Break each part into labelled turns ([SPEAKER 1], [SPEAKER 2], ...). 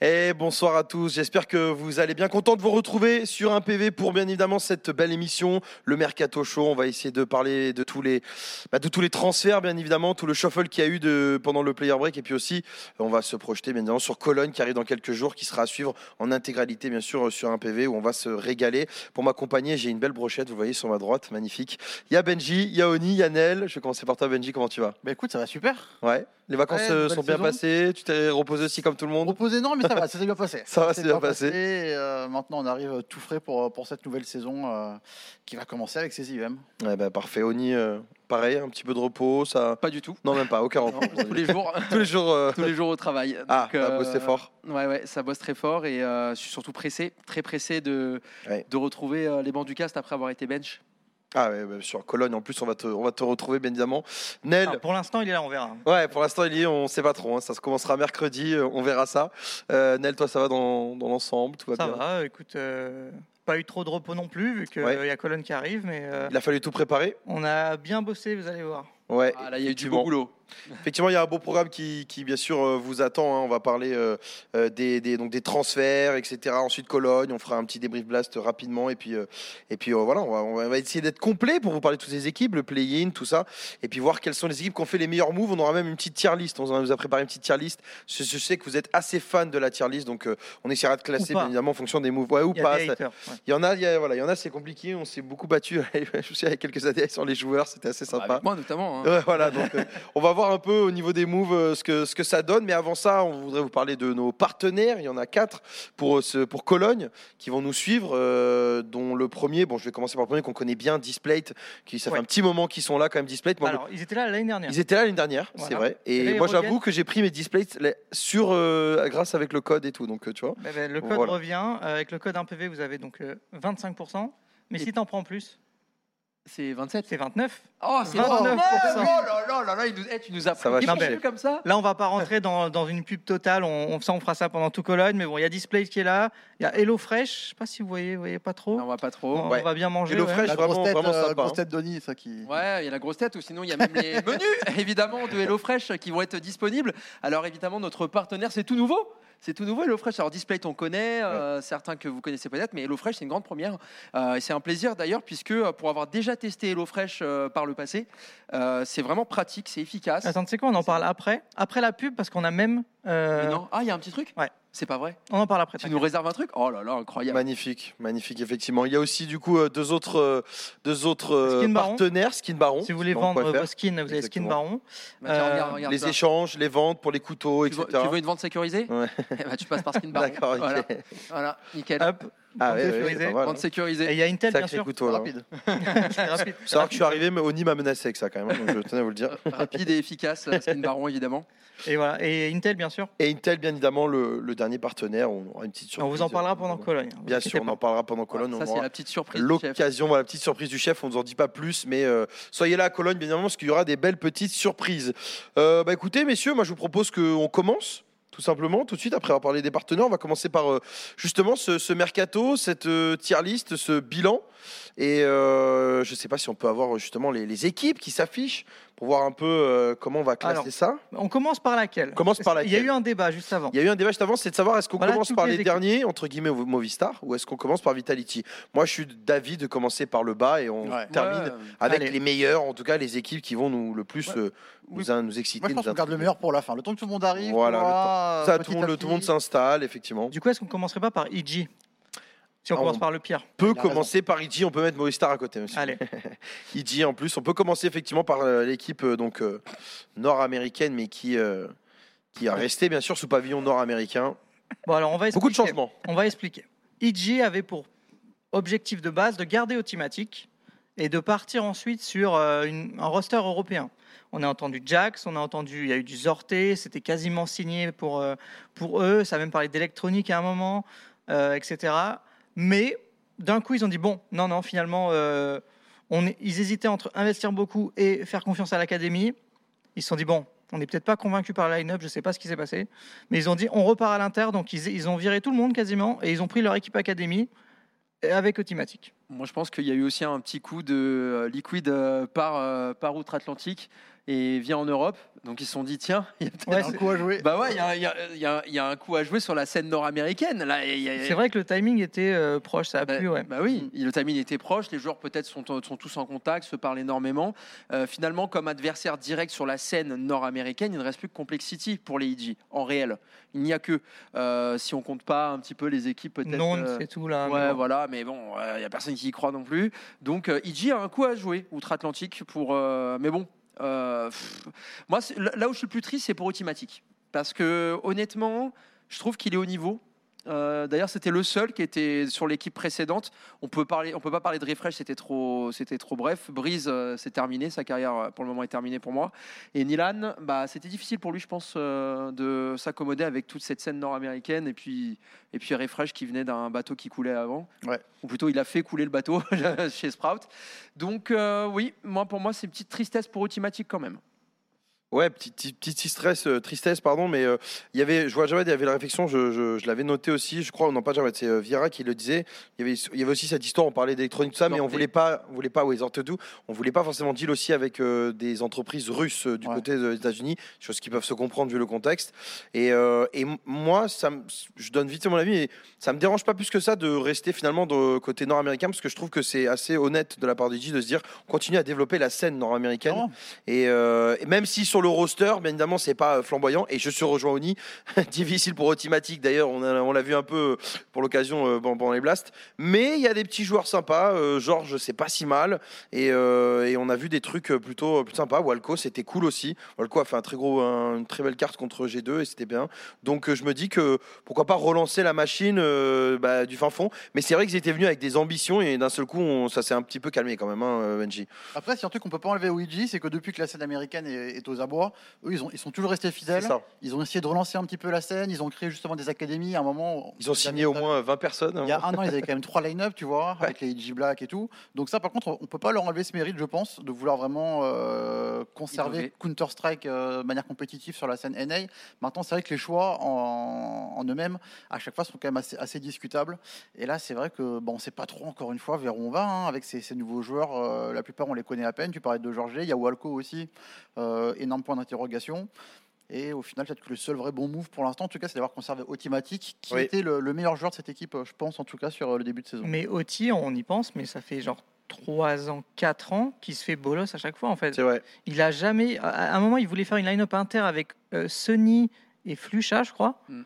[SPEAKER 1] Et bonsoir à tous, j'espère que vous allez bien. Content de vous retrouver sur un PV pour bien évidemment cette belle émission, le Mercato Show. On va essayer de parler de tous les, bah, de tous les transferts, bien évidemment, tout le shuffle qu'il y a eu de, pendant le player break. Et puis aussi, on va se projeter bien évidemment sur Cologne qui arrive dans quelques jours, qui sera à suivre en intégralité, bien sûr, sur un PV où on va se régaler. Pour m'accompagner, j'ai une belle brochette, vous voyez sur ma droite, magnifique. Il y a Benji, il y a Oni, il y a Nel. Je vais commencer par toi, Benji, comment tu vas
[SPEAKER 2] Bah écoute, ça va super.
[SPEAKER 1] Ouais, les vacances
[SPEAKER 2] Ouais,
[SPEAKER 1] euh,
[SPEAKER 2] bonne
[SPEAKER 1] sont bien
[SPEAKER 2] saison.
[SPEAKER 1] passées, tu t'es reposé aussi comme tout le monde
[SPEAKER 2] Reposé, non, mais ça va, ça s'est bien passé.
[SPEAKER 1] Ça va,
[SPEAKER 2] s'est
[SPEAKER 1] c'est bien passé.
[SPEAKER 2] Et, euh, maintenant, on arrive tout frais pour, pour cette nouvelle saison euh, qui va commencer avec ses IVM.
[SPEAKER 1] Ouais, bah, parfait. Oni, euh, pareil, un petit peu de repos, ça.
[SPEAKER 3] Pas du tout.
[SPEAKER 1] Non, même pas, aucun
[SPEAKER 3] Non,
[SPEAKER 1] repos.
[SPEAKER 3] tous les jours.
[SPEAKER 1] Tous les jours. euh,
[SPEAKER 3] tous les jours au travail. Donc,
[SPEAKER 1] Ah, bah,
[SPEAKER 3] euh,
[SPEAKER 1] bosser fort.
[SPEAKER 3] Ouais, ouais, ça bosse très fort et euh, je suis surtout pressé, très pressé de,
[SPEAKER 1] Ouais.
[SPEAKER 3] de retrouver euh, les bancs du cast après avoir été bench.
[SPEAKER 1] Ah, ouais, bah, sur Cologne, en plus, on va te, on va te retrouver, bien évidemment. Nel.
[SPEAKER 4] Alors, pour l'instant, il est là, on verra.
[SPEAKER 3] Ah.
[SPEAKER 1] Ouais, pour l'instant, il y est, on sait pas trop. hein, Ça se commencera mercredi, euh, on verra ça. Euh, Nel, toi, ça va dans, dans l'ensemble Tout va
[SPEAKER 4] Ça
[SPEAKER 1] bien
[SPEAKER 4] va, écoute, euh, pas eu trop de repos non plus, vu qu'il
[SPEAKER 1] Ouais.
[SPEAKER 4] y a Colonne qui arrive, mais euh,
[SPEAKER 1] Il a fallu tout préparer.
[SPEAKER 4] on a bien bossé, vous allez voir.
[SPEAKER 1] Ouais.
[SPEAKER 3] Ah, là, il y a eu du
[SPEAKER 1] effectivement.
[SPEAKER 3] beau boulot.
[SPEAKER 1] Effectivement, il y a un beau programme qui, qui, bien sûr, euh, vous attend. hein. On va parler euh, euh, des, des- donc des transferts, etc. Ensuite, Cologne, on fera un petit débrief blast rapidement. Et puis, euh, et puis euh, voilà, on va, on va- on va essayer d'être complet pour vous parler de toutes ces équipes, le play-in, tout ça. Et puis voir quelles sont les équipes qui ont fait les meilleurs moves. On aura même une petite tier list. On vous a préparé une petite tier list. Je, je sais que vous êtes assez fan de la tier list, donc euh, on essaiera de classer,
[SPEAKER 4] pas.
[SPEAKER 1] bien évidemment, en fonction des moves. Ouais, ou
[SPEAKER 4] Il y
[SPEAKER 1] pas.
[SPEAKER 4] a des
[SPEAKER 1] ça-
[SPEAKER 4] haters. ouais.
[SPEAKER 1] Il y en a, il y a- voilà, il y en a, c'est compliqué. On s'est beaucoup battu. Je me souviens, il y a quelques années sur les joueurs, c'était assez
[SPEAKER 3] Bah,
[SPEAKER 1] sympa.
[SPEAKER 3] avec moi notamment. hein.
[SPEAKER 1] Ouais, voilà, donc euh, on va voir un peu au niveau des moves euh, ce, que, ce que ça donne. Mais avant ça, on voudrait vous parler de nos partenaires. Il y en a quatre pour, euh, ce, pour Cologne qui vont nous suivre, euh, dont le premier, bon, je vais commencer par le premier qu'on connaît bien, Displate, qui ça
[SPEAKER 4] Ouais.
[SPEAKER 1] fait un petit moment qu'ils sont là quand même, Displate. Moi,
[SPEAKER 4] Alors, ils étaient là l'année dernière.
[SPEAKER 1] ils étaient là l'année dernière, c'est
[SPEAKER 4] Voilà.
[SPEAKER 1] vrai.
[SPEAKER 4] Et là,
[SPEAKER 1] Et
[SPEAKER 4] ils
[SPEAKER 1] moi, j'avoue
[SPEAKER 4] reviennent.
[SPEAKER 1] que j'ai pris mes displays les- sur, euh, grâce avec le code et tout. Donc, euh, tu vois.
[SPEAKER 4] Bah, bah, le code
[SPEAKER 1] Voilà.
[SPEAKER 4] revient. euh, Avec le code 1PV, vous avez donc euh, 25%. Mais
[SPEAKER 3] Et-
[SPEAKER 4] si t'en prends plus,
[SPEAKER 3] C'est 27.
[SPEAKER 4] c'est 29.
[SPEAKER 3] Oh, c'est
[SPEAKER 4] 29%.
[SPEAKER 3] Oh là là là là, il nous... eh, tu nous as
[SPEAKER 1] Ça va
[SPEAKER 3] pris
[SPEAKER 4] changer.
[SPEAKER 3] des comme ça.
[SPEAKER 4] Là, on va pas rentrer dans, dans une pub totale. On, on, ça, on fera ça pendant tout Cologne. Mais bon, il y a Display qui est là. Il y a Hello Fresh. Je sais pas si vous voyez, vous voyez pas trop.
[SPEAKER 3] Non, on va pas trop.
[SPEAKER 4] On,
[SPEAKER 1] Oh, Ouais.
[SPEAKER 4] on va bien manger.
[SPEAKER 1] Hello
[SPEAKER 4] ouais.
[SPEAKER 1] Fresh,
[SPEAKER 2] La
[SPEAKER 1] vraiment-
[SPEAKER 2] grosse tête,
[SPEAKER 1] vraiment
[SPEAKER 2] euh,
[SPEAKER 1] sympa,
[SPEAKER 2] grosse
[SPEAKER 1] hein.
[SPEAKER 2] tête d'Oni, ça qui.
[SPEAKER 3] Ouais, il y a la grosse tête, ou sinon il y a même les menus, évidemment, de HelloFresh qui vont être disponibles. Alors évidemment, notre partenaire, c'est tout nouveau. C'est tout nouveau HelloFresh. Alors Display, on connaît, euh, certains que vous connaissez peut-être, mais HelloFresh, c'est une grande première. Euh, et c'est un plaisir d'ailleurs, puisque euh, pour avoir déjà testé HelloFresh euh, par le passé, euh, c'est vraiment pratique, c'est efficace.
[SPEAKER 4] Attends, tu sais quoi On en parle après. Après la pub, parce qu'on a même.
[SPEAKER 3] Mais
[SPEAKER 4] euh,
[SPEAKER 3] non. Ah, il y a un petit truc
[SPEAKER 4] ouais.
[SPEAKER 3] C'est pas vrai.
[SPEAKER 4] On en parle après.
[SPEAKER 3] Tu nous réserves un truc Oh là là,
[SPEAKER 4] Bah,
[SPEAKER 3] incroyable.
[SPEAKER 1] Magnifique, magnifique, effectivement. Il y a aussi, du coup, euh, deux autres, euh, deux autres euh,
[SPEAKER 4] Skin Baron.
[SPEAKER 1] partenaires, Skin Baron.
[SPEAKER 4] Si vous voulez
[SPEAKER 1] sinon, on
[SPEAKER 4] vendre
[SPEAKER 1] pourrait faire.
[SPEAKER 4] vos skins, vous avez Skin
[SPEAKER 1] Exactement.
[SPEAKER 4] Baron.
[SPEAKER 3] Bah, tiens,
[SPEAKER 4] Euh,
[SPEAKER 3] regarde, regarde
[SPEAKER 1] les
[SPEAKER 3] ça.
[SPEAKER 1] échanges, les ventes pour les couteaux,
[SPEAKER 3] tu veux,
[SPEAKER 1] etc.
[SPEAKER 3] tu veux une vente sécurisée
[SPEAKER 1] Ouais.
[SPEAKER 3] Eh ben, Tu passes par Skinbar.
[SPEAKER 1] D'accord, ok.
[SPEAKER 3] voilà. voilà, nickel.
[SPEAKER 4] Hop.
[SPEAKER 1] Ah
[SPEAKER 4] on
[SPEAKER 1] ouais,
[SPEAKER 4] peut
[SPEAKER 1] ouais,
[SPEAKER 4] sécuriser.
[SPEAKER 1] c'est pas mal,
[SPEAKER 3] Vente
[SPEAKER 1] hein.
[SPEAKER 3] sécurisée.
[SPEAKER 4] Et il y a Intel, bien
[SPEAKER 1] Sacré
[SPEAKER 4] sûr.
[SPEAKER 1] couteau, là.
[SPEAKER 2] Rapide.
[SPEAKER 4] C'est rapide.
[SPEAKER 1] C'est rare que je suis arrivé, mais Oni m'a menacé avec ça quand même. hein, donc je tenais à vous le dire.
[SPEAKER 3] rapide et efficace, Spin Baron évidemment.
[SPEAKER 4] Et voilà. Et Intel, bien sûr.
[SPEAKER 1] Et Intel, bien évidemment, le, le dernier partenaire. On aura une petite surprise. euh,
[SPEAKER 4] on vous en parlera pendant Cologne. vous
[SPEAKER 1] Bien
[SPEAKER 4] inquiétez
[SPEAKER 1] sûr, on
[SPEAKER 4] pas.
[SPEAKER 1] en parlera pendant Cologne.
[SPEAKER 3] ça
[SPEAKER 1] on
[SPEAKER 3] c'est
[SPEAKER 1] aura
[SPEAKER 3] la petite surprise. du chef.
[SPEAKER 1] L'occasion, voilà, petite surprise du chef, on ne vous en dit pas plus, mais euh, soyez là à Cologne, bien évidemment, parce qu'il y aura des belles petites surprises. Euh, bah, écoutez, messieurs, moi je vous propose qu'on commence. Tout simplement, tout de suite, après avoir parlé des partenaires, on va commencer par euh, justement ce, ce mercato, cette euh, tier list, ce bilan. Et euh, je ne sais pas si on peut avoir euh, justement les, les équipes qui s'affichent pour voir un peu euh, comment on va classer
[SPEAKER 4] Alors,
[SPEAKER 1] ça.
[SPEAKER 4] On commence par laquelle
[SPEAKER 1] On commence par
[SPEAKER 4] Il y a
[SPEAKER 1] laquelle
[SPEAKER 4] eu un débat juste avant.
[SPEAKER 1] Il y a eu un débat juste avant, c'est de savoir est-ce qu'on
[SPEAKER 4] Voilà
[SPEAKER 1] commence
[SPEAKER 4] toutes
[SPEAKER 1] par
[SPEAKER 4] les
[SPEAKER 1] les,
[SPEAKER 4] équipes.
[SPEAKER 1] derniers, entre guillemets, au Movistar, ou est-ce qu'on commence par Vitality Moi, je suis d'avis de commencer par le bas et on
[SPEAKER 2] Ouais.
[SPEAKER 1] termine
[SPEAKER 3] Ouais. euh,
[SPEAKER 1] avec
[SPEAKER 4] Allez.
[SPEAKER 1] les meilleurs, en tout cas les équipes qui vont nous le plus
[SPEAKER 3] Ouais.
[SPEAKER 1] euh,
[SPEAKER 3] Oui.
[SPEAKER 1] nous, in- nous exciter.
[SPEAKER 2] Moi, je pense
[SPEAKER 1] nous
[SPEAKER 2] qu'on garde le
[SPEAKER 1] intriguer.
[SPEAKER 2] meilleur pour la fin. Le temps que tout le monde arrive.
[SPEAKER 1] Voilà,
[SPEAKER 2] qu'on
[SPEAKER 1] le
[SPEAKER 2] va,
[SPEAKER 1] Ça,
[SPEAKER 2] euh,
[SPEAKER 1] tout
[SPEAKER 2] petit
[SPEAKER 1] le
[SPEAKER 2] à
[SPEAKER 1] monde, le- tout le monde
[SPEAKER 2] petit.
[SPEAKER 1] s'installe, effectivement.
[SPEAKER 4] Du coup, est-ce qu'on commencerait pas par EG Si on
[SPEAKER 1] Ah,
[SPEAKER 4] commence
[SPEAKER 1] on-
[SPEAKER 4] par le pire.
[SPEAKER 1] On peut
[SPEAKER 2] Il a raison. Ah.
[SPEAKER 1] commencer par IG, on peut mettre Movistar à côté aussi.
[SPEAKER 4] Allez.
[SPEAKER 1] IG en plus, on peut commencer effectivement par euh, l'équipe euh, donc euh, nord-américaine, mais qui euh, qui a resté bien sûr sous pavillon nord-américain.
[SPEAKER 4] Bon, alors on va
[SPEAKER 1] Beaucoup de
[SPEAKER 4] expliquer.
[SPEAKER 1] changements.
[SPEAKER 4] On va expliquer. EG avait pour objectif de base de garder Automatic et de partir ensuite sur euh, une- un roster européen. On a entendu Jax, on a entendu, il y a eu du Zorté, c'était quasiment signé pour, euh, pour eux, ça a même parlé d'électronique à un moment, euh, etc. Mais d'un coup, ils ont dit, bon, non, non, finalement, euh, on est- ils hésitaient entre investir beaucoup et faire confiance à l'académie. Ils se sont dit, bon, on n'est peut-être pas convaincu par la line-up, je ne sais pas ce qui s'est passé. Mais ils ont dit on repart à l'Inter, donc ils, ils ont viré tout le monde quasiment et ils ont pris leur équipe académie avec Automatic.
[SPEAKER 3] Moi je pense qu'il y a eu aussi un petit coup de euh, liquide euh, par, euh, par outre-Atlantique et vient en Europe. Donc ils se sont dit, tiens, il y a peut-être
[SPEAKER 4] Ouais,
[SPEAKER 2] un coup à jouer.
[SPEAKER 3] Bah ouais, il y a, il y a- il y a- il y a un coup à jouer sur la scène nord-américaine. Là, il y a-
[SPEAKER 4] C'est vrai que le timing était euh, proche, ça a
[SPEAKER 3] Bah,
[SPEAKER 4] plu, ouais. Mm.
[SPEAKER 3] bah oui, il- le timing était proche, les joueurs peut-être sont, euh, sont tous en contact, se parlent énormément. Euh, finalement, comme adversaire direct sur la scène nord-américaine, il ne reste plus que Complexity pour les IG, en réel. Il n'y a que, euh, si on compte pas un petit peu les équipes peut-être...
[SPEAKER 4] Non,
[SPEAKER 3] euh,
[SPEAKER 4] c'est tout là. mais
[SPEAKER 3] Ouais,
[SPEAKER 4] bon.
[SPEAKER 3] voilà, mais bon, il n'y a personne qui y croit non plus. Donc, euh, IG a un coup à jouer outre-Atlantique pour. euh, mais bon, euh, pff, moi, c'est- là là où je suis le plus triste, c'est pour Ultimatic. Parce que, honnêtement, je trouve qu'il est au niveau. Euh, D'ailleurs, c'était le seul qui était sur l'équipe précédente. On peut parler, on peut pas parler de refresh, c'était trop, c'était trop bref. Brise, euh, c'est terminé, sa carrière euh, pour le moment est terminée pour moi. Et Nilan, bah, c'était difficile pour lui, je pense, euh, de s'accommoder avec toute cette scène nord-américaine et puis et puis Refresh qui venait d'un bateau qui coulait avant.
[SPEAKER 2] Ouais.
[SPEAKER 3] Ou plutôt, il a fait couler le bateau chez Sprout. Donc, euh, oui, moi, pour moi, c'est une petite tristesse pour Ultimatic quand même.
[SPEAKER 1] Ouais, petite, petite, petite tristesse, euh, tristesse, pardon, mais euh, il y avait, je vois Javed, il y avait la réflexion, je, je- je l'avais noté aussi, je crois, non pas Javed, c'est euh, Viera qui le disait, il y avait, il y avait aussi cette histoire, on parlait d'électronique, tout ça, mais on
[SPEAKER 3] Zorté.
[SPEAKER 1] voulait pas, on voulait pas, ouais, Zorté tout, on voulait pas forcément deal aussi avec euh, des entreprises russes euh, du
[SPEAKER 2] Ouais.
[SPEAKER 1] côté des États-Unis, chose qui peuvent se comprendre vu le contexte, et, euh, et m- moi, ça, me- je donne vite mon avis, et ça me dérange pas plus que ça de rester finalement de côté nord-américain, parce que je trouve que c'est assez honnête de la part d'Igi de se dire, on continue à développer la scène nord-américaine,
[SPEAKER 2] Vraiment.
[SPEAKER 1] et, euh, et même si sur le roster, bien évidemment, c'est pas euh, flamboyant. Et je suis rejoint au nid. Difficile pour Otimatic d'ailleurs. On, a- on l'a vu un peu euh, pour l'occasion euh, pendant pendant les blasts. Mais il y a des petits joueurs sympas. Euh, Georges, c'est pas si mal. Et, euh, et on a vu des trucs euh, plutôt, euh, plutôt sympas. Walco, c'était cool aussi. Walco a fait un très gros, un- une très belle carte contre G2 et c'était bien. Donc euh, je me dis que pourquoi pas relancer la machine euh, bah, du fin fond. Mais c'est vrai qu'ils étaient venus avec des ambitions et d'un seul coup, on- ça s'est un petit peu calmé quand même, hein, euh, Benji.
[SPEAKER 2] Après, c'est un truc qu'on peut pas enlever au Ouija, c'est que depuis que la scène américaine est, est aux abois, eux, ils, ont, ils sont toujours restés fidèles. Ils ont essayé de relancer un petit peu la scène. Ils ont créé justement des académies. À un moment,
[SPEAKER 1] Ils ont signé au moins 20 personnes. hein.
[SPEAKER 2] Il y a un an, ils avaient quand même trois line-up, tu vois, avec les G Black et tout. Donc ça, par contre, on peut pas leur enlever ce mérite, je pense, de vouloir vraiment euh, conserver
[SPEAKER 3] Innover.
[SPEAKER 2] Counter-Strike euh, de manière compétitive sur la scène NA. Maintenant, c'est vrai que les choix en, en eux-mêmes, à chaque fois, sont quand même assez, assez discutables. Et là, c'est vrai que bon, on sait pas trop encore une fois vers où on va hein, avec ces, ces nouveaux joueurs. euh, la plupart, on les connaît à peine. Tu parlais de Georges, il y a Walco aussi, euh, énorme point d'interrogation. Et au final, peut-être que le seul vrai bon move pour l'instant, en tout cas, c'est d'avoir conservé Otimatic, qui
[SPEAKER 1] Oui.
[SPEAKER 2] était le, le meilleur joueur de cette équipe, euh, je pense, en tout cas, sur euh, le début de
[SPEAKER 3] Mm.
[SPEAKER 2] saison.
[SPEAKER 4] Mais Oti, on y pense, mais ça fait genre 3 ans, 4 ans qu'il se fait bolos à chaque fois en fait.
[SPEAKER 1] C'est vrai.
[SPEAKER 4] Il a jamais. À à un moment, il voulait faire une line-up inter avec euh, Sony et Flucha, je crois.
[SPEAKER 3] Mm.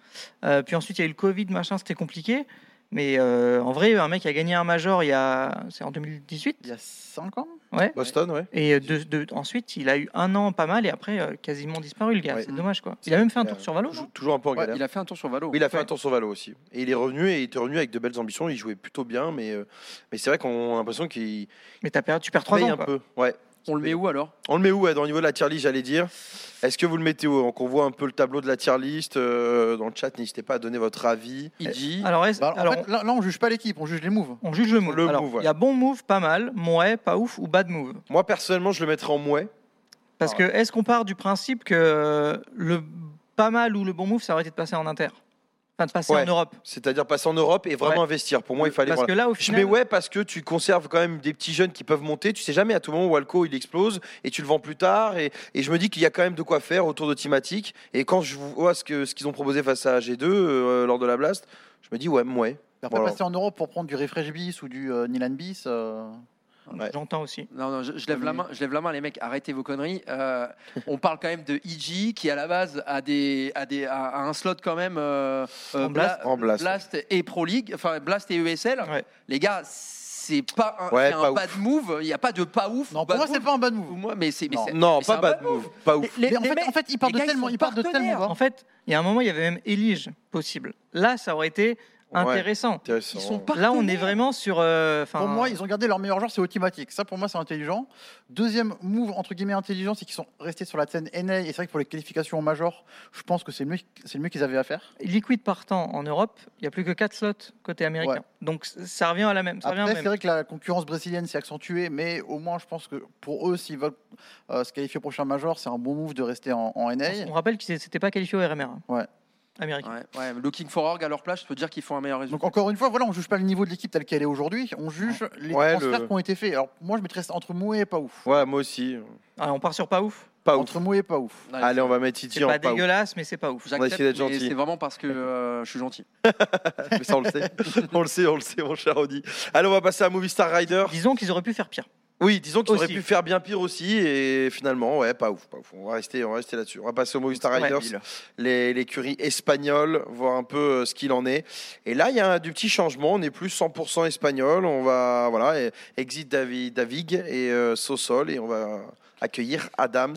[SPEAKER 4] Euh, puis ensuite, il y a eu le Covid, machin, c'était compliqué. Mais euh, en vrai, un mec a gagné un major il y a. C'est en 2018
[SPEAKER 2] Il y a 5 ans
[SPEAKER 1] Boston, ouais.
[SPEAKER 4] Et euh, de- de- ensuite, il a eu un an pas mal et après, euh, quasiment disparu, le gars.
[SPEAKER 1] Ouais.
[SPEAKER 4] C'est
[SPEAKER 3] Mm.
[SPEAKER 4] dommage, quoi.
[SPEAKER 1] C'est-
[SPEAKER 4] Il a même fait un
[SPEAKER 1] il a-
[SPEAKER 4] tour sur Valo,
[SPEAKER 1] Tou-
[SPEAKER 4] non
[SPEAKER 1] Toujours un peu en
[SPEAKER 2] Ouais,
[SPEAKER 1] galère.
[SPEAKER 3] Il a fait un tour sur Valo.
[SPEAKER 1] Oui, il a fait
[SPEAKER 4] Ouais.
[SPEAKER 1] un tour sur Valo aussi. Et il est revenu et il était revenu avec de belles ambitions. Il jouait plutôt bien, mais, euh, mais c'est vrai qu'on a l'impression qu'il
[SPEAKER 4] Mais t'as perdu, tu perds 3
[SPEAKER 1] paye
[SPEAKER 4] ans.
[SPEAKER 1] un
[SPEAKER 4] quoi.
[SPEAKER 1] peu. Ouais.
[SPEAKER 3] On le met où alors
[SPEAKER 1] On le met où ouais, dans le niveau de la tier list, j'allais dire Est-ce que vous le mettez où Qu'on voit un peu le tableau de la tier list euh, dans le chat. N'hésitez pas à donner votre avis.
[SPEAKER 3] IG.
[SPEAKER 4] Alors, est-ce-
[SPEAKER 2] Bah, en
[SPEAKER 4] alors,
[SPEAKER 2] fait, là, là, on juge pas l'équipe, on juge les moves.
[SPEAKER 4] on, on juge le move.
[SPEAKER 1] le
[SPEAKER 4] Alors,
[SPEAKER 1] move, ouais.
[SPEAKER 4] Il y a bon move, pas mal, mouais, pas ouf ou bad move.
[SPEAKER 1] Moi, personnellement, je le mettrais en mouais.
[SPEAKER 4] Parce que est-ce qu'on part du principe que euh, le pas mal ou le bon move, ça aurait été de passer en inter Enfin, de passer
[SPEAKER 1] Ouais.
[SPEAKER 4] en Europe.
[SPEAKER 1] C'est-à-dire passer en Europe et vraiment
[SPEAKER 4] Ouais.
[SPEAKER 1] investir. Pour moi, il fallait.
[SPEAKER 4] Parce
[SPEAKER 1] voilà.
[SPEAKER 4] que là, au
[SPEAKER 1] Je
[SPEAKER 4] final,
[SPEAKER 1] mets ouais parce que tu conserves quand même des petits jeunes qui peuvent monter. Tu sais jamais à tout moment où Alco il explose et tu le vends plus tard. Et, et je me dis qu'il y a quand même de quoi faire autour de Timatic. Et quand je vois ce que ce qu'ils ont proposé face à G2 euh, lors de la blast, je me dis ouais ouais.
[SPEAKER 2] Après,
[SPEAKER 1] Voilà.
[SPEAKER 2] passer en Europe pour prendre du Refresh Bis ou du euh, Nilan Bis, euh,
[SPEAKER 1] Ouais.
[SPEAKER 4] j'entends aussi.
[SPEAKER 3] Non, non, je, je lève
[SPEAKER 2] Oui.
[SPEAKER 3] la main, je lève la main, les mecs, arrêtez vos conneries. Euh, on parle quand même de IG qui, à la base, a, des, a, des, a- a un slot quand même euh, euh,
[SPEAKER 4] Blast.
[SPEAKER 3] Bla-
[SPEAKER 1] En blast.
[SPEAKER 3] et Pro League, enfin Blast et ESL.
[SPEAKER 4] Ouais.
[SPEAKER 3] Les gars, c'est pas un,
[SPEAKER 1] Ouais,
[SPEAKER 3] c'est un
[SPEAKER 1] pas ouf.
[SPEAKER 3] bad move, il n'y a pas de pas ouf.
[SPEAKER 2] non, pour
[SPEAKER 3] bad
[SPEAKER 2] moi,
[SPEAKER 3] move.
[SPEAKER 2] c'est pas un bad
[SPEAKER 3] Pour
[SPEAKER 2] move.
[SPEAKER 3] moi, mais c'est. mais
[SPEAKER 2] Non.
[SPEAKER 3] c'est-
[SPEAKER 1] Oh, Non,
[SPEAKER 3] mais c'est
[SPEAKER 1] pas
[SPEAKER 3] un
[SPEAKER 1] bad move, pas ouf.
[SPEAKER 3] Les-
[SPEAKER 2] Mais en,
[SPEAKER 3] les
[SPEAKER 2] fait,
[SPEAKER 3] mecs-
[SPEAKER 2] en fait, il part
[SPEAKER 3] les
[SPEAKER 2] de
[SPEAKER 3] gars, ils
[SPEAKER 2] tellement,
[SPEAKER 3] sont
[SPEAKER 2] il part de
[SPEAKER 3] partenaires.
[SPEAKER 2] tellement.
[SPEAKER 4] En fait, il y a un moment, il y avait même Elige possible. Là, ça aurait été
[SPEAKER 1] Ouais,
[SPEAKER 4] intéressant.
[SPEAKER 1] intéressant.
[SPEAKER 3] Ils sont pas
[SPEAKER 4] Là, on est vraiment sur. euh, enfin,
[SPEAKER 2] Pour moi, ils ont gardé leur meilleur genre, c'est Automatic. Ça, pour moi, c'est intelligent. Deuxième move, entre guillemets, intelligent, c'est qu'ils sont restés sur la scène NA. Et c'est vrai que pour les qualifications au Major, je pense que c'est le mieux, c'est le mieux qu'ils avaient à faire.
[SPEAKER 4] Liquid partant en Europe, il n'y a plus que 4 slots côté américain.
[SPEAKER 2] Ouais.
[SPEAKER 4] Donc, ça revient à la même. Ça revient
[SPEAKER 2] Après,
[SPEAKER 4] au
[SPEAKER 2] c'est
[SPEAKER 4] même.
[SPEAKER 2] vrai que la concurrence brésilienne s'est accentuée, mais au moins, je pense que pour eux, s'ils veulent euh, se qualifier au prochain Major, c'est un bon move de rester en, en NA.
[SPEAKER 4] On rappelle qu'ils n'étaient pas qualifiés au RMR. hein.
[SPEAKER 2] Ouais.
[SPEAKER 4] Américain.
[SPEAKER 3] Ouais, ouais, Looking for Org à leur place, je peux te dire qu'ils font un meilleur résultat.
[SPEAKER 2] Donc encore une fois, voilà, on juge pas le niveau de l'équipe tel qu'elle est aujourd'hui, on juge les
[SPEAKER 1] Ouais,
[SPEAKER 2] transferts
[SPEAKER 1] le-
[SPEAKER 2] qui ont été faits. Alors moi, je mettrais ça entre mouais et pas ouf.
[SPEAKER 1] Ouais, moi aussi.
[SPEAKER 4] Ah, on part sur pas ouf.
[SPEAKER 1] Pas ouf.
[SPEAKER 2] Entre mou et pas ouf.
[SPEAKER 3] Ouais,
[SPEAKER 1] Allez, on va mettre
[SPEAKER 4] C'est
[SPEAKER 1] Titi en
[SPEAKER 4] pas
[SPEAKER 1] pas ouf.
[SPEAKER 4] dégueulasse, mais c'est pas ouf.
[SPEAKER 1] On va essayer d'être
[SPEAKER 3] J'accepte, mais
[SPEAKER 1] gentil.
[SPEAKER 3] c'est vraiment parce que euh, je suis gentil.
[SPEAKER 1] Mais ça, on le sait. on le sait, on le sait, mon cher Audi. Allez, on va passer à Movie Star Rider.
[SPEAKER 4] Disons qu'ils auraient pu faire pire.
[SPEAKER 1] Oui, disons qu'ils auraient
[SPEAKER 4] Aussi.
[SPEAKER 1] pu faire bien pire aussi. Et finalement, ouais, pas ouf. Pas ouf. On va rester, on va rester là-dessus. On va passer au Movie Star
[SPEAKER 4] Ouais,
[SPEAKER 1] Riders. les- l'écurie espagnole, voir un peu euh, ce qu'il en est. Et là, il y a un- du petit changement. On est plus 100% espagnol. On va, voilà, et- exit David, David et euh, Sosol. Et on va accueillir Adams,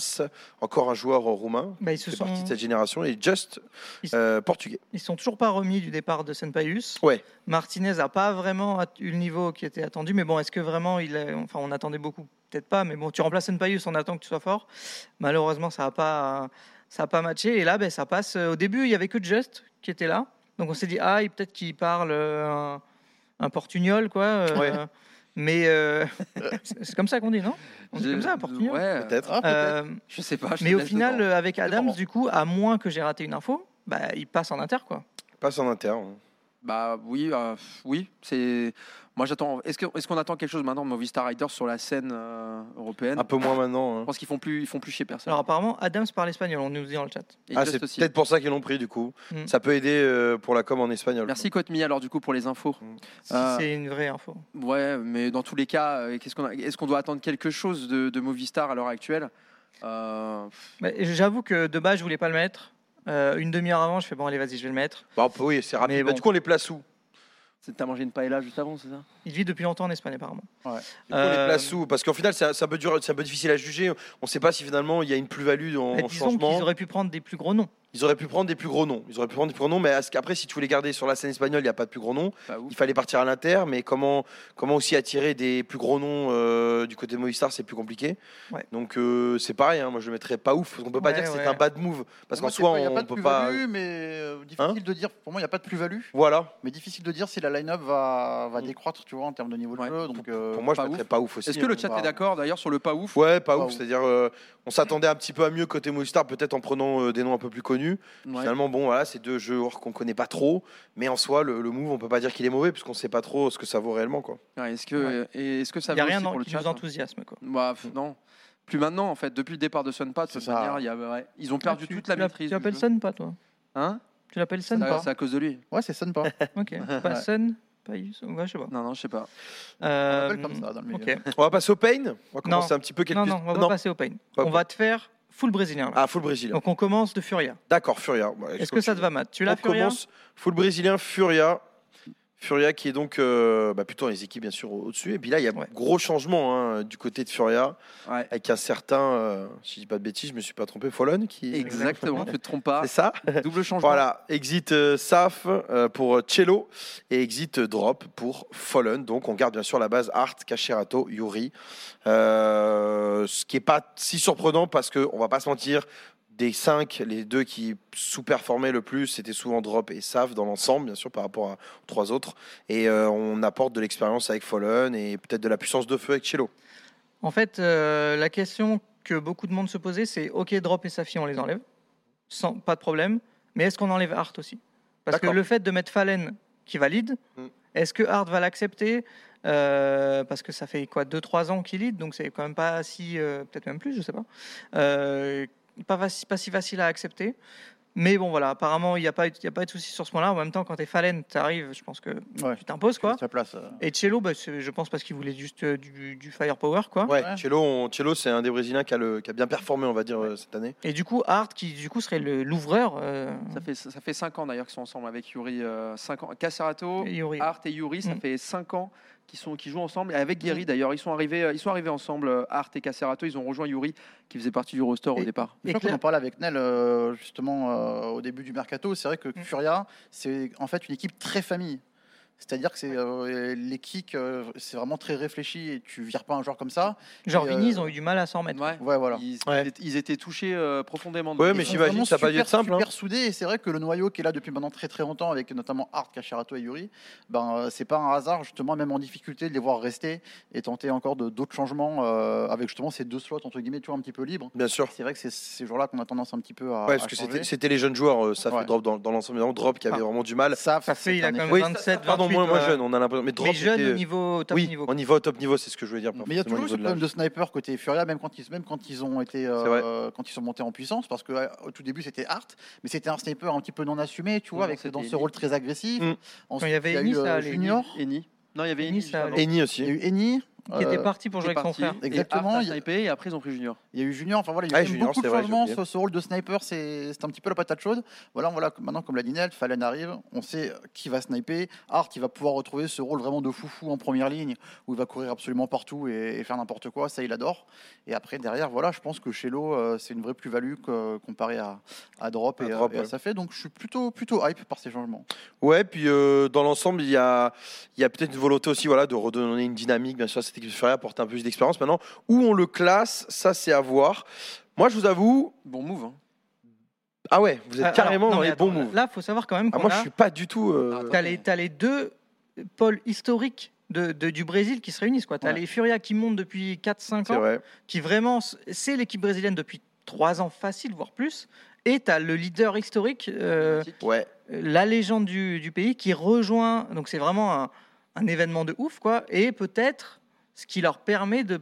[SPEAKER 1] encore un joueur roumain.
[SPEAKER 4] Bah, ils se
[SPEAKER 1] C'est
[SPEAKER 4] sont,
[SPEAKER 1] partie de cette génération. Et Just,
[SPEAKER 4] Ils-
[SPEAKER 1] euh, portugais.
[SPEAKER 4] ils sont toujours pas remis du départ de Senpaius.
[SPEAKER 1] Ouais.
[SPEAKER 4] Martinez a pas vraiment at- eu le niveau qui était attendu, mais bon, est-ce que vraiment il, a- enfin, on attendait beaucoup, peut-être pas, mais bon, tu remplaces Senpaius, on attend que tu sois fort. Malheureusement, ça a pas, ça a pas matché. Et là, ben, ça passe. Au début, il y avait que Just qui était là, donc on s'est dit ah, il- peut-être qu'il parle euh, un, un portugnol, quoi. euh,
[SPEAKER 1] Ouais.
[SPEAKER 4] Mais euh, c'est c'est comme ça qu'on dit, non On dit
[SPEAKER 3] Je-
[SPEAKER 4] comme ça, un portugnol.
[SPEAKER 3] Ouais,
[SPEAKER 1] Peut-être.
[SPEAKER 4] Euh,
[SPEAKER 3] Je sais pas. je
[SPEAKER 4] mais
[SPEAKER 3] te
[SPEAKER 4] au
[SPEAKER 3] laisse
[SPEAKER 4] final,
[SPEAKER 3] dedans.
[SPEAKER 4] euh, avec Adams,
[SPEAKER 2] marrant.
[SPEAKER 4] du coup, à moins que j'ai raté une info, bah, il passe en inter, quoi.
[SPEAKER 1] Passe en hein. interne.
[SPEAKER 3] Bah oui, euh, oui. C'est. Moi j'attends. Est-ce qu'on est qu'on attend quelque chose maintenant de Movistar Riders sur la scène euh, européenne
[SPEAKER 1] Un peu moins maintenant. hein.
[SPEAKER 3] Je pense qu'ils font plus, ils font plus chier personne.
[SPEAKER 4] Alors apparemment, Adams parle espagnol, on nous dit dans le chat.
[SPEAKER 3] Et
[SPEAKER 1] Ah,
[SPEAKER 3] Just
[SPEAKER 1] c'est
[SPEAKER 3] aussi.
[SPEAKER 1] peut-être pour ça qu'ils l'ont pris du coup.
[SPEAKER 4] Mm.
[SPEAKER 1] Ça peut aider euh, pour la com en espagnol.
[SPEAKER 3] Merci Cotmi alors du coup pour les infos.
[SPEAKER 4] Si
[SPEAKER 3] Euh,
[SPEAKER 4] c'est une vraie info.
[SPEAKER 3] Ouais, mais dans tous les cas, euh, qu'est-ce qu'on a- est-ce qu'on doit attendre quelque chose de, de Movistar à l'heure actuelle Euh,
[SPEAKER 4] Mais J'avoue que de base, je voulais pas le mettre. Euh, une demi-heure avant, je fais bon, allez, vas-y, je vais le mettre.
[SPEAKER 1] Quoi. Bah, oui, c'est rapide.
[SPEAKER 4] Mais
[SPEAKER 1] Bah,
[SPEAKER 4] bon.
[SPEAKER 1] du coup, on les place où
[SPEAKER 3] c'est- T'as mangé une paella juste avant, c'est ça
[SPEAKER 4] Il vit depuis longtemps en Espagne, apparemment.
[SPEAKER 1] Du coup, on les
[SPEAKER 4] Euh,
[SPEAKER 1] place où Parce qu'en final, ça, ça peut durer, c'est un peu difficile à juger. On ne sait pas si finalement il y a une plus-value en
[SPEAKER 4] Mais Euh, disons qu'ils
[SPEAKER 1] changement.
[SPEAKER 4] auraient pu prendre des plus gros noms.
[SPEAKER 1] Ils auraient pu prendre des plus gros noms. Ils auraient pu prendre des plus gros noms, mais à ce- après, si tu voulais garder sur la scène espagnole, il n'y a pas de plus gros noms.
[SPEAKER 3] Pas ouf.
[SPEAKER 1] Il fallait partir à l'inter, mais comment, comment aussi attirer des plus gros noms euh, du côté de Movistar, c'est plus compliqué.
[SPEAKER 4] Ouais.
[SPEAKER 1] Donc euh, c'est pareil, hein, moi je le mettrais pas ouf. On peut pas
[SPEAKER 4] Ouais,
[SPEAKER 1] dire que c'est
[SPEAKER 4] ouais.
[SPEAKER 1] un bad move, parce
[SPEAKER 2] Pour moi,
[SPEAKER 1] qu'en
[SPEAKER 2] c'est
[SPEAKER 1] soi,
[SPEAKER 2] pas- y a
[SPEAKER 1] on
[SPEAKER 2] pas de
[SPEAKER 1] peut pas. Hein
[SPEAKER 2] plus-value, mais euh, difficile de dire. Pour moi, il n'y a pas de plus-value,
[SPEAKER 1] Voilà,
[SPEAKER 2] mais difficile de dire si la line-up va, va
[SPEAKER 1] Mm.
[SPEAKER 2] décroître, tu vois, en termes de niveau de
[SPEAKER 3] Ouais.
[SPEAKER 2] jeu. Donc, euh,
[SPEAKER 1] pour moi je
[SPEAKER 3] pas
[SPEAKER 1] mettrais
[SPEAKER 3] ouf.
[SPEAKER 1] pas ouf aussi.
[SPEAKER 3] Est-ce que le
[SPEAKER 4] euh,
[SPEAKER 1] hein.
[SPEAKER 3] chat
[SPEAKER 2] bah,
[SPEAKER 3] est d'accord d'ailleurs sur le pas ouf
[SPEAKER 1] Ouais, pas,
[SPEAKER 2] Pas
[SPEAKER 1] ouf.
[SPEAKER 2] ouf.
[SPEAKER 1] C'est-à-dire, euh, on s'attendait un petit peu à mieux côté Movistar, peut-être en prenant euh, des noms un peu plus connus.
[SPEAKER 3] Ouais.
[SPEAKER 1] Finalement, bon, voilà, c'est deux joueurs qu'on connaît pas trop, mais en soi, le, le move, on peut pas dire qu'il est mauvais, puisqu'on sait pas trop ce que ça vaut réellement, quoi.
[SPEAKER 3] Ouais, Est-ce que, et est-ce que ça
[SPEAKER 4] Il n'y a
[SPEAKER 3] vaut
[SPEAKER 4] rien
[SPEAKER 3] aussi
[SPEAKER 4] dans-
[SPEAKER 3] pour le
[SPEAKER 4] qui
[SPEAKER 3] chat,
[SPEAKER 4] nous
[SPEAKER 3] hein
[SPEAKER 4] enthousiasme, quoi.
[SPEAKER 3] Bah, pff, non. Plus maintenant, en fait. Depuis le départ de Sunpat, de
[SPEAKER 2] C'est
[SPEAKER 3] toute
[SPEAKER 2] ça.
[SPEAKER 3] manière, il y a- ouais, ils ont perdu
[SPEAKER 4] Ah, tu-
[SPEAKER 3] toute la
[SPEAKER 4] tu l'app-
[SPEAKER 3] maîtrise.
[SPEAKER 4] Tu
[SPEAKER 3] du
[SPEAKER 4] l'appelles
[SPEAKER 3] jeu.
[SPEAKER 4] Sun, pas, toi
[SPEAKER 3] Hein
[SPEAKER 4] Tu l'appelles Sun,
[SPEAKER 3] Ah,
[SPEAKER 4] pas
[SPEAKER 3] C'est à cause de lui.
[SPEAKER 2] Ouais, c'est sonne pas.
[SPEAKER 4] Ok, pas
[SPEAKER 2] Ouais.
[SPEAKER 4] Sun, pas Yus- ouais, je sais pas.
[SPEAKER 3] Non, non, je sais pas.
[SPEAKER 2] On
[SPEAKER 4] Euh,
[SPEAKER 2] l'appelle comme ça dans le milieu.
[SPEAKER 4] ok.
[SPEAKER 1] On va passer au pain On va
[SPEAKER 4] Non.
[SPEAKER 1] commencer un petit peu quelques...
[SPEAKER 4] Non, non, on va pas passer au pain.
[SPEAKER 1] Pas
[SPEAKER 4] on
[SPEAKER 1] au
[SPEAKER 4] va te faire full brésilien. là.
[SPEAKER 1] Ah, full brésilien.
[SPEAKER 4] Donc on commence de Furia.
[SPEAKER 1] D'accord, Furia. Ouais, je
[SPEAKER 4] Est-ce que
[SPEAKER 1] continue.
[SPEAKER 4] ça te va, Matt Tu
[SPEAKER 1] On
[SPEAKER 4] l'as, Furia
[SPEAKER 1] commence full brésilien, Furia. Furia qui est donc euh, bah, plutôt dans les équipes, bien sûr, au- au-dessus. Et puis là, il y a
[SPEAKER 4] Ouais.
[SPEAKER 1] gros changement hein, du côté de Furia,
[SPEAKER 3] Ouais.
[SPEAKER 1] avec un certain, euh, si je dis pas de bêtises, je me suis pas trompé, Follon qui...
[SPEAKER 3] Exactement, tu te trompes pas.
[SPEAKER 1] C'est ça
[SPEAKER 3] Double changement.
[SPEAKER 1] Voilà, exit euh, Saf euh, pour Cello et exit euh, Drop pour Fallen. Donc on garde bien sûr la base Art, Cacherato, Yuri. Euh, ce qui n'est pas si surprenant parce qu'on va pas se mentir, des cinq, les deux qui sous-performaient le plus, c'était souvent Drop et Saf dans l'ensemble, bien sûr, par rapport à trois autres. Et euh, on apporte de l'expérience avec Fallen et peut-être de la puissance de feu avec Cello.
[SPEAKER 4] En fait, euh, la question que beaucoup de monde se posait, c'est OK, Drop et Safi, on les enlève, sans, pas de problème, mais est-ce qu'on enlève Hart aussi Parce que
[SPEAKER 1] D'accord.
[SPEAKER 4] le fait de mettre Fallen qui valide,
[SPEAKER 1] Mm.
[SPEAKER 4] est-ce que Hart va l'accepter Euh, Parce que ça fait quoi 2-3 ans qu'il lead, donc c'est quand même pas si. euh, Peut-être même plus, je sais pas. Euh, pas, faci- pas si facile à accepter. Mais bon, voilà, apparemment, il n'y a, pas eu- il y a pas eu de souci sur ce point-là. En même temps, quand tu es Fallen, tu arrives, je pense que
[SPEAKER 2] Ouais.
[SPEAKER 4] tu t'imposes, quoi.
[SPEAKER 2] Sa place. euh.
[SPEAKER 4] Et Cello, bah, c'est- je pense parce qu'il voulait juste euh, du, du firepower, quoi.
[SPEAKER 1] Ouais,
[SPEAKER 2] Ouais.
[SPEAKER 1] Cello, on- Cello, c'est un des Brésiliens qui a, le- qui a bien performé, on va dire, euh, cette année.
[SPEAKER 4] Et du coup, Hart, qui du coup serait le- l'ouvreur, euh,
[SPEAKER 3] Ça fait, ça fait 5 ans d'ailleurs qu'ils sont ensemble avec Yuri. euh, cinq ans.
[SPEAKER 2] Oh,
[SPEAKER 3] Cacerato,
[SPEAKER 4] Yuri.
[SPEAKER 3] Art et Yuri, ça
[SPEAKER 4] Mm.
[SPEAKER 3] fait 5 ans qu'ils sont- qu'ils jouent ensemble. Et avec Guéry d'ailleurs, ils, sont arrivés, euh, ils sont arrivés ensemble, euh, Art et Cacerato. Ils ont rejoint Yuri qui faisait partie du roster au
[SPEAKER 4] Et-
[SPEAKER 3] départ.
[SPEAKER 2] Je
[SPEAKER 4] Et
[SPEAKER 2] crois qu'on en
[SPEAKER 4] Claire-
[SPEAKER 2] parlait avec Nel euh, justement euh, au début du mercato. C'est vrai que
[SPEAKER 4] Mm.
[SPEAKER 2] Furia, c'est en fait une équipe très famille. C'est-à-dire que c'est euh, les kicks, euh, c'est vraiment très réfléchi et tu vires pas un joueur comme ça.
[SPEAKER 4] genre
[SPEAKER 2] et, euh,
[SPEAKER 4] Vini, ils ont eu du mal à s'en remettre.
[SPEAKER 3] Ouais.
[SPEAKER 2] Ouais, voilà.
[SPEAKER 3] Ils,
[SPEAKER 1] Ouais.
[SPEAKER 3] ils étaient- ils étaient touchés euh, profondément.
[SPEAKER 1] Ouais, mais
[SPEAKER 3] Ils sont-
[SPEAKER 2] Ils sont
[SPEAKER 1] j'imagine
[SPEAKER 2] vraiment
[SPEAKER 1] que ça a pas dû
[SPEAKER 2] super,
[SPEAKER 1] être simple, hein.
[SPEAKER 2] Super soudé, et c'est vrai que le noyau qui est là depuis maintenant très très longtemps, avec notamment Hart, Cacherato et Yuri, ben, euh, c'est pas un hasard, justement, même en difficulté, de les voir rester et tenter encore de- d'autres changements euh, avec justement ces deux slots, entre guillemets, tu vois, un petit peu libres.
[SPEAKER 1] Bien sûr.
[SPEAKER 2] C'est vrai que c'est ces jours-là qu'on a tendance un petit peu à.
[SPEAKER 1] Ouais, parce
[SPEAKER 2] à
[SPEAKER 1] que
[SPEAKER 2] changer.
[SPEAKER 1] c'était c'était les jeunes joueurs, euh, ça fait
[SPEAKER 2] Ouais.
[SPEAKER 1] Drop dans, dans l'ensemble, évidemment, Drop qui avait
[SPEAKER 4] Ah.
[SPEAKER 1] vraiment du mal.
[SPEAKER 2] Ça,
[SPEAKER 4] Ça fait, il a quand même
[SPEAKER 1] Oui, ça-
[SPEAKER 4] 27,
[SPEAKER 1] Pardon, moins, moins, moins
[SPEAKER 4] ouais.
[SPEAKER 1] jeune, on a l'impression. Mais Drop
[SPEAKER 4] euh, Mais jeune
[SPEAKER 1] était-
[SPEAKER 4] au niveau au top
[SPEAKER 1] oui,
[SPEAKER 4] niveau.
[SPEAKER 1] on y va au top niveau, c'est ce que je voulais dire. pas
[SPEAKER 2] Mais il y a
[SPEAKER 1] forcément au
[SPEAKER 2] toujours eu ce
[SPEAKER 1] niveau de
[SPEAKER 2] problème de sniper côté Furia, même quand ils, même quand ils ont été, euh,
[SPEAKER 1] C'est vrai.
[SPEAKER 2] euh, quand ils sont montés en puissance, parce que euh, au tout début c'était Art, mais c'était un sniper un petit peu non assumé, tu vois,
[SPEAKER 3] Non,
[SPEAKER 2] avec
[SPEAKER 3] c'était
[SPEAKER 2] dans ce
[SPEAKER 3] Elite.
[SPEAKER 2] rôle très agressif.
[SPEAKER 1] Mm.
[SPEAKER 2] Ensuite,
[SPEAKER 4] Quand il y avait Ennis,
[SPEAKER 2] eu, euh,
[SPEAKER 4] là, les-
[SPEAKER 2] Junior,
[SPEAKER 3] Eni. Non, il y avait
[SPEAKER 4] Eni,
[SPEAKER 3] Eni.
[SPEAKER 4] ça,
[SPEAKER 3] justement.
[SPEAKER 1] l'âge. Eni
[SPEAKER 2] il y a
[SPEAKER 1] aussi.
[SPEAKER 2] eu Eni,
[SPEAKER 4] qui
[SPEAKER 2] euh,
[SPEAKER 4] était parti pour jouer
[SPEAKER 3] Qui est
[SPEAKER 4] avec
[SPEAKER 3] parti,
[SPEAKER 4] son frère.
[SPEAKER 3] et
[SPEAKER 2] Exactement,
[SPEAKER 3] Arthur
[SPEAKER 2] il y a-
[SPEAKER 3] Snipé, Et après, ils ont pris Junior.
[SPEAKER 2] il y a eu Junior, enfin voilà, il y a
[SPEAKER 1] Ah,
[SPEAKER 2] eu quand même
[SPEAKER 1] Junior,
[SPEAKER 2] beaucoup
[SPEAKER 1] c'est
[SPEAKER 2] de
[SPEAKER 1] vrai, j'ai
[SPEAKER 2] changements,
[SPEAKER 1] oublié.
[SPEAKER 2] ce, ce rôle de sniper, c'est c'est un petit peu la patate chaude. Voilà, voilà, maintenant comme l'a dit Nel, Fallen arrive, on sait qui va sniper, Art, il va pouvoir retrouver ce rôle vraiment de foufou en première ligne, où il va courir absolument partout et, et faire n'importe quoi, ça il adore. Et après, derrière, voilà, je pense que chez Lo, euh, c'est une vraie plus-value que- comparé à, à Drop
[SPEAKER 1] À
[SPEAKER 2] et,
[SPEAKER 1] Drop,
[SPEAKER 2] et à
[SPEAKER 1] ouais.
[SPEAKER 2] ça fait, donc je suis plutôt, plutôt hype par ces changements.
[SPEAKER 1] Ouais, puis euh, dans l'ensemble, il y a, il y a peut-être une volonté aussi voilà, de redonner une dynamique. Bien sûr, cette équipe Furia apporte un peu plus d'expérience. Maintenant, où on le classe, ça, c'est à voir. Moi, je vous avoue.
[SPEAKER 3] Bon move. hein.
[SPEAKER 1] Ah ouais, vous êtes
[SPEAKER 4] Ah,
[SPEAKER 1] carrément
[SPEAKER 4] alors, non,
[SPEAKER 1] dans les
[SPEAKER 4] mais
[SPEAKER 1] bons
[SPEAKER 4] attends,
[SPEAKER 1] moves.
[SPEAKER 4] Là, faut savoir quand même
[SPEAKER 1] Ah,
[SPEAKER 4] qu'on
[SPEAKER 1] moi,
[SPEAKER 4] a-
[SPEAKER 1] je suis pas du tout. euh,
[SPEAKER 3] Attends,
[SPEAKER 4] T'as les, t'as les deux pôles historiques de, de- du Brésil qui se réunissent. Tu as
[SPEAKER 2] Ouais.
[SPEAKER 4] les Furia qui montent depuis 4-5
[SPEAKER 1] c'est
[SPEAKER 4] ans,
[SPEAKER 1] vrai.
[SPEAKER 4] qui vraiment, c'est l'équipe brésilienne depuis 3 ans facile, voire plus. Et tu as le leader historique, euh,
[SPEAKER 3] Magnifique.
[SPEAKER 1] Ouais.
[SPEAKER 4] la légende du, du pays, qui rejoint. Donc c'est vraiment un, un événement de ouf, quoi. Et peut-être ce qui leur permet de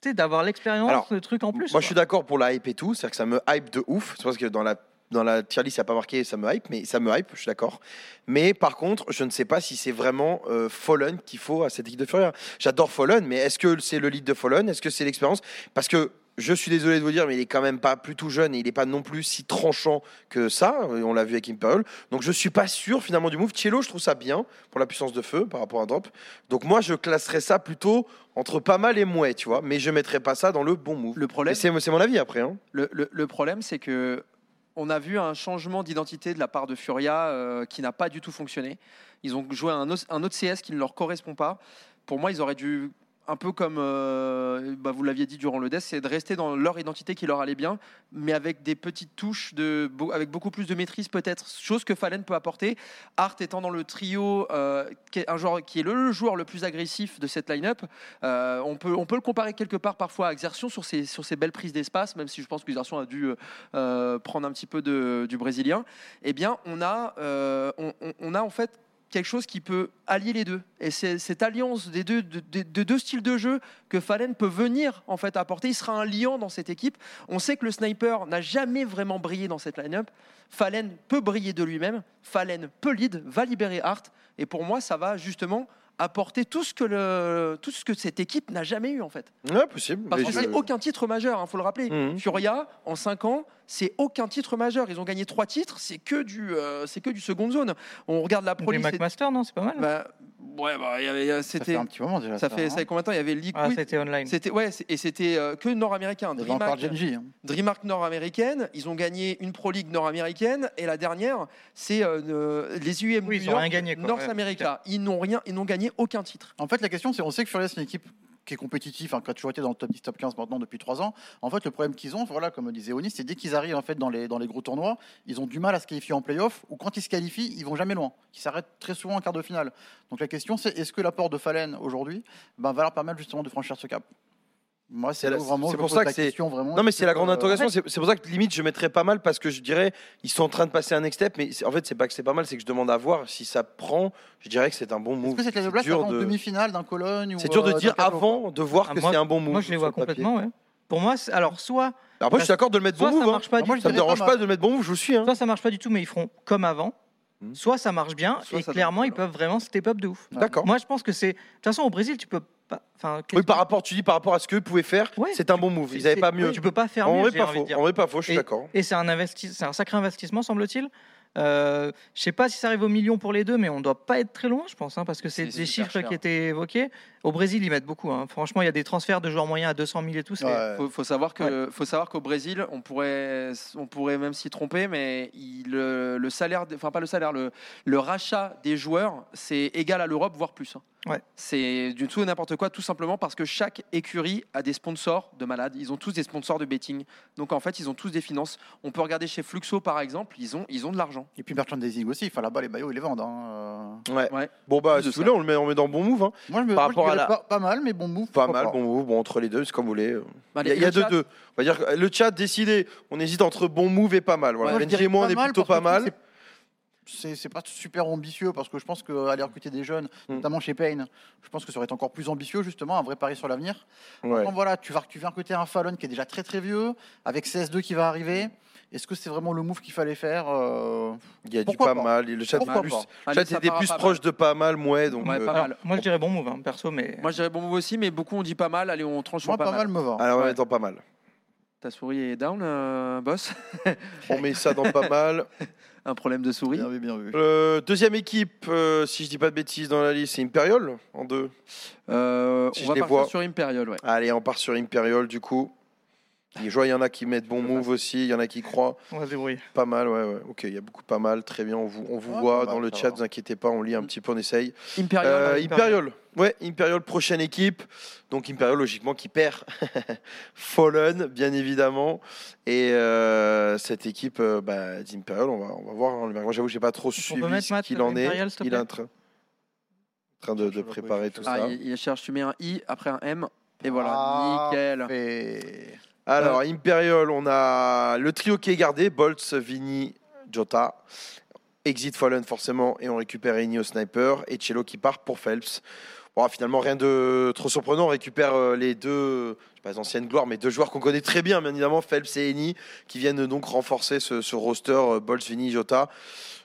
[SPEAKER 4] tu sais, d'avoir
[SPEAKER 1] Alors,
[SPEAKER 4] l'expérience, le truc en plus.
[SPEAKER 1] Moi,
[SPEAKER 4] quoi.
[SPEAKER 1] je suis d'accord pour la hype et tout. C'est-à-dire que ça me hype de ouf. C'est parce que dans la dans la tier list, ça n'a pas marqué, ça me hype, mais ça me hype, je suis d'accord. Mais par contre, je ne sais pas si c'est vraiment euh, Fallen qu'il faut à cette équipe de Furia. J'adore Fallen, mais est-ce que c'est le lead de Fallen Est-ce que c'est l'expérience Parce que je suis désolé de vous dire, mais il est quand même pas plutôt jeune et il n'est pas non plus si tranchant que ça. Euh, On l'a vu avec Imperial. Donc je suis pas sûr finalement du move. Cielo, je trouve ça bien pour la puissance de feu par rapport à Drop. Donc moi, je classerais ça plutôt entre pas mal et mouais, tu vois. Mais je mettrais pas ça dans le bon move.
[SPEAKER 3] Le
[SPEAKER 1] Mais
[SPEAKER 3] problème,
[SPEAKER 1] C'est c'est mon avis après. Hein.
[SPEAKER 3] le, le- le problème, c'est que on a vu un changement d'identité de la part de Furia euh, qui n'a pas du tout fonctionné. Ils ont joué un, os- un autre CS qui ne leur correspond pas. Pour moi, ils auraient dû, un peu comme euh, bah, vous l'aviez dit durant le death, c'est de rester dans leur identité qui leur allait bien, mais avec des petites touches, de, beau- avec beaucoup plus de maîtrise peut-être, chose que Fallen peut apporter. Art étant dans le trio, euh, qui est un joueur qui est le, le joueur le plus agressif de cette line-up, euh, on, peut, on peut le comparer quelque part parfois à Exertion sur ses, sur ses belles prises d'espace, même si je pense qu'Exertion a dû euh, euh, prendre un petit peu de- du brésilien. Eh bien, on a, euh, on, on- on a en fait quelque chose qui peut allier les deux. Et c'est cette alliance des deux, de, de- de deux styles de jeu que Fallen peut venir en fait apporter. Il sera un liant dans cette équipe. On sait que le sniper n'a jamais vraiment brillé dans cette line-up. Fallen peut briller de lui-même. Fallen peut lead, va libérer Hart. Et pour moi, ça va justement apporter tout ce que, le, tout ce que cette équipe n'a jamais eu en fait.
[SPEAKER 1] Ouais, possible.
[SPEAKER 3] Parce
[SPEAKER 1] mais
[SPEAKER 3] que
[SPEAKER 1] je-
[SPEAKER 3] c'est aucun titre majeur, il faut le rappeler.
[SPEAKER 1] Mhm.
[SPEAKER 3] Furia, en 5 ans, c'est aucun titre majeur. Ils ont gagné 3 titres, c'est que du, euh, c'est que du second zone. On regarde la Pro
[SPEAKER 4] les
[SPEAKER 3] League. c'est-
[SPEAKER 4] McMaster, non, c'est pas mal. hein
[SPEAKER 3] bah, ouais, bah, il y avait- il y a-
[SPEAKER 2] Ça fait
[SPEAKER 3] c'était.
[SPEAKER 2] un petit moment déjà.
[SPEAKER 3] Ça fait, ça
[SPEAKER 2] hein.
[SPEAKER 3] fait combien de temps Il y avait League
[SPEAKER 1] Bah,
[SPEAKER 4] Ah,
[SPEAKER 3] Quiz.
[SPEAKER 4] c'était online.
[SPEAKER 3] C'était ouais, c'est- et c'était euh, que nord-américain.
[SPEAKER 2] Il y avait encore
[SPEAKER 3] Dreamhack.
[SPEAKER 2] Genji. hein.
[SPEAKER 3] DreamHack nord-américaine, ils ont gagné une Pro League nord-américaine et la dernière, c'est euh, euh, les UM
[SPEAKER 4] Oui, ils
[SPEAKER 3] New
[SPEAKER 4] ont
[SPEAKER 3] York,
[SPEAKER 4] rien gagné, quoi.
[SPEAKER 3] North
[SPEAKER 4] Ouais.
[SPEAKER 3] America. Ils n'ont rien, ils n'ont gagné aucun titre.
[SPEAKER 2] En fait, la question, c'est on sait que Furia, c'est une équipe qui est compétitive, hein, qui a toujours été dans le top 10, top 15 maintenant depuis 3 ans. En fait, le problème qu'ils ont, voilà, comme disait Oni, c'est dès qu'ils arrivent en fait, dans, les, dans les gros tournois, ils ont du mal à se qualifier en playoff, ou quand ils se qualifient, ils vont jamais loin. Ils s'arrêtent très souvent en quart de finale. Donc la question, c'est est-ce que l'apport de Fallen aujourd'hui ben, va leur permettre justement de franchir ce cap Moi, c'est
[SPEAKER 1] C'est
[SPEAKER 2] là
[SPEAKER 1] la-
[SPEAKER 2] où vraiment
[SPEAKER 1] c'est
[SPEAKER 2] je
[SPEAKER 1] pour
[SPEAKER 2] pose
[SPEAKER 1] ça
[SPEAKER 2] la
[SPEAKER 1] que c'est-
[SPEAKER 2] question, vraiment.
[SPEAKER 1] Non, mais c'est la grande
[SPEAKER 2] Euh,
[SPEAKER 1] interrogation. C'est c'est pour ça que limite, je mettrais pas mal parce que je dirais, ils sont en train de passer un next step, mais c'est- en fait, c'est pas que c'est pas mal, c'est que je demande à voir si ça prend. Je dirais que c'est un bon
[SPEAKER 2] Est-ce
[SPEAKER 1] move.
[SPEAKER 2] que cette là
[SPEAKER 1] dur
[SPEAKER 2] en
[SPEAKER 1] de-
[SPEAKER 2] demi-finale d'un Cologne ou,
[SPEAKER 1] C'est dur de
[SPEAKER 2] euh, d'un
[SPEAKER 1] dire
[SPEAKER 2] Cadeau, quoi
[SPEAKER 1] avant de voir
[SPEAKER 4] Ah,
[SPEAKER 1] que
[SPEAKER 4] moi-
[SPEAKER 1] c'est un bon move.
[SPEAKER 4] Moi, je les
[SPEAKER 1] sur
[SPEAKER 4] vois
[SPEAKER 1] le papier.
[SPEAKER 4] complètement, ouais. Pour moi, c'est- alors soit,
[SPEAKER 1] Après, je suis d'accord de le mettre
[SPEAKER 4] soit
[SPEAKER 1] bon
[SPEAKER 4] ça
[SPEAKER 1] move. hein.
[SPEAKER 4] marche pas
[SPEAKER 2] Ah, moi,
[SPEAKER 4] du
[SPEAKER 2] je
[SPEAKER 1] Ça me
[SPEAKER 2] dirais
[SPEAKER 1] dérange
[SPEAKER 2] pas
[SPEAKER 1] pas
[SPEAKER 2] mal.
[SPEAKER 1] de le mettre bon move, je vous suis. hein.
[SPEAKER 4] Soit ça marche pas du tout, mais ils feront comme avant.
[SPEAKER 1] Hmm.
[SPEAKER 4] Soit ça marche bien
[SPEAKER 3] Soit
[SPEAKER 4] et
[SPEAKER 3] ça
[SPEAKER 4] clairement
[SPEAKER 3] marche
[SPEAKER 4] ils
[SPEAKER 3] pas.
[SPEAKER 4] peuvent vraiment step up de ouf.
[SPEAKER 1] D'accord.
[SPEAKER 4] Moi je pense que c'est. De toute façon au Brésil tu peux pas. Enfin. qu'est-ce
[SPEAKER 1] Oui, par
[SPEAKER 4] que-
[SPEAKER 1] rapport, tu dis par rapport à ce qu'eux pouvaient faire,
[SPEAKER 4] Ouais.
[SPEAKER 1] c'est un bon move. Ils n'avaient
[SPEAKER 4] c'est-
[SPEAKER 1] pas mieux.
[SPEAKER 4] Tu peux pas faire
[SPEAKER 1] En
[SPEAKER 4] mieux.
[SPEAKER 1] vrai,
[SPEAKER 4] j'ai
[SPEAKER 1] pas
[SPEAKER 4] envie de
[SPEAKER 1] faux.
[SPEAKER 4] dire.
[SPEAKER 1] En vrai, pas faux, je suis d'accord.
[SPEAKER 4] Et c'est un investi, c'est un sacré investissement semble-t-il. Euh, je sais pas si ça arrive au million pour les deux, mais on doit pas être très loin, je pense, hein, parce que c'est
[SPEAKER 3] C'est
[SPEAKER 4] des
[SPEAKER 3] super
[SPEAKER 4] chiffres
[SPEAKER 3] cher.
[SPEAKER 4] qui étaient évoqués. Au Brésil, ils mettent beaucoup. hein. Franchement, il y a des transferts de joueurs moyens à 200 000 et tout. c'est-
[SPEAKER 2] Ouais.
[SPEAKER 3] Faut, faut savoir que, faut savoir qu'au Brésil, on pourrait, on pourrait même s'y tromper, mais il, euh, le, le salaire, de- enfin pas le salaire, le, le rachat des joueurs, c'est égal à l'Europe, voire plus. hein.
[SPEAKER 4] Ouais.
[SPEAKER 3] C'est du tout et n'importe quoi, tout simplement parce que chaque écurie a des sponsors de malades. Ils ont tous des sponsors de betting. Donc en fait, ils ont tous des finances. On peut regarder chez Fluxo par exemple, ils ont, ils ont de l'argent.
[SPEAKER 2] Et puis merchandising aussi, enfin là-bas, les maillots, ils les vendent. hein, euh.
[SPEAKER 1] Ouais.
[SPEAKER 3] Ouais.
[SPEAKER 1] Bon, bah,
[SPEAKER 3] Plus de
[SPEAKER 1] celui-là, on le met- on met dans bon move. hein.
[SPEAKER 2] Moi, je me
[SPEAKER 1] Par
[SPEAKER 2] moi, je
[SPEAKER 1] rapport à
[SPEAKER 2] dirais
[SPEAKER 1] la-
[SPEAKER 2] pas, pas mal, mais bon move.
[SPEAKER 1] Pas
[SPEAKER 2] pourquoi
[SPEAKER 1] mal, bon move. Bon, entre les deux, c'est comme vous voulez. Il
[SPEAKER 3] Allez,
[SPEAKER 1] y a, il y a
[SPEAKER 3] le
[SPEAKER 1] deux,
[SPEAKER 3] chat,
[SPEAKER 1] deux. On va dire que euh, le chat décidé. On hésite entre bon move et pas mal. Voilà.
[SPEAKER 2] Moi, je
[SPEAKER 1] Benji
[SPEAKER 2] dirais
[SPEAKER 1] et moi, on est
[SPEAKER 2] mal
[SPEAKER 1] plutôt
[SPEAKER 2] parce
[SPEAKER 1] pas
[SPEAKER 2] que le
[SPEAKER 1] mal.
[SPEAKER 2] truc, c'est c'est pas super ambitieux parce que je pense qu'aller recruter des jeunes,
[SPEAKER 1] Mm.
[SPEAKER 2] notamment chez Payne, je pense que ça aurait été encore plus ambitieux, justement, un vrai pari sur l'avenir.
[SPEAKER 1] Ouais.
[SPEAKER 2] Maintenant, voilà, tu, vas, tu viens recruter un Fallon qui est déjà très très vieux, avec CS2 qui va arriver. Est-ce que c'est vraiment le move qu'il fallait faire euh,
[SPEAKER 1] Il y a du
[SPEAKER 2] Pourquoi
[SPEAKER 1] pas,
[SPEAKER 2] pas
[SPEAKER 1] mal. et Le chat,
[SPEAKER 2] Pourquoi
[SPEAKER 1] plus,
[SPEAKER 2] pas
[SPEAKER 1] le chat était plus proche de pas mal, ouais. Donc,
[SPEAKER 3] Ouais,
[SPEAKER 1] euh,
[SPEAKER 3] pas
[SPEAKER 4] Alors,
[SPEAKER 3] mal.
[SPEAKER 4] moi, je dirais bon move, hein, perso, mais.
[SPEAKER 3] Moi, je dirais bon move aussi, mais beaucoup ont dit pas mal. Allez, on tranche sur
[SPEAKER 2] Moi,
[SPEAKER 3] pas, mal.
[SPEAKER 2] me va.
[SPEAKER 1] alors, on
[SPEAKER 3] Ouais.
[SPEAKER 1] est dans pas mal.
[SPEAKER 3] Ta souris est down, euh, boss.
[SPEAKER 1] On met ça dans pas mal.
[SPEAKER 3] Un problème de souris.
[SPEAKER 2] Bien vu, bien vu.
[SPEAKER 1] Euh, deuxième équipe, euh, si je dis pas de bêtises dans la liste, c'est Imperial en deux.
[SPEAKER 3] Euh,
[SPEAKER 1] Si
[SPEAKER 3] on
[SPEAKER 1] je
[SPEAKER 3] va
[SPEAKER 1] les
[SPEAKER 3] partir
[SPEAKER 1] vois.
[SPEAKER 3] sur Imperial, ouais.
[SPEAKER 1] Allez, on part sur Imperial du coup. Et Je vois, il y en a qui mettent bon move aussi, il y en a qui croient.
[SPEAKER 4] On va se débrouiller.
[SPEAKER 1] Pas mal, ouais, ouais. Ok, il y a beaucoup pas mal. Très bien, on vous, on vous
[SPEAKER 2] Ouais,
[SPEAKER 1] voit
[SPEAKER 2] pas mal,
[SPEAKER 1] dans le
[SPEAKER 2] ça
[SPEAKER 1] chat,
[SPEAKER 2] va.
[SPEAKER 1] vous inquiétez pas, on lit un petit peu, on essaye.
[SPEAKER 3] Imperial.
[SPEAKER 1] Euh,
[SPEAKER 4] ouais,
[SPEAKER 1] Imperial. Ouais, Imperial, prochaine équipe. Donc Imperial, logiquement, qui perd Fallen, bien évidemment. Et euh, cette équipe euh, bah, d'Imperial, on va, on va voir. hein. Moi, j'avoue, j'ai pas trop suivi
[SPEAKER 4] mettre
[SPEAKER 1] ce
[SPEAKER 4] Matt
[SPEAKER 1] qu'il en est.
[SPEAKER 4] Imperial, s'il te
[SPEAKER 1] il est
[SPEAKER 4] plaît
[SPEAKER 1] en train, en train de, de préparer tout
[SPEAKER 3] Ah,
[SPEAKER 1] ça.
[SPEAKER 3] il, il cherche, tu mets un I après un M. Et voilà,
[SPEAKER 2] Ah,
[SPEAKER 3] nickel.
[SPEAKER 2] Et-
[SPEAKER 1] Alors, Imperial, on a le trio qui est gardé Boltz, Vini, Jota. Exit Fallen, forcément, et on récupère Eni au sniper. Et Cello qui part pour Phelps. Bon, finalement, rien de trop surprenant. On récupère euh, les deux, je sais pas les anciennes gloires, mais deux joueurs qu'on connaît très bien, bien évidemment, Phelps et Eni, qui viennent donc renforcer ce, ce roster euh, Boltz, Vini, Jota.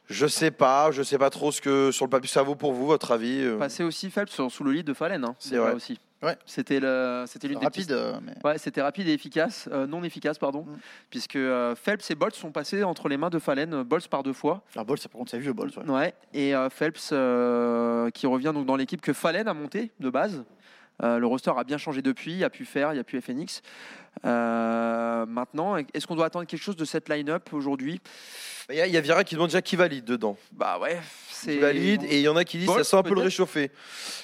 [SPEAKER 1] Je sais pas, je sais pas trop ce que sur le papier ça vaut pour vous, votre avis. euh.
[SPEAKER 3] Passé aussi Phelps sur- sous le lit de Fallen. Hein,
[SPEAKER 1] C'est
[SPEAKER 3] déjà
[SPEAKER 1] vrai.
[SPEAKER 3] Aussi.
[SPEAKER 2] Ouais.
[SPEAKER 3] C'était le, c'était l'une des
[SPEAKER 2] Rapide, euh, mais.
[SPEAKER 3] Ouais, c'était rapide et efficace, euh, non efficace, pardon,
[SPEAKER 2] Mm.
[SPEAKER 3] puisque euh, Phelps et Bolts sont passés entre les mains de Fallen, euh, Bolts par deux fois.
[SPEAKER 2] La bol, ça par contre, c'est vieux bol. Ouais.
[SPEAKER 3] Ouais, et euh, Phelps euh, qui revient donc dans l'équipe que Fallen a montée de base. Euh, le roster a bien changé depuis, a pu faire, il y a pu FNX. Euh, maintenant, est-ce qu'on doit attendre quelque chose de cette line-up aujourd'hui
[SPEAKER 1] Il y, a- il y a Vira qui demande déjà qui valide dedans.
[SPEAKER 3] Bah ouais, c'est
[SPEAKER 1] Qui valide, et il y en a qui disent ça
[SPEAKER 3] Boltz,
[SPEAKER 1] sent un peu le
[SPEAKER 3] peut-être
[SPEAKER 1] réchauffé.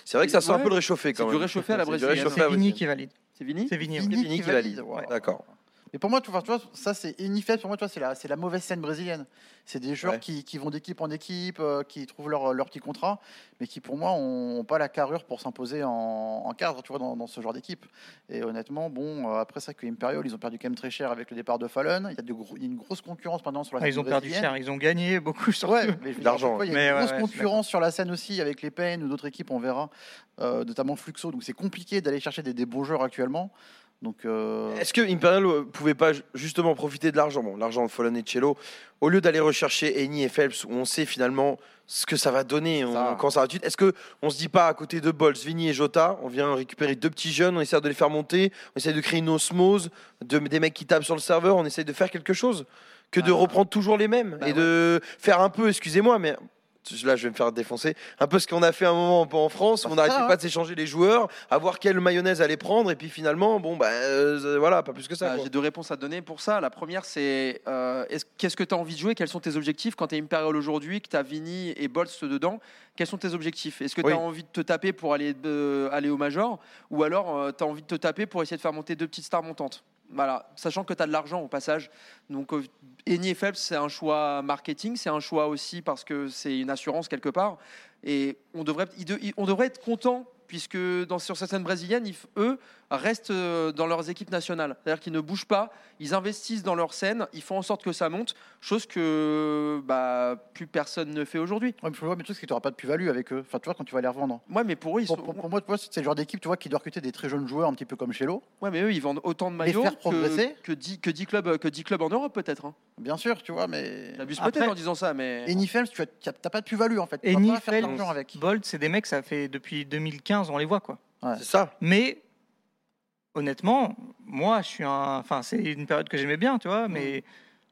[SPEAKER 1] C'est vrai que ça sent un
[SPEAKER 3] Ouais.
[SPEAKER 1] peu le réchauffé
[SPEAKER 3] C'est
[SPEAKER 1] quand
[SPEAKER 3] du
[SPEAKER 1] même.
[SPEAKER 3] réchauffé à la
[SPEAKER 1] C'est du
[SPEAKER 3] brésilienne.
[SPEAKER 2] Bah,
[SPEAKER 1] réchauffé à
[SPEAKER 4] C'est
[SPEAKER 1] la
[SPEAKER 4] Vini
[SPEAKER 1] brésilienne.
[SPEAKER 4] qui valide.
[SPEAKER 3] C'est fini
[SPEAKER 4] C'est Vini.
[SPEAKER 2] Vini
[SPEAKER 1] Vini qui valide.
[SPEAKER 2] ouais.
[SPEAKER 1] D'accord.
[SPEAKER 2] Mais pour moi, tu vois, tu vois, ça c'est inifable. Pour moi, tu vois, c'est la, c'est la mauvaise scène brésilienne. C'est des joueurs
[SPEAKER 1] Ouais.
[SPEAKER 2] qui, qui vont d'équipe en équipe, euh, qui trouvent leur, leur petit contrat, mais qui pour moi ont pas la carrure pour s'imposer en, en cadre, tu vois, dans, dans ce genre d'équipe. Et honnêtement, bon, euh, après ça que Imperial, ils ont perdu quand même très cher avec le départ de Fallon. Il y a, de gros- il y a une grosse concurrence maintenant sur la
[SPEAKER 4] Ah, ils
[SPEAKER 2] scène
[SPEAKER 4] ont perdu
[SPEAKER 2] brésilienne.
[SPEAKER 4] cher, ils ont gagné beaucoup. surtout.
[SPEAKER 2] Ouais, mais je veux dire,
[SPEAKER 1] L'argent,
[SPEAKER 2] à chaque fois, Il y a
[SPEAKER 4] ouais.
[SPEAKER 2] une
[SPEAKER 4] Mais ouais,
[SPEAKER 2] grosse
[SPEAKER 4] ouais, je suis
[SPEAKER 2] concurrence sur la scène aussi avec les peines ou d'autres équipes, on verra, euh, notamment Fluxo. Donc c'est compliqué d'aller chercher des, des bons joueurs actuellement. Donc euh,
[SPEAKER 1] Est-ce que Imperial euh, pouvait pas ju- justement profiter de l'argent, bon, l'argent de Follen et Cello, au lieu d'aller rechercher Eni et Phelps, où on sait finalement ce que ça va donner on-
[SPEAKER 2] Ça.
[SPEAKER 1] quand ça va tout de suite, Est-ce que on se dit pas à côté de Bolz, Vini et Jota, on vient récupérer deux petits jeunes, on essaie de les faire monter, on essaie de créer une osmose, de- des mecs qui tapent sur le serveur, on essaie de faire quelque chose, que de
[SPEAKER 3] Ah.
[SPEAKER 1] reprendre toujours les mêmes
[SPEAKER 3] Bah
[SPEAKER 1] et
[SPEAKER 3] ouais.
[SPEAKER 1] de faire un peu, excusez-moi, mais là je vais me faire défoncer, un peu ce qu'on a fait un moment en France, on
[SPEAKER 2] Bah, c'est
[SPEAKER 1] n'arrêtait
[SPEAKER 2] ça,
[SPEAKER 1] pas de s'échanger les joueurs, à voir quelle mayonnaise allait prendre, et puis finalement, bon, bah euh, voilà, pas plus que ça.
[SPEAKER 3] Ah,
[SPEAKER 1] quoi.
[SPEAKER 3] J'ai deux réponses à te donner pour ça. La première, c'est euh, est-ce- qu'est-ce que tu as envie de jouer Quels sont tes objectifs Quand tu es Imperial aujourd'hui, que tu as Vini et Boltz dedans, quels sont tes objectifs Est-ce que
[SPEAKER 1] Oui.
[SPEAKER 3] tu as envie de te taper pour aller, de- aller au Major Ou alors tu as envie de te taper pour essayer de faire monter deux petites stars montantes voilà, sachant que tu as de l'argent au passage. Donc, euh, Eni et Phelps, c'est un choix marketing, c'est un choix aussi parce que c'est une assurance quelque part. Et on devrait, ils de- ils- on devrait être content puisque dans, sur certaines brésiliennes, ils f- eux restent euh, dans leurs équipes nationales. C'est-à-dire qu'ils ne bougent pas, ils investissent dans leur scène, ils font en sorte que ça monte, chose que bah, plus personne ne fait aujourd'hui.
[SPEAKER 2] ouais, mais je vois, mais tout ce qui n'aura pas de plus-value avec eux. Enfin, tu vois, quand tu vas les revendre.
[SPEAKER 3] Ouais, mais pour eux, ils
[SPEAKER 2] Pour,
[SPEAKER 3] sont-
[SPEAKER 2] pour- pour moi, tu vois, c'est le genre d'équipe, tu vois, qui doit recruter des très jeunes joueurs, un petit peu comme Chelo.
[SPEAKER 3] ouais, mais eux, ils vendent autant de
[SPEAKER 2] Les
[SPEAKER 3] maillots
[SPEAKER 2] faire
[SPEAKER 3] que,
[SPEAKER 2] progresser.
[SPEAKER 3] que, 10, que 10 clubs, que 10 clubs en Europe peut-être. Hein.
[SPEAKER 2] Bien sûr, tu vois, mais.
[SPEAKER 3] J'abuse
[SPEAKER 4] Après-
[SPEAKER 3] peut-être en disant ça, mais...
[SPEAKER 2] Et Nifels, tu n'as pas de plus-value en fait. Tu vas
[SPEAKER 4] Eni,
[SPEAKER 2] pas faire
[SPEAKER 4] Phelps.
[SPEAKER 2] d'argent avec.
[SPEAKER 4] Bolt, c'est des mecs, ça fait depuis 2015, on les voit, quoi.
[SPEAKER 1] C'est ça.
[SPEAKER 4] Mais honnêtement, moi, je suis un. Enfin, c'est une période que j'aimais bien, tu vois. Mais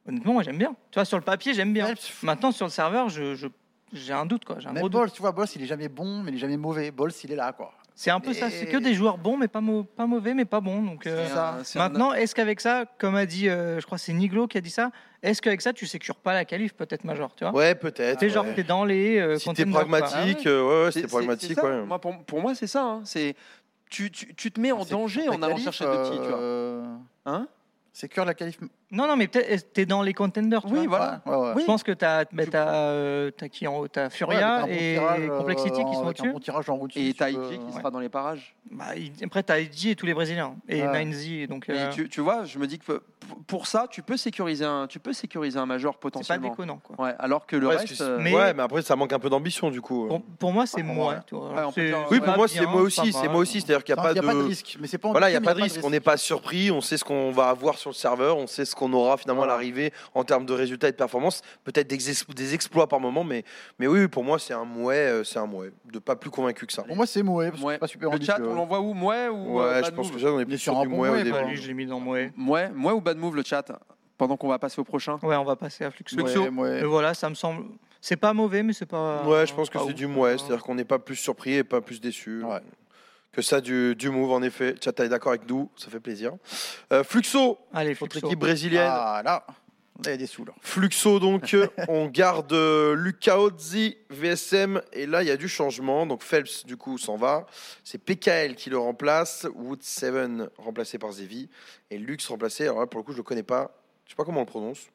[SPEAKER 4] honnêtement, moi, j'aime bien. Tu vois, sur le papier, j'aime bien.
[SPEAKER 2] Phelps,
[SPEAKER 4] Maintenant, sur le serveur, je, je- j'ai un doute, quoi. J'ai un
[SPEAKER 2] Même
[SPEAKER 4] gros doute.
[SPEAKER 2] Bols, tu vois, Bols, il est jamais bon, mais il est jamais mauvais. Bols, il est là, quoi.
[SPEAKER 4] C'est un peu ça. C'est que
[SPEAKER 2] Mais-
[SPEAKER 4] des joueurs bons, mais pas, mau- pas mauvais, mais pas bons. Donc. euh,
[SPEAKER 3] C'est un-
[SPEAKER 2] ça.
[SPEAKER 3] c'est un-
[SPEAKER 4] Maintenant, est-ce qu'avec ça, comme a dit, euh, je crois que c'est Niglo qui a dit ça, est-ce qu'avec ça, tu sécures pas la qualif, peut-être major, tu vois
[SPEAKER 1] Ouais, peut-être.
[SPEAKER 4] T'es genre,
[SPEAKER 1] ouais.
[SPEAKER 4] t'es dans les. euh,
[SPEAKER 1] si t'es
[SPEAKER 4] contenders, quoi.
[SPEAKER 1] pragmatique, euh, ouais, ouais, si
[SPEAKER 3] C'est-
[SPEAKER 1] t'es
[SPEAKER 3] c'est-
[SPEAKER 1] pragmatique,
[SPEAKER 3] c'est ça.
[SPEAKER 1] ouais.
[SPEAKER 3] Moi, pour, pour moi, c'est ça. hein. C'est tu, tu, tu te mets en
[SPEAKER 2] C'est
[SPEAKER 3] danger en allant
[SPEAKER 2] Qualif,
[SPEAKER 3] chercher de petits, tu vois.
[SPEAKER 2] euh,
[SPEAKER 3] Hein
[SPEAKER 2] C'est cœur de la qualif
[SPEAKER 4] Non, non, mais peut-être t'es dans les contenders. tu
[SPEAKER 3] Oui,
[SPEAKER 4] vois.
[SPEAKER 3] voilà.
[SPEAKER 2] Ouais, ouais, ouais.
[SPEAKER 3] Oui.
[SPEAKER 4] Je pense que t'as bah,
[SPEAKER 3] Je-
[SPEAKER 4] t'as, euh, t'as qui en haut T'as Furia
[SPEAKER 2] Ouais, avec un bon
[SPEAKER 4] et
[SPEAKER 2] tirage, euh,
[SPEAKER 4] Complexity qui
[SPEAKER 2] en-
[SPEAKER 4] sont
[SPEAKER 2] avec
[SPEAKER 4] au-dessus.
[SPEAKER 2] un bon tirage en route.
[SPEAKER 3] Et
[SPEAKER 2] tu peux-
[SPEAKER 3] t'as IG qui sera dans les parages.
[SPEAKER 4] Bah, il- après, t'as Edgy et tous les Brésiliens. Et
[SPEAKER 2] Ouais.
[SPEAKER 4] 9Z. Donc,
[SPEAKER 3] Mais
[SPEAKER 4] euh,
[SPEAKER 3] tu, tu vois, je me dis que p- pour ça, tu peux sécuriser un, tu peux sécuriser un major
[SPEAKER 4] c'est pas
[SPEAKER 3] potentiellement.
[SPEAKER 4] déconnant. Quoi.
[SPEAKER 3] ouais, alors que le
[SPEAKER 1] Ouais,
[SPEAKER 3] reste.
[SPEAKER 1] excuse-
[SPEAKER 3] euh,
[SPEAKER 4] Mais-
[SPEAKER 1] ouais, mais après, ça manque un peu d'ambition du coup.
[SPEAKER 4] Pour, pour moi, c'est
[SPEAKER 2] pour
[SPEAKER 4] moi.
[SPEAKER 2] moi.
[SPEAKER 4] tu vois.
[SPEAKER 3] Ouais, on peut
[SPEAKER 4] C'est-
[SPEAKER 3] dire,
[SPEAKER 1] Oui,
[SPEAKER 3] ouais,
[SPEAKER 1] pour moi,
[SPEAKER 4] bien, hein,
[SPEAKER 1] c'est moi aussi.
[SPEAKER 4] pas
[SPEAKER 1] C'est moi
[SPEAKER 4] mal.
[SPEAKER 1] aussi. C'est-à-dire qu'il n'y a,
[SPEAKER 2] Enfin,
[SPEAKER 1] pas
[SPEAKER 2] y a pas de
[SPEAKER 1] de.
[SPEAKER 2] risque. Mais c'est pas
[SPEAKER 1] Voilà, il
[SPEAKER 2] n'y
[SPEAKER 1] n'y a pas de risque. On n'est pas surpris. On sait ce qu'on va avoir sur le serveur. On sait ce qu'on aura finalement à l'arrivée en termes de résultats et de performances. Peut-être des, ex- des exploits par moment, mais, mais oui, oui, pour moi, c'est un mouet. euh, C'est un mouet. De pas plus convaincu que ça.
[SPEAKER 2] Pour moi, c'est Moé. Parce que
[SPEAKER 3] Ouais.
[SPEAKER 2] c'est pas super euh,
[SPEAKER 3] le chat,
[SPEAKER 2] ambitieux.
[SPEAKER 3] on l'envoie où Mouais ou euh,
[SPEAKER 1] Ouais, je
[SPEAKER 3] Bad
[SPEAKER 1] pense que
[SPEAKER 3] Move
[SPEAKER 1] ça, on est
[SPEAKER 2] Mais
[SPEAKER 1] plus
[SPEAKER 2] sur
[SPEAKER 1] sur
[SPEAKER 2] un
[SPEAKER 1] du
[SPEAKER 2] bon
[SPEAKER 1] mouet
[SPEAKER 2] mouet,
[SPEAKER 1] au
[SPEAKER 2] pas
[SPEAKER 1] début.
[SPEAKER 4] Ouais,
[SPEAKER 2] Bon.
[SPEAKER 4] lui, je l'ai mis dans Mouais.
[SPEAKER 3] Mouais, Mouais ou Bad Move, le chat Pendant qu'on va passer au prochain.
[SPEAKER 4] Ouais, on va passer à Fluxo.
[SPEAKER 3] Fluxo.
[SPEAKER 2] Ouais, ouais.
[SPEAKER 4] Et voilà, ça me semble. C'est pas mauvais, mais c'est pas.
[SPEAKER 1] Ouais, je pense que
[SPEAKER 4] pas
[SPEAKER 1] c'est
[SPEAKER 4] ouf. hein.
[SPEAKER 1] du mouet. C'est-à-dire qu'on n'est pas plus surpris et pas plus déçu.
[SPEAKER 2] Ouais.
[SPEAKER 1] Que ça du, du move, en effet. Chat, est d'accord avec nous, ça fait plaisir. Euh, Fluxo,
[SPEAKER 4] Allez,
[SPEAKER 1] autre
[SPEAKER 4] Fluxo.
[SPEAKER 1] équipe brésilienne.
[SPEAKER 2] Ah là, là, il y a des sous là.
[SPEAKER 1] Fluxo, donc, euh, on garde euh, Luca Ozzi, VSM, et là, il y a du changement. Donc, Phelps, du coup, s'en va. C'est PKL qui le remplace. Wood Seven remplacé par Zevi. Et Lux remplacé. Alors là, pour le coup, je le connais pas. Je sais pas comment on le prononce.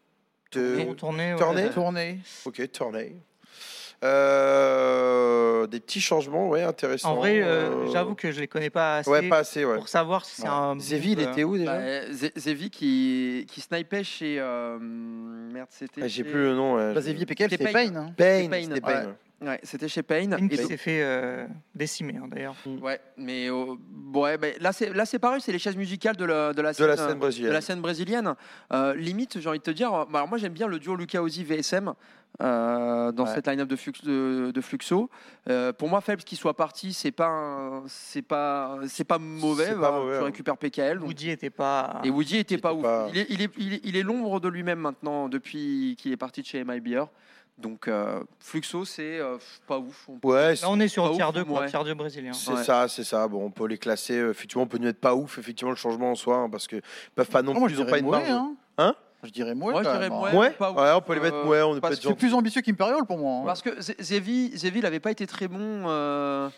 [SPEAKER 1] Te-
[SPEAKER 4] Bon, tournée, ouais.
[SPEAKER 1] Tournée.
[SPEAKER 2] Tournée.
[SPEAKER 1] Ok, Turney. Euh, des petits changements, ouais, intéressants.
[SPEAKER 4] En vrai, euh,
[SPEAKER 1] Euh,
[SPEAKER 4] j'avoue que je les connais pas assez
[SPEAKER 1] Ouais, pas assez, ouais.
[SPEAKER 4] pour savoir si
[SPEAKER 1] Ouais.
[SPEAKER 4] c'est un.
[SPEAKER 1] Zevi, il
[SPEAKER 4] euh,
[SPEAKER 1] était où déjà
[SPEAKER 3] Bah, euh, Ze- Zevi qui, qui snipait chez. euh, merde, c'était.
[SPEAKER 1] Ah, J'ai
[SPEAKER 3] chez-
[SPEAKER 1] plus le nom. ouais.
[SPEAKER 2] Bah, Xavier Péquel,
[SPEAKER 3] C'était
[SPEAKER 2] c'est
[SPEAKER 3] Payne.
[SPEAKER 2] Payne. hein.
[SPEAKER 1] Payne,
[SPEAKER 3] Payne.
[SPEAKER 1] c'était Payne.
[SPEAKER 3] Ouais, c'était chez Payne.
[SPEAKER 4] Une
[SPEAKER 3] Et
[SPEAKER 4] qui
[SPEAKER 3] donc-
[SPEAKER 4] s'est fait euh, décimer, hein, d'ailleurs.
[SPEAKER 3] Ouais, mais euh, ouais, mais là c'est là c'est pareil, c'est les chaises musicales de la de la
[SPEAKER 1] De
[SPEAKER 3] scène, euh,
[SPEAKER 1] la scène
[SPEAKER 3] de
[SPEAKER 1] brésilienne.
[SPEAKER 3] la scène brésilienne. Euh, limite, j'ai envie de te dire, euh, bah, alors moi j'aime bien le duo Luca Ozzi VSM euh, dans
[SPEAKER 2] Ouais.
[SPEAKER 3] cette line-up de, Flux- de, de Fluxo. Euh, pour moi, Phelps qui soit parti, c'est pas un- c'est pas c'est pas mauvais.
[SPEAKER 1] C'est pas
[SPEAKER 3] voilà,
[SPEAKER 1] mauvais,
[SPEAKER 3] tu
[SPEAKER 1] hein.
[SPEAKER 3] récupères PKL. donc-
[SPEAKER 4] Woody était pas.
[SPEAKER 3] et Woody était pas
[SPEAKER 1] était
[SPEAKER 3] ouf.
[SPEAKER 1] pas-
[SPEAKER 3] Il est il est il est- il est l'ombre de lui-même maintenant depuis qu'il est parti de chez MIBR. Donc euh, Fluxo c'est euh, pas ouf. On-
[SPEAKER 1] Ouais, c'est-
[SPEAKER 4] Là, on est sur
[SPEAKER 3] Pas
[SPEAKER 4] le tier
[SPEAKER 3] ouf,
[SPEAKER 4] 2 pour
[SPEAKER 3] ouais.
[SPEAKER 4] le tier 2 brésilien.
[SPEAKER 1] C'est
[SPEAKER 3] Ouais.
[SPEAKER 1] ça, c'est ça. Bon, on peut les classer. euh, Effectivement, on peut ne être pas ouf, effectivement, le changement en soi, hein, parce que ils peuvent pas non
[SPEAKER 2] Ah, moi,
[SPEAKER 1] plus,
[SPEAKER 2] je
[SPEAKER 1] ils ont
[SPEAKER 2] dirais
[SPEAKER 1] pas une
[SPEAKER 2] Mouais,
[SPEAKER 1] marge.
[SPEAKER 2] hein.
[SPEAKER 1] Hein
[SPEAKER 2] Je dirais Mouais.
[SPEAKER 3] Moi, je
[SPEAKER 2] quand
[SPEAKER 3] dirais
[SPEAKER 2] même, hein.
[SPEAKER 3] Mouais.
[SPEAKER 1] Ouais,
[SPEAKER 3] pas ouf,
[SPEAKER 1] ouais, on peut les mettre.
[SPEAKER 3] euh,
[SPEAKER 1] Ouais, on peut
[SPEAKER 3] parce
[SPEAKER 1] être
[SPEAKER 3] que
[SPEAKER 2] C'est
[SPEAKER 1] gentil.
[SPEAKER 2] plus ambitieux qu'Imperial pour moi. hein.
[SPEAKER 3] Parce que Ze- Zevi, Zevi, il n'avait pas été très bon. euh,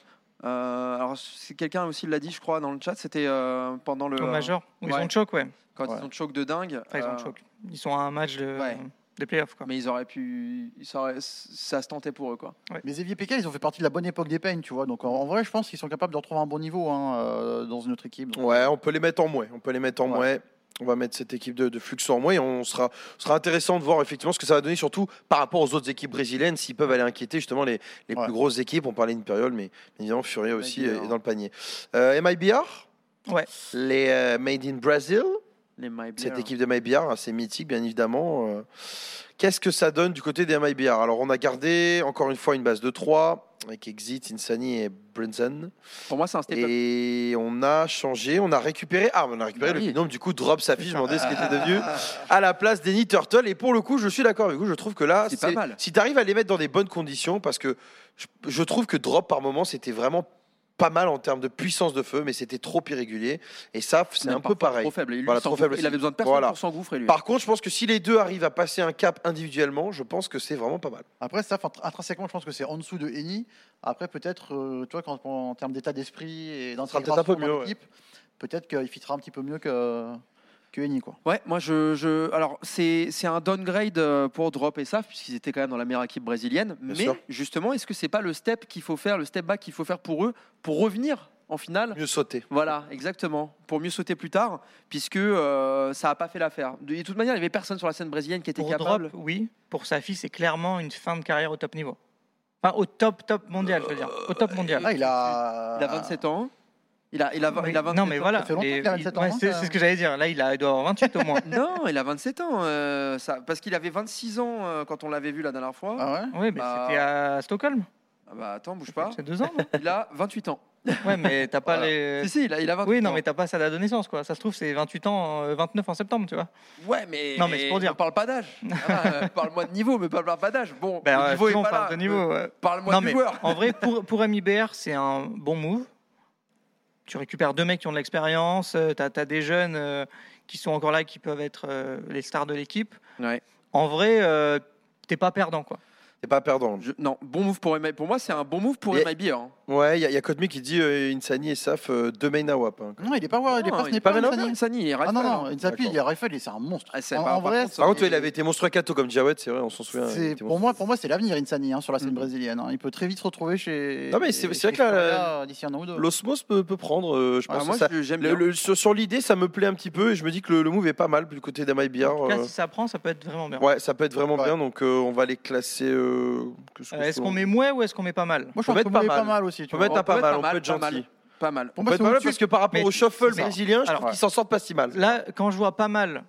[SPEAKER 3] euh, alors, c'est quelqu'un aussi l'a dit, je crois, dans le chat. C'était euh, pendant le
[SPEAKER 4] Au Major, ils
[SPEAKER 3] ouais.
[SPEAKER 4] ont le choc, ouais.
[SPEAKER 3] quand
[SPEAKER 2] Ouais.
[SPEAKER 3] ils ont choc de dingue.
[SPEAKER 4] Enfin, ils ont le
[SPEAKER 3] euh,
[SPEAKER 4] choc. Ils sont à un match de,
[SPEAKER 3] ouais.
[SPEAKER 4] des playoffs, quoi.
[SPEAKER 3] mais ils auraient pu, ils sauraient- ça se tentait pour eux quoi.
[SPEAKER 2] Mais Xavier Péquel, ils ont fait partie de la bonne époque des Payne, tu vois. Donc en, en vrai, je pense qu'ils sont capables de retrouver un bon niveau hein, euh, dans une autre équipe. Donc,
[SPEAKER 1] Ouais, on peut les mettre en moins. On peut les mettre en
[SPEAKER 2] Ouais.
[SPEAKER 1] moins. On va mettre cette équipe de, de flux en moins. Et on sera, sera intéressant de voir effectivement ce que ça va donner, surtout par rapport aux autres équipes brésiliennes, s'ils peuvent aller inquiéter justement les, les
[SPEAKER 2] Ouais.
[SPEAKER 1] plus grosses équipes. On parlait d'Imperial, mais évidemment Furia aussi
[SPEAKER 3] MIBR.
[SPEAKER 1] euh, est dans le panier. Euh, MIBR
[SPEAKER 4] Ouais.
[SPEAKER 1] Les euh, Made in Brazil
[SPEAKER 3] Les euh. MyBear.
[SPEAKER 1] cette équipe des MyBR, assez mythique bien évidemment. Euh, Qu'est-ce que ça donne du côté des MyBR Alors on a gardé encore une fois une base de 3 avec Exit, Insani et Brunson.
[SPEAKER 3] Pour moi, c'est un step up.
[SPEAKER 1] Et on a changé, on a récupéré, ah on a récupéré
[SPEAKER 3] Bah
[SPEAKER 1] le
[SPEAKER 3] oui.
[SPEAKER 1] binôme du coup Drop Safi, je me demandais ce qu'il était devenu, à la place d'Annie Turtle. Et pour le coup je suis d'accord avec vous, je trouve que là,
[SPEAKER 3] C'est pas mal.
[SPEAKER 1] si tu arrives à les mettre dans des bonnes conditions, parce que je, je trouve que Drop par moment c'était vraiment pas mal en termes de puissance de feu, mais c'était trop irrégulier. Et ça, c'est
[SPEAKER 3] Même
[SPEAKER 1] un peu
[SPEAKER 3] parfois
[SPEAKER 1] pareil.
[SPEAKER 3] Trop faible. Et lui,
[SPEAKER 1] Voilà,
[SPEAKER 3] il
[SPEAKER 1] trop
[SPEAKER 3] s'engouffre-
[SPEAKER 1] faible aussi.
[SPEAKER 3] il avait besoin de personne
[SPEAKER 1] Voilà.
[SPEAKER 3] pour s'engouffrer lui.
[SPEAKER 1] Par contre, je pense que si les deux arrivent à passer un cap individuellement, je pense que c'est vraiment pas mal.
[SPEAKER 2] Après, ça, enfin, intrinsèquement, je pense que c'est en dessous de Eni. Après, peut-être, euh, tu vois, quand, en termes d'état d'esprit et d'intégration
[SPEAKER 1] peut-être un peu
[SPEAKER 2] dans
[SPEAKER 1] mieux,
[SPEAKER 2] l'équipe, peut-être qu'il fitera un petit peu mieux que, que Eni, quoi.
[SPEAKER 3] Ouais, moi je, je alors c'est c'est un downgrade euh, pour Drop et Saf puisqu'ils étaient quand même dans la meilleure équipe brésilienne. mais
[SPEAKER 1] sûr.
[SPEAKER 3] justement, est-ce que c'est pas le step qu'il faut faire, le step back qu'il faut faire pour eux pour revenir en finale
[SPEAKER 1] Mieux sauter.
[SPEAKER 3] Voilà, exactement. Pour mieux sauter plus tard, puisque euh, ça n'a pas fait l'affaire. De de toute manière, il n'y avait personne sur la scène brésilienne qui était
[SPEAKER 4] Pour
[SPEAKER 3] capable.
[SPEAKER 4] Drop, oui. Pour sa fille, c'est clairement une fin de carrière au top niveau. Enfin, au top, top mondial, je veux dire. Au
[SPEAKER 3] Euh,
[SPEAKER 4] top mondial.
[SPEAKER 2] Là, Ah, il a.
[SPEAKER 3] Il a 27 ans. Il a, il a,
[SPEAKER 4] Mais-
[SPEAKER 3] il a 27
[SPEAKER 4] non, mais
[SPEAKER 3] ans.
[SPEAKER 4] voilà.
[SPEAKER 2] Ça fait longtemps
[SPEAKER 4] les-
[SPEAKER 2] qu'il a 27 ans,
[SPEAKER 4] ouais,
[SPEAKER 2] hein,
[SPEAKER 4] c'est
[SPEAKER 2] ça.
[SPEAKER 4] c'est ce que j'allais dire. Là, il, a, il doit avoir 28 au moins.
[SPEAKER 3] Non, il a 27 ans. euh, ça, parce qu'il avait 26 ans euh, quand on l'avait vu la dernière fois. Ah.
[SPEAKER 2] Ah ouais
[SPEAKER 4] Oui, mais
[SPEAKER 3] Bah,
[SPEAKER 4] c'était à Stockholm.
[SPEAKER 3] bah attends, bouge pas.
[SPEAKER 4] C'est deux ans. non
[SPEAKER 3] Il a 28 ans.
[SPEAKER 4] ouais, mais t'as pas
[SPEAKER 3] Voilà.
[SPEAKER 4] les.
[SPEAKER 3] Si, si, il a, il a 28
[SPEAKER 4] Euh, Oui,
[SPEAKER 3] ans.
[SPEAKER 4] non, mais t'as pas sa date de naissance, quoi. Ça se trouve, c'est 28 ans, euh, 29 en septembre, tu vois.
[SPEAKER 3] Ouais, mais.
[SPEAKER 4] Non, mais c'est pour dire.
[SPEAKER 3] On parle pas d'âge. Ah, euh, Parle-moi de niveau, mais parle pas d'âge. Bon,
[SPEAKER 4] Ben,
[SPEAKER 3] Bah, le
[SPEAKER 4] euh,
[SPEAKER 3] niveau est
[SPEAKER 4] sinon, on
[SPEAKER 3] pas
[SPEAKER 4] parle
[SPEAKER 3] là.
[SPEAKER 4] de niveau. ouais.
[SPEAKER 3] Parle-moi
[SPEAKER 4] Non,
[SPEAKER 3] du
[SPEAKER 4] mais-
[SPEAKER 3] joueur.
[SPEAKER 4] En vrai, pour, pour MIBR, c'est un bon move. Tu récupères deux mecs qui ont de l'expérience, tu as, des jeunes euh, qui sont encore là, qui peuvent être euh, les stars de l'équipe.
[SPEAKER 3] Ouais.
[SPEAKER 4] En vrai, euh, t'es pas perdant, quoi.
[SPEAKER 1] C'est pas perdant.
[SPEAKER 3] Je- non, bon move pour MI. Pour moi, c'est un bon move pour
[SPEAKER 1] Mais-
[SPEAKER 3] MIB. hein.
[SPEAKER 1] Ouais, il y, a- il y a Codemy qui dit euh, Insani et Saf, euh, deux main à WAP. hein.
[SPEAKER 2] Non, il est pas voir, il est
[SPEAKER 3] Non,
[SPEAKER 2] pas, ce n'est
[SPEAKER 3] pas
[SPEAKER 2] pas
[SPEAKER 3] Venom,
[SPEAKER 2] Insani.
[SPEAKER 3] Insani, il reste
[SPEAKER 2] Ah non,
[SPEAKER 3] pas,
[SPEAKER 2] non, Insapi,
[SPEAKER 1] D'accord.
[SPEAKER 2] il est Raphaël, et c'est un monstre.
[SPEAKER 3] Ah, c'est
[SPEAKER 2] En-
[SPEAKER 3] pas-
[SPEAKER 2] en
[SPEAKER 3] par
[SPEAKER 2] vrai,
[SPEAKER 3] contre,
[SPEAKER 1] Par contre,
[SPEAKER 3] Et-
[SPEAKER 1] ouais, il avait été monstrueux à Kato comme Jawed, c'est vrai, on s'en souvient. il
[SPEAKER 2] C'est-
[SPEAKER 1] était
[SPEAKER 2] pour,
[SPEAKER 1] monstrueux.
[SPEAKER 2] moi, pour moi, c'est l'avenir Insani hein, sur la scène
[SPEAKER 1] Mm.
[SPEAKER 2] brésilienne. hein. Il peut très vite se retrouver chez.
[SPEAKER 1] Non, mais c'est-
[SPEAKER 2] chez
[SPEAKER 1] c'est vrai que la-
[SPEAKER 2] Florida d'ici un an ou deux.
[SPEAKER 1] L'osmose peut, peut prendre, euh, je pense.
[SPEAKER 3] Ah,
[SPEAKER 1] que
[SPEAKER 3] moi,
[SPEAKER 1] ça-
[SPEAKER 3] je- j'aime
[SPEAKER 1] le-
[SPEAKER 3] bien.
[SPEAKER 1] le- sur sur l'idée, ça me plaît un petit peu et je me dis que le, le move est pas mal du côté d'MIBR.
[SPEAKER 4] En tout cas,
[SPEAKER 1] euh,
[SPEAKER 4] si ça prend, ça peut être vraiment bien.
[SPEAKER 1] ouais, ça peut être vraiment
[SPEAKER 2] Ouais.
[SPEAKER 1] bien, donc euh, on va les classer. euh, qu'est-ce
[SPEAKER 4] Euh,
[SPEAKER 1] qu'on
[SPEAKER 4] Est-ce
[SPEAKER 1] fait,
[SPEAKER 4] qu'on
[SPEAKER 1] on-
[SPEAKER 4] met mouais ou est-ce qu'on met pas mal
[SPEAKER 2] Moi, je
[SPEAKER 1] Faut
[SPEAKER 2] pense
[SPEAKER 1] mettre
[SPEAKER 2] qu'on
[SPEAKER 1] pas
[SPEAKER 2] met pas
[SPEAKER 1] mal.
[SPEAKER 2] mal aussi. Tu
[SPEAKER 1] Faut
[SPEAKER 2] vois.
[SPEAKER 1] mettre un pas mal, on peut être
[SPEAKER 3] pas mal,
[SPEAKER 1] gentil.
[SPEAKER 3] Pas mal.
[SPEAKER 2] Pour
[SPEAKER 1] Faut
[SPEAKER 2] moi,
[SPEAKER 1] être
[SPEAKER 2] c'est
[SPEAKER 1] pas mal
[SPEAKER 2] au-dessus.
[SPEAKER 1] parce que par rapport
[SPEAKER 4] Mais
[SPEAKER 1] au
[SPEAKER 4] tu-
[SPEAKER 1] shuffle
[SPEAKER 4] c'est ça.
[SPEAKER 1] brésilien, je
[SPEAKER 4] Alors,
[SPEAKER 1] trouve qu'ils s'en sortent pas si mal.
[SPEAKER 4] Là, quand je vois pas mal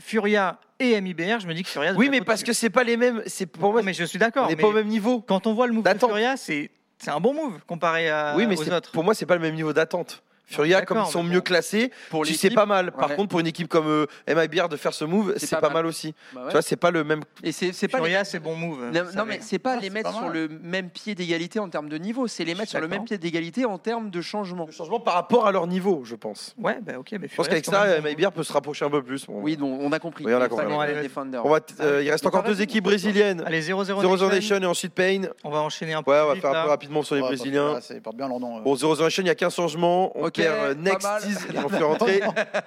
[SPEAKER 4] Furia et MIBR, je me dis que Furia.
[SPEAKER 1] Oui,
[SPEAKER 4] devrait
[SPEAKER 1] mais
[SPEAKER 4] être
[SPEAKER 1] parce que
[SPEAKER 4] au-dessus.
[SPEAKER 1] c'est pas les mêmes. C'est pour moi,
[SPEAKER 4] Non, mais je suis
[SPEAKER 1] on
[SPEAKER 4] d'accord.
[SPEAKER 1] n'est
[SPEAKER 4] mais
[SPEAKER 1] pas au même niveau.
[SPEAKER 4] Quand on voit le move de
[SPEAKER 1] D'attente.
[SPEAKER 4] Furia, c'est c'est un bon move comparé à,
[SPEAKER 1] Oui, mais
[SPEAKER 4] euh, aux
[SPEAKER 1] c'est-
[SPEAKER 4] autres.
[SPEAKER 1] pour moi, c'est pas le même niveau d'attente. Furia,
[SPEAKER 4] D'accord,
[SPEAKER 1] comme ils sont
[SPEAKER 4] mais
[SPEAKER 1] mieux
[SPEAKER 4] bon.
[SPEAKER 1] classés,
[SPEAKER 3] Pour
[SPEAKER 1] tu
[SPEAKER 3] les
[SPEAKER 1] sais pas mal. Par
[SPEAKER 3] ouais.
[SPEAKER 1] contre, pour une équipe comme euh, MIBR de faire ce move, c'est pas, mal aussi. Tu vois, c'est pas le même.
[SPEAKER 3] Et c'est c'est pas les-
[SPEAKER 4] Furia, c'est bon move.
[SPEAKER 3] Non,
[SPEAKER 4] vous
[SPEAKER 3] non,
[SPEAKER 4] savez.
[SPEAKER 3] mais c'est pas
[SPEAKER 2] Ah,
[SPEAKER 3] les
[SPEAKER 2] c'est
[SPEAKER 3] mettre
[SPEAKER 2] pas
[SPEAKER 3] sur
[SPEAKER 2] mal.
[SPEAKER 3] le même pied d'égalité en termes de niveau, c'est les mettre sur le
[SPEAKER 4] D'accord.
[SPEAKER 3] même pied d'égalité en termes de changement.
[SPEAKER 1] Le changement par rapport à leur niveau, je pense.
[SPEAKER 4] Ouais, bah ok, mais
[SPEAKER 1] Je pense
[SPEAKER 4] Furia,
[SPEAKER 1] qu'avec
[SPEAKER 4] c'est quand
[SPEAKER 1] ça,
[SPEAKER 4] même bon.
[SPEAKER 1] MIBR peut se rapprocher un peu plus. Bon,
[SPEAKER 3] Oui, donc on a compris.
[SPEAKER 1] Oui, on a
[SPEAKER 3] Les
[SPEAKER 1] compris.
[SPEAKER 3] Fallen
[SPEAKER 4] Bon, allez,
[SPEAKER 3] Defender.
[SPEAKER 1] on va t- euh, il reste
[SPEAKER 3] Mais
[SPEAKER 1] encore
[SPEAKER 3] t'as
[SPEAKER 1] deux
[SPEAKER 3] raison.
[SPEAKER 1] équipes brésiliennes.
[SPEAKER 4] Allez, 0-0
[SPEAKER 1] 0
[SPEAKER 4] Nation.
[SPEAKER 1] Nation et ensuite Pain. Ouais,
[SPEAKER 4] On va enchaîner un peu.
[SPEAKER 1] on va
[SPEAKER 4] plus
[SPEAKER 1] faire
[SPEAKER 4] vite,
[SPEAKER 1] un peu
[SPEAKER 4] là.
[SPEAKER 1] rapidement sur les
[SPEAKER 2] Ouais, parce que
[SPEAKER 1] Brésiliens.
[SPEAKER 2] là, C'est pas bien leur nom. euh.
[SPEAKER 1] Bon, 0 0 Nation, il y a 15 changements. On
[SPEAKER 3] Ok,
[SPEAKER 1] perd euh,
[SPEAKER 3] pas
[SPEAKER 1] Next
[SPEAKER 3] mal.
[SPEAKER 1] Is, qui ont fait rentrer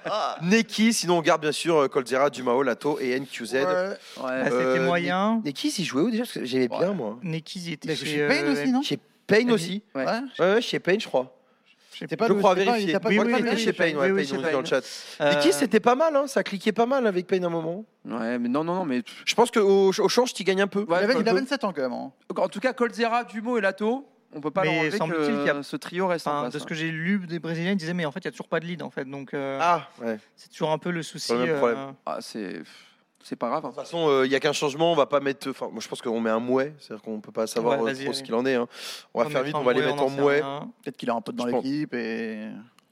[SPEAKER 1] Ah. Neki. Sinon, on garde bien sûr euh, Coldzera, Dumao, Lato et NQZ.
[SPEAKER 2] Ouais.
[SPEAKER 4] Ah,
[SPEAKER 3] Ouais.
[SPEAKER 4] C'était
[SPEAKER 1] Euh,
[SPEAKER 4] moyen.
[SPEAKER 1] Neki, s'il jouait où déjà Parce que j'aimais bien, moi.
[SPEAKER 4] Nekis, il était
[SPEAKER 2] Mais
[SPEAKER 4] chez.
[SPEAKER 2] chez Payne
[SPEAKER 4] euh,
[SPEAKER 2] aussi, non
[SPEAKER 1] Chez Pain
[SPEAKER 4] Neki.
[SPEAKER 1] aussi.
[SPEAKER 3] Ouais.
[SPEAKER 2] Ouais.
[SPEAKER 1] Ouais, ouais, chez Pain, je crois.
[SPEAKER 2] C'était pas
[SPEAKER 1] je
[SPEAKER 2] le-
[SPEAKER 1] crois
[SPEAKER 2] c'était pas- il
[SPEAKER 1] vérifier.
[SPEAKER 2] était pas-
[SPEAKER 4] Oui,
[SPEAKER 1] Ouais,
[SPEAKER 2] ouais,
[SPEAKER 1] Pain,
[SPEAKER 4] oui,
[SPEAKER 2] ouais,
[SPEAKER 1] chez Pain,
[SPEAKER 4] oui,
[SPEAKER 1] ouais,
[SPEAKER 4] oui,
[SPEAKER 1] Pain,
[SPEAKER 4] chez
[SPEAKER 1] on dit dans
[SPEAKER 4] Pain.
[SPEAKER 1] le chat.
[SPEAKER 4] euh,
[SPEAKER 1] Neki, c'était pas mal, hein, ça cliquait pas mal avec Pain à un moment.
[SPEAKER 3] Ouais, mais non, non, non, mais
[SPEAKER 1] Je pense qu'au au change, tu gagnes un peu.
[SPEAKER 3] Ouais,
[SPEAKER 2] Il avait- il a
[SPEAKER 3] peu.
[SPEAKER 2] 27 ans quand même. hein.
[SPEAKER 3] en tout cas, Colzera, Dumo et Lato, on peut pas
[SPEAKER 4] Mais
[SPEAKER 3] leur enlever
[SPEAKER 4] semble-t-il
[SPEAKER 3] que
[SPEAKER 4] qu'il y a-
[SPEAKER 3] ce trio reste en hein.
[SPEAKER 4] enfin,
[SPEAKER 3] place.
[SPEAKER 4] de ce que j'ai lu des Brésiliens, ils disaient, mais en fait, il n'y a toujours pas de lead, en fait. Donc, euh,
[SPEAKER 1] Ah, ouais.
[SPEAKER 4] c'est toujours un peu le souci.
[SPEAKER 1] Pas le même
[SPEAKER 4] euh,
[SPEAKER 1] problème.
[SPEAKER 3] Ah, c'est c'est pas grave. hein.
[SPEAKER 1] De toute façon, euh, il y a qu'un changement, on va pas mettre. Enfin, moi je pense qu'on met un mouet, c'est-à-dire qu'on peut pas savoir
[SPEAKER 4] Ouais,
[SPEAKER 1] euh,
[SPEAKER 4] vas-y,
[SPEAKER 1] trop
[SPEAKER 4] allez.
[SPEAKER 1] ce qu'il en est. hein. On
[SPEAKER 4] on
[SPEAKER 1] va faire vite,
[SPEAKER 4] mettra
[SPEAKER 1] on va les
[SPEAKER 4] mouais,
[SPEAKER 1] mettre
[SPEAKER 4] on
[SPEAKER 1] en
[SPEAKER 4] en sait
[SPEAKER 1] mouet.
[SPEAKER 4] rien.
[SPEAKER 2] Peut-être qu'il a un pote dans
[SPEAKER 1] Je pense.
[SPEAKER 2] l'équipe et.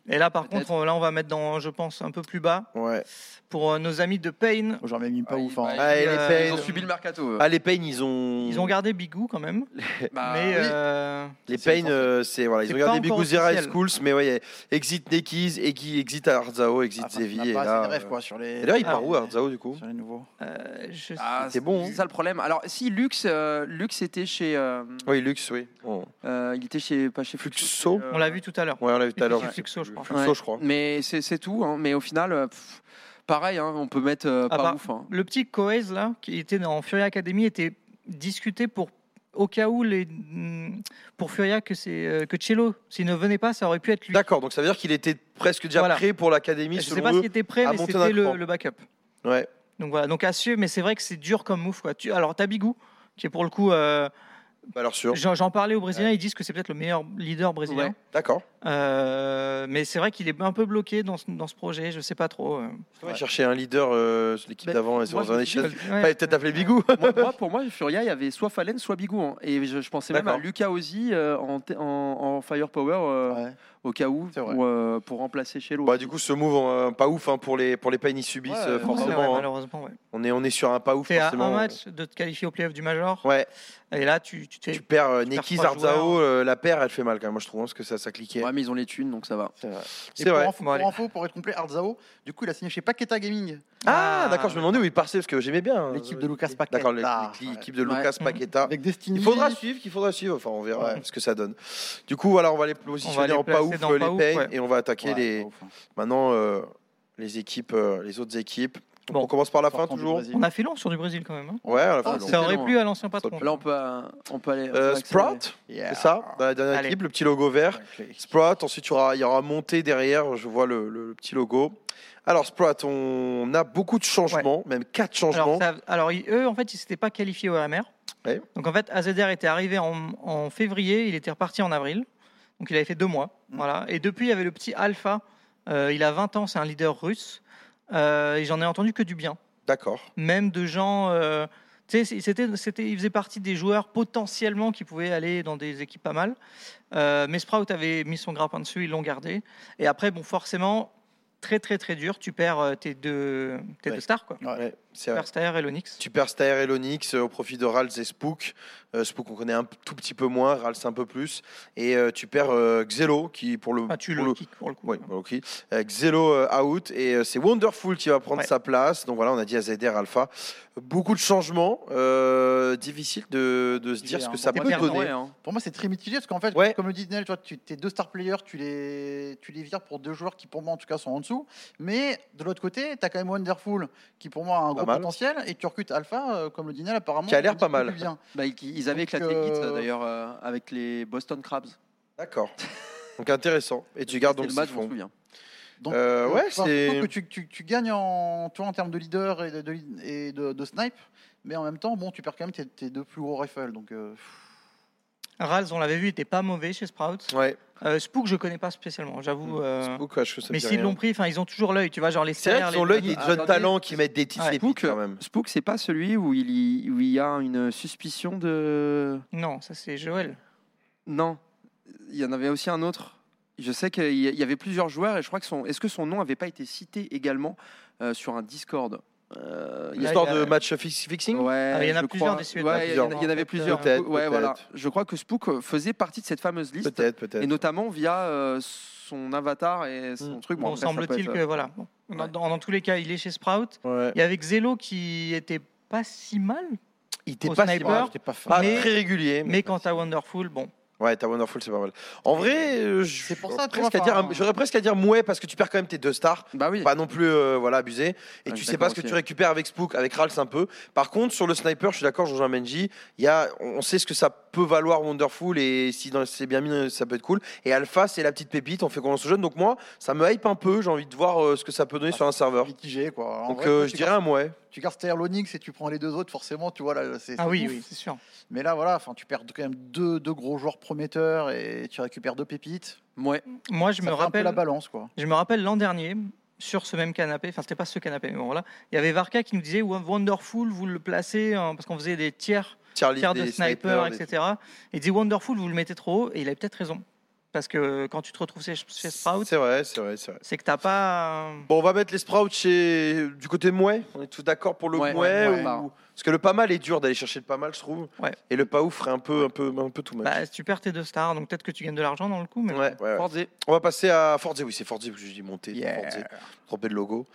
[SPEAKER 4] Et là, par
[SPEAKER 3] Peut-être.
[SPEAKER 4] contre, on- là, on va mettre dans, je pense, un peu plus bas
[SPEAKER 1] Ouais.
[SPEAKER 4] pour euh, nos amis de Pain.
[SPEAKER 2] J'en ai mis pas
[SPEAKER 1] Ah,
[SPEAKER 3] Ouais,
[SPEAKER 2] ouf.
[SPEAKER 3] il-
[SPEAKER 2] hein.
[SPEAKER 3] bah,
[SPEAKER 1] Allez,
[SPEAKER 4] euh,
[SPEAKER 1] Payne.
[SPEAKER 3] Ils ont subi le mercato. eux.
[SPEAKER 1] Ah, les Payne, ils ont.
[SPEAKER 4] Ils ont gardé Bigou quand même,
[SPEAKER 3] Bah,
[SPEAKER 4] mais
[SPEAKER 3] oui.
[SPEAKER 4] euh,
[SPEAKER 1] Les
[SPEAKER 3] C'est
[SPEAKER 1] Payne, euh, c'est. Voilà, ils
[SPEAKER 4] C'est
[SPEAKER 1] ont
[SPEAKER 4] pas
[SPEAKER 1] gardé
[SPEAKER 4] encore
[SPEAKER 1] Biguzera et
[SPEAKER 4] officiel.
[SPEAKER 1] Schools, mais ouais, il y a Exit Nekis, Egi- Exit Arzao, Exit
[SPEAKER 2] Enfin,
[SPEAKER 1] Zevi.
[SPEAKER 2] on
[SPEAKER 1] Et
[SPEAKER 2] a pas
[SPEAKER 1] là,
[SPEAKER 2] assez de rêves,
[SPEAKER 1] euh,
[SPEAKER 2] quoi, sur les.
[SPEAKER 1] et d'ailleurs, il
[SPEAKER 2] sur
[SPEAKER 1] part
[SPEAKER 4] Ah.
[SPEAKER 2] les-
[SPEAKER 1] où, Arzao, du coup
[SPEAKER 2] Sur les nouveaux.
[SPEAKER 4] euh, je-
[SPEAKER 3] ah,
[SPEAKER 1] c'est bon, hein.
[SPEAKER 3] C'est ça le problème. Alors, si Lux, euh, Lux était chez. euh,
[SPEAKER 1] Oui, Lux, oui. Bon.
[SPEAKER 3] euh, il était chez. Pas chez
[SPEAKER 1] Fluxo.
[SPEAKER 3] Fluxo. mais, euh,
[SPEAKER 4] on l'a vu tout à l'heure.
[SPEAKER 1] Ouais, on l'a vu tout à l'heure.
[SPEAKER 4] C'était Fluxo, je crois.
[SPEAKER 1] Fluxo,
[SPEAKER 3] Ouais.
[SPEAKER 1] je crois.
[SPEAKER 3] Mais c'est c'est tout. hein. Mais au final, euh, pff, pareil, hein, on peut mettre euh,
[SPEAKER 4] Ah
[SPEAKER 3] pas
[SPEAKER 4] bah.
[SPEAKER 3] ouf. hein.
[SPEAKER 4] Le petit Coez là, qui était dans Furia Academy, était discuté pour au cas où les hmm, pour Furia que c'est euh, que Cello, s'il ne venait pas, ça aurait pu être lui.
[SPEAKER 1] D'accord, donc ça veut dire qu'il était presque déjà
[SPEAKER 4] Voilà.
[SPEAKER 1] prêt pour l'académie,
[SPEAKER 4] Je sais
[SPEAKER 1] selon
[SPEAKER 4] pas s'il
[SPEAKER 1] eux.
[SPEAKER 4] était prêt,
[SPEAKER 1] à
[SPEAKER 4] mais
[SPEAKER 1] monter
[SPEAKER 4] c'était
[SPEAKER 1] d'un cran.
[SPEAKER 4] le, le backup.
[SPEAKER 1] Ouais.
[SPEAKER 4] Donc voilà, donc à suivre, mais c'est vrai que c'est dur comme move quoi. Tu, alors t'as Bigou, qui est pour le coup, euh,
[SPEAKER 1] Bah, alors sûr.
[SPEAKER 4] j'en j'en parlais aux Brésiliens, ils disent que c'est peut-être le meilleur leader brésilien.
[SPEAKER 3] Ouais.
[SPEAKER 1] D'accord.
[SPEAKER 4] Euh, mais c'est vrai qu'il est un peu bloqué dans ce, dans ce projet, je sais pas trop. euh.
[SPEAKER 1] Ouais. Chercher un leader, euh, l'équipe
[SPEAKER 3] Ben,
[SPEAKER 1] d'avant, et
[SPEAKER 3] moi, je me suis
[SPEAKER 1] Nation.
[SPEAKER 4] Ouais.
[SPEAKER 1] Fallait peut-être appeler Bigou.
[SPEAKER 3] moi, moi, pour moi, Furia, il y avait soit Fallen, soit Bigou. hein. Et je, je pensais même à
[SPEAKER 1] D'accord.
[SPEAKER 3] Lucas Ozzy euh, en, t- en- en Firepower euh,
[SPEAKER 2] Ouais.
[SPEAKER 3] au cas où
[SPEAKER 2] C'est vrai.
[SPEAKER 3] pour, euh, pour remplacer Chelo.
[SPEAKER 1] Bah, du coup, ce move, euh, pas ouf hein, pour les pour les Pain, ils subissent
[SPEAKER 2] Ouais,
[SPEAKER 1] euh,
[SPEAKER 2] ouais,
[SPEAKER 4] Ouais,
[SPEAKER 1] forcément.
[SPEAKER 4] ouais,
[SPEAKER 1] hein.
[SPEAKER 4] malheureusement, ouais.
[SPEAKER 1] On est on est sur un pas ouf
[SPEAKER 4] T'es à
[SPEAKER 1] forcément. euh,
[SPEAKER 4] un match de te qualifier au playoff du Major.
[SPEAKER 1] Ouais,
[SPEAKER 4] Et là, tu, tu, tu
[SPEAKER 1] tu perds euh, Nekis,
[SPEAKER 4] trois joueurs.
[SPEAKER 1] Arzao, euh, la paire, elle fait mal quand même, moi je trouve, hein, parce que ça, ça cliquait.
[SPEAKER 3] Ouais, mais ils ont les thunes, donc ça va.
[SPEAKER 2] C'est vrai. Et
[SPEAKER 1] C'est
[SPEAKER 2] pour
[SPEAKER 1] vrai.
[SPEAKER 2] info-
[SPEAKER 4] Bon, allez.
[SPEAKER 2] pour info, pour être complet, Arzao, du coup, il a signé chez Paqueta Gaming.
[SPEAKER 1] Ah, d'accord, je me demandais où il partait, parce que j'aimais bien. hein.
[SPEAKER 2] L'équipe de Lucas Paqueta.
[SPEAKER 1] D'accord, l'équipe l'équipe de
[SPEAKER 3] Ouais.
[SPEAKER 1] Lucas Paqueta.
[SPEAKER 2] Avec Destiny.
[SPEAKER 1] Ah. Il faudra suivre, qu'il faudra suivre. Enfin, on verra
[SPEAKER 2] Ouais.
[SPEAKER 1] ce que ça donne. Du coup, voilà, on va les
[SPEAKER 4] On va
[SPEAKER 1] positionner
[SPEAKER 4] les
[SPEAKER 1] en pas
[SPEAKER 4] placer
[SPEAKER 1] ouf
[SPEAKER 4] dans
[SPEAKER 1] euh,
[SPEAKER 4] pas
[SPEAKER 1] les
[SPEAKER 4] ouf,
[SPEAKER 1] Pain
[SPEAKER 4] ouais.
[SPEAKER 1] et on va attaquer
[SPEAKER 2] Ouais,
[SPEAKER 1] les
[SPEAKER 2] pas ouf, hein.
[SPEAKER 1] maintenant euh, les équipes, euh, les autres équipes. Donc,
[SPEAKER 4] Bon.
[SPEAKER 1] on commence par la fin
[SPEAKER 2] Sortant du
[SPEAKER 1] toujours.
[SPEAKER 2] Brésil.
[SPEAKER 4] On a fait long sur du Brésil quand même. hein.
[SPEAKER 1] Ouais, à la
[SPEAKER 3] Oh,
[SPEAKER 1] fin.
[SPEAKER 3] c'est
[SPEAKER 1] donc.
[SPEAKER 4] Ça aurait
[SPEAKER 3] long,
[SPEAKER 4] plu à l'ancien patron.
[SPEAKER 3] Là, on peut, euh, on peut aller. on peut
[SPEAKER 1] Euh,
[SPEAKER 3] accélérer.
[SPEAKER 1] Sprout,
[SPEAKER 2] Yeah.
[SPEAKER 1] c'est ça, dans la dernière
[SPEAKER 4] Allez.
[SPEAKER 1] équipe, le petit logo vert.
[SPEAKER 2] Ouais,
[SPEAKER 1] Sprout, ensuite il y aura, il y aura monté derrière, je vois le, le- le petit logo. Alors Sprout, on a beaucoup de changements, même quatre changements.
[SPEAKER 4] Alors, ça- alors, ils- eux, en fait, ils s'étaient pas qualifiés au RMR.
[SPEAKER 1] Ouais.
[SPEAKER 4] Donc, en fait, AZR était arrivé en, en février, il était reparti en avril. Donc, il avait fait deux mois.
[SPEAKER 2] Mm.
[SPEAKER 4] Voilà. Et depuis, il y avait le petit Alpha. Euh, il a 20 ans, c'est un leader russe. Euh, et j'en ai entendu que du bien.
[SPEAKER 1] D'accord.
[SPEAKER 4] Même de gens. euh, tu sais, c'était, c'était, il faisait partie des joueurs potentiellement qui pouvaient aller dans des équipes pas mal. Euh, mais Sprout avait mis son grappin dessus, ils l'ont gardé. Et après, bon, forcément, très, très, très dur. Tu perds euh, tes deux, tes
[SPEAKER 1] Ouais.
[SPEAKER 4] deux stars, quoi.
[SPEAKER 1] Ouais. C'est vrai.
[SPEAKER 4] Superstar et l'Onyx.
[SPEAKER 1] Superstar et l'Onyx euh, au profit de Rals et Spook. Euh, Spook, on connaît un p- tout petit peu moins, Rals un peu plus. Et euh, tu perds euh, Xelo, qui pour le.
[SPEAKER 4] Ah, tu
[SPEAKER 1] pour
[SPEAKER 4] le kicks pour le coup.
[SPEAKER 1] Ouais, bah, ok. Euh, Xelo euh, out et euh, c'est Wonderful qui va prendre
[SPEAKER 4] Ouais.
[SPEAKER 1] sa place. Donc voilà, on a dit AZR Alpha. Beaucoup de changements. euh, difficile de, de se
[SPEAKER 2] Il
[SPEAKER 1] dire
[SPEAKER 2] est
[SPEAKER 1] ce
[SPEAKER 2] un
[SPEAKER 1] que ça
[SPEAKER 2] bon
[SPEAKER 1] peut
[SPEAKER 2] perdant,
[SPEAKER 1] donner.
[SPEAKER 3] Ouais, hein.
[SPEAKER 2] Pour moi, c'est très mitigé parce qu'en fait,
[SPEAKER 1] Ouais.
[SPEAKER 2] comme le dit Nel, toi, tu tes deux star players, tu les, tu les vires pour deux joueurs qui, pour moi, en tout cas, sont en dessous. Mais de l'autre côté, tu as quand même Wonderful qui, pour moi, a un gros
[SPEAKER 1] mal.
[SPEAKER 2] potentiel et tu recrutes Alpha, euh, comme le dit Nel, apparemment.
[SPEAKER 1] Qui a l'air
[SPEAKER 2] on dit
[SPEAKER 1] pas
[SPEAKER 2] que
[SPEAKER 1] mal.
[SPEAKER 2] plus Bien.
[SPEAKER 3] Bah, ils, ils avaient
[SPEAKER 2] Donc,
[SPEAKER 3] éclaté le Git,
[SPEAKER 2] euh,
[SPEAKER 3] d'ailleurs euh, avec les Boston Crabs.
[SPEAKER 4] hein.
[SPEAKER 1] D'accord. Donc intéressant. Et tu gardes
[SPEAKER 3] C'était
[SPEAKER 1] donc
[SPEAKER 3] le
[SPEAKER 1] ce
[SPEAKER 3] match, je m'en
[SPEAKER 1] fond.
[SPEAKER 3] souviens.
[SPEAKER 2] Donc,
[SPEAKER 1] Euh, ouais,
[SPEAKER 2] par
[SPEAKER 1] c'est-
[SPEAKER 2] contre, que tu, tu- tu gagnes en, toi, en termes de leader et de, de- et de- de snipe, mais en même temps, bon, tu perds quand même tes, tes deux plus gros rifles. Donc, euh,
[SPEAKER 4] Rals, on l'avait vu, était pas mauvais chez Sprout.
[SPEAKER 1] Ouais.
[SPEAKER 4] Euh, Spook, je connais pas spécialement, j'avoue. euh,
[SPEAKER 1] Spook, ouais, je- ça me
[SPEAKER 4] Mais
[SPEAKER 1] dit
[SPEAKER 4] s'ils
[SPEAKER 1] rien.
[SPEAKER 4] l'ont pris, enfin, ils ont toujours l'œil, tu vois, genre les
[SPEAKER 1] C'est vrai
[SPEAKER 4] serres,
[SPEAKER 1] qu'ils ont
[SPEAKER 4] les-
[SPEAKER 1] l'œil des
[SPEAKER 3] Ah,
[SPEAKER 1] jeunes
[SPEAKER 3] attendez.
[SPEAKER 1] talents qui mettent des titres
[SPEAKER 4] Ouais.
[SPEAKER 1] épiques
[SPEAKER 3] Spook,
[SPEAKER 1] quand même.
[SPEAKER 3] Spook, c'est pas celui où il, y, où il y a une suspicion de.
[SPEAKER 4] Ah, Non, ça c'est Joël.
[SPEAKER 3] Non, il y en avait aussi un autre. Je sais qu'il y il y avait plusieurs joueurs et je crois que son. Est-ce que son nom avait pas été cité également euh, sur un Discord Euh, il y a-
[SPEAKER 1] Histoire
[SPEAKER 4] il y
[SPEAKER 1] de
[SPEAKER 4] a-
[SPEAKER 1] match fix- fixing
[SPEAKER 3] Ouais,
[SPEAKER 4] Ah, il y en a
[SPEAKER 3] je
[SPEAKER 4] plusieurs
[SPEAKER 3] crois.
[SPEAKER 4] des Suédois,
[SPEAKER 3] Ouais, il y en a-
[SPEAKER 4] plusieurs,
[SPEAKER 3] il y en
[SPEAKER 4] en
[SPEAKER 3] avait
[SPEAKER 4] fait.
[SPEAKER 3] plusieurs.
[SPEAKER 1] Peut-être,
[SPEAKER 3] Ouais, voilà.
[SPEAKER 1] peut-être.
[SPEAKER 3] Je crois que Spook euh, faisait partie de cette fameuse liste
[SPEAKER 1] Peut-être, peut-être.
[SPEAKER 3] et notamment via euh, son avatar et son
[SPEAKER 1] Mm.
[SPEAKER 3] truc.
[SPEAKER 4] Bon,
[SPEAKER 3] après, ça peut
[SPEAKER 4] semble-t-il
[SPEAKER 3] être-
[SPEAKER 4] que voilà. Bon. Dans,
[SPEAKER 3] Ouais.
[SPEAKER 4] dans- dans tous les cas, il est chez Sprout.
[SPEAKER 1] Ouais.
[SPEAKER 4] Il y avait Xelo qui était pas si mal,
[SPEAKER 1] Il était
[SPEAKER 4] Au
[SPEAKER 1] pas si
[SPEAKER 4] sniper,
[SPEAKER 1] mal.
[SPEAKER 4] Peur,
[SPEAKER 2] j'étais pas fan.
[SPEAKER 1] Pas
[SPEAKER 4] mais-
[SPEAKER 1] très régulier.
[SPEAKER 4] mais quant à Wonderful, bon.
[SPEAKER 1] Ouais, ta Wonderful, c'est pas mal. En vrai, euh, je-
[SPEAKER 2] C'est pour
[SPEAKER 1] j'aurais
[SPEAKER 2] ça, tu vois,
[SPEAKER 1] presque à dire-
[SPEAKER 2] enfin-
[SPEAKER 1] j'aurais presque à dire mouais parce que tu perds quand même tes deux stars.
[SPEAKER 3] Bah oui.
[SPEAKER 1] Pas non plus euh, voilà, abusé. Et
[SPEAKER 3] Ouais,
[SPEAKER 1] tu
[SPEAKER 3] je suis
[SPEAKER 1] sais pas
[SPEAKER 3] d'accord
[SPEAKER 1] ce que
[SPEAKER 3] aussi.
[SPEAKER 1] tu récupères avec Spook, avec Rals un peu. Par contre, sur le sniper, je suis d'accord, jean Menji, il y a, on sait ce que ça peut valoir Wonderful et si dans- c'est bien mis, ça peut être cool. Et Alpha, c'est la petite pépite, on fait confiance aux jeunes. Donc moi, ça me hype un peu, j'ai envie de voir euh, ce que ça peut donner sur un serveur.
[SPEAKER 2] Mitigé, quoi. En
[SPEAKER 1] Donc
[SPEAKER 2] vrai,
[SPEAKER 1] euh,
[SPEAKER 2] quand
[SPEAKER 1] je
[SPEAKER 2] tu
[SPEAKER 1] dirais un mouais.
[SPEAKER 2] tu gardes Terre l'Onyx et tu prends les deux autres, forcément, tu vois, là, c'est.
[SPEAKER 4] Ah
[SPEAKER 2] c'est
[SPEAKER 4] oui,
[SPEAKER 2] ouf.
[SPEAKER 4] oui, c'est sûr.
[SPEAKER 2] Mais là, voilà, enfin, tu perds quand même deux, deux gros joueurs prometteurs et tu récupères deux pépites.
[SPEAKER 3] Ouais.
[SPEAKER 4] Moi, je
[SPEAKER 2] Ça
[SPEAKER 4] me
[SPEAKER 2] fait un peu
[SPEAKER 4] rappelle.
[SPEAKER 2] la balance, quoi.
[SPEAKER 4] Je me rappelle l'an dernier, sur ce même canapé, enfin c'était pas ce canapé, mais bon voilà, il y avait Varka qui nous disait Wo- Wonderful, vous le placez, en- parce qu'on faisait des tiers,
[SPEAKER 1] Charlie,
[SPEAKER 4] tiers de
[SPEAKER 1] des
[SPEAKER 4] sniper,
[SPEAKER 1] snipers, des-
[SPEAKER 4] etc. Il dit Wonderful, vous le mettez trop haut, et il avait peut-être raison. Parce que quand tu te retrouves chez, chez Sprout,
[SPEAKER 1] C'est vrai, c'est vrai, c'est vrai.
[SPEAKER 4] c'est que t'as pas. euh,
[SPEAKER 1] Bon, on va mettre les sprouts chez... du côté mouais. On est tous d'accord pour le
[SPEAKER 3] Ouais,
[SPEAKER 1] mouais. ou-
[SPEAKER 3] ouais, ouais.
[SPEAKER 1] Parce que le pas mal est dur d'aller chercher le pas mal, je trouve.
[SPEAKER 4] Ouais.
[SPEAKER 1] Et le pas ouf ferait un peu, un peu, un peu tout mal.
[SPEAKER 4] Bah, tu perds tes deux stars, donc peut-être que tu gagnes de l'argent dans le coup, mais.
[SPEAKER 1] Ouais, ouais, ouais.
[SPEAKER 3] Forzé.
[SPEAKER 1] On va passer à Forze. Oui, c'est Forze que je dis monter. Forze. Trompé de logo.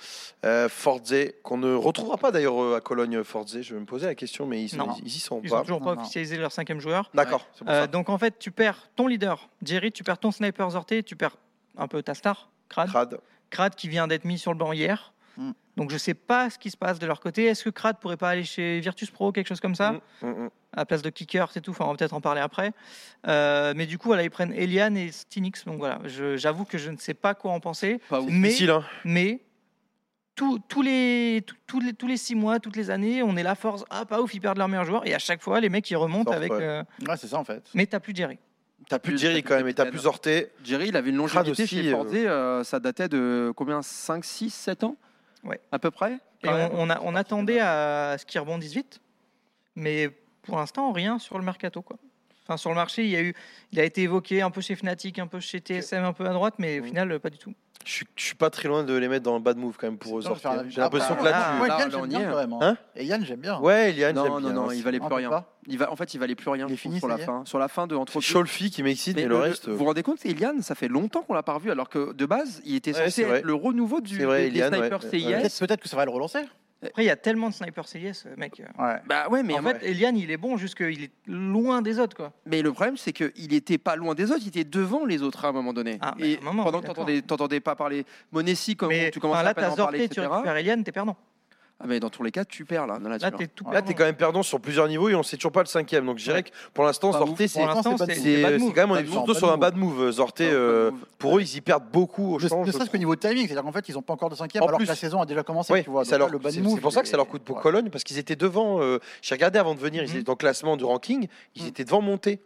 [SPEAKER 1] Euh, Forze, qu'on ne retrouvera pas d'ailleurs euh, à Cologne, Forze. Je vais me poser la question, mais ils,
[SPEAKER 4] Non.
[SPEAKER 1] ils, ils y sont
[SPEAKER 4] Ils
[SPEAKER 1] pas.
[SPEAKER 4] ont toujours
[SPEAKER 2] Non,
[SPEAKER 4] pas
[SPEAKER 2] non.
[SPEAKER 4] officialisé leur cinquième joueur.
[SPEAKER 1] D'accord. c'est pour
[SPEAKER 4] Euh,
[SPEAKER 1] ça.
[SPEAKER 4] donc en fait, tu perds ton leader, Jerry, tu perds ton sniper Zorté, tu perds un peu ta star, Crad.
[SPEAKER 1] Crade.
[SPEAKER 4] Crad qui vient d'être mis sur le banc hier.
[SPEAKER 1] Hmm.
[SPEAKER 2] Mm.
[SPEAKER 4] Donc je sais pas ce qui se passe de leur côté. Est-ce que Crad pourrait pas aller chez Virtus Pro, quelque chose comme ça,
[SPEAKER 1] Mm, mm, mm.
[SPEAKER 4] à la place de Kicker, c'est tout. Enfin, on va peut-être en parler après. Euh, mais du coup, voilà, ils prennent Eliane et Stinix. Donc voilà, je- j'avoue que je ne sais pas quoi en penser.
[SPEAKER 3] Pas ouf.
[SPEAKER 4] Mais,
[SPEAKER 1] Difficile, hein.
[SPEAKER 4] mais tous- tous les, tous- tous les tous les six mois, toutes les années, on est la force. Ah pas ouf, ils perdent leur meilleur joueur et à chaque fois, les mecs ils remontent
[SPEAKER 1] Force,
[SPEAKER 4] avec.
[SPEAKER 1] ouais.
[SPEAKER 4] euh,
[SPEAKER 2] Ouais, c'est ça, en fait.
[SPEAKER 4] mais t'as plus Jerry.
[SPEAKER 1] T'as plus de Jerry quand même, et t'as plus Orté.
[SPEAKER 3] Jerry, il avait une
[SPEAKER 1] Crade
[SPEAKER 3] longévité
[SPEAKER 1] aussi,
[SPEAKER 3] chez
[SPEAKER 1] euh.
[SPEAKER 3] Forzé, euh, ça datait de combien 5, 6, 7 ans
[SPEAKER 4] Ouais.
[SPEAKER 3] À peu près
[SPEAKER 4] Et on, on a- on attendait à ce qu'ils rebondissent vite, mais pour l'instant, rien sur le mercato. Quoi. Enfin, sur le marché, il, y a eu, il a été évoqué un peu chez Fnatic, un peu chez TSM, un peu à droite, mais au
[SPEAKER 1] Mhm.
[SPEAKER 4] final, euh, pas du tout.
[SPEAKER 1] Je suis- je suis pas très loin de les mettre dans le bad move quand même pour eux
[SPEAKER 2] Non, je vais faire la-
[SPEAKER 1] Orté. J'ai l'impression
[SPEAKER 2] Ah,
[SPEAKER 1] que
[SPEAKER 2] bah,
[SPEAKER 1] là-dessus.
[SPEAKER 2] Moi,
[SPEAKER 3] là,
[SPEAKER 2] Yann,
[SPEAKER 3] là, on
[SPEAKER 2] j'aime
[SPEAKER 3] y
[SPEAKER 2] bien
[SPEAKER 3] est.
[SPEAKER 2] quand même. hein.
[SPEAKER 1] Hein
[SPEAKER 2] et Yann, j'aime bien.
[SPEAKER 1] Ouais, Eliane, j'aime
[SPEAKER 3] Non,
[SPEAKER 1] bien. hein,
[SPEAKER 3] non, non, il valait
[SPEAKER 2] Un
[SPEAKER 3] plus
[SPEAKER 2] peu
[SPEAKER 3] rien.
[SPEAKER 2] pas.
[SPEAKER 3] Il va, en fait, il valait plus rien
[SPEAKER 2] Il est
[SPEAKER 3] je trouve,
[SPEAKER 2] fini,
[SPEAKER 3] sur
[SPEAKER 2] ça
[SPEAKER 3] la
[SPEAKER 2] y est.
[SPEAKER 3] fin. Sur la fin de entre
[SPEAKER 1] C'est Cholfi qui m'excite, mais, le, reste. euh.
[SPEAKER 3] Vous vous rendez compte, Eliane, ça fait longtemps qu'on l'a pas revu, alors que de base, il était
[SPEAKER 1] Ouais,
[SPEAKER 3] censé
[SPEAKER 1] c'est vrai.
[SPEAKER 3] être le renouveau du
[SPEAKER 1] C'est vrai,
[SPEAKER 3] des- des
[SPEAKER 1] Eliane,
[SPEAKER 3] snipers
[SPEAKER 1] ouais.
[SPEAKER 3] CIS.
[SPEAKER 1] Ouais.
[SPEAKER 2] Peut-être peut-être que ça va le relancer.
[SPEAKER 4] Après, il y a tellement de snipers CIS, euh, mec.
[SPEAKER 2] Ouais.
[SPEAKER 3] Bah ouais, mais
[SPEAKER 4] en fait, Eliane, il est bon, juste qu'il est loin des autres. Quoi.
[SPEAKER 3] Mais le problème, c'est qu'il était pas loin des autres, il était devant les autres à un moment donné.
[SPEAKER 4] Ah, mais
[SPEAKER 3] et
[SPEAKER 4] à un moment,
[SPEAKER 3] pendant que
[SPEAKER 4] d'accord.
[SPEAKER 3] t'entendais, t'entendais pas parler Monessi, comme
[SPEAKER 4] mais
[SPEAKER 3] tu commences
[SPEAKER 4] enfin, là,
[SPEAKER 3] à peine
[SPEAKER 4] t'as
[SPEAKER 3] en parler,
[SPEAKER 4] Zorté, tu
[SPEAKER 3] etc.
[SPEAKER 4] récupères Eliane, t'es perdant.
[SPEAKER 3] Ah, mais dans tous les cas, tu perds là. dans la
[SPEAKER 4] Là,
[SPEAKER 3] tueur.
[SPEAKER 4] t'es tout
[SPEAKER 1] Là, t'es
[SPEAKER 4] perdant.
[SPEAKER 1] quand même perdant sur plusieurs niveaux et on sait toujours pas le cinquième. Donc, je dirais que pour l'instant,
[SPEAKER 3] Pas
[SPEAKER 1] Zorté, c'est.
[SPEAKER 4] Pour l'instant,
[SPEAKER 2] c'est
[SPEAKER 4] c'est
[SPEAKER 1] C'est
[SPEAKER 4] c'est bad
[SPEAKER 1] c'est
[SPEAKER 4] move.
[SPEAKER 1] quand même, on est
[SPEAKER 2] Bad move,
[SPEAKER 1] surtout
[SPEAKER 2] bad
[SPEAKER 1] sur un
[SPEAKER 2] move.
[SPEAKER 1] bad move, Zorté.
[SPEAKER 3] Bad
[SPEAKER 1] euh,
[SPEAKER 3] move.
[SPEAKER 1] pour eux, ils y perdent beaucoup au
[SPEAKER 2] Ne,
[SPEAKER 1] change.
[SPEAKER 2] ne
[SPEAKER 1] je
[SPEAKER 2] serait-ce qu'au
[SPEAKER 1] trouve.
[SPEAKER 2] niveau de timing, c'est-à-dire qu'en fait, ils n'ont pas encore de cinquième
[SPEAKER 1] En
[SPEAKER 2] alors
[SPEAKER 1] plus.
[SPEAKER 2] que la saison a déjà commencé.
[SPEAKER 1] Ouais,
[SPEAKER 2] tu vois,
[SPEAKER 1] ça
[SPEAKER 2] Donc
[SPEAKER 1] leur-
[SPEAKER 2] là, le bad
[SPEAKER 1] c'est
[SPEAKER 2] move,
[SPEAKER 1] c'est pour ça que ça leur coûte pour
[SPEAKER 2] Ouais.
[SPEAKER 1] Cologne parce qu'ils étaient devant. euh, J'ai regardé avant de venir, ils
[SPEAKER 4] Mhm.
[SPEAKER 1] étaient dans le classement du ranking, ils
[SPEAKER 4] Mhm.
[SPEAKER 1] étaient devant Monté.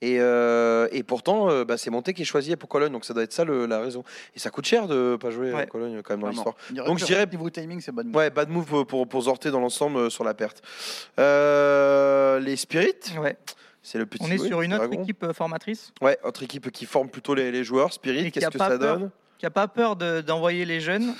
[SPEAKER 1] Et, euh, et pourtant, euh, bah, c'est Monté qui est choisi pour Cologne, donc ça doit être ça le- la raison. Et ça coûte cher de pas jouer à
[SPEAKER 4] Ouais.
[SPEAKER 1] Cologne quand même dans
[SPEAKER 3] Vraiment.
[SPEAKER 1] l'histoire.
[SPEAKER 2] Il y aurait
[SPEAKER 1] Donc,
[SPEAKER 2] plus
[SPEAKER 1] je dirais-
[SPEAKER 2] rien au niveau timing, c'est bad move.
[SPEAKER 1] Ouais, bad move pour, pour, pour Zorté dans l'ensemble euh, sur la perte. Euh, les Spirits,
[SPEAKER 4] Ouais.
[SPEAKER 1] c'est le petit.
[SPEAKER 4] On est
[SPEAKER 1] ouais,
[SPEAKER 4] sur une autre
[SPEAKER 1] dragon.
[SPEAKER 4] équipe euh, formatrice.
[SPEAKER 1] Ouais, autre équipe qui forme plutôt les, les joueurs. Spirit,
[SPEAKER 4] Et qui
[SPEAKER 1] qu'est-ce
[SPEAKER 4] a
[SPEAKER 1] que
[SPEAKER 4] pas
[SPEAKER 1] ça
[SPEAKER 4] peur.
[SPEAKER 1] donne
[SPEAKER 4] qui n'a pas peur de- d'envoyer les jeunes,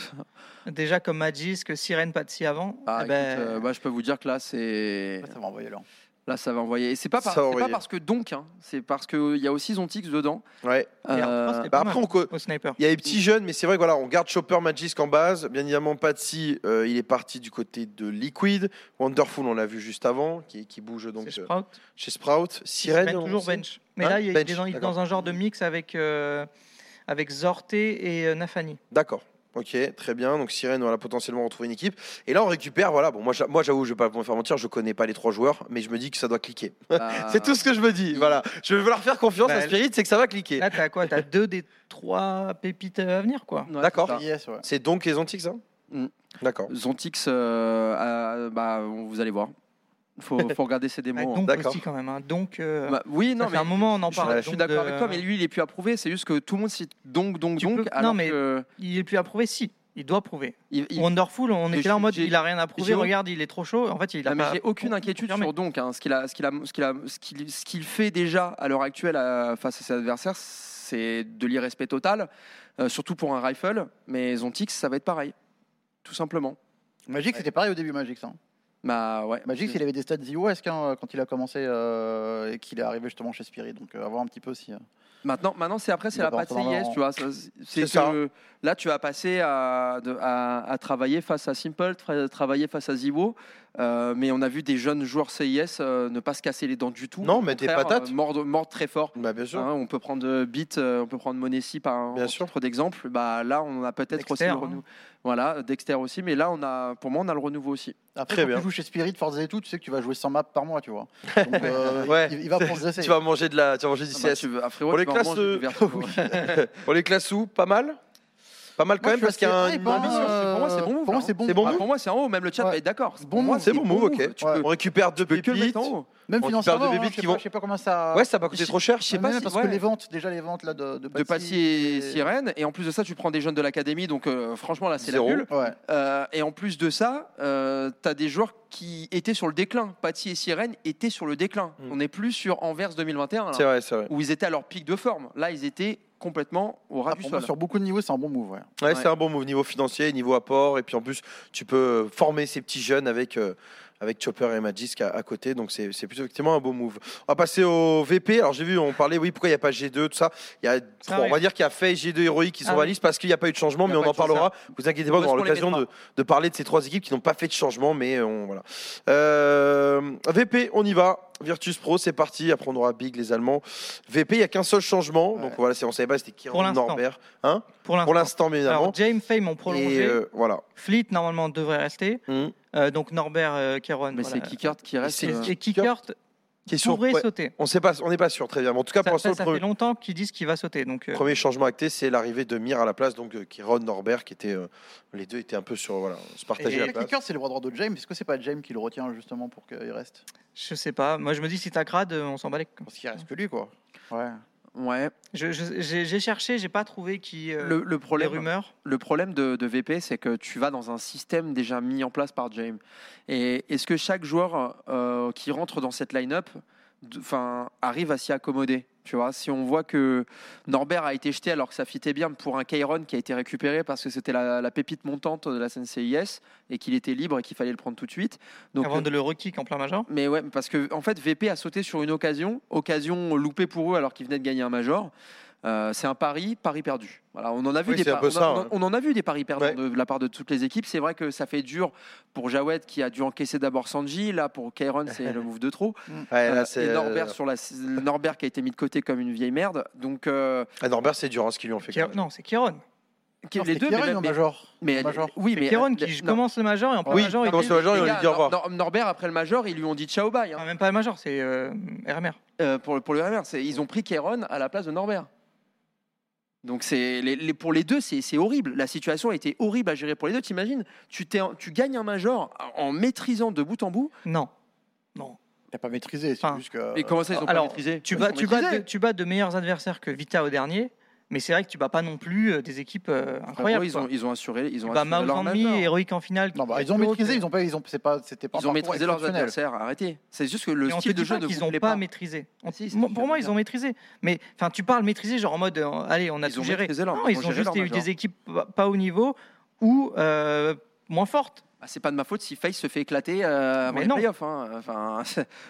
[SPEAKER 4] déjà comme Magisk, Sirène Patsy avant,
[SPEAKER 3] Ah,
[SPEAKER 4] eh ben,
[SPEAKER 3] écoute, euh, bah, je peux vous dire que là, c'est.
[SPEAKER 2] Ça va envoyer là.
[SPEAKER 3] Là, ça va envoyer. Et c'est pas, par-
[SPEAKER 1] Ça va
[SPEAKER 3] c'est pas
[SPEAKER 1] envoyer.
[SPEAKER 3] parce que donc, hein, c'est parce qu'il y a aussi Zontix dedans.
[SPEAKER 1] Ouais.
[SPEAKER 4] Et alors,
[SPEAKER 3] Euh,
[SPEAKER 4] je pense que-
[SPEAKER 1] Bah
[SPEAKER 4] Pas
[SPEAKER 1] après,
[SPEAKER 4] mal.
[SPEAKER 1] on co-
[SPEAKER 4] au sniper.
[SPEAKER 1] il y a les petits jeunes, mais c'est vrai que voilà, on garde Chopper Magisk en base. Bien évidemment, Patsy, euh, il est parti du côté de Liquid. Wonderful, on l'a vu juste avant, qui, qui bouge donc
[SPEAKER 4] C'est
[SPEAKER 1] euh,
[SPEAKER 4] Sprout.
[SPEAKER 1] chez Sprout.
[SPEAKER 4] Il se
[SPEAKER 1] Sirène,
[SPEAKER 4] mène
[SPEAKER 1] on
[SPEAKER 4] toujours
[SPEAKER 1] sait.
[SPEAKER 4] bench. Mais
[SPEAKER 1] Hein
[SPEAKER 4] là, il est- il est
[SPEAKER 1] Bench,
[SPEAKER 4] dans, il est
[SPEAKER 1] d'accord.
[SPEAKER 4] dans un genre de mix avec, euh, avec Zorte et euh, Nafani.
[SPEAKER 1] D'accord. Ok, très bien. Donc Sirène, voilà, potentiellement retrouver une équipe. Et là, on récupère. Voilà, bon, moi, j'a- moi, j'avoue, je vais pas vous faire mentir, je connais pas les trois joueurs, mais je me dis que ça dois cliquer.
[SPEAKER 3] bah,
[SPEAKER 1] C'est tout ce que je me dis. Voilà, je vais leur faire confiance
[SPEAKER 4] Bah,
[SPEAKER 1] à Spirit, c'est que ça va cliquer.
[SPEAKER 4] Là, t'as quoi T'as deux des trois pépites à venir, quoi.
[SPEAKER 3] ouais,
[SPEAKER 1] D'accord.
[SPEAKER 3] c'est ça.
[SPEAKER 2] Yes, ouais.
[SPEAKER 1] C'est donc les Antix, hein
[SPEAKER 3] Mm.
[SPEAKER 1] D'accord.
[SPEAKER 3] Zontix, euh, euh, bah, on- vous allez voir. Faut, faut regarder ses démos.
[SPEAKER 4] Ouais,
[SPEAKER 3] hein.
[SPEAKER 4] donc
[SPEAKER 1] d'accord.
[SPEAKER 4] Bah, aussi, quand même. hein. Donc, euh,
[SPEAKER 3] Bah, oui,
[SPEAKER 4] ça
[SPEAKER 3] non,
[SPEAKER 4] fait
[SPEAKER 3] mais
[SPEAKER 4] un moment, on en
[SPEAKER 3] je-
[SPEAKER 4] parle. euh,
[SPEAKER 3] je suis
[SPEAKER 4] donc,
[SPEAKER 3] d'accord avec
[SPEAKER 4] de-
[SPEAKER 3] toi, mais lui, il est plus approuvé. C'est juste que tout le monde cite donc, donc,
[SPEAKER 4] Tu
[SPEAKER 3] donc.
[SPEAKER 4] peux- non,
[SPEAKER 3] alors
[SPEAKER 4] mais-
[SPEAKER 3] que
[SPEAKER 4] Il est plus approuvé, si. Il doit prouver.
[SPEAKER 3] il- il-
[SPEAKER 4] Wonderful, on
[SPEAKER 3] Et
[SPEAKER 4] était là en
[SPEAKER 3] j'ai-
[SPEAKER 4] mode,
[SPEAKER 3] j'ai-
[SPEAKER 4] il a rien à prouver.
[SPEAKER 3] j'ai-
[SPEAKER 4] Regarde, il est trop chaud. En fait, il a
[SPEAKER 3] Non, mais
[SPEAKER 4] pas-
[SPEAKER 3] j'ai aucune
[SPEAKER 4] con-
[SPEAKER 3] inquiétude
[SPEAKER 4] confirmé.
[SPEAKER 3] sur donc hein, ce qu'il a, ce qu'il a, ce qu'il a, ce qu'il, ce qu'il fait déjà à l'heure actuelle à- face à ses adversaires, c'est de l'irrespect total, euh, surtout pour un rifle. Mais Zontix, ça va être pareil, tout simplement.
[SPEAKER 2] Magic, c'était pareil au début, Magic. ça. hein.
[SPEAKER 3] Bah ouais.
[SPEAKER 2] Magic, il avait des stats zero esque hein, quand il a commencé euh, et qu'il est arrivé justement chez Spirit. Donc, euh, à voir un petit peu si. euh,
[SPEAKER 3] Maintenant, maintenant, c'est après, c'est
[SPEAKER 2] Il
[SPEAKER 3] la
[SPEAKER 2] va pas
[SPEAKER 3] patte
[SPEAKER 2] rentrer dans
[SPEAKER 3] CIS,
[SPEAKER 2] leur-
[SPEAKER 3] tu vois. ça, C'est
[SPEAKER 1] C'est ça.
[SPEAKER 3] que là, tu vas passer à, de- à, à travailler face à Simple, tra- travailler face à Zibo. euh, mais on a vu des jeunes joueurs CIS euh, ne pas se casser les dents du tout.
[SPEAKER 1] Non,
[SPEAKER 3] Au
[SPEAKER 1] mais des
[SPEAKER 3] contraire,
[SPEAKER 1] patates.
[SPEAKER 3] euh, mordre, mordre très fort.
[SPEAKER 1] Bah, bien sûr.
[SPEAKER 3] Hein, on peut prendre euh, Bit, euh, on peut prendre Monessi par un
[SPEAKER 1] Bien
[SPEAKER 3] en
[SPEAKER 1] sûr.
[SPEAKER 3] titre d'exemple. Bah, là, on a peut-être aussi
[SPEAKER 4] Dexter,
[SPEAKER 3] le
[SPEAKER 4] hein.
[SPEAKER 3] renouveau. Voilà, Dexter aussi, mais là, on a, pour moi, on a le renouveau aussi. Ah
[SPEAKER 2] Après,
[SPEAKER 1] Très
[SPEAKER 2] quand
[SPEAKER 1] bien.
[SPEAKER 2] tu joues chez Spirit, Forza et tout, tu sais que tu vas jouer 100 maps par mois, tu vois. Donc, euh,
[SPEAKER 1] Ouais.
[SPEAKER 2] il, il va progresser.
[SPEAKER 1] Tu vas manger de la, tu vas manger du
[SPEAKER 3] Ah bah,
[SPEAKER 1] CS.
[SPEAKER 3] tu veux- ah, frérot,
[SPEAKER 1] On
[SPEAKER 3] tu
[SPEAKER 1] les
[SPEAKER 3] vas en
[SPEAKER 1] classe,
[SPEAKER 3] manger du
[SPEAKER 1] euh,
[SPEAKER 3] verso, ouais.
[SPEAKER 1] On les classe où Pas mal Pas mal quand
[SPEAKER 2] Moi,
[SPEAKER 1] même
[SPEAKER 2] je
[SPEAKER 1] parce
[SPEAKER 2] suis
[SPEAKER 1] qu'il y a un- Ah,
[SPEAKER 2] assez
[SPEAKER 1] une
[SPEAKER 2] hype, hein.
[SPEAKER 1] ambition.
[SPEAKER 3] Euh, Pour moi, c'est bon move,
[SPEAKER 2] Pour moi,
[SPEAKER 3] hein.
[SPEAKER 2] c'est bon.
[SPEAKER 1] C'est bon
[SPEAKER 3] Ah,
[SPEAKER 1] move
[SPEAKER 3] pour moi, c'est en haut. Même le chat
[SPEAKER 2] Ouais.
[SPEAKER 3] va être d'accord. Pour
[SPEAKER 2] Bon
[SPEAKER 3] moi,
[SPEAKER 2] move.
[SPEAKER 1] C'est bon move, ok.
[SPEAKER 3] Tu
[SPEAKER 2] Ouais.
[SPEAKER 3] peux-
[SPEAKER 1] On récupère deux
[SPEAKER 3] tu peux que le
[SPEAKER 1] pépites.
[SPEAKER 3] mettre en haut.
[SPEAKER 2] Même
[SPEAKER 1] On récupère
[SPEAKER 2] financièrement,
[SPEAKER 1] des
[SPEAKER 2] hein,
[SPEAKER 1] bébites
[SPEAKER 2] je
[SPEAKER 1] qui
[SPEAKER 2] sais
[SPEAKER 1] vont-
[SPEAKER 2] pas- je sais pas comment ça.
[SPEAKER 1] Ouais, ça va coûter trop cher.
[SPEAKER 3] Je sais
[SPEAKER 2] Ouais,
[SPEAKER 3] pas
[SPEAKER 2] mais
[SPEAKER 3] si-
[SPEAKER 2] parce
[SPEAKER 3] ouais.
[SPEAKER 2] que les ventes, déjà les ventes là de
[SPEAKER 3] de Passy et Sirène. Et en plus de ça, tu prends des jeunes de l'académie, donc euh, franchement, là, c'est la
[SPEAKER 1] Zéro.
[SPEAKER 3] bulle.
[SPEAKER 2] Ouais. Ah,
[SPEAKER 3] Euh, et en plus de ça, euh, tu as des joueurs qui étaient sur le déclin. Paty et Sirène étaient sur le déclin.
[SPEAKER 1] Mm.
[SPEAKER 3] On n'est plus sur Anvers 2021, là,
[SPEAKER 1] hein. C'est vrai, c'est vrai.
[SPEAKER 3] où ils étaient à leur pic de forme. Là, ils étaient complètement au ras
[SPEAKER 2] Ah,
[SPEAKER 3] du
[SPEAKER 2] pour
[SPEAKER 3] sol.
[SPEAKER 2] moi, sur beaucoup de niveaux, c'est un bon move. Ouais.
[SPEAKER 1] Ouais,
[SPEAKER 3] Ouais.
[SPEAKER 1] c'est un bon move niveau financier, niveau apport, et puis en plus tu peux former ces petits jeunes avec euh, avec Chopper et Magisk à, à côté, donc c'est c'est plutôt effectivement un beau move. On va passer au VP. Alors j'ai vu, on parlait, oui, pourquoi il n'y a pas G2, tout ça. Il
[SPEAKER 3] Ah
[SPEAKER 1] y a,
[SPEAKER 4] Ça
[SPEAKER 1] on va
[SPEAKER 4] arrive.
[SPEAKER 1] dire qu'il y a Faye, G2 Heroic qui sont
[SPEAKER 4] Ah oui.
[SPEAKER 1] réalistes parce qu'il n'y a pas eu de changement,
[SPEAKER 3] Il y
[SPEAKER 1] mais
[SPEAKER 3] a
[SPEAKER 1] on
[SPEAKER 3] pas
[SPEAKER 1] en
[SPEAKER 3] eu de changement.
[SPEAKER 1] parlera. Vous inquiétez pas, on
[SPEAKER 3] Parce
[SPEAKER 1] aura
[SPEAKER 3] qu'on les
[SPEAKER 1] l'occasion de,
[SPEAKER 3] mettra.
[SPEAKER 1] de parler de ces trois équipes qui n'ont pas fait de changement, mais euh, on, voilà. Euh, VP, on y va. Virtus Pro, c'est parti. Après on aura Big, les Allemands. VP, il n'y a qu'un seul changement, donc
[SPEAKER 2] Ouais.
[SPEAKER 1] voilà, c'est- on savait pas c'était qui
[SPEAKER 4] Pour l'instant.
[SPEAKER 1] Norbert.
[SPEAKER 4] Pour
[SPEAKER 1] Pour
[SPEAKER 4] l'instant.
[SPEAKER 1] l'instant,
[SPEAKER 3] Ah,
[SPEAKER 1] bien évidemment.
[SPEAKER 4] Alors, James Fame ont
[SPEAKER 1] Et
[SPEAKER 4] prolongé.
[SPEAKER 1] euh, voilà.
[SPEAKER 4] Fleet, normalement, devrait rester.
[SPEAKER 1] Mhm.
[SPEAKER 4] Euh, donc, Norbert, euh, Keron.
[SPEAKER 3] Mais
[SPEAKER 4] voilà.
[SPEAKER 3] c'est Kickert qui reste.
[SPEAKER 1] c'est-
[SPEAKER 3] euh,
[SPEAKER 4] Et Kickert
[SPEAKER 1] Qui est sur-
[SPEAKER 4] pourrait
[SPEAKER 1] ouais,
[SPEAKER 4] sauter.
[SPEAKER 1] on sait pas, on n'est pas sûr très bien. Mais en tout cas,
[SPEAKER 4] Ça,
[SPEAKER 1] pour l'instant,
[SPEAKER 4] ça,
[SPEAKER 1] le
[SPEAKER 4] ça
[SPEAKER 1] premier,
[SPEAKER 4] fait longtemps qu'ils disent qu'il va sauter. Donc, euh,
[SPEAKER 1] premier changement acté, c'est l'arrivée de Mir à la place, donc euh, qui est Ron Norbert, qui était euh, les deux étaient un peu sur voilà, on se partageaient
[SPEAKER 4] Et-
[SPEAKER 1] la
[SPEAKER 2] Le
[SPEAKER 1] place.
[SPEAKER 2] kicker, c'est le bras droit de James. Est-ce que c'est pas James qui le retient justement pour qu'il reste
[SPEAKER 4] je sais pas. Moi, je me dis, si t'as crade, euh, on s'en bat les couilles.
[SPEAKER 2] Parce qu'il reste que lui, quoi. Ouais.
[SPEAKER 3] Ouais.
[SPEAKER 4] Je- je- J'ai j'ai cherché, j'ai pas trouvé qui. euh,
[SPEAKER 3] Le, le
[SPEAKER 4] les
[SPEAKER 3] problème,
[SPEAKER 4] rumeurs.
[SPEAKER 3] le problème de, de VP, c'est que tu vas dans un système déjà mis en place par James. Et est-ce que chaque joueur euh, qui rentre dans cette line-up de- 'fin, arrive à s'y accommoder tu vois, si on voit que Norbert a été jeté alors que ça fitait bien pour un Kairon qui a été récupéré parce que c'était la, la pépite montante de la CNCIS et qu'il était libre et qu'il fallait le prendre tout de suite. Donc, euh,
[SPEAKER 4] avant de le rekick en plein major.
[SPEAKER 3] mais ouais, parce que en fait, VP a sauté sur une occasion, occasion loupée pour eux alors qu'ils venaient de gagner un major. Euh, c'est un pari, pari perdu. Voilà, on en a vu
[SPEAKER 1] Oui,
[SPEAKER 3] des
[SPEAKER 1] c'est un
[SPEAKER 3] par-
[SPEAKER 1] peu
[SPEAKER 3] on, a-
[SPEAKER 1] ça,
[SPEAKER 3] on en-
[SPEAKER 1] hein.
[SPEAKER 3] on en a vu des paris perdants
[SPEAKER 1] Ouais.
[SPEAKER 3] de, de la part de toutes les équipes. C'est vrai que ça fait dur pour Jawed qui a dû encaisser d'abord Sanji. Là, pour Kairon, c'est le move de trop.
[SPEAKER 1] Ouais, là,
[SPEAKER 3] Euh,
[SPEAKER 1] c'est-
[SPEAKER 3] et Norbert sur la Norbert qui a été mis de côté comme une vieille merde. Donc euh,
[SPEAKER 1] Ah, Norbert, c'est dur hein, ce qu'ils lui ont fait.
[SPEAKER 4] Ki-
[SPEAKER 1] quand même.
[SPEAKER 4] Non, c'est Kieron.
[SPEAKER 3] qui-
[SPEAKER 2] Non,
[SPEAKER 3] les
[SPEAKER 2] c'est
[SPEAKER 3] deux,
[SPEAKER 2] Kieran,
[SPEAKER 3] mais,
[SPEAKER 2] au
[SPEAKER 3] mais-
[SPEAKER 2] major.
[SPEAKER 3] mais-
[SPEAKER 2] Au major.
[SPEAKER 3] oui,
[SPEAKER 4] C'est
[SPEAKER 3] mais euh,
[SPEAKER 4] Kieron qui je
[SPEAKER 3] non.
[SPEAKER 4] commence le major et en plein
[SPEAKER 1] Oui,
[SPEAKER 4] major,
[SPEAKER 1] il
[SPEAKER 4] il
[SPEAKER 1] commence le major,
[SPEAKER 3] Les
[SPEAKER 1] il lui
[SPEAKER 3] gars,
[SPEAKER 1] dit au revoir.
[SPEAKER 3] Nor- Norbert après le major, ils lui ont dit ciao bye. hein.
[SPEAKER 4] Non, même pas le major, c'est euh, RMR.
[SPEAKER 3] Euh, pour, le- pour le RMR, c'est- ils ont pris Kéron à la place de Norbert. Donc c'est les- les- pour les deux, c'est c'est horrible. La situation a été horrible à gérer pour les deux. T'imagines tu, t'es en- tu gagnes un major en en maîtrisant de bout en bout.
[SPEAKER 4] Non.
[SPEAKER 2] T'as pas maîtrisé, c'est
[SPEAKER 4] Enfin,
[SPEAKER 2] juste que.
[SPEAKER 3] Et comment ça, ils ont
[SPEAKER 4] alors,
[SPEAKER 3] pas maîtrisé
[SPEAKER 4] Tu
[SPEAKER 3] Ils
[SPEAKER 4] bats,
[SPEAKER 3] ont
[SPEAKER 4] tu, bats de,
[SPEAKER 3] maîtrisé.
[SPEAKER 4] tu bats de meilleurs adversaires que Vita au dernier. Mais c'est vrai que tu bats pas non plus euh, des équipes euh, incroyables.
[SPEAKER 3] ils, ont,
[SPEAKER 4] quoi. Eh ben,
[SPEAKER 3] ils ont assuré. Ils ont
[SPEAKER 4] Tu bats
[SPEAKER 3] assuré
[SPEAKER 4] Mouse
[SPEAKER 3] leur
[SPEAKER 4] Enemy,
[SPEAKER 3] major.
[SPEAKER 4] Heroic Bah, en finale. qui
[SPEAKER 2] Non, bah,
[SPEAKER 4] est
[SPEAKER 2] ils ont
[SPEAKER 4] haute,
[SPEAKER 2] maîtrisé,
[SPEAKER 4] euh,
[SPEAKER 2] ils ont pas, ils ont, c'est pas, c'était pas. un
[SPEAKER 3] Ils ont
[SPEAKER 2] parcours
[SPEAKER 3] maîtrisé leurs
[SPEAKER 2] exceptionnel.
[SPEAKER 3] adversaires. Arrêtez. C'est juste que le
[SPEAKER 4] Et on
[SPEAKER 3] style
[SPEAKER 4] te
[SPEAKER 3] de
[SPEAKER 4] dit
[SPEAKER 3] jeu
[SPEAKER 4] pas
[SPEAKER 3] ne
[SPEAKER 4] qu'ils ont
[SPEAKER 3] voulait
[SPEAKER 4] pas
[SPEAKER 3] pas.
[SPEAKER 4] maîtrisé. On-
[SPEAKER 3] Si, si,
[SPEAKER 4] Moi-
[SPEAKER 3] si, je
[SPEAKER 4] pour moi,
[SPEAKER 3] veux
[SPEAKER 4] ils
[SPEAKER 3] bien.
[SPEAKER 4] ont maîtrisé. Mais enfin, tu parles maîtrisé, genre en mode, euh, allez, on a
[SPEAKER 3] Ils
[SPEAKER 4] tout
[SPEAKER 3] ont
[SPEAKER 4] géré.
[SPEAKER 3] maîtrisé leur-
[SPEAKER 4] non,
[SPEAKER 3] ils
[SPEAKER 4] ils
[SPEAKER 3] ont
[SPEAKER 4] ont
[SPEAKER 3] géré
[SPEAKER 4] juste
[SPEAKER 3] leur
[SPEAKER 4] eu des
[SPEAKER 3] major.
[SPEAKER 4] équipes pas- pas au niveau ou euh, moins fortes.
[SPEAKER 3] Ah, c'est pas de ma faute si Face se fait éclater euh, avant
[SPEAKER 4] Mais
[SPEAKER 3] les
[SPEAKER 4] non.
[SPEAKER 3] playoffs. hein. Enfin,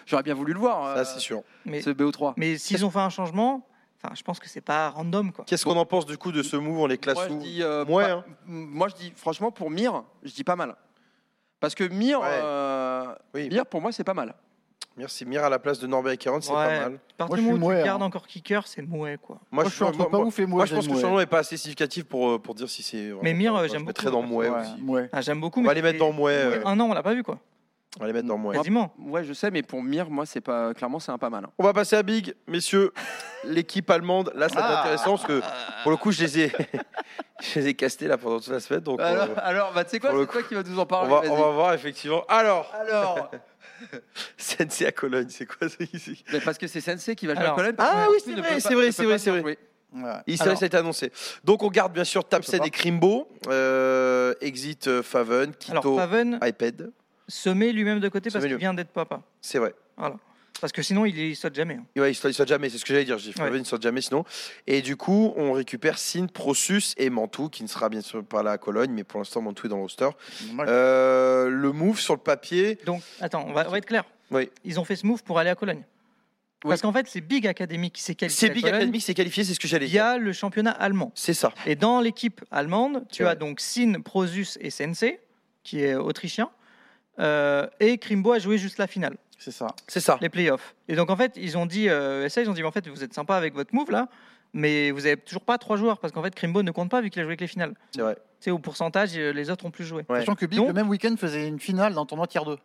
[SPEAKER 3] j'aurais bien voulu le voir.
[SPEAKER 1] Ça,
[SPEAKER 3] euh,
[SPEAKER 1] c'est sûr.
[SPEAKER 4] Mais
[SPEAKER 3] Ce BO3.
[SPEAKER 4] mais s'ils ont fait un changement, enfin, je pense que c'est pas random quoi.
[SPEAKER 1] Qu'est-ce qu'on en pense du coup de ce move On les classe
[SPEAKER 3] moi, je
[SPEAKER 1] où
[SPEAKER 3] dis, euh,
[SPEAKER 1] Ouais,
[SPEAKER 3] pas-
[SPEAKER 1] hein.
[SPEAKER 3] moi, je dis, franchement, pour Mir, je dis pas mal. Parce que Mir,
[SPEAKER 1] Ouais.
[SPEAKER 3] euh,
[SPEAKER 1] Oui.
[SPEAKER 3] Mir, pour moi, c'est pas mal.
[SPEAKER 1] Merci Mir à la place de Norbert Caron, c'est
[SPEAKER 4] Ouais.
[SPEAKER 1] pas mal.
[SPEAKER 4] À partir
[SPEAKER 2] Moi, je
[SPEAKER 4] du
[SPEAKER 2] suis
[SPEAKER 4] moment où tu
[SPEAKER 2] mouais,
[SPEAKER 4] gardes
[SPEAKER 2] hein.
[SPEAKER 4] encore kicker, c'est mouais quoi.
[SPEAKER 1] Moi,
[SPEAKER 2] Moi, je suis entre
[SPEAKER 1] moi-
[SPEAKER 2] pas
[SPEAKER 1] moi-
[SPEAKER 2] ouf et moi.
[SPEAKER 1] moi, je pense que son nom n'est pas assez significatif pour, euh, pour dire si c'est. vraiment
[SPEAKER 4] Mais Mir,
[SPEAKER 1] pas-
[SPEAKER 4] euh,
[SPEAKER 1] moi,
[SPEAKER 4] j'aime
[SPEAKER 1] Je mettrais
[SPEAKER 4] beaucoup.
[SPEAKER 1] dans Mouais
[SPEAKER 2] Ouais,
[SPEAKER 1] aussi.
[SPEAKER 2] ouais.
[SPEAKER 4] Ah, j'aime beaucoup.
[SPEAKER 1] On
[SPEAKER 4] mais
[SPEAKER 1] va les
[SPEAKER 4] ça
[SPEAKER 1] mettre dans
[SPEAKER 4] fait
[SPEAKER 1] Mouais. euh,
[SPEAKER 4] Un an, on l'a pas vu quoi.
[SPEAKER 1] On va les mettre dans Mouais.
[SPEAKER 4] Quasiment.
[SPEAKER 3] Ouais, je sais, mais pour Mir, moi, c'est pas clairement, c'est un pas mal. hein.
[SPEAKER 1] On va passer à Big, messieurs. L'équipe allemande, là, ça va être
[SPEAKER 2] Ah.
[SPEAKER 1] intéressant parce que pour le coup, je les ai, je les ai castés là pendant toute la semaine. Donc, euh,
[SPEAKER 3] Alors, alors, bah, tu sais quoi,
[SPEAKER 1] pour le
[SPEAKER 3] c'est toi qui vas nous en
[SPEAKER 1] on,
[SPEAKER 3] parler.
[SPEAKER 1] va,
[SPEAKER 3] vas-y.
[SPEAKER 1] on va voir effectivement. Alors,
[SPEAKER 3] Alors,
[SPEAKER 1] Sensei à Cologne, c'est quoi ça ici
[SPEAKER 3] mais parce que c'est Sensei qui va jouer
[SPEAKER 4] Alors.
[SPEAKER 3] à Cologne.
[SPEAKER 1] Ah oui, c'est
[SPEAKER 3] Ne peut
[SPEAKER 1] vrai,
[SPEAKER 3] pas-
[SPEAKER 1] c'est vrai,
[SPEAKER 3] ne peut
[SPEAKER 1] c'est vrai,
[SPEAKER 3] pas
[SPEAKER 1] c'est vrai.
[SPEAKER 3] jouer.
[SPEAKER 2] Ouais.
[SPEAKER 1] Il ça,
[SPEAKER 4] Alors.
[SPEAKER 1] ça a été annoncé. Donc, on garde bien sûr Tapsen
[SPEAKER 2] pas.
[SPEAKER 1] et Crimbo, euh, Exit euh, Faven,
[SPEAKER 4] Alors
[SPEAKER 1] Kito,
[SPEAKER 4] Paven
[SPEAKER 1] iPad.
[SPEAKER 4] se met lui-même de côté parce
[SPEAKER 1] Semé
[SPEAKER 4] qu'il
[SPEAKER 1] lui-
[SPEAKER 4] vient d'être papa.
[SPEAKER 1] C'est vrai.
[SPEAKER 4] Parce que sinon, il, il saute jamais. hein.
[SPEAKER 1] Ouais, ils sortent, ils sortent jamais, c'est ce que j'allais dire. J'ai fait
[SPEAKER 4] Ouais.
[SPEAKER 1] ils sortent jamais sinon. Et du coup, on récupère Sin, Prosus et Mantou, qui ne sera bien sûr pas là à Cologne, mais pour l'instant, Mantou est dans le roster.
[SPEAKER 2] Moi,
[SPEAKER 1] Euh, le move sur le papier,
[SPEAKER 4] Donc, attends, on va, on va être clair.
[SPEAKER 1] Oui.
[SPEAKER 4] Ils ont fait ce move pour aller à Cologne.
[SPEAKER 3] Oui.
[SPEAKER 4] Parce qu'en fait, c'est Big Academy qui s'est qualifié.
[SPEAKER 1] c'est Big
[SPEAKER 4] à Cologne
[SPEAKER 1] Academy qui s'est qualifié, c'est ce que j'allais dire.
[SPEAKER 4] via le championnat allemand.
[SPEAKER 1] C'est ça.
[SPEAKER 4] Et dans l'équipe allemande, tu
[SPEAKER 1] Ouais.
[SPEAKER 4] as donc Sin, Prosus et Sensei, qui est autrichien. euh, et Krimbo a joué juste la finale,
[SPEAKER 2] C'est ça.
[SPEAKER 1] C'est ça.
[SPEAKER 4] les playoffs. Et donc en fait, ils ont dit, euh, ça, ils ont dit, mais en fait, vous êtes sympa avec votre move là, mais vous avez toujours pas trois joueurs parce qu'en fait, Krimbo ne compte pas vu qu'il a joué que les finales.
[SPEAKER 1] C'est vrai.
[SPEAKER 4] C'est au pourcentage, euh, les autres ont plus joué.
[SPEAKER 1] Ouais.
[SPEAKER 2] Sachant que Big,
[SPEAKER 4] Donc-
[SPEAKER 2] le même week-end, faisait une finale dans le tournoi tier 2,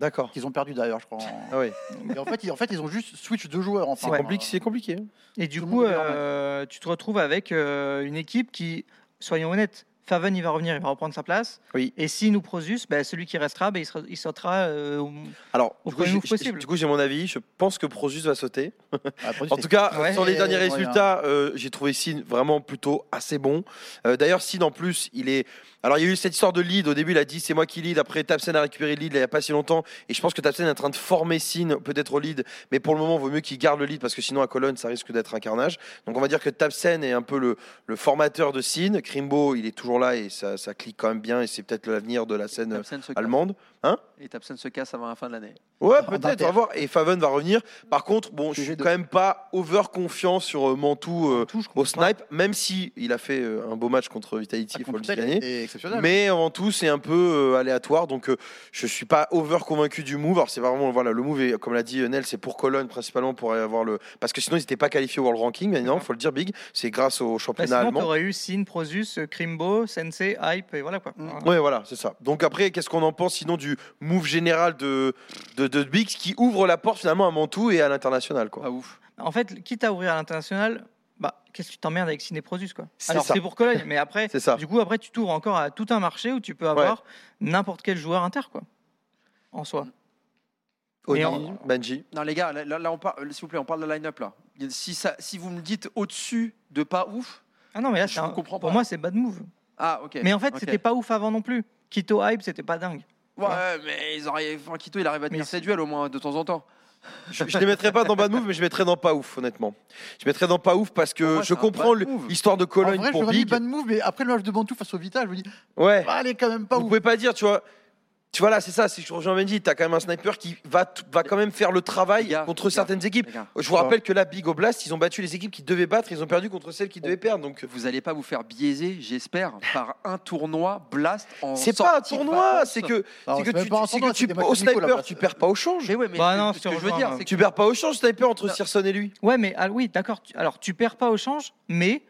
[SPEAKER 1] D'accord.
[SPEAKER 2] qu'ils ont perdu d'ailleurs, je crois. en-
[SPEAKER 1] Ah oui.
[SPEAKER 2] Et en, fait, ils, en fait, ils ont juste switch deux joueurs. Enfin,
[SPEAKER 1] C'est compliqué.
[SPEAKER 2] Euh,
[SPEAKER 1] C'est compliqué.
[SPEAKER 4] Et du
[SPEAKER 2] Tout le
[SPEAKER 4] coup,
[SPEAKER 2] monde est en match.
[SPEAKER 4] euh, tu te retrouves avec euh, une équipe qui, soyons honnêtes, Faven, il va revenir, il va reprendre sa place.
[SPEAKER 1] Oui.
[SPEAKER 4] Et si nous Prosus, ben, celui qui restera, ben, il, sera- il sautera. euh, au-
[SPEAKER 1] Alors,
[SPEAKER 4] Au
[SPEAKER 1] du coup,
[SPEAKER 4] premier
[SPEAKER 1] j'ai-
[SPEAKER 4] move
[SPEAKER 1] j'ai-
[SPEAKER 4] possible.
[SPEAKER 1] du coup, j'ai mon avis. Je pense que Prosus va sauter.
[SPEAKER 2] euh, après,
[SPEAKER 1] En
[SPEAKER 2] c'est-
[SPEAKER 1] tout cas,
[SPEAKER 4] Ouais.
[SPEAKER 1] sur les
[SPEAKER 2] Et
[SPEAKER 1] derniers
[SPEAKER 2] voilà.
[SPEAKER 1] résultats, euh, j'ai trouvé Sin vraiment plutôt assez bon. Euh, D'ailleurs, Sin en plus, il est. Alors, il y a eu cette histoire de lead. Au début, il a dit c'est moi qui lead. Après, Tapsen a récupéré le lead là, il n'y a pas si longtemps. Et je pense que Tapsen est en train de former Sin peut-être au lead. Mais pour le moment, il vaut mieux qu'il garde le lead parce que sinon, à Cologne, ça risque d'être un carnage. Donc, on va dire que Tapsen est un peu le, le formateur de Sin. Krimbo, il est toujours là et ça, ça clique quand même bien. Et c'est peut-être l'avenir de la scène euh,
[SPEAKER 3] Tapsen se casse.
[SPEAKER 1] allemande.
[SPEAKER 3] Et Tapsen se casse avant la fin de l'année.
[SPEAKER 1] Ouais,
[SPEAKER 2] Par-
[SPEAKER 1] peut-être,
[SPEAKER 2] d'Inter.
[SPEAKER 1] on va voir. Et Faven va revenir. Par contre, bon, je
[SPEAKER 2] Sujet
[SPEAKER 1] suis
[SPEAKER 2] de-
[SPEAKER 1] quand même pas over confiant sur euh, Mantoux euh,
[SPEAKER 4] Tout, je comprends
[SPEAKER 1] au snipe, même si il a fait euh, un beau match contre Vitality,
[SPEAKER 2] Ah,
[SPEAKER 1] il faut le
[SPEAKER 2] contre tel
[SPEAKER 1] gagner.
[SPEAKER 2] est exceptionnel.
[SPEAKER 1] Mais avant tout, c'est un peu euh, aléatoire, donc euh, je suis pas over convaincu du move. Alors c'est vraiment voilà, le move, est, comme l'a dit Nel, c'est pour Cologne principalement pour avoir le, parce que sinon ils n'étaient pas qualifiés au World Ranking. Mais non,
[SPEAKER 4] D'accord.
[SPEAKER 1] faut le dire, Big, c'est grâce au
[SPEAKER 4] Bah,
[SPEAKER 1] championnat
[SPEAKER 4] sinon, tu
[SPEAKER 1] allemand.
[SPEAKER 4] aurais eu Sin, Prosus, euh, Krimbo, Sensei, Hype, et voilà quoi.
[SPEAKER 2] Mm.
[SPEAKER 4] Voilà.
[SPEAKER 1] Ouais, voilà, c'est ça. Donc après, qu'est-ce qu'on en pense sinon du move général de de, de Big qui ouvre la porte finalement à Mantoux et à l'international quoi.
[SPEAKER 3] Pas ouf.
[SPEAKER 4] En fait, quitte à ouvrir à l'international, bah, qu'est-ce que tu t'emmerdes avec Sin et Prosus quoi
[SPEAKER 1] C'est
[SPEAKER 4] Alors
[SPEAKER 1] ça.
[SPEAKER 4] c'est pour Cologne, mais après,
[SPEAKER 1] C'est ça.
[SPEAKER 4] du coup, après, tu t'ouvres encore à tout un marché où tu peux avoir n'importe quel joueur inter quoi. En soi.
[SPEAKER 1] Oni,
[SPEAKER 4] Et en-
[SPEAKER 1] Benji.
[SPEAKER 3] Non, les gars, là, là, là, on parle- s'il vous plaît, on parle de la line-up là. Si, ça, si vous me dites au-dessus de pas ouf.
[SPEAKER 4] Ah non, mais là,
[SPEAKER 3] Je
[SPEAKER 4] c'est un-
[SPEAKER 3] vous comprends
[SPEAKER 4] pour
[SPEAKER 3] pas.
[SPEAKER 4] moi, c'est bad move.
[SPEAKER 3] Ah, ok.
[SPEAKER 4] Mais en fait,
[SPEAKER 3] ok.
[SPEAKER 4] c'était pas ouf avant non plus. Quito Hype, c'était pas dingue.
[SPEAKER 3] Ouais, ouais, mais ils auraient... enfin, Quito, il arrive à tenir
[SPEAKER 4] Mais
[SPEAKER 3] ses duels au moins de temps en temps.
[SPEAKER 1] Je ne les mettrais pas dans bad move, mais je les mettrais dans pas ouf, honnêtement. Je les mettrais dans pas ouf parce que
[SPEAKER 3] Pour moi,
[SPEAKER 1] je
[SPEAKER 3] c'est un
[SPEAKER 1] comprends
[SPEAKER 3] bad
[SPEAKER 1] le-
[SPEAKER 3] move.
[SPEAKER 1] l'histoire de
[SPEAKER 2] en
[SPEAKER 1] Cologne
[SPEAKER 2] vrai, je
[SPEAKER 1] pour
[SPEAKER 2] me dis
[SPEAKER 1] Big.
[SPEAKER 2] bad move, mais après le match de Bantou face au Vita, je me dis,
[SPEAKER 1] Ouais.
[SPEAKER 2] bah, elle est quand même pas
[SPEAKER 1] Vous
[SPEAKER 2] ouf.
[SPEAKER 1] pouvez pas dire, tu vois. Tu vois là, c'est ça. Si je rejoins Mendy, t'as quand même un sniper qui va t- va quand même faire le travail
[SPEAKER 3] Les gars,
[SPEAKER 1] contre
[SPEAKER 3] les gars.
[SPEAKER 1] certaines équipes.
[SPEAKER 3] Les gars,
[SPEAKER 1] Je vous rappelle que là, Big Oblast, ils ont battu les équipes qui devaient battre, ils ont perdu contre celles qui devaient perdre. Donc euh,
[SPEAKER 3] vous allez pas vous faire biaiser, j'espère, par un tournoi blast en
[SPEAKER 1] c'est pas un
[SPEAKER 3] sortie de
[SPEAKER 1] tournoi,
[SPEAKER 3] vacances.
[SPEAKER 1] c'est que
[SPEAKER 2] Non,
[SPEAKER 1] c'est que
[SPEAKER 2] c'est même
[SPEAKER 1] tu,
[SPEAKER 2] pas un
[SPEAKER 1] c'est que
[SPEAKER 2] tournoi,
[SPEAKER 1] tu-
[SPEAKER 2] c'est des matchs
[SPEAKER 1] au
[SPEAKER 2] amicaux, là,
[SPEAKER 1] sniper,
[SPEAKER 2] parce-
[SPEAKER 1] tu perds pas au change.
[SPEAKER 3] Mais oui, mais
[SPEAKER 4] Bah
[SPEAKER 3] ce-
[SPEAKER 4] non,
[SPEAKER 3] ce
[SPEAKER 4] je te
[SPEAKER 3] que je veux
[SPEAKER 4] rejoins,
[SPEAKER 3] dire,
[SPEAKER 4] hein.
[SPEAKER 3] c'est que
[SPEAKER 1] Tu perds pas au change, sniper entre
[SPEAKER 3] Non.
[SPEAKER 1] Searson et lui.
[SPEAKER 4] Ouais, mais ah, oui, d'accord. tu- Alors, tu perds pas au change, mais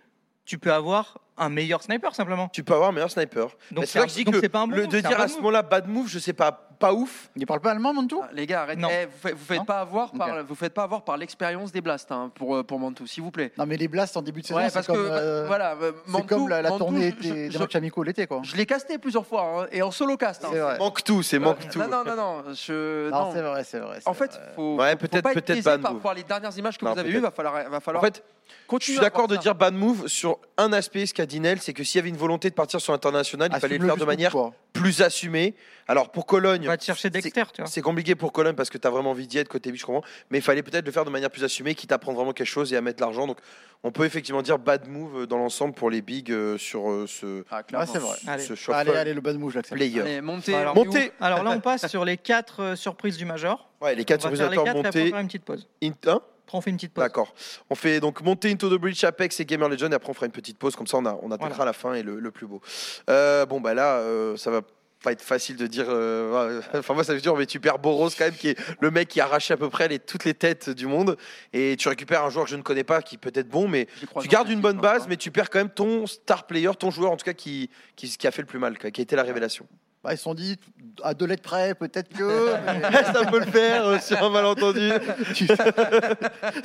[SPEAKER 4] tu peux avoir un meilleur sniper simplement.
[SPEAKER 1] Tu peux avoir un meilleur sniper.
[SPEAKER 4] Donc
[SPEAKER 1] Mais
[SPEAKER 4] c'est
[SPEAKER 1] c'est vrai
[SPEAKER 4] un-
[SPEAKER 1] que je dis
[SPEAKER 4] donc
[SPEAKER 1] que
[SPEAKER 4] c'est pas un bon
[SPEAKER 1] le,
[SPEAKER 4] move,
[SPEAKER 1] de
[SPEAKER 4] c'est un
[SPEAKER 1] dire
[SPEAKER 4] bad
[SPEAKER 1] à ce
[SPEAKER 4] move.
[SPEAKER 1] moment-là bad move, je sais pas, pas ouf.
[SPEAKER 2] Il parle pas allemand, Mantou
[SPEAKER 3] Ah, Les gars, arrêtez.
[SPEAKER 4] Non.
[SPEAKER 3] Eh, vous faites, vous faites
[SPEAKER 2] Non
[SPEAKER 3] pas avoir par,
[SPEAKER 2] Ok.
[SPEAKER 3] vous faites pas avoir par l'expérience des blasts hein, pour euh, pour Mantou, s'il vous plaît.
[SPEAKER 2] Non, mais les blasts en début de saison,
[SPEAKER 3] Ouais,
[SPEAKER 2] c'est
[SPEAKER 3] parce
[SPEAKER 2] comme,
[SPEAKER 3] que
[SPEAKER 2] euh,
[SPEAKER 3] voilà, euh,
[SPEAKER 2] c'est
[SPEAKER 3] Mantou-
[SPEAKER 2] comme la, la
[SPEAKER 3] Mantou,
[SPEAKER 2] tournée
[SPEAKER 3] je-
[SPEAKER 2] des,
[SPEAKER 3] je-
[SPEAKER 2] des matchs amicaux l'été, quoi.
[SPEAKER 3] Je l'ai casté plusieurs fois hein, et en solo cast. hein.
[SPEAKER 2] C'est vrai.
[SPEAKER 1] Manque tout, c'est manque
[SPEAKER 3] Euh,
[SPEAKER 1] tout.
[SPEAKER 3] Non, non, non, non. je-
[SPEAKER 2] Non,
[SPEAKER 3] non.
[SPEAKER 2] c'est vrai, c'est vrai. c'est
[SPEAKER 3] En fait,
[SPEAKER 2] vrai.
[SPEAKER 3] faut,
[SPEAKER 1] Ouais,
[SPEAKER 3] faut- faut
[SPEAKER 1] peut-être-
[SPEAKER 3] pas être
[SPEAKER 1] peut-être
[SPEAKER 3] biaisé
[SPEAKER 1] pas un
[SPEAKER 3] par,
[SPEAKER 1] move.
[SPEAKER 3] par les dernières images que
[SPEAKER 1] Non,
[SPEAKER 3] vous avez vues.
[SPEAKER 1] peut-être.
[SPEAKER 3] Va falloir, va
[SPEAKER 1] En
[SPEAKER 3] falloir.
[SPEAKER 1] fait, je
[SPEAKER 3] continuer
[SPEAKER 1] suis
[SPEAKER 3] à
[SPEAKER 1] d'accord
[SPEAKER 3] voir
[SPEAKER 1] de
[SPEAKER 3] ça.
[SPEAKER 1] dire bad move sur un aspect, ce qu'a dit Nel, c'est que s'il y avait une volonté de partir sur l'international, il fallait le
[SPEAKER 2] Assume-le
[SPEAKER 1] faire de
[SPEAKER 2] jusqu'au
[SPEAKER 1] manière
[SPEAKER 2] bout, quoi.
[SPEAKER 1] plus assumée. Alors pour
[SPEAKER 4] On
[SPEAKER 1] Cologne,
[SPEAKER 4] va te chercher Dexter, tu vois.
[SPEAKER 1] c'est compliqué pour Cologne parce que tu as vraiment envie d'y être côté biche, je comprends. Mais il fallait peut-être le faire de manière plus assumée, quitte à prendre vraiment quelque chose et à mettre l'argent. Donc on peut effectivement dire bad move euh, dans l'ensemble pour les bigs euh, sur euh, ce,
[SPEAKER 3] Ah, clairement.
[SPEAKER 2] Ouais, c'est vrai.
[SPEAKER 4] Allez.
[SPEAKER 1] ce
[SPEAKER 2] Allez,
[SPEAKER 1] shuffle
[SPEAKER 2] allez, le bad move, je l'accepte.
[SPEAKER 1] player.
[SPEAKER 3] Allez, montez.
[SPEAKER 4] Alors,
[SPEAKER 3] on est où
[SPEAKER 1] Montez
[SPEAKER 4] Alors là, on passe sur les quatre euh, surprises du Major.
[SPEAKER 1] Ouais, les
[SPEAKER 4] On
[SPEAKER 1] quatre
[SPEAKER 4] va faire les
[SPEAKER 1] organisateurs
[SPEAKER 4] quatre et après on
[SPEAKER 1] montés.
[SPEAKER 4] fera une petite pause.
[SPEAKER 1] in- hein
[SPEAKER 4] Après, on fait une petite pause.
[SPEAKER 1] D'accord. On fait donc monter Into the Breach, Apex et Gamer Legend et après on fera une petite pause, comme ça on, a, on attaquera
[SPEAKER 4] Voilà.
[SPEAKER 1] la fin et le, le plus beau. Euh, bon, bah là, euh, ça va pas être facile de dire. euh, ouais, Enfin, moi ça veut dire, mais tu perds Boros quand même, qui est le mec qui a arraché à peu près les- toutes les têtes du monde et tu récupères un joueur que je ne connais pas qui peut être bon, mais
[SPEAKER 3] J'y crois
[SPEAKER 1] tu
[SPEAKER 3] dans
[SPEAKER 1] gardes
[SPEAKER 3] cette
[SPEAKER 1] une bonne
[SPEAKER 3] équipe, hein.
[SPEAKER 1] base, mais tu perds quand même ton star player, ton joueur en tout cas qui, qui, qui a fait le plus mal, quoi, qui a été la révélation.
[SPEAKER 2] Bah, ils se sont dit, à deux lettres près, peut-être que. mais
[SPEAKER 1] ça peut le faire euh, sur un malentendu.
[SPEAKER 2] tu,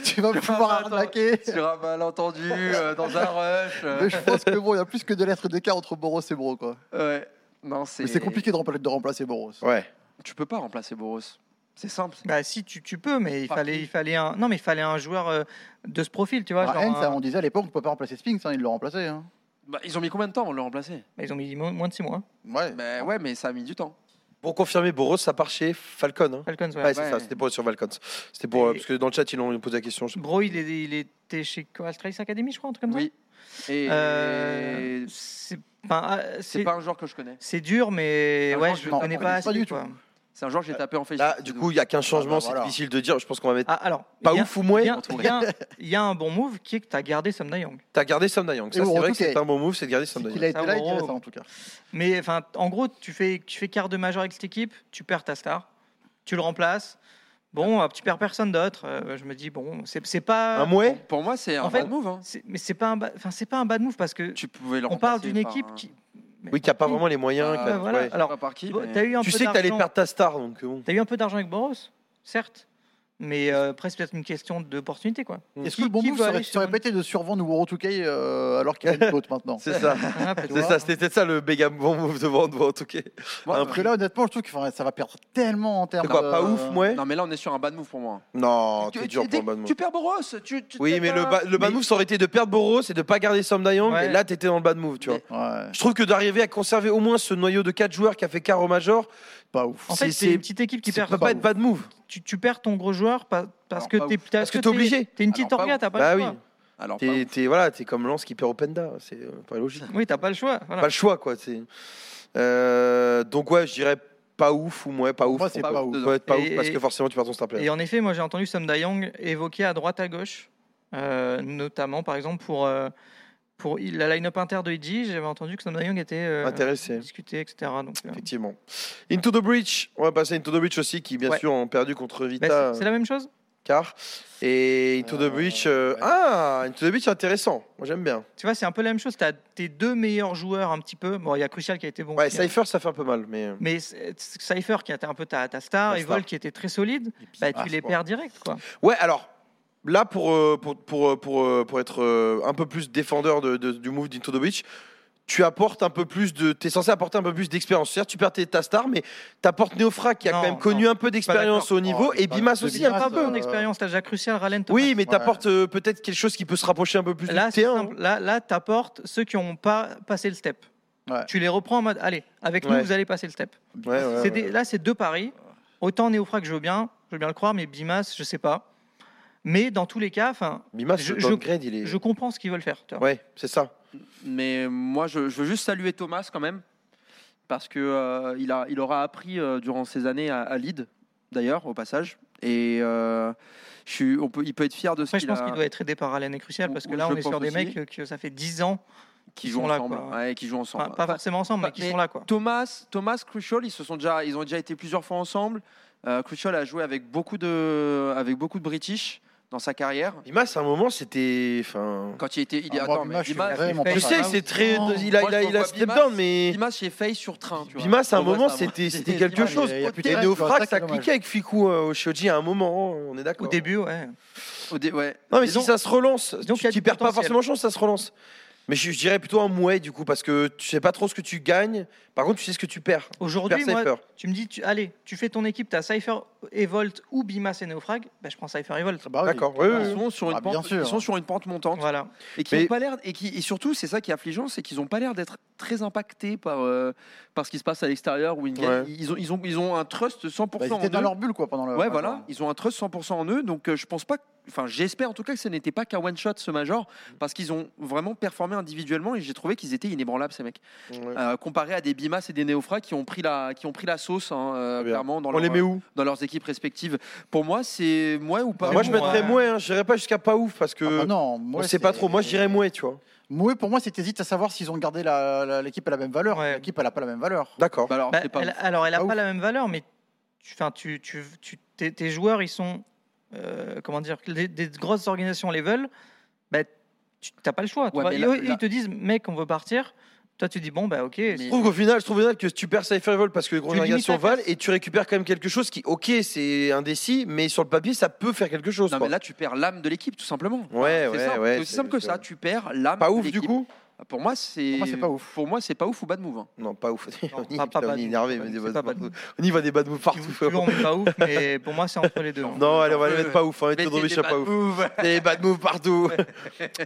[SPEAKER 2] tu vas pouvoir
[SPEAKER 3] attends.
[SPEAKER 2] arnaquer.
[SPEAKER 3] Sur un malentendu, euh, dans un rush. euh,
[SPEAKER 2] Mais je pense que bon, il y a plus que deux lettres d'écart entre Boros et Bro, quoi.
[SPEAKER 3] ouais. Non, c'est.
[SPEAKER 2] Mais c'est compliqué de, rempla- de remplacer Boros.
[SPEAKER 1] Ouais.
[SPEAKER 3] Tu peux pas remplacer Boros. C'est simple.
[SPEAKER 4] Bah si tu, tu peux, mais il
[SPEAKER 3] Par
[SPEAKER 4] fallait
[SPEAKER 3] qui
[SPEAKER 4] il fallait un non mais il fallait un joueur euh, de ce profil, tu vois.
[SPEAKER 2] Ah,
[SPEAKER 4] genre
[SPEAKER 2] Hens,
[SPEAKER 4] un-
[SPEAKER 2] on disait à l'époque, on peut pas remplacer Sphinx, hein, ils l'ont remplacé. Hein.
[SPEAKER 3] Bah, ils ont mis combien de temps pour le remplacer
[SPEAKER 4] Bah, ils ont mis mo- moins de 6 mois. hein.
[SPEAKER 2] Ouais.
[SPEAKER 3] Bah, ouais, mais ça a mis du temps.
[SPEAKER 1] Pour confirmer, Boros, ça part chez Falcon. hein.
[SPEAKER 4] Falcons. Ouais.
[SPEAKER 1] Ouais, c'est
[SPEAKER 3] ouais.
[SPEAKER 1] ça, c'était pour sur Valcons. C'était pour. euh,
[SPEAKER 4] Et-
[SPEAKER 1] parce que dans le chat, ils ont posé la question. je-
[SPEAKER 4] Bro, il, est- il était chez Astralis Academy, je crois, un truc comme ça.
[SPEAKER 3] Oui. Et
[SPEAKER 4] Euh, c'est enfin, ah,
[SPEAKER 3] c'est
[SPEAKER 4] c'est
[SPEAKER 3] pas un joueur que je connais.
[SPEAKER 4] c'est dur, mais
[SPEAKER 3] Ah,
[SPEAKER 4] ouais,
[SPEAKER 3] non,
[SPEAKER 4] je le
[SPEAKER 2] non,
[SPEAKER 4] connais
[SPEAKER 2] on
[SPEAKER 4] pas
[SPEAKER 2] connaît
[SPEAKER 4] assez.
[SPEAKER 2] pas du
[SPEAKER 4] quoi.
[SPEAKER 3] C'est un joueur que j'ai tapé en Facebook.
[SPEAKER 1] Là, Bah, du coup, il n'y a qu'un changement,
[SPEAKER 2] Ah bah
[SPEAKER 1] c'est
[SPEAKER 2] voilà.
[SPEAKER 1] difficile de dire. Je pense qu'on va mettre
[SPEAKER 4] Ah, alors,
[SPEAKER 1] pas
[SPEAKER 4] il y a-
[SPEAKER 1] ouf ou moins.
[SPEAKER 4] il y a-
[SPEAKER 3] on
[SPEAKER 4] Il y a un- il y a un bon move qui est que tu as gardé Somna Young.
[SPEAKER 1] T'as gardé Samda Young.
[SPEAKER 2] Et
[SPEAKER 1] Ça,
[SPEAKER 2] bon,
[SPEAKER 1] c'est
[SPEAKER 2] en
[SPEAKER 1] vrai
[SPEAKER 2] tout
[SPEAKER 1] que c'est
[SPEAKER 2] cas,
[SPEAKER 1] un bon move, c'est de garder
[SPEAKER 2] C'est
[SPEAKER 1] Samda
[SPEAKER 2] qu'il
[SPEAKER 1] Young.
[SPEAKER 2] a été là, il
[SPEAKER 4] Savoro.
[SPEAKER 2] dirait ça en tout cas.
[SPEAKER 4] Mais enfin, en gros, tu fais, tu fais quart de major avec cette équipe, tu perds ta star, tu le remplaces. Bon, euh, tu perds personne d'autre. Euh, je me dis, bon, c'est c'est pas.
[SPEAKER 1] Un mouet
[SPEAKER 3] Pour moi, c'est un
[SPEAKER 4] En fait-
[SPEAKER 3] bad move. hein.
[SPEAKER 4] c'est- Mais c'est pas, un ba- enfin, c'est pas un bad move parce que
[SPEAKER 3] Tu pouvais le
[SPEAKER 4] on parle
[SPEAKER 3] remplacer
[SPEAKER 4] d'une
[SPEAKER 3] par
[SPEAKER 4] équipe
[SPEAKER 3] un-
[SPEAKER 4] qui.
[SPEAKER 1] Oui, qui n'a pas vraiment les moyens.
[SPEAKER 3] Ah,
[SPEAKER 1] qui a-
[SPEAKER 4] voilà.
[SPEAKER 1] ouais.
[SPEAKER 3] Je sais
[SPEAKER 4] Alors,
[SPEAKER 3] pas par qui, mais-
[SPEAKER 4] T'as eu un
[SPEAKER 1] Tu
[SPEAKER 4] peu
[SPEAKER 1] sais que t'allais
[SPEAKER 4] d'argent-
[SPEAKER 1] perdre ta star, donc euh, bon.
[SPEAKER 4] T'as eu un peu d'argent avec Boros, certes, mais euh, presque peut-être une question d'opportunité, quoi.
[SPEAKER 2] Est-ce
[SPEAKER 4] Qui-
[SPEAKER 2] que le bon
[SPEAKER 4] qui
[SPEAKER 2] move
[SPEAKER 4] veut
[SPEAKER 2] serait,
[SPEAKER 4] aller sur
[SPEAKER 2] serait
[SPEAKER 4] un-
[SPEAKER 2] pas été de survendre World 2K euh, alors qu'il y a une côte maintenant
[SPEAKER 1] C'est ça.
[SPEAKER 4] Ah, peut-être
[SPEAKER 1] C'est
[SPEAKER 4] pas.
[SPEAKER 1] ça, c'était ça le méga bon move de Van en tout cas.
[SPEAKER 3] Moi,
[SPEAKER 1] Un
[SPEAKER 2] Parce que là, honnêtement, je trouve que faudrait- ça va perdre tellement en termes
[SPEAKER 1] C'est quoi, pas
[SPEAKER 2] de-
[SPEAKER 1] ouf, mouais
[SPEAKER 3] Non, mais là, on est sur un bad move pour moi.
[SPEAKER 1] Non, Oh, t'es
[SPEAKER 3] Tu-
[SPEAKER 1] dur
[SPEAKER 3] tu-
[SPEAKER 1] pour le
[SPEAKER 3] tu-
[SPEAKER 1] bad move.
[SPEAKER 3] Tu perds Boros. Tu, tu-
[SPEAKER 1] Oui,
[SPEAKER 3] t'as
[SPEAKER 1] mais
[SPEAKER 3] pas-
[SPEAKER 1] le, ba- le bad
[SPEAKER 4] mais-
[SPEAKER 1] move, ça aurait été de perdre Boros et de pas garder Samda Young.
[SPEAKER 4] Ouais.
[SPEAKER 1] Et là, t'étais dans le bad move, tu vois.
[SPEAKER 3] Mais-
[SPEAKER 2] Ouais,
[SPEAKER 1] Je trouve que d'arriver à conserver au moins ce noyau de 4 joueurs qui a fait quart au major,
[SPEAKER 2] pas ouf.
[SPEAKER 4] En
[SPEAKER 1] c'est-
[SPEAKER 4] fait,
[SPEAKER 1] c'est-
[SPEAKER 4] c'est une petite équipe qui
[SPEAKER 1] ça
[SPEAKER 4] perd.
[SPEAKER 1] peut pas être bad move.
[SPEAKER 4] Tu, tu perds ton gros joueur pas- parce
[SPEAKER 3] Alors,
[SPEAKER 4] que
[SPEAKER 3] pas
[SPEAKER 4] t'es
[SPEAKER 3] ouf.
[SPEAKER 1] Parce que t'es obligé.
[SPEAKER 4] T'es une petite
[SPEAKER 3] Alors, pas
[SPEAKER 4] orga,
[SPEAKER 3] ouf.
[SPEAKER 4] t'as pas
[SPEAKER 1] Bah
[SPEAKER 4] le
[SPEAKER 1] oui.
[SPEAKER 4] choix.
[SPEAKER 3] Alors, pas
[SPEAKER 1] T'es,
[SPEAKER 3] ouf.
[SPEAKER 1] t'es- voilà, t'es comme Lance qui perd Openda, c'est euh, pas logique.
[SPEAKER 4] Oui, t'as pas le choix. voilà.
[SPEAKER 1] Pas le choix, quoi. c'est- Euh, donc ouais, je dirais pas ouf ou moins pas ouf.
[SPEAKER 2] Moi, c'est
[SPEAKER 1] pour-
[SPEAKER 2] pas ouf.
[SPEAKER 1] Ouais, pas
[SPEAKER 4] Et-
[SPEAKER 1] ouf parce que forcément tu perds ton star player.
[SPEAKER 4] Et en effet, moi j'ai entendu Sam Dayang évoquer à droite à gauche, euh, notamment par exemple pour, euh, pour il- la line-up inter de IG, j'avais entendu que Sam Dayang était euh,
[SPEAKER 1] Intéressé.
[SPEAKER 4] discuté, etc. Donc, euh,
[SPEAKER 1] Effectivement. Into the Breach, on va passer à Into the Breach aussi, qui bien
[SPEAKER 4] Ouais.
[SPEAKER 1] sûr ont perdu contre
[SPEAKER 4] bah,
[SPEAKER 1] Vita
[SPEAKER 4] c'est- c'est la même chose
[SPEAKER 1] car. Et Into the Breach, euh,
[SPEAKER 2] ouais.
[SPEAKER 1] ah, Into the Breach intéressant. Moi j'aime bien.
[SPEAKER 4] Tu vois, c'est un peu la même chose. T'as tes deux meilleurs joueurs un petit peu. Bon, il y a Crucial qui a été bon.
[SPEAKER 1] Ouais,
[SPEAKER 4] aussi, hein.
[SPEAKER 1] Cypher ça fait un peu mal, mais euh,
[SPEAKER 4] Mais c'est- c'est Cypher qui était un peu ta, ta star,
[SPEAKER 1] Ta
[SPEAKER 4] et
[SPEAKER 1] star.
[SPEAKER 4] Vol qui était très solide, bah, tu
[SPEAKER 1] Ah,
[SPEAKER 4] les
[SPEAKER 1] bon.
[SPEAKER 4] perds direct. Quoi.
[SPEAKER 1] Ouais, alors là pour euh, pour pour euh, pour, euh, pour être euh, un peu plus défendeur de- de- du move d'Into the Breach, tu apportes un peu plus de t'es censé apporter un peu plus d'expérience. C'est-à-dire tu perds tes- ta star mais t'apportes Neofra qui a
[SPEAKER 4] Non,
[SPEAKER 1] quand même connu un peu d'expérience au niveau
[SPEAKER 2] Oh,
[SPEAKER 1] et Bimas
[SPEAKER 2] c'est
[SPEAKER 1] aussi
[SPEAKER 2] pas
[SPEAKER 1] un petit
[SPEAKER 4] Pas
[SPEAKER 2] grave.
[SPEAKER 1] peu.
[SPEAKER 4] peu en expérience, t'as déjà Crucial, Ralen. t'as
[SPEAKER 1] Oui, mais
[SPEAKER 2] Ouais.
[SPEAKER 1] t'apportes euh, peut-être quelque chose qui peut se rapprocher un peu plus
[SPEAKER 4] Là,
[SPEAKER 1] du
[SPEAKER 4] c'est
[SPEAKER 1] terrain.
[SPEAKER 4] simple. Là, là tu apportes ceux qui n'ont pas passé le step.
[SPEAKER 2] Ouais.
[SPEAKER 4] Tu les reprends en mode allez, avec
[SPEAKER 1] Ouais.
[SPEAKER 4] nous, vous allez passer le step.
[SPEAKER 1] Ouais, ouais,
[SPEAKER 4] C'est
[SPEAKER 1] ouais.
[SPEAKER 4] des- Là, c'est deux paris. Autant Néofra que je veux bien, je veux bien le croire, mais Bimas, je sais pas. Mais dans tous les cas, enfin,
[SPEAKER 1] Bimas,
[SPEAKER 4] Je-
[SPEAKER 1] le
[SPEAKER 4] je-
[SPEAKER 1] downgrade, il est.
[SPEAKER 4] je comprends ce qu'ils veulent faire. tu vois.
[SPEAKER 1] Ouais, c'est ça.
[SPEAKER 3] Mais moi, je, je veux juste saluer Thomas quand même, parce que euh, il, a, il aura appris euh, durant ces années à, à Leeds, d'ailleurs, au passage. Et euh, je suis, on peut, il peut être fier de ce
[SPEAKER 4] Après, je
[SPEAKER 3] qu'il
[SPEAKER 4] pense
[SPEAKER 3] a,
[SPEAKER 4] qu'il doit être aidé par Ralen et Crucial,
[SPEAKER 3] Ou-
[SPEAKER 4] parce que
[SPEAKER 3] ou
[SPEAKER 4] là,
[SPEAKER 3] je
[SPEAKER 4] on est sur
[SPEAKER 3] pense
[SPEAKER 4] des
[SPEAKER 3] aussi.
[SPEAKER 4] mecs que ça fait 10 ans,
[SPEAKER 3] qui
[SPEAKER 4] Ils
[SPEAKER 3] joue
[SPEAKER 4] sont là,
[SPEAKER 3] ensemble.
[SPEAKER 4] quoi.
[SPEAKER 3] Ouais, qui joue ensemble.
[SPEAKER 4] enfin, pas forcément ensemble, mais qui
[SPEAKER 3] mais-
[SPEAKER 4] sont là. quoi.
[SPEAKER 3] Thomas, Thomas, Crucial, ils se sont déjà, ils ont déjà été plusieurs fois ensemble. Euh, Crucial a joué avec beaucoup de, avec beaucoup de British. dans sa carrière.
[SPEAKER 1] Imas, à un moment, c'était. Enfin...
[SPEAKER 3] Quand il était. Il est,
[SPEAKER 2] Ah, moi,
[SPEAKER 3] attends, mais
[SPEAKER 2] Bimas, je suis
[SPEAKER 3] Bimas,
[SPEAKER 2] vraiment
[SPEAKER 4] je
[SPEAKER 1] Je
[SPEAKER 2] pas
[SPEAKER 1] sais,
[SPEAKER 2] fan.
[SPEAKER 1] que c'est très.
[SPEAKER 2] Oh.
[SPEAKER 1] il a,
[SPEAKER 3] Moi,
[SPEAKER 1] il a,
[SPEAKER 3] je
[SPEAKER 1] il a
[SPEAKER 3] vois
[SPEAKER 1] step
[SPEAKER 3] Bimas.
[SPEAKER 1] down, mais.
[SPEAKER 3] Bimas chez Faye sur train. Tu vois.
[SPEAKER 1] Bimas, à un
[SPEAKER 3] Pour moi,
[SPEAKER 1] moment,
[SPEAKER 3] c'est
[SPEAKER 1] c'était c'était
[SPEAKER 3] c'est-
[SPEAKER 1] quelque
[SPEAKER 3] Bimas,
[SPEAKER 1] chose.
[SPEAKER 2] il y a- il y a plus de
[SPEAKER 1] Et
[SPEAKER 2] rêve,
[SPEAKER 1] Néofrax, ça
[SPEAKER 2] quoi, ça, c'est
[SPEAKER 1] cliquait avec Fiku euh, au Shoji à un moment, on est
[SPEAKER 4] Au
[SPEAKER 1] d'accord.
[SPEAKER 4] début, ouais.
[SPEAKER 3] Au dé- ouais.
[SPEAKER 1] Non, mais
[SPEAKER 4] Disons-
[SPEAKER 1] si ça se relance,
[SPEAKER 4] disons qu'il y
[SPEAKER 1] tu
[SPEAKER 4] a
[SPEAKER 1] tu
[SPEAKER 4] du
[SPEAKER 1] perds pas
[SPEAKER 4] potentiel.
[SPEAKER 1] forcément chance, ça se relance. Mais je, je dirais plutôt un mouet du coup, parce que tu sais pas trop ce que tu gagnes. Par contre, tu sais ce que tu perds. Tu perds
[SPEAKER 4] Aujourd'hui, moi,
[SPEAKER 1] Cypher.
[SPEAKER 4] tu me dis, tu, allez, tu fais ton équipe, tu as Cypher, Evolt ou Bimas et Naufrag, bah, je prends Cypher Evolt.
[SPEAKER 2] Ah bah oui.
[SPEAKER 1] D'accord, oui, oui,
[SPEAKER 3] Ils sont sur une
[SPEAKER 2] Ah, bien
[SPEAKER 3] pente,
[SPEAKER 2] sûr.
[SPEAKER 3] ils sont sur une pente montante
[SPEAKER 4] Voilà.
[SPEAKER 3] et qui
[SPEAKER 1] Mais-
[SPEAKER 3] ont pas l'air et qui et surtout c'est ça qui est affligeant, c'est qu'ils ont pas l'air d'être très impactés par euh, par ce qui se passe à l'extérieur ou une
[SPEAKER 1] Ouais.
[SPEAKER 3] ils ont ils ont ils ont un trust 100%
[SPEAKER 2] Bah, ils
[SPEAKER 3] en
[SPEAKER 2] étaient dans
[SPEAKER 3] eux.
[SPEAKER 2] leur bulle quoi pendant le.
[SPEAKER 3] Ouais, voilà, ils ont un trust 100% en eux, donc euh, je pense pas, que- enfin j'espère en tout cas que ce n'était pas qu'un one shot ce major,
[SPEAKER 1] Mm.
[SPEAKER 3] parce qu'ils ont vraiment performé individuellement et j'ai trouvé qu'ils étaient inébranlables ces mecs.
[SPEAKER 1] Ouais.
[SPEAKER 3] Euh, comparé à des Bimas et des Néofra qui ont pris la, qui ont pris la sauce hein, euh,
[SPEAKER 1] Très Ah, bien.
[SPEAKER 3] clairement dans,
[SPEAKER 1] On les
[SPEAKER 3] leur-
[SPEAKER 1] met où
[SPEAKER 3] dans leurs équipes respectives. Pour moi, c'est moi ou pas.
[SPEAKER 1] Moi,
[SPEAKER 4] bon,
[SPEAKER 1] je mettrais
[SPEAKER 4] ouais.
[SPEAKER 1] mouet, hein. j'irais pas jusqu'à pas ouf, parce que.
[SPEAKER 2] Ah bah non,
[SPEAKER 1] Euh, On
[SPEAKER 2] moi
[SPEAKER 1] sait pas trop. Moi, je dirais mouet, tu vois.
[SPEAKER 2] Moi, pour moi, c'est hésite à savoir s'ils ont gardé la- la- l'équipe à la même valeur.
[SPEAKER 4] Ouais.
[SPEAKER 2] L'équipe, elle a pas la même valeur.
[SPEAKER 1] D'accord.
[SPEAKER 3] Bah alors,
[SPEAKER 4] Bah,
[SPEAKER 3] c'est pas
[SPEAKER 4] elle-
[SPEAKER 3] ouf.
[SPEAKER 4] alors,
[SPEAKER 1] Ah,
[SPEAKER 4] elle a
[SPEAKER 2] Pas
[SPEAKER 4] pas,
[SPEAKER 2] ouf.
[SPEAKER 4] la même valeur, mais tu, 'fin, tu, tu, tu- tes, tes joueurs, ils sont. euh, comment dire les- Des grosses organisations les veulent, bah, tu n'as pas le choix. tu
[SPEAKER 3] Ouais,
[SPEAKER 4] vois.
[SPEAKER 3] mais
[SPEAKER 4] Ils-
[SPEAKER 3] là-
[SPEAKER 4] eux,
[SPEAKER 3] là-
[SPEAKER 4] Ils te disent, mec, on veut partir. Toi, tu dis, bon, bah, ok.
[SPEAKER 1] Je
[SPEAKER 3] Mais-
[SPEAKER 1] trouve qu'au final, je trouve au final que tu perds Cypher Evolve parce que les grosses
[SPEAKER 4] Tu limites
[SPEAKER 1] organisations
[SPEAKER 4] ta
[SPEAKER 1] valent
[SPEAKER 4] casse.
[SPEAKER 1] et tu récupères quand même quelque chose qui, ok, c'est indécis, mais sur le papier, ça peut faire quelque chose.
[SPEAKER 3] Non
[SPEAKER 1] quoi.
[SPEAKER 3] mais là tu perds l'âme de l'équipe tout simplement.
[SPEAKER 1] Ouais,
[SPEAKER 3] C'est
[SPEAKER 1] ouais,
[SPEAKER 3] simple.
[SPEAKER 1] ouais,
[SPEAKER 3] C'est aussi
[SPEAKER 1] c'est-
[SPEAKER 3] simple que
[SPEAKER 1] c'est
[SPEAKER 3] ça.
[SPEAKER 1] vrai.
[SPEAKER 3] Tu perds l'âme.
[SPEAKER 1] pas
[SPEAKER 3] de
[SPEAKER 1] ouf du
[SPEAKER 3] l'équipe.
[SPEAKER 1] coup
[SPEAKER 3] Pour moi c'est.
[SPEAKER 2] Pour moi, c'est pas ouf.
[SPEAKER 3] Pour moi c'est pas ouf ou bad move. hein.
[SPEAKER 1] Non, pas ouf.
[SPEAKER 4] Non,
[SPEAKER 1] on, y,
[SPEAKER 4] pas-
[SPEAKER 1] putain,
[SPEAKER 4] pas
[SPEAKER 1] on
[SPEAKER 4] bad
[SPEAKER 1] est
[SPEAKER 4] move,
[SPEAKER 1] énervé,
[SPEAKER 4] pas
[SPEAKER 1] mais des
[SPEAKER 4] bad- c'est
[SPEAKER 1] bad
[SPEAKER 4] pas bad
[SPEAKER 1] moves. on y va des bad moves partout.
[SPEAKER 4] Toujours,
[SPEAKER 1] frérot.
[SPEAKER 4] on est pas ouf, mais pour moi, c'est entre les deux. hein.
[SPEAKER 1] Non, allez, on va les mettre pas ouf. On va mettre
[SPEAKER 3] Mettez
[SPEAKER 1] Todorovic
[SPEAKER 3] des
[SPEAKER 1] à pas
[SPEAKER 3] bad
[SPEAKER 1] ouf.
[SPEAKER 3] moves.
[SPEAKER 1] Des bad moves partout.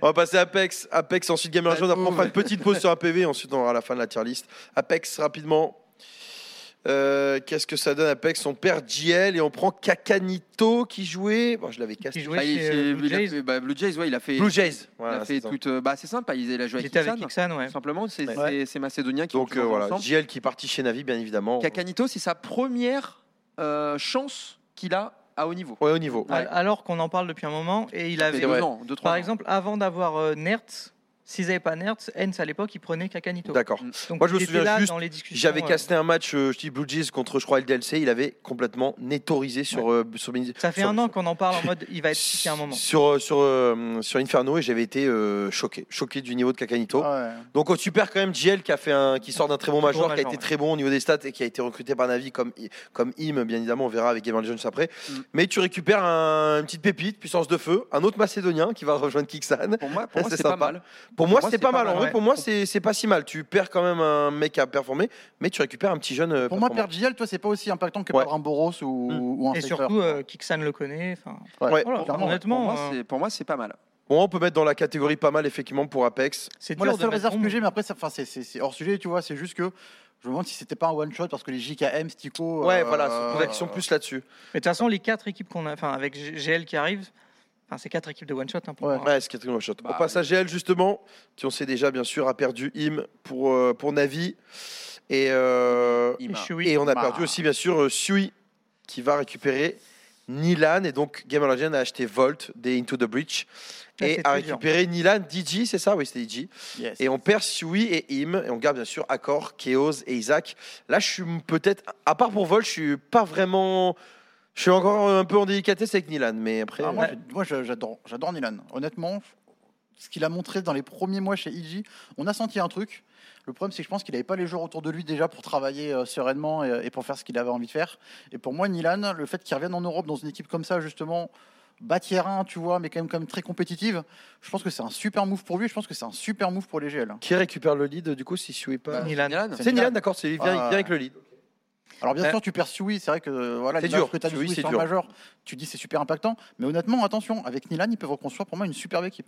[SPEAKER 1] on va passer à Apex. Apex, ensuite Gamer
[SPEAKER 3] Bad
[SPEAKER 1] Jones. Après, on fera
[SPEAKER 3] move.
[SPEAKER 1] une petite pause sur APV. Ensuite, on aura la fin de la tier list. Apex, rapidement. Euh, Qu'est-ce que ça donne Apex On perd JL et on prend Kakanito qui jouait. Bon, je l'avais cassé.
[SPEAKER 4] Qui jouait
[SPEAKER 3] Bah, il-
[SPEAKER 4] chez,
[SPEAKER 3] c'est-
[SPEAKER 4] euh, Blue
[SPEAKER 3] il a
[SPEAKER 4] Jays.
[SPEAKER 3] fait- bah, Blue Jays, ouais, il a fait.
[SPEAKER 1] Blue Jays.
[SPEAKER 3] Il
[SPEAKER 1] Voilà,
[SPEAKER 3] a fait
[SPEAKER 1] c'est ça.
[SPEAKER 3] toute. euh, bah, c'est simple, il il a joué avec
[SPEAKER 4] Il était avec
[SPEAKER 3] Ixan,
[SPEAKER 4] Ixan, ouais.
[SPEAKER 3] tout simplement. C'est
[SPEAKER 1] Ouais.
[SPEAKER 3] c'est- c'est Macédonien qui
[SPEAKER 1] Donc
[SPEAKER 3] joue
[SPEAKER 1] euh, voilà,
[SPEAKER 3] ensemble.
[SPEAKER 1] JL qui est parti chez Navi, bien évidemment.
[SPEAKER 3] Cacanito, c'est sa première euh, chance qu'il a à haut niveau.
[SPEAKER 1] Ouais, au niveau.
[SPEAKER 3] Ouais.
[SPEAKER 4] Alors qu'on en parle depuis un moment, et il avait.
[SPEAKER 3] Deux
[SPEAKER 1] vrai.
[SPEAKER 3] ans, deux, trois
[SPEAKER 4] Par
[SPEAKER 3] ans.
[SPEAKER 4] exemple, avant d'avoir euh, Nertz, s'ils n'avaient pas Nertz, Hens à l'époque, ils prenaient Kakanito.
[SPEAKER 1] D'accord.
[SPEAKER 4] Donc,
[SPEAKER 1] Moi, je me
[SPEAKER 4] il était
[SPEAKER 1] souviens
[SPEAKER 4] là
[SPEAKER 1] juste,
[SPEAKER 4] dans les discussions,
[SPEAKER 1] J'avais
[SPEAKER 4] euh,
[SPEAKER 1] casté un match, euh, je dis Blue Jays contre, je crois, LDLC. Il avait complètement nettorisé sur. euh, sur Benz-
[SPEAKER 4] Ça fait
[SPEAKER 1] sur-
[SPEAKER 4] un an qu'on en parle en mode il va être piqué à un moment.
[SPEAKER 1] Sur, euh, sur, euh, sur Inferno et j'avais été euh, choqué, choqué du niveau de Kakanito.
[SPEAKER 2] Ah ouais.
[SPEAKER 1] Donc au super quand même JL qui a fait un, qui sort d'un très bon
[SPEAKER 4] Très bon
[SPEAKER 1] major, qui a
[SPEAKER 4] major,
[SPEAKER 1] été
[SPEAKER 4] ouais.
[SPEAKER 1] très bon au niveau des stats et qui a été recruté par Navi comme i- comme Im bien évidemment, on verra avec Game of Legends après.
[SPEAKER 3] Mm.
[SPEAKER 1] Mais tu récupères un- une petite pépite, puissance de feu, un autre Macédonien qui va rejoindre Kixan.
[SPEAKER 3] pour moi, pour moi,
[SPEAKER 1] C'est
[SPEAKER 3] c'est pas
[SPEAKER 1] sympa.
[SPEAKER 3] mal.
[SPEAKER 1] Pour moi, c'est pas, mal. En vrai,
[SPEAKER 4] ouais.
[SPEAKER 1] pour moi, c'est c'est pas si mal. Tu perds quand même un mec à performer, mais tu récupères un petit jeune. euh,
[SPEAKER 2] Pour moi,
[SPEAKER 1] performant.
[SPEAKER 2] perdre JL, toi, c'est pas aussi impactant que
[SPEAKER 1] Ouais.
[SPEAKER 2] perdre un Boros ou,
[SPEAKER 1] Mm.
[SPEAKER 2] ou un
[SPEAKER 4] Et
[SPEAKER 2] Cypher.
[SPEAKER 4] surtout, euh, Kixan le connaît. enfin,
[SPEAKER 2] Ouais.
[SPEAKER 1] Ouais.
[SPEAKER 4] voilà,
[SPEAKER 2] Clairement,
[SPEAKER 3] Pour
[SPEAKER 4] honnêtement,
[SPEAKER 3] moi,
[SPEAKER 4] euh,
[SPEAKER 3] c'est- Pour moi, c'est pas mal.
[SPEAKER 1] Bon, on peut mettre dans la catégorie pas mal effectivement pour Apex.
[SPEAKER 4] c'est dur
[SPEAKER 2] Moi, la
[SPEAKER 4] de
[SPEAKER 2] seule
[SPEAKER 4] mettre
[SPEAKER 2] réserve
[SPEAKER 4] bon.
[SPEAKER 2] que j'ai, mais après, ça- enfin, c'est- c'est c'est hors sujet, tu vois, c'est juste que je me demande si c'était pas un one shot parce que les JKM, Stico.
[SPEAKER 1] Ouais,
[SPEAKER 2] euh,
[SPEAKER 1] voilà, c'est pour l'action plus là-dessus.
[SPEAKER 4] Mais de toute façon, les quatre équipes qu'on a, enfin, avec G- GL qui arrive, enfin, c'est quatre équipes de one shot hein, pour
[SPEAKER 2] Ouais.
[SPEAKER 4] moi.
[SPEAKER 1] Ouais, c'est Catherine Washington.
[SPEAKER 3] Bah,
[SPEAKER 1] on passe à GL justement, qui on sait déjà bien sûr a perdu Im pour euh, pour Navi et euh,
[SPEAKER 3] Il
[SPEAKER 4] Et
[SPEAKER 3] m'a-
[SPEAKER 4] Shui,
[SPEAKER 1] Et on a
[SPEAKER 2] bah.
[SPEAKER 1] perdu aussi, bien sûr, euh, Sui, qui va récupérer Nilan. Et donc, Gamer Legend a acheté Volt des Into the Breach.
[SPEAKER 4] Ça,
[SPEAKER 1] et
[SPEAKER 4] c'est
[SPEAKER 1] a
[SPEAKER 4] très dur.
[SPEAKER 1] récupéré Nilan, DJ, c'est ça Oui, c'était DJ.
[SPEAKER 2] Yes.
[SPEAKER 1] Et on perd Sui et Im. Et on garde, bien sûr, Accor, Chaos et Isaac. Là, je suis peut-être, à part pour Volt, je suis pas vraiment. Je suis encore un peu en délicatesse avec Nilan. Mais après.
[SPEAKER 2] Ah,
[SPEAKER 1] euh,
[SPEAKER 2] moi, je- moi, je- j'adore, j'adore Nilan. Honnêtement, ce qu'il a montré dans les premiers mois chez IG, on a senti un truc. Le problème, c'est que je pense qu'il n'avait pas les joueurs autour de lui déjà pour travailler euh, sereinement et, et pour faire ce qu'il avait envie de faire. Et pour moi, Nilan, le fait qu'il revienne en Europe dans une équipe comme ça, justement, bas tier 1, tu vois, mais quand même, quand même très compétitive, je pense que c'est un super move pour lui. Je pense que c'est un super move pour les GL.
[SPEAKER 1] qui récupère le lead, du coup, si Sui est pas.
[SPEAKER 4] Bah, Nilan.
[SPEAKER 3] Nilan.
[SPEAKER 1] c'est Nilan, d'accord, c'est il vient, il
[SPEAKER 2] Ah,
[SPEAKER 1] vient avec le lead.
[SPEAKER 2] Alors bien
[SPEAKER 4] Ouais.
[SPEAKER 2] sûr, tu perds Sui, c'est vrai que euh, voilà,
[SPEAKER 1] Euh, C'est
[SPEAKER 2] l'image
[SPEAKER 1] dur,
[SPEAKER 2] que t'as de
[SPEAKER 1] Sui,
[SPEAKER 2] Sui
[SPEAKER 1] c'est
[SPEAKER 2] sur
[SPEAKER 1] dur.
[SPEAKER 2] Major, tu dis c'est super impactant, mais honnêtement, attention, avec Nilan, ils peuvent reconstruire pour moi une superbe équipe.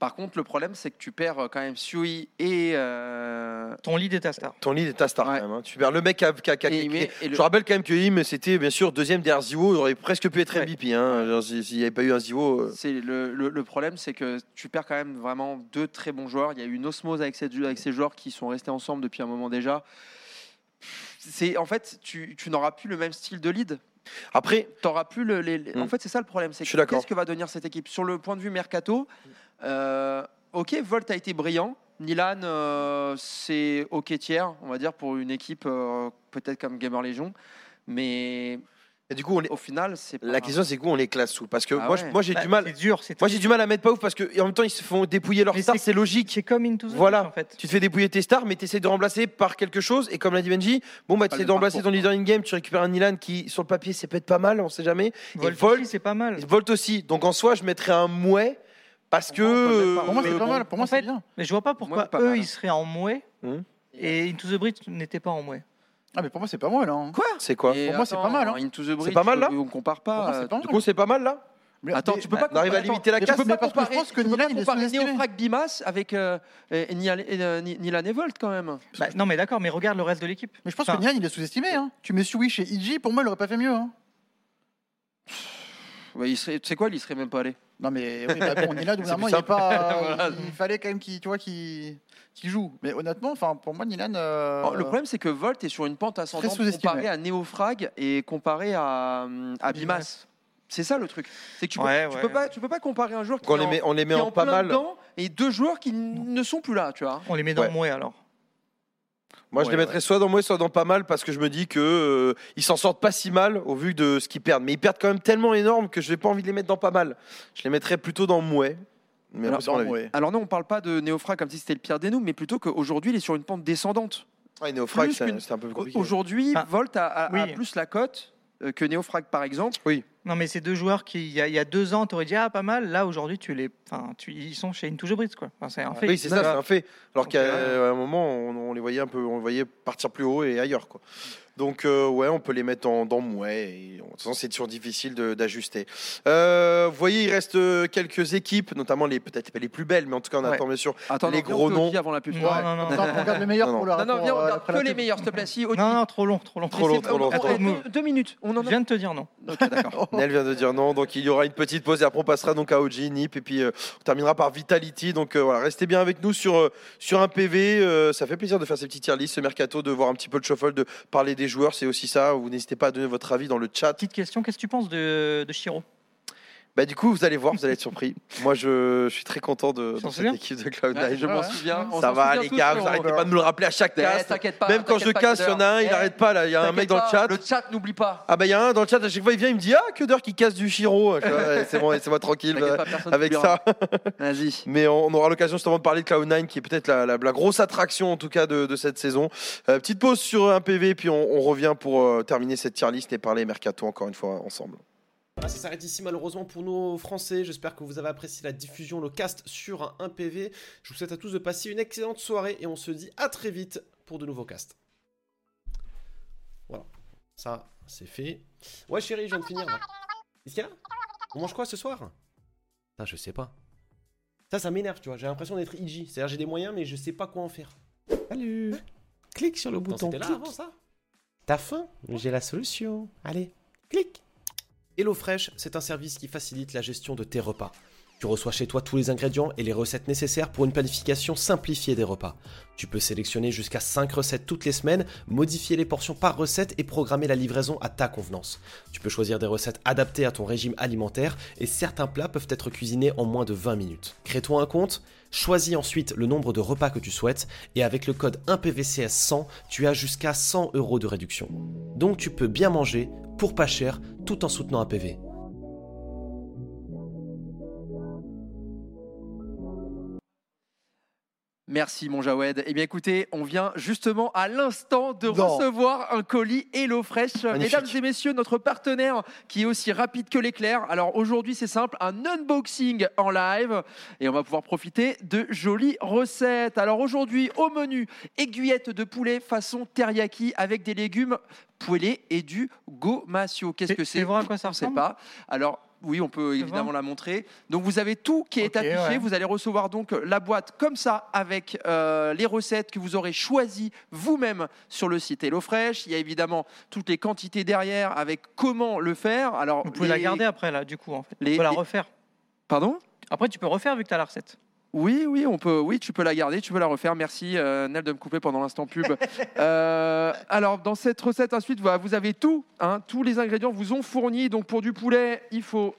[SPEAKER 3] Par contre, le problème, c'est que tu perds euh, quand même Sui et. euh,
[SPEAKER 4] Ton lead est ta star.
[SPEAKER 1] Ton lead est ta star
[SPEAKER 3] Ouais.
[SPEAKER 1] quand même. hein. Tu perds le mec à, qui a- qui a-
[SPEAKER 3] et-
[SPEAKER 1] qui-
[SPEAKER 3] mais- et le-
[SPEAKER 1] Je rappelle quand même que Im, c'était bien sûr deuxième derrière Ziwo, il aurait presque pu être
[SPEAKER 4] Ouais.
[SPEAKER 1] MVP. Hein, Genre, si- S'il n'y avait pas eu un Ziwo. euh,
[SPEAKER 3] C'est le, le- le problème, c'est que tu perds quand même vraiment deux très bons joueurs. Il y a eu une osmose avec ces, avec ces joueurs qui sont restés ensemble depuis un moment déjà. C'est en fait, tu, tu n'auras plus le même style de lead.
[SPEAKER 1] Après,
[SPEAKER 3] T'auras plus le. les- les- En
[SPEAKER 1] Mm.
[SPEAKER 3] fait, c'est ça le problème. C'est
[SPEAKER 1] Je
[SPEAKER 3] que
[SPEAKER 1] suis d'accord.
[SPEAKER 3] qu'est-ce que va devenir cette équipe sur le point de vue mercato euh, Ok, Volt a été brillant. Nilan, euh, c'est ok tiers, on va dire pour une équipe euh, peut-être comme Gamer Legion, mais
[SPEAKER 1] Et du coup, on les-
[SPEAKER 3] Au final, c'est pas-
[SPEAKER 1] la question c'est qu'on les classe sous parce que
[SPEAKER 3] Ah
[SPEAKER 1] moi, je-
[SPEAKER 3] ouais.
[SPEAKER 1] moi j'ai
[SPEAKER 4] Bah,
[SPEAKER 1] du mal.
[SPEAKER 4] C'est dur, c'est
[SPEAKER 1] Moi j'ai du mal à mettre pas ouf parce que et en même temps ils se font dépouiller leur
[SPEAKER 4] Mais
[SPEAKER 1] star,
[SPEAKER 4] c'est-
[SPEAKER 1] c'est logique.
[SPEAKER 4] C'est comme Into the
[SPEAKER 1] Voilà.
[SPEAKER 4] Breach, en fait.
[SPEAKER 1] Tu te fais dépouiller tes stars, mais tu essaies de remplacer par quelque chose. Et comme l'a dit Benji, bon, bah, tu
[SPEAKER 2] Pas
[SPEAKER 1] essaies
[SPEAKER 2] le
[SPEAKER 1] de remplacer ton
[SPEAKER 2] parcours,
[SPEAKER 1] leader in-game, tu récupères un Ilan qui, sur le papier, c'est peut-être pas mal, on sait jamais.
[SPEAKER 4] Volt, aussi,
[SPEAKER 1] Volt-
[SPEAKER 4] c'est pas
[SPEAKER 1] Et
[SPEAKER 4] mal.
[SPEAKER 1] Volt aussi. Donc en soi, je mettrais un mouet parce que.
[SPEAKER 3] peut le mettre par-
[SPEAKER 2] Pour moi,
[SPEAKER 1] euh,
[SPEAKER 2] c'est pas
[SPEAKER 1] bon,
[SPEAKER 2] mal. Pour moi,
[SPEAKER 4] en fait,
[SPEAKER 2] c'est bien.
[SPEAKER 4] Mais je vois pas pourquoi
[SPEAKER 3] Moi, pas
[SPEAKER 4] eux,
[SPEAKER 3] mal.
[SPEAKER 4] ils seraient en mouet
[SPEAKER 1] Hum.
[SPEAKER 4] et Into the Breach n'était pas en mouet.
[SPEAKER 2] Ah, mais pour moi, c'est pas mal. Hein.
[SPEAKER 1] C'est quoi
[SPEAKER 3] Et
[SPEAKER 2] Pour moi, c'est
[SPEAKER 3] attends,
[SPEAKER 2] pas mal, hein.
[SPEAKER 3] Into the Breach,
[SPEAKER 1] pas mal, là
[SPEAKER 3] On compare
[SPEAKER 2] Pour moi,
[SPEAKER 3] pas.
[SPEAKER 2] c'est
[SPEAKER 3] euh,
[SPEAKER 2] pas
[SPEAKER 1] Du
[SPEAKER 2] mal.
[SPEAKER 1] coup, c'est pas mal là
[SPEAKER 2] Mais-
[SPEAKER 3] Attends,
[SPEAKER 2] mais-
[SPEAKER 3] tu peux pas
[SPEAKER 1] on arrive à
[SPEAKER 3] comparer-
[SPEAKER 1] limiter la
[SPEAKER 3] Attends,
[SPEAKER 1] casse,
[SPEAKER 3] Tu peux
[SPEAKER 2] mais
[SPEAKER 3] pas
[SPEAKER 2] parce que je
[SPEAKER 3] comparer,
[SPEAKER 2] pense que
[SPEAKER 3] tu peux
[SPEAKER 2] Nilan,
[SPEAKER 3] pas
[SPEAKER 2] il est
[SPEAKER 3] comparer
[SPEAKER 2] sous-estimé.
[SPEAKER 3] Néofrag Bimas avec euh, euh, Nilan euh, Nilan et Volt quand même.
[SPEAKER 4] Bah, non, mais d'accord, mais regarde le reste de l'équipe.
[SPEAKER 2] Mais je pense
[SPEAKER 4] Enfin-
[SPEAKER 2] que Nian, il est sous-estimé. Hein. Tu mets Sui chez Iji, pour moi, il aurait pas fait mieux. Hein.
[SPEAKER 3] Ouais, il serait- Tu sais quoi, il y serait même pas allé.
[SPEAKER 2] Non, mais, oui, mais bon, Nilan, au bout
[SPEAKER 1] C'est
[SPEAKER 2] d'un moment,
[SPEAKER 1] plus
[SPEAKER 2] il, est
[SPEAKER 1] simple.
[SPEAKER 2] pas, euh,
[SPEAKER 3] Voilà.
[SPEAKER 2] il fallait quand même qu'il tu vois, qu'il qu'il joue. Mais honnêtement, enfin, pour moi, Nilan. euh,
[SPEAKER 3] Oh, Le problème, c'est que Volt est sur une pente ascendante
[SPEAKER 2] sous-estimé.
[SPEAKER 3] comparé à Néofrag et comparé à, euh, à Bimas. C'est ça le truc. C'est que tu peux,
[SPEAKER 4] Ouais,
[SPEAKER 3] tu
[SPEAKER 4] ouais.
[SPEAKER 3] peux pas, tu peux pas comparer un joueur qui
[SPEAKER 1] Donc, on
[SPEAKER 3] est
[SPEAKER 1] les
[SPEAKER 3] en,
[SPEAKER 1] met, on les met
[SPEAKER 3] qui est
[SPEAKER 1] en
[SPEAKER 3] en
[SPEAKER 1] pas
[SPEAKER 3] plein
[SPEAKER 1] mal.
[SPEAKER 3] dedans et deux joueurs qui n- ne sont plus là, tu vois.
[SPEAKER 4] On les met dans
[SPEAKER 1] Ouais.
[SPEAKER 4] mouet alors.
[SPEAKER 1] Moi, je les
[SPEAKER 2] Ouais,
[SPEAKER 1] mettrais soit dans moi, soit dans pas mal parce que je me dis que euh, ils s'en sortent pas si mal au vu de ce qu'ils perdent. Mais ils perdent quand même tellement énorme que je n'ai pas envie de les mettre dans pas mal. Je les mettrais plutôt dans mouet. Mais
[SPEAKER 2] Alors,
[SPEAKER 1] après, c'est mon
[SPEAKER 2] non,
[SPEAKER 1] avis.
[SPEAKER 2] ouais.
[SPEAKER 3] Alors non, on parle pas de Néofrag comme si c'était le pire des nous, mais plutôt qu'aujourd'hui, il est sur une pente descendante.
[SPEAKER 1] Ouais, Néofrag,
[SPEAKER 3] Plus
[SPEAKER 1] c'est
[SPEAKER 3] qu'une-
[SPEAKER 1] c'est un peu plus compliqué.
[SPEAKER 3] Aujourd'hui,
[SPEAKER 4] Ah.
[SPEAKER 3] Volt a, a- a
[SPEAKER 4] Oui.
[SPEAKER 3] plus la cote euh, que Neofrag, par exemple.
[SPEAKER 4] Non, mais ces deux joueurs qui, il y a, il y a deux ans, t'aurais dit ah pas mal. Là aujourd'hui, tu les, enfin, tu, ils sont chez Into the Breach quoi. Enfin, c'est un
[SPEAKER 3] Ah,
[SPEAKER 4] fait.
[SPEAKER 1] Ah Oui, c'est ça, c'est un fait. Alors
[SPEAKER 4] Donc,
[SPEAKER 1] qu'à
[SPEAKER 4] euh,
[SPEAKER 1] à un moment, on, on les voyait un peu, on les voyait partir plus haut et ailleurs, quoi. Donc euh, ouais, on peut les mettre en, dans mouet. et on- De toute façon, c'est toujours difficile de- d'ajuster. Euh, vous voyez, il reste euh, quelques équipes, notamment les peut-être pas les plus belles, mais en tout cas, on
[SPEAKER 4] Ouais.
[SPEAKER 1] attend bien sûr.
[SPEAKER 3] Attends,
[SPEAKER 1] Les
[SPEAKER 3] non, viens,
[SPEAKER 1] gros
[SPEAKER 3] on fait au
[SPEAKER 1] noms.
[SPEAKER 3] qui avant la pub.
[SPEAKER 4] Non,
[SPEAKER 3] Ouais.
[SPEAKER 4] non, non, non,
[SPEAKER 2] Attends, on regarde le meilleur
[SPEAKER 1] Non, non.
[SPEAKER 2] pour le
[SPEAKER 3] Non,
[SPEAKER 2] rapport.
[SPEAKER 3] non, viens, on
[SPEAKER 2] euh,
[SPEAKER 3] regarde
[SPEAKER 2] après
[SPEAKER 3] que
[SPEAKER 2] la
[SPEAKER 3] les
[SPEAKER 2] pub.
[SPEAKER 3] meilleurs, s'il te plaît. Si,
[SPEAKER 4] non, non, trop long, trop long.
[SPEAKER 1] Trop long, trop long,
[SPEAKER 3] on-
[SPEAKER 1] trop
[SPEAKER 3] on-
[SPEAKER 4] long.
[SPEAKER 3] deux- Deux minutes. On en
[SPEAKER 4] Je
[SPEAKER 3] a-
[SPEAKER 4] viens de te dire non.
[SPEAKER 3] Ok, d'accord.
[SPEAKER 1] Nel vient de dire non, donc il y aura une petite pause et après on passera donc à OG, Nip et puis euh, on terminera par Vitality. Donc euh, voilà, restez bien avec nous sur, euh, sur un PV. euh, ça fait plaisir de faire ces petits tier lists, ce mercato, de voir un petit peu le shuffle, de parler des joueurs. C'est aussi ça. Vous n'hésitez pas à donner votre avis dans le chat.
[SPEAKER 4] Petite question, qu'est-ce que tu penses de, de Shiro
[SPEAKER 1] Bah du coup, vous allez voir, vous allez être surpris. Moi, je, je suis très content de,
[SPEAKER 4] S'en
[SPEAKER 1] de cette
[SPEAKER 4] souvient
[SPEAKER 1] équipe de Cloud9.
[SPEAKER 3] Ouais, je m'en
[SPEAKER 2] ouais.
[SPEAKER 3] souviens. on
[SPEAKER 1] ça
[SPEAKER 3] s'en
[SPEAKER 1] va
[SPEAKER 3] souvient
[SPEAKER 1] les
[SPEAKER 3] tous,
[SPEAKER 1] gars,
[SPEAKER 3] on-
[SPEAKER 1] vous arrêtez pas de nous le rappeler à chaque
[SPEAKER 3] Eh,
[SPEAKER 1] casse.
[SPEAKER 3] T'inquiète pas.
[SPEAKER 1] Même quand je
[SPEAKER 3] t'inquiète pas,
[SPEAKER 1] casse, il y en a un, il
[SPEAKER 3] Eh,
[SPEAKER 1] n'arrête pas là. Il y a un mec
[SPEAKER 3] t'inquiète
[SPEAKER 1] dans le
[SPEAKER 3] pas,
[SPEAKER 1] chat.
[SPEAKER 3] Le chat, n'oublie pas.
[SPEAKER 1] Ah bah il y a un dans le chat à chaque fois, il vient, il me dit ah que d'heure qui casse du Chiro. Je fais, Ouais, C'est bon, laissez-moi tranquille.
[SPEAKER 3] T'inquiète pas, personne
[SPEAKER 1] Avec
[SPEAKER 3] t'oubliera.
[SPEAKER 1] ça,
[SPEAKER 3] Vas-y.
[SPEAKER 1] mais on on aura l'occasion justement de parler de Cloud9 qui est peut-être la, la- la grosse attraction en tout cas de, de cette saison. Euh, petite pause sur un PV, puis on, on revient pour euh, terminer cette tier list et parler mercato encore une fois ensemble.
[SPEAKER 5] Voilà, ça s'arrête ici malheureusement pour nos Français. J'espère que vous avez apprécié la diffusion, le cast sur un 1PV. Je vous souhaite à tous de passer une excellente soirée et on se dit à très vite pour de nouveaux casts. Voilà, ça c'est fait. Ouais chérie, je viens de finir. là. Qu'est-ce qu'il y a On mange quoi ce soir Putain, je sais pas. Ça, ça m'énerve, tu vois. J'ai l'impression d'être IG. C'est-à-dire j'ai des moyens mais je sais pas quoi en faire.
[SPEAKER 6] Salut Clique sur le
[SPEAKER 5] Putain,
[SPEAKER 6] bouton
[SPEAKER 5] c'était là
[SPEAKER 6] clique.
[SPEAKER 5] avant ça
[SPEAKER 6] T'as faim J'ai la solution. Allez, clique
[SPEAKER 5] HelloFresh, c'est un service qui facilite la gestion de tes repas. Tu reçois chez toi tous les ingrédients et les recettes nécessaires pour une planification simplifiée des repas. Tu peux sélectionner jusqu'à 5 recettes toutes les semaines, modifier les portions par recette et programmer la livraison à ta convenance. Tu peux choisir des recettes adaptées à ton régime alimentaire et certains plats peuvent être cuisinés en moins de 20 minutes. Crée-toi un compte, choisis ensuite le nombre de repas que tu souhaites et avec le code 1PVCS100, tu as jusqu'à 100 euros de réduction. Donc tu peux bien manger pour pas cher tout en soutenant un PV.
[SPEAKER 3] Merci mon Jawed. Eh bien écoutez, on vient justement à l'instant de
[SPEAKER 2] Non.
[SPEAKER 3] recevoir un colis HelloFresh.
[SPEAKER 1] Magnifique.
[SPEAKER 3] Mesdames et messieurs, notre partenaire qui est aussi rapide que l'éclair. Alors aujourd'hui c'est simple, un unboxing en live et on va pouvoir profiter de jolies recettes. Alors aujourd'hui au menu, aiguillette de poulet façon teriyaki avec des légumes poêlés et du gomasio. Qu'est-ce
[SPEAKER 4] Tu-
[SPEAKER 3] que
[SPEAKER 4] tu
[SPEAKER 3] c'est
[SPEAKER 4] vois à quoi ça
[SPEAKER 3] on ne sait
[SPEAKER 4] ressemble
[SPEAKER 3] pas. Alors oui, on peut
[SPEAKER 4] Je
[SPEAKER 3] évidemment
[SPEAKER 4] vois.
[SPEAKER 3] la montrer. Donc vous avez tout qui est
[SPEAKER 4] Ok,
[SPEAKER 3] affiché.
[SPEAKER 4] ouais.
[SPEAKER 3] Vous allez recevoir donc euh, la boîte comme ça avec euh, les recettes que vous aurez choisies vous-même sur le site HelloFresh. Il y a évidemment toutes les quantités derrière avec comment le faire. Alors
[SPEAKER 4] Vous pouvez
[SPEAKER 3] les-
[SPEAKER 4] la garder après là, du coup en fait.
[SPEAKER 3] les-
[SPEAKER 4] on peut la
[SPEAKER 3] les-
[SPEAKER 4] refaire.
[SPEAKER 3] Pardon
[SPEAKER 4] Après, tu peux refaire vu que t'as la recette.
[SPEAKER 3] oui, oui, on peut. Oui, tu peux la garder, tu peux la refaire. Merci euh, Nel de me couper pendant l'instant pub. Euh, alors dans cette recette ensuite, voilà, vous avez tout, hein, tous les ingrédients vous ont fournis. Donc pour du poulet, il faut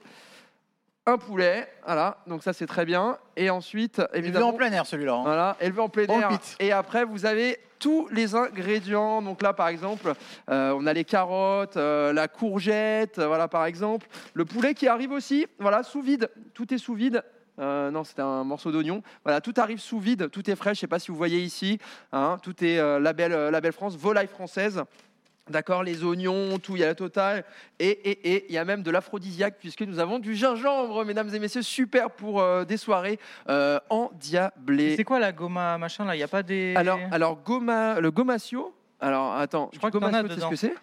[SPEAKER 3] un poulet. Voilà, donc ça c'est très bien. Et ensuite,
[SPEAKER 2] Évidemment.
[SPEAKER 3] évidemment,
[SPEAKER 2] en plein air celui-là. hein.
[SPEAKER 3] voilà, élevé en plein
[SPEAKER 2] Dans le
[SPEAKER 3] air.
[SPEAKER 2] pit.
[SPEAKER 3] Et après, vous avez tous les ingrédients. Donc là, par exemple, euh, on a les carottes, euh, la courgette, euh, voilà, par exemple. Le poulet qui arrive aussi, voilà, sous vide. Tout est sous vide. Euh, non, c'était un morceau d'oignon. Voilà, tout arrive sous vide, tout est frais. Je sais pas si vous voyez ici. hein, tout est euh, label, euh, label France, volaille française. D'accord, les oignons, tout, il y a la totale. Et et- et il y a même de l'aphrodisiaque, puisque nous avons du gingembre, mesdames et messieurs, super pour euh, des soirées euh, endiablées.
[SPEAKER 4] C'est quoi la goma machin là Il n'y a pas des.
[SPEAKER 3] Alors, alors goma, le gomasio. Alors, attends, je
[SPEAKER 4] crois que t'en as
[SPEAKER 3] gomasio, tu sais ce
[SPEAKER 4] dedans.
[SPEAKER 3] que c'est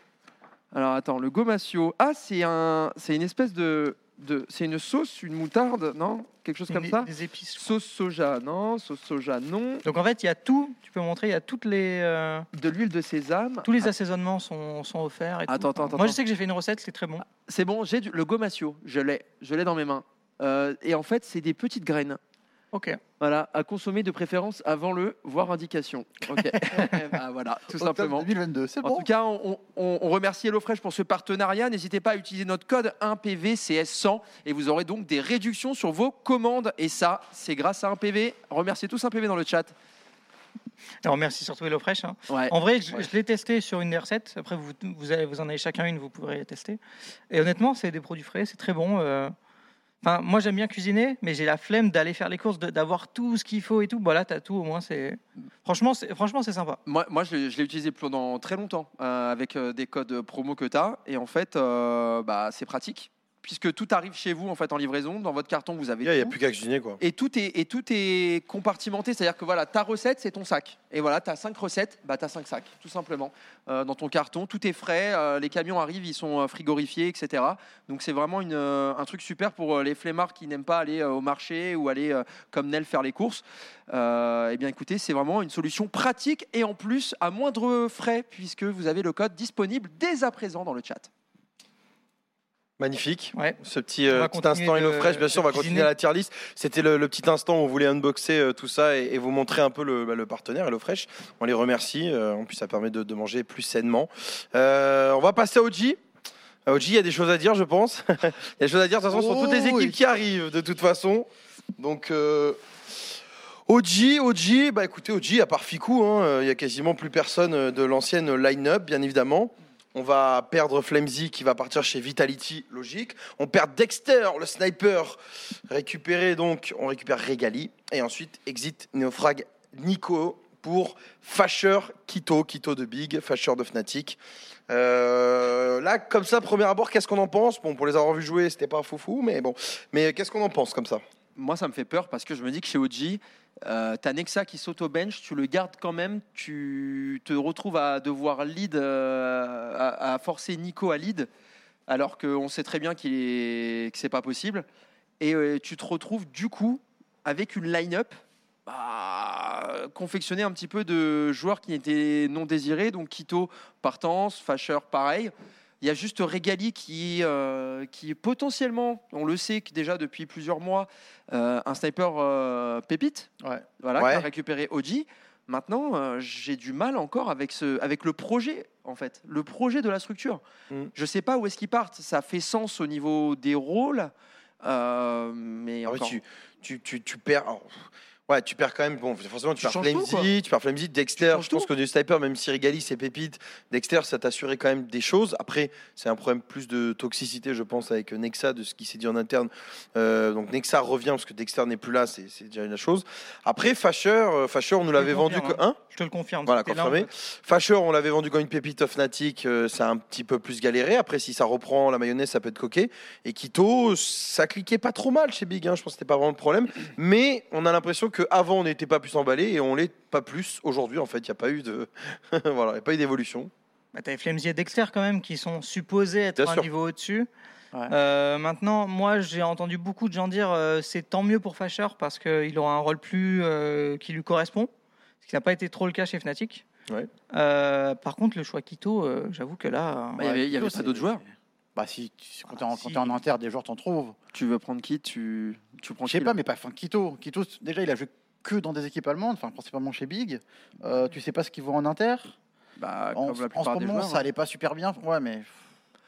[SPEAKER 3] Alors, attends, le gomasio. Ah, c'est un, c'est une espèce de, de c'est une sauce, une moutarde, non Quelque chose comme
[SPEAKER 4] des,
[SPEAKER 3] ça.
[SPEAKER 4] des épices.
[SPEAKER 3] Sauce soja, non Sauce soja, non.
[SPEAKER 4] Donc en fait, il y a tout. Tu peux montrer, il y a toutes les, euh,
[SPEAKER 3] De l'huile de sésame.
[SPEAKER 4] tous les assaisonnements sont, sont offerts. et tout.
[SPEAKER 3] Ah. Attends, attends, Ah, attends.
[SPEAKER 4] Moi, je sais que j'ai fait une recette, c'est très bon.
[SPEAKER 3] C'est bon, j'ai du- le gomasio. Je l'ai, je l'ai dans mes mains. Euh, et en fait, c'est des petites graines.
[SPEAKER 4] Ok.
[SPEAKER 3] Voilà, à consommer de préférence avant le, voire indication. Ok. Bah, voilà, tout
[SPEAKER 2] Octobre
[SPEAKER 3] simplement.
[SPEAKER 2] 2022, c'est
[SPEAKER 3] En
[SPEAKER 2] bon.
[SPEAKER 3] tout cas, on, on- on remercie HelloFresh pour ce partenariat. N'hésitez pas à utiliser notre code 1PVCS100 et vous aurez donc des réductions sur vos commandes. Et ça, c'est grâce à 1PV. Remerciez tous 1PV dans le chat.
[SPEAKER 4] Alors merci surtout HelloFresh. Hein.
[SPEAKER 1] Euh,
[SPEAKER 3] Ouais.
[SPEAKER 4] En vrai, je,
[SPEAKER 3] Ouais.
[SPEAKER 4] je l'ai testé sur une des recettes. Après, vous, vous, allez, vous en avez chacun une, vous pourrez tester. Et honnêtement, c'est des produits frais, c'est très bon. euh. Enfin, moi, j'aime bien cuisiner, mais j'ai la flemme d'aller faire les courses, de- d'avoir tout ce qu'il faut et tout. Voilà, t'as tout au moins. C'est franchement, c'est franchement, c'est sympa.
[SPEAKER 3] Moi, moi, je, l'ai- je l'ai utilisé pendant très longtemps euh, avec euh, des codes promo que tu as. Et en fait, euh, bah, c'est pratique puisque tout arrive chez vous en fait en livraison. Dans votre carton, vous avez
[SPEAKER 1] Il n'y a
[SPEAKER 3] tout.
[SPEAKER 1] plus qu'à cuisiner, quoi.
[SPEAKER 3] Et tout est, et tout est compartimenté, c'est-à-dire que voilà, ta recette, c'est ton sac. Et voilà, tu as 5 recettes, bah, tu as 5 sacs, tout simplement. Euh, dans ton carton, tout est frais, euh, les camions arrivent, ils sont euh, frigorifiés, etc. Donc c'est vraiment une, euh, un truc super pour euh, les flemmards qui n'aiment pas aller euh, au marché ou aller euh, comme Nel faire les courses. Euh, Eh bien écoutez, c'est vraiment une solution pratique et en plus à moindre frais, puisque vous avez le code disponible dès à présent dans le chat.
[SPEAKER 1] Magnifique.
[SPEAKER 4] Ouais.
[SPEAKER 1] Ce petit,
[SPEAKER 4] On va
[SPEAKER 1] euh, petit
[SPEAKER 4] continuer
[SPEAKER 1] instant
[SPEAKER 4] de-
[SPEAKER 1] HelloFresh, bien sûr, on va
[SPEAKER 4] de cuisiner.
[SPEAKER 1] continuer à la tier list. C'était le, le petit instant où on voulait unboxer euh, tout ça et, et vous montrer un peu le, bah, le partenaire HelloFresh. On les remercie, euh, en plus ça permet de, de manger plus sainement. Euh, on va passer à OG. À OG, il y a des choses à dire, je pense. il y a des choses à dire, de toute façon, sur toutes les équipes
[SPEAKER 2] Oui.
[SPEAKER 1] qui arrivent, de toute façon. Donc, euh, OG, OG, bah écoutez, OG, à part Ficou, hein, euh, il y a quasiment plus personne euh, de l'ancienne line-up, bien évidemment. On va perdre Flemzy qui va partir chez Vitality, logique. On perd Dexter, le sniper, récupéré donc, on récupère Regali. Et ensuite, exit Néofrag Nico pour Fasher Kito, Kito de Big, Fasher de Fnatic. Euh, là, comme ça, premier abord, qu'est-ce qu'on en pense Bon, pour les avoir vus jouer, c'était pas foufou, mais bon. Mais qu'est-ce qu'on en pense comme ça
[SPEAKER 3] Moi, ça me fait peur parce que je me dis que chez OG, euh, t'as Nexa qui saute au bench, tu le gardes quand même, tu te retrouves à devoir lead, euh, à, à forcer Nico à lead, alors qu'on sait très bien qu'il est, que c'est pas possible. Et euh, tu te retrouves du coup avec une line-up bah, confectionnée un petit peu de joueurs qui étaient non désirés, donc Quito partance, Fasher pareil. Il y a juste Regali qui, euh, qui potentiellement, on le sait que déjà depuis plusieurs mois, euh, un sniper euh, pépite,
[SPEAKER 2] Ouais.
[SPEAKER 3] voilà,
[SPEAKER 1] Ouais.
[SPEAKER 3] qui a récupéré Oji. Maintenant, euh, j'ai du mal encore avec, ce, avec le projet, en fait, le projet de la structure.
[SPEAKER 1] Mm.
[SPEAKER 3] Je sais pas où est-ce qu'ils partent. Ça fait sens au niveau des rôles, euh, mais
[SPEAKER 1] Ah oui,
[SPEAKER 3] encore.
[SPEAKER 1] tu, tu, tu, tu perds. alors, ouais, tu perds quand même. Bon, forcément, tu,
[SPEAKER 3] Tu
[SPEAKER 1] perds
[SPEAKER 3] changes tout,
[SPEAKER 1] Flamzy, tu perds Flamzy, Dexter.
[SPEAKER 3] changes
[SPEAKER 1] Je pense
[SPEAKER 3] tout.
[SPEAKER 1] que du sniper, même si Rigali c'est pépite, Dexter, ça t'assurait quand même des choses. Après, c'est un problème plus de toxicité, je pense, avec Nexa, de ce qui s'est dit en interne. Euh, donc Nexa revient parce que Dexter n'est plus là, c'est c'est déjà une chose. Après, Fasher, euh, Fasher, on nous l'avait vendu
[SPEAKER 3] hein.
[SPEAKER 4] confirme,
[SPEAKER 1] que un.
[SPEAKER 4] Je te le confirme.
[SPEAKER 1] Voilà,
[SPEAKER 4] c'était là,
[SPEAKER 1] confirmé.
[SPEAKER 4] en fait.
[SPEAKER 1] Fasher, on l'avait vendu comme une pépite of Fnatic, euh, ça a un petit peu plus galéré. Après, si ça reprend la mayonnaise, ça peut être coquet. Et Quito, ça cliquait pas trop mal chez Big, hein, je pense que c'était pas vraiment le problème. Mais on a l'impression qu'avant, on n'était pas plus emballé et on l'est pas plus aujourd'hui. En fait, il n'y a pas eu de, voilà, y a pas eu d'évolution.
[SPEAKER 4] Bah, t'avais Flemsy et Dexter quand même qui sont supposés être
[SPEAKER 1] Bien
[SPEAKER 4] un
[SPEAKER 1] sûr.
[SPEAKER 4] niveau au-dessus.
[SPEAKER 3] Ouais.
[SPEAKER 4] Euh, maintenant, moi, j'ai entendu beaucoup de gens dire euh, c'est tant mieux pour Fasher parce qu'il aura un rôle plus euh, qui lui correspond, ce qui n'a pas été trop le cas chez Fnatic.
[SPEAKER 1] Ouais.
[SPEAKER 4] Euh, par contre, le choix Quito, euh, j'avoue que là,
[SPEAKER 3] Bah,
[SPEAKER 4] euh,
[SPEAKER 3] il y avait- il y avait
[SPEAKER 2] plutôt,
[SPEAKER 3] pas d'autres
[SPEAKER 2] c'est-
[SPEAKER 3] joueurs.
[SPEAKER 2] Bah si, tu- quand t'es
[SPEAKER 3] Ah,
[SPEAKER 2] en,
[SPEAKER 3] si.
[SPEAKER 2] quand t'es en inter, des joueurs t'en trouves.
[SPEAKER 3] Tu veux prendre qui Tu, tu prends
[SPEAKER 2] Je sais
[SPEAKER 3] qui,
[SPEAKER 2] pas,
[SPEAKER 3] là
[SPEAKER 2] mais pas. Enfin, Quito, Quito, c- déjà il a joué que dans des équipes allemandes, enfin principalement chez Big. Euh, tu sais pas ce qu'ils vont en inter.
[SPEAKER 3] Bah,
[SPEAKER 2] En, en
[SPEAKER 3] comme la
[SPEAKER 2] ce
[SPEAKER 3] plupart des
[SPEAKER 2] moment,
[SPEAKER 3] joueurs. hein.
[SPEAKER 2] ça allait pas super bien. Ouais, mais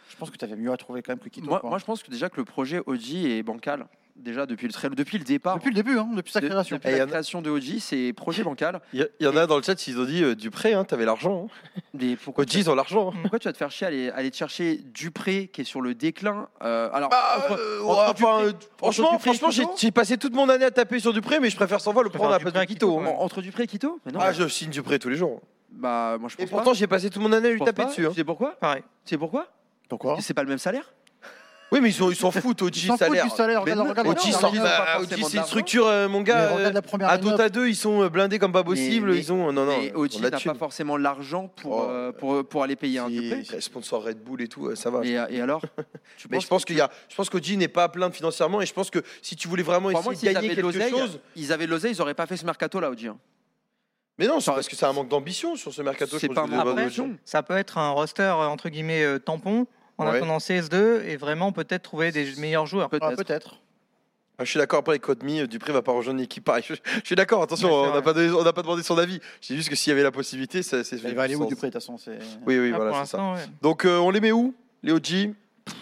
[SPEAKER 2] je pense que t'avais mieux à trouver quand même que Quito.
[SPEAKER 3] Moi,
[SPEAKER 2] quoi.
[SPEAKER 3] moi, je pense que déjà que le projet OG est bancal. déjà depuis le, très- depuis le départ.
[SPEAKER 2] Depuis le début, hein, depuis sa
[SPEAKER 3] De-
[SPEAKER 2] création.
[SPEAKER 3] depuis
[SPEAKER 1] Et il y
[SPEAKER 3] la
[SPEAKER 1] en a-
[SPEAKER 3] création de OG, c'est projet bancal.
[SPEAKER 1] Il y, a- il y en a dans le chat, ils ont dit euh, Dupré, hein, t'avais l'argent. Hein.
[SPEAKER 3] Mais pourquoi,
[SPEAKER 1] OG, ils ont l'argent. hein.
[SPEAKER 3] pourquoi tu vas te faire chier à aller, à aller te chercher Dupré qui est sur le déclin euh, Alors,
[SPEAKER 1] Bah,
[SPEAKER 3] entre-
[SPEAKER 1] euh,
[SPEAKER 3] entre
[SPEAKER 1] ouais, enfin,
[SPEAKER 3] Dupré-
[SPEAKER 1] euh, franchement,
[SPEAKER 3] entre Dupré et
[SPEAKER 1] franchement j'ai
[SPEAKER 3] Kudo
[SPEAKER 1] j'ai passé toute mon année à taper sur Dupré, mais je préfère sans vol le
[SPEAKER 4] préfère
[SPEAKER 1] prendre à la place
[SPEAKER 4] Dupré
[SPEAKER 1] de
[SPEAKER 4] à Quito,
[SPEAKER 1] Quito. hein.
[SPEAKER 4] ouais.
[SPEAKER 3] entre Dupré et Quito Mais non,
[SPEAKER 1] Ah, je signe Dupré tous les jours.
[SPEAKER 3] bah moi je
[SPEAKER 1] Et
[SPEAKER 3] pense
[SPEAKER 1] pourtant,
[SPEAKER 3] pas.
[SPEAKER 1] j'ai passé toute mon année à
[SPEAKER 3] Je
[SPEAKER 1] lui
[SPEAKER 3] pense
[SPEAKER 1] taper
[SPEAKER 3] pas.
[SPEAKER 1] dessus. hein.
[SPEAKER 3] Tu sais pourquoi
[SPEAKER 4] Pareil.
[SPEAKER 3] Tu sais pourquoi
[SPEAKER 2] Pourquoi
[SPEAKER 3] Parce que C'est pas le même salaire.
[SPEAKER 1] Oui, mais ils sont- ils s'en foutent, OG,
[SPEAKER 2] Ils s'en foutent
[SPEAKER 1] salaire.
[SPEAKER 2] du salaire.
[SPEAKER 3] Mais
[SPEAKER 2] Regarde,
[SPEAKER 3] non,
[SPEAKER 2] regarde,
[SPEAKER 3] mais
[SPEAKER 1] OG,
[SPEAKER 2] regarde,
[SPEAKER 3] non, ils
[SPEAKER 1] ils
[SPEAKER 3] s'en
[SPEAKER 1] s'en-
[SPEAKER 2] regarde,
[SPEAKER 3] foutent
[SPEAKER 1] bah,
[SPEAKER 3] pas
[SPEAKER 1] OG, c'est
[SPEAKER 3] forcément
[SPEAKER 1] une
[SPEAKER 3] d'argent.
[SPEAKER 1] structure, euh, mon gars.
[SPEAKER 2] regarde la première
[SPEAKER 1] À
[SPEAKER 2] line-up.
[SPEAKER 1] Dota 2, ils sont euh, blindés comme pas possible.
[SPEAKER 3] mais-
[SPEAKER 1] ils ont. Non, non,
[SPEAKER 3] mais
[SPEAKER 1] on
[SPEAKER 3] OG
[SPEAKER 1] a de
[SPEAKER 3] n'a
[SPEAKER 1] thunes.
[SPEAKER 3] pas forcément l'argent pour,
[SPEAKER 1] Oh,
[SPEAKER 3] euh, pour, pour aller payer un Dupré.
[SPEAKER 1] Si, Sponsor Red Bull et tout, euh, ça va.
[SPEAKER 3] Et, et alors tu
[SPEAKER 1] Mais
[SPEAKER 3] penses
[SPEAKER 1] je pense qu'il y a, je pense qu'Oji n'est pas à plaindre financièrement et je pense que si tu voulais vraiment
[SPEAKER 3] Crois-moi,
[SPEAKER 1] essayer
[SPEAKER 3] s'ils
[SPEAKER 1] de gagner
[SPEAKER 3] avaient de
[SPEAKER 1] quelque
[SPEAKER 3] l'oseille,
[SPEAKER 1] chose,
[SPEAKER 3] ils avaient de l'oseille, ils auraient pas fait ce mercato là, OG. hein.
[SPEAKER 1] mais non, c'est parce que c'est un manque d'ambition sur ce mercato. je
[SPEAKER 3] C'est
[SPEAKER 1] pense,
[SPEAKER 3] pas
[SPEAKER 1] de-
[SPEAKER 3] un manque
[SPEAKER 1] de- de-
[SPEAKER 3] d'ambition.
[SPEAKER 4] Ça peut être un roster euh, entre guillemets euh, tampon en
[SPEAKER 1] Ouais.
[SPEAKER 4] attendant CS2 et vraiment peut-être trouver des meilleurs joueurs.
[SPEAKER 2] Ah,
[SPEAKER 3] Peut-être.
[SPEAKER 2] Peut-être.
[SPEAKER 1] Ah, je suis d'accord après avec Codemy, euh, Dupré va pas rejoindre l'équipe. Pareil, je, je suis d'accord. Attention,
[SPEAKER 4] Ouais, c'est
[SPEAKER 1] on n'a
[SPEAKER 4] vrai.
[SPEAKER 1] pas, donné- on n'a pas demandé son avis. J'ai juste que s'il y avait la possibilité, ça, c'est.
[SPEAKER 2] Il va aller où Dupré De toute façon, c'est.
[SPEAKER 1] Oui, oui,
[SPEAKER 4] Ah, pour
[SPEAKER 1] voilà, c'est ça.
[SPEAKER 4] l'instant, ouais.
[SPEAKER 1] Donc euh, on les met où, les OG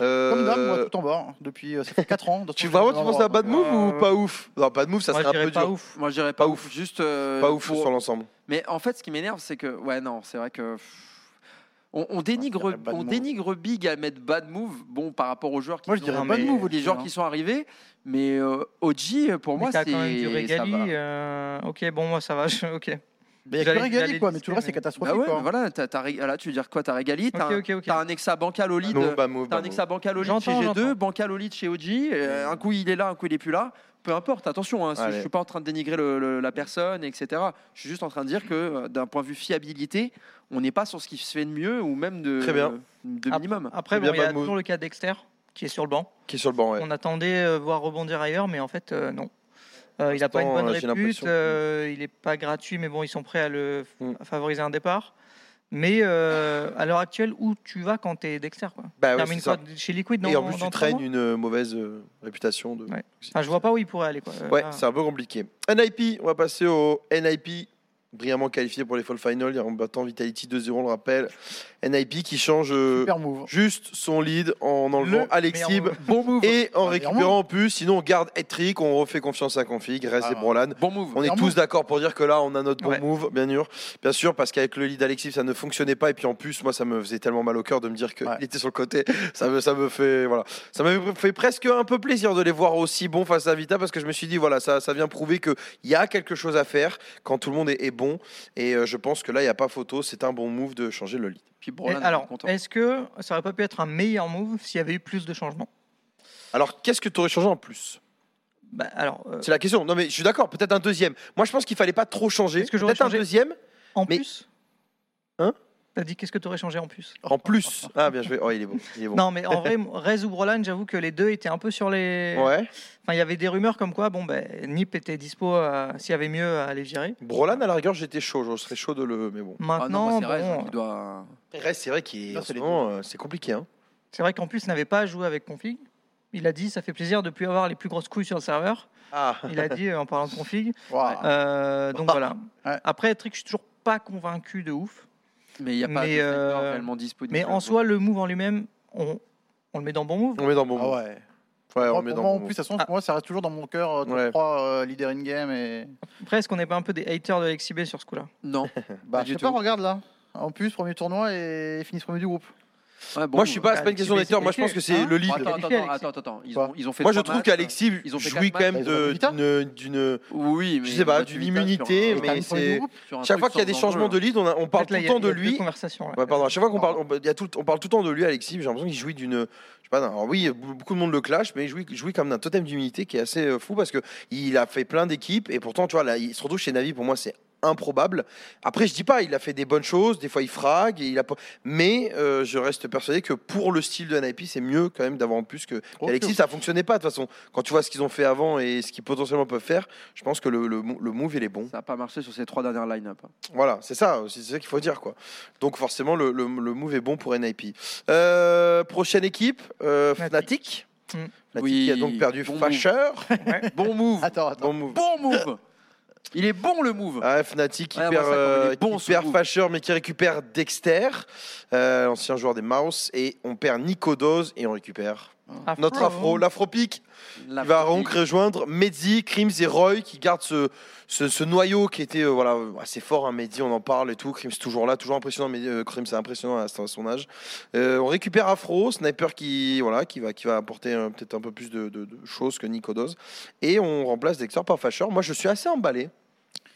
[SPEAKER 1] Euh,
[SPEAKER 2] Comme d'hab, moi, tout en bas. hein, Depuis, euh, ça fait 4 ans.
[SPEAKER 1] Tu vraiment tu penses à bad move
[SPEAKER 4] Euh,
[SPEAKER 1] ou pas ouf Non, bad move, ça
[SPEAKER 4] Moi, je
[SPEAKER 1] serait un
[SPEAKER 4] dirais
[SPEAKER 1] peu
[SPEAKER 4] pas
[SPEAKER 1] dur.
[SPEAKER 4] ouf.
[SPEAKER 3] Moi, je dirais
[SPEAKER 1] Pas
[SPEAKER 3] pas,
[SPEAKER 1] ouf.
[SPEAKER 3] ouf. Juste. euh,
[SPEAKER 1] Pas ouf
[SPEAKER 3] pour-
[SPEAKER 1] sur l'ensemble.
[SPEAKER 3] Mais en fait, ce qui m'énerve, c'est que ouais, non, c'est vrai que pff, on,
[SPEAKER 4] Ah,
[SPEAKER 3] on dénigre,
[SPEAKER 2] Ouais, je dirais bad
[SPEAKER 3] on
[SPEAKER 2] move.
[SPEAKER 3] dénigre Big à mettre bad move. Bon, par rapport aux joueurs qui
[SPEAKER 2] Moi, je
[SPEAKER 3] ont-
[SPEAKER 2] dirais
[SPEAKER 3] les
[SPEAKER 2] bad move, Olivier,
[SPEAKER 3] joueurs
[SPEAKER 2] hein.
[SPEAKER 3] qui sont arrivés, mais euh, OG pour moi,
[SPEAKER 4] Mais t'as
[SPEAKER 3] c'est
[SPEAKER 4] quand même du
[SPEAKER 3] ça
[SPEAKER 4] Regali.
[SPEAKER 3] va.
[SPEAKER 4] euh, Ok, bon, moi ça va. je- Ok.
[SPEAKER 2] Mais il y a
[SPEAKER 4] J'allais-
[SPEAKER 2] que Régali,
[SPEAKER 4] j'allais
[SPEAKER 2] quoi. Mais tout le reste,
[SPEAKER 4] lister,
[SPEAKER 2] c'est
[SPEAKER 3] Bah
[SPEAKER 4] mais-
[SPEAKER 2] catastrophique,
[SPEAKER 3] ouais,
[SPEAKER 2] quoi.
[SPEAKER 3] mais voilà, t'as- t'as Ré- là, tu veux dire quoi T'as Regali, t'as
[SPEAKER 4] Ok,
[SPEAKER 3] un-
[SPEAKER 4] ok, ok.
[SPEAKER 3] t'as un exa bancal au lead,
[SPEAKER 1] Non,
[SPEAKER 4] euh,
[SPEAKER 1] bad move,
[SPEAKER 3] t'as un
[SPEAKER 1] bad move.
[SPEAKER 3] exa bancal au lead chez
[SPEAKER 4] J'entends,
[SPEAKER 3] G2,
[SPEAKER 4] j'entends.
[SPEAKER 3] bancal au lead chez OG. euh, un coup il est là, un coup il est plus là. Peu importe, attention, hein, c'est- je
[SPEAKER 1] Allez.
[SPEAKER 3] suis pas en train de dénigrer le- le- la personne, etc. Je suis juste en train de dire que euh, d'un point de vue fiabilité, on n'est pas sur ce qui se fait de mieux ou même de,
[SPEAKER 1] Très bien.
[SPEAKER 3] de
[SPEAKER 4] Ah,
[SPEAKER 3] minimum.
[SPEAKER 4] Après,
[SPEAKER 1] C'est
[SPEAKER 4] bon,
[SPEAKER 1] bien
[SPEAKER 4] il y a
[SPEAKER 1] bad move.
[SPEAKER 4] toujours le cas Dexter qui est sur le banc.
[SPEAKER 1] Qui est sur le banc, ouais.
[SPEAKER 4] On attendait euh, voir rebondir ailleurs, mais en fait, euh, non. Euh, il n'a pas
[SPEAKER 1] l'instant,
[SPEAKER 4] une bonne
[SPEAKER 1] euh, j'ai
[SPEAKER 4] répute,
[SPEAKER 1] l'impression que-
[SPEAKER 4] euh, il n'est pas gratuit, mais bon, ils sont prêts à le f-
[SPEAKER 1] Mm.
[SPEAKER 4] à favoriser un départ. Mais euh, à l'heure actuelle, où tu vas quand tu es Dexter quoi
[SPEAKER 1] Bah, ouais,
[SPEAKER 4] Termine
[SPEAKER 1] c'est ça.
[SPEAKER 4] quoi, chez Liquid non
[SPEAKER 1] Et en plus, tu traînes une euh, mauvaise euh, réputation de.
[SPEAKER 4] Ouais. Enfin, je vois pas où il pourrait aller. Quoi. Euh,
[SPEAKER 1] Ouais,
[SPEAKER 4] là.
[SPEAKER 1] c'est un peu compliqué. NIP, on va passer au NIP, brillamment qualifié pour les Fall Finals, en battant Vitality 2-0, on le rappelle. NIP qui change euh,
[SPEAKER 2] Super move.
[SPEAKER 1] juste son lead en enlevant
[SPEAKER 4] Le
[SPEAKER 1] Alexib
[SPEAKER 4] meilleur
[SPEAKER 3] Bon move,
[SPEAKER 1] et en
[SPEAKER 2] Ah,
[SPEAKER 1] récupérant en plus. Sinon, on garde Ettrick, on refait confiance à Config, Rez
[SPEAKER 2] Ah,
[SPEAKER 1] et Brolan.
[SPEAKER 3] bon move.
[SPEAKER 1] On est
[SPEAKER 2] Meilleur
[SPEAKER 1] tous
[SPEAKER 2] move.
[SPEAKER 1] d'accord pour dire que là, on a notre bon
[SPEAKER 4] Ouais.
[SPEAKER 1] move, bien sûr. Bien sûr, parce qu'avec le lead d'Alexis, ça ne fonctionnait pas. Et puis en plus, moi, ça me faisait tellement mal au cœur de me dire qu'il
[SPEAKER 2] Ouais.
[SPEAKER 1] était sur le côté. Ça me, ça me fait, voilà. Ça m'avait fait presque un peu plaisir de les voir aussi bons face à Vita, parce que je me suis dit, voilà, ça, ça vient prouver qu'il y a quelque chose à faire quand tout le monde est, est bon. Et euh, je pense que là, il n'y a pas photo. C'est un bon move de changer le lead.
[SPEAKER 3] Puis
[SPEAKER 4] Et
[SPEAKER 3] Brolan,
[SPEAKER 4] eh, alors,
[SPEAKER 3] content.
[SPEAKER 4] est-ce que ça aurait pas pu être un meilleur move s'il y avait eu plus de changements
[SPEAKER 1] Alors, qu'est-ce que tu aurais changé en plus
[SPEAKER 4] Bah, Alors, euh,
[SPEAKER 1] C'est la question. Non, mais je suis d'accord. Peut-être un deuxième. Moi, je pense qu'il fallait pas trop changer.
[SPEAKER 4] Qu'est-ce que j'aurais
[SPEAKER 1] Peut-être un
[SPEAKER 4] changé
[SPEAKER 1] deuxième
[SPEAKER 4] en
[SPEAKER 1] mais-
[SPEAKER 4] plus
[SPEAKER 1] Hein
[SPEAKER 4] T'as dit qu'est-ce que tu aurais changé en plus
[SPEAKER 1] en plus. Ah, bien joué. Oh, il est bon. Il est bon.
[SPEAKER 4] Non, mais en vrai, Rez ou Brolan, j'avoue que les deux étaient un peu sur les.
[SPEAKER 1] Ouais.
[SPEAKER 4] Enfin, il y avait des rumeurs comme quoi, bon, ben, Nip était dispo à- s'il y avait mieux à les virer.
[SPEAKER 1] Brolan, à la rigueur, j'étais chaud. Je serais chaud de le. Mais bon.
[SPEAKER 3] Ah non,
[SPEAKER 4] Maintenant,
[SPEAKER 3] moi, c'est
[SPEAKER 1] bah,
[SPEAKER 3] Rez,
[SPEAKER 4] bon,
[SPEAKER 3] hein, qui doit.
[SPEAKER 1] Reste, c'est vrai qu'il est.
[SPEAKER 2] Non,
[SPEAKER 1] en
[SPEAKER 2] c'est
[SPEAKER 1] ce
[SPEAKER 2] les
[SPEAKER 1] moment, euh, C'est compliqué. Hein.
[SPEAKER 4] c'est vrai qu'en plus, il n'avait pas joué avec Config. Il a dit, ça fait plaisir de plus avoir les plus grosses couilles sur le serveur.
[SPEAKER 1] Ah.
[SPEAKER 4] Il a dit euh, en parlant de Config.
[SPEAKER 2] Waouh.
[SPEAKER 4] Euh, donc voilà.
[SPEAKER 2] Ouais.
[SPEAKER 4] Après, Trick, je suis toujours pas convaincu de ouf.
[SPEAKER 3] Mais il n'y a pas
[SPEAKER 4] Mais,
[SPEAKER 3] de
[SPEAKER 4] euh,
[SPEAKER 3] sniper réellement disponible.
[SPEAKER 4] Mais en soi, le move en lui-même, on, on le met dans bon move.
[SPEAKER 1] On met dans bon.
[SPEAKER 2] Ah
[SPEAKER 1] mot.
[SPEAKER 2] ouais.
[SPEAKER 1] Ouais, on
[SPEAKER 2] Moi,
[SPEAKER 1] met
[SPEAKER 2] pour
[SPEAKER 1] dans
[SPEAKER 2] moi, en
[SPEAKER 1] bon. mot.
[SPEAKER 2] plus, de toute façon, pour moi, ça reste toujours dans mon cœur. euh, Top
[SPEAKER 1] Ouais.
[SPEAKER 2] 3 euh, leader in game et.
[SPEAKER 4] Après, est-ce qu'on n'est pas un peu des haters de l'XIB sur ce coup-là
[SPEAKER 3] non.
[SPEAKER 2] Bah,
[SPEAKER 3] Pas
[SPEAKER 2] je
[SPEAKER 3] du
[SPEAKER 2] sais pas,
[SPEAKER 3] tout.
[SPEAKER 2] regarde là. En plus, premier tournoi et ils finissent premier du groupe.
[SPEAKER 3] Ouais, bon
[SPEAKER 1] Moi, je suis
[SPEAKER 3] move.
[SPEAKER 1] pas. C'est pas une question
[SPEAKER 4] Alexis,
[SPEAKER 1] d'hater. Moi, je
[SPEAKER 4] c'est
[SPEAKER 1] pense que c'est
[SPEAKER 4] hein
[SPEAKER 1] le lead.
[SPEAKER 3] Attends, attends,
[SPEAKER 4] Qualifié,
[SPEAKER 3] attends,
[SPEAKER 4] Alexis.
[SPEAKER 3] attends, attends. Ils
[SPEAKER 2] Quoi
[SPEAKER 3] ont, ils ont fait
[SPEAKER 1] Moi, je
[SPEAKER 3] trois
[SPEAKER 1] trouve
[SPEAKER 3] matchs.
[SPEAKER 1] qu'Alexis
[SPEAKER 3] Ils ont fait
[SPEAKER 1] jouit
[SPEAKER 3] quatre
[SPEAKER 1] quand même
[SPEAKER 2] matchs, ils ont
[SPEAKER 1] de-
[SPEAKER 2] fait Vita
[SPEAKER 1] d'une. d'une-
[SPEAKER 3] Oui, mais
[SPEAKER 1] Je sais pas,
[SPEAKER 3] moi,
[SPEAKER 1] d'une
[SPEAKER 3] tu vis pas
[SPEAKER 1] immunité,
[SPEAKER 3] sur un-
[SPEAKER 1] mais
[SPEAKER 2] Premier
[SPEAKER 1] c'est-
[SPEAKER 2] du groupe.
[SPEAKER 3] sur hein. un
[SPEAKER 1] Chaque
[SPEAKER 3] truc
[SPEAKER 1] fois qu'il y a
[SPEAKER 3] sans
[SPEAKER 1] des changements
[SPEAKER 3] enjeu.
[SPEAKER 1] de lead, on, a- on parle
[SPEAKER 4] Peut-être là,
[SPEAKER 1] tout
[SPEAKER 4] il
[SPEAKER 1] le
[SPEAKER 4] y a-
[SPEAKER 1] temps
[SPEAKER 4] il y
[SPEAKER 1] de
[SPEAKER 4] a deux
[SPEAKER 1] lui.
[SPEAKER 4] conversations, là.
[SPEAKER 1] Ouais, pardon, à chaque fois qu'on parle, on, il y a tout, on parle tout le temps de lui, Alexis. J'ai l'impression qu'il jouit d'une. Je sais pas, d'un- alors oui, beaucoup de monde le clash, mais il jouit, il jouit comme d'un totem d'humilité qui est assez euh, fou parce que il a fait plein d'équipes et pourtant, tu vois, là, il se retrouve chez Navi, pour moi, c'est improbable. Après, je dis pas, il a fait des bonnes choses, des fois il frague, et il a pas- mais euh, je reste persuadé que pour le style de NIP, c'est mieux quand même d'avoir en plus que.
[SPEAKER 2] Ok,
[SPEAKER 1] Alexis, ça fonctionnait pas de toute façon. Quand tu vois ce qu'ils ont fait avant et ce qu'ils potentiellement peuvent faire, je pense que le, le, le move, il est bon.
[SPEAKER 3] Ça n'a pas marché sur ces trois dernières line-up. hein.
[SPEAKER 1] Voilà, c'est ça, aussi, c'est ça qu'il faut dire quoi. Donc forcément le, le- le move est bon pour NIP. Euh, prochaine équipe, euh, Fnatic.
[SPEAKER 4] Mm.
[SPEAKER 1] Fnatic
[SPEAKER 3] Oui,
[SPEAKER 1] qui a donc perdu
[SPEAKER 3] bon
[SPEAKER 1] Fasher.
[SPEAKER 3] Bon move.
[SPEAKER 2] Attends, attends.
[SPEAKER 1] Bon move.
[SPEAKER 3] Bon move. Il est bon le move.
[SPEAKER 1] Ah, Fnatic qui
[SPEAKER 3] Ouais, moi,
[SPEAKER 1] perd,
[SPEAKER 3] ça, quand
[SPEAKER 1] euh,
[SPEAKER 3] il est bon,
[SPEAKER 1] qui
[SPEAKER 3] ce
[SPEAKER 1] perd
[SPEAKER 3] move.
[SPEAKER 1] Fasher mais qui récupère Dexter, euh, ancien joueur des Mouse et on perd Nicodos et on récupère
[SPEAKER 4] Afro. hein.
[SPEAKER 1] Notre afro, l'afropique,
[SPEAKER 3] La
[SPEAKER 1] il va
[SPEAKER 3] Fropique.
[SPEAKER 1] donc rejoindre Mehdi, Crims et Roy qui gardent ce, ce, ce noyau qui était euh, voilà, assez fort. Hein, Mehdi, on en parle et tout. Crims toujours là, toujours impressionnant. Mehdi, euh, Crims, c'est impressionnant à son- à son âge. Euh, on récupère Afro, Sniper qui, voilà, qui, va, qui va apporter euh, peut-être un peu plus de, de- de choses que Nicodos. Et on remplace Dexter par Fasher. Moi, je suis assez emballé.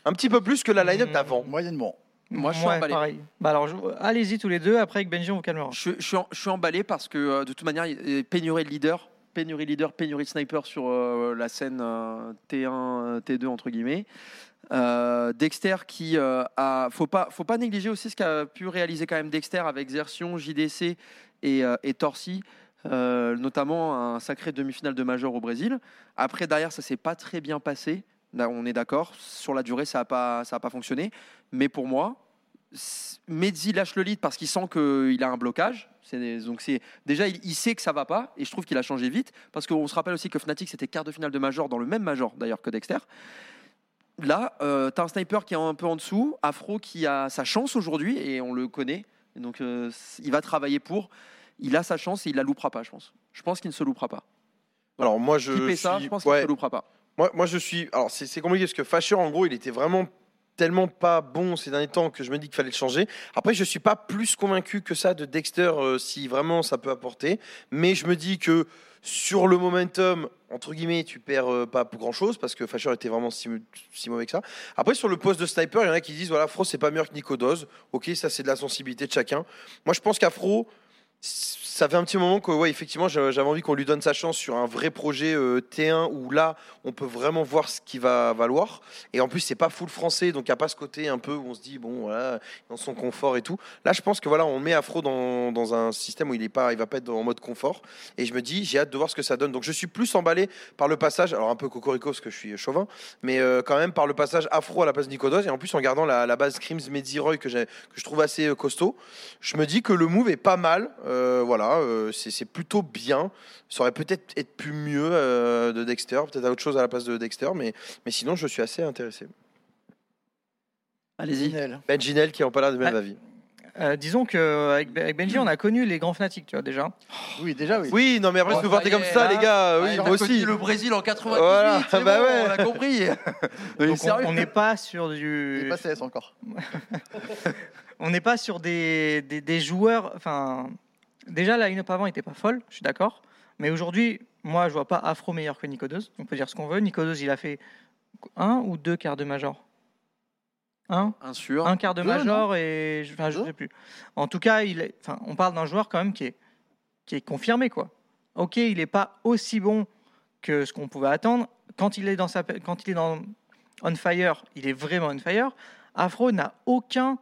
[SPEAKER 1] Un petit peu plus que la line-up
[SPEAKER 3] Mm.
[SPEAKER 4] Mmh.
[SPEAKER 1] d'avant.
[SPEAKER 2] Moyennement.
[SPEAKER 3] Moi, je suis emballé.
[SPEAKER 4] pareil. Bah alors, je- allez-y tous les deux. Après, avec Benji, on vous calmera.
[SPEAKER 3] Je, je suis en- je suis emballé parce que euh, de toute manière, il y a pénurie de leader, pénurie de leader, pénurie de sniper sur euh, la scène euh, T1, euh, T2 entre guillemets. Euh, Dexter qui euh, a, faut pas, faut pas négliger aussi ce qu'a pu réaliser quand même Dexter avec Xertion, JDC et, euh, et Torsi. euh, notamment un sacré demi-finale de major au Brésil. Après, derrière, ça s'est pas très bien passé. Là, on est d'accord. Sur la durée, ça n'a pas, ça a pas fonctionné. Mais pour moi, s- Mehdi lâche le lead parce qu'il sent qu'il a un blocage. C'est- Donc c'est déjà il, il sait que ça va pas et je trouve qu'il a changé vite parce qu'on se rappelle aussi que Fnatic c'était quart de finale de major dans le même major d'ailleurs que Dexter. Là, euh, t'as un sniper qui est un peu en dessous, Afro qui a sa chance aujourd'hui et on le connaît. Et donc euh, c- il va travailler pour. Il a sa chance et il la loupera pas, je pense. Je pense qu'il ne se loupera pas.
[SPEAKER 1] Alors, moi, je.
[SPEAKER 3] Typé ça,
[SPEAKER 1] suis-
[SPEAKER 3] je pense qu'il ne
[SPEAKER 1] Euh, ouais.
[SPEAKER 3] se loupera pas.
[SPEAKER 1] Moi, moi, je suis. Alors, c'est c'est compliqué parce que Fasher, en gros, il était vraiment tellement pas bon ces derniers temps que je me dis qu'il fallait le changer. Après, je suis pas plus convaincu que ça de Dexter euh, si vraiment ça peut apporter. Mais je me dis que sur le momentum, entre guillemets, tu perds euh, pas grand chose parce que Fasher était vraiment si, si mauvais que ça. Après, sur le poste de sniper, il y en a qui disent voilà, Fro, c'est pas meilleur que Nicodoz. Ok, ça, c'est de la sensibilité de chacun. Moi, je pense qu'Afro. Ça fait un petit moment que, ouais, effectivement, j'avais j'avais envie qu'on lui donne sa chance sur un vrai projet euh, T1 où là, on peut vraiment voir ce qui va valoir. Et en plus, c'est pas full français, donc il n'y a pas ce côté un peu où on se dit, bon, voilà, dans son confort et tout. Là, je pense que voilà, on met Afro dans, dans un système où il est pas, il va pas être en mode confort. Et je me dis, j'ai hâte de voir ce que ça donne. Donc, je suis plus emballé par le passage, alors un peu cocorico parce que je suis chauvin, mais euh, quand même par le passage Afro à la place de Nicodos. Et en plus, en gardant la, la base Crims Medzi Roy que, j'ai- que je trouve assez euh, costaud, je me dis que le move est pas mal. Euh, voilà, euh, c'est c'est plutôt bien ça aurait peut-être être plus mieux euh, de Dexter, peut-être à autre chose à la place de Dexter, mais, mais sinon je suis assez intéressé.
[SPEAKER 3] Allez-y.
[SPEAKER 2] Inel.
[SPEAKER 1] Ben Ginel qui est en pas l'air de même
[SPEAKER 4] Ah.
[SPEAKER 1] avis.
[SPEAKER 4] Euh, disons que euh, avec, avec Benji, on a connu les grands fanatiques, tu vois déjà.
[SPEAKER 2] Oui, déjà, oui.
[SPEAKER 1] Oui, non mais après
[SPEAKER 3] Oh,
[SPEAKER 1] si vous
[SPEAKER 3] ça
[SPEAKER 1] partez
[SPEAKER 3] y
[SPEAKER 1] comme
[SPEAKER 3] est,
[SPEAKER 1] ça
[SPEAKER 3] là.
[SPEAKER 1] les gars, euh, oui,
[SPEAKER 3] Ouais,
[SPEAKER 1] moi
[SPEAKER 3] on Ah, a
[SPEAKER 1] aussi.
[SPEAKER 3] connu Le Brésil en 98,
[SPEAKER 1] Voilà,
[SPEAKER 3] c'est
[SPEAKER 1] bah
[SPEAKER 3] bon,
[SPEAKER 1] ouais.
[SPEAKER 3] on a compris.
[SPEAKER 4] Donc, on-
[SPEAKER 3] Sérieux
[SPEAKER 4] on n'est pas sur
[SPEAKER 2] Il est
[SPEAKER 4] du,
[SPEAKER 2] pas CS encore.
[SPEAKER 4] on n'est pas sur des, des, des joueurs. Enfin, déjà la line-up avant n'était pas folle, je suis d'accord. Mais aujourd'hui, moi, je vois pas Afro meilleur que Nicodeuse. On peut dire ce qu'on veut. Nicodeuse, il a fait un ou deux quarts de major. Un,
[SPEAKER 3] Un sûr.
[SPEAKER 4] un quart de
[SPEAKER 2] deux,
[SPEAKER 4] major et je- enfin, je
[SPEAKER 1] Oh.
[SPEAKER 2] Deux.
[SPEAKER 4] sais plus. En tout cas, il est- enfin, on parle d'un joueur quand même qui est, qui est confirmé quoi. Ok, il n'est pas aussi bon que ce qu'on pouvait attendre. Quand il est dans sa, quand il est dans on fire, il est vraiment on fire. Afro n'a aucun,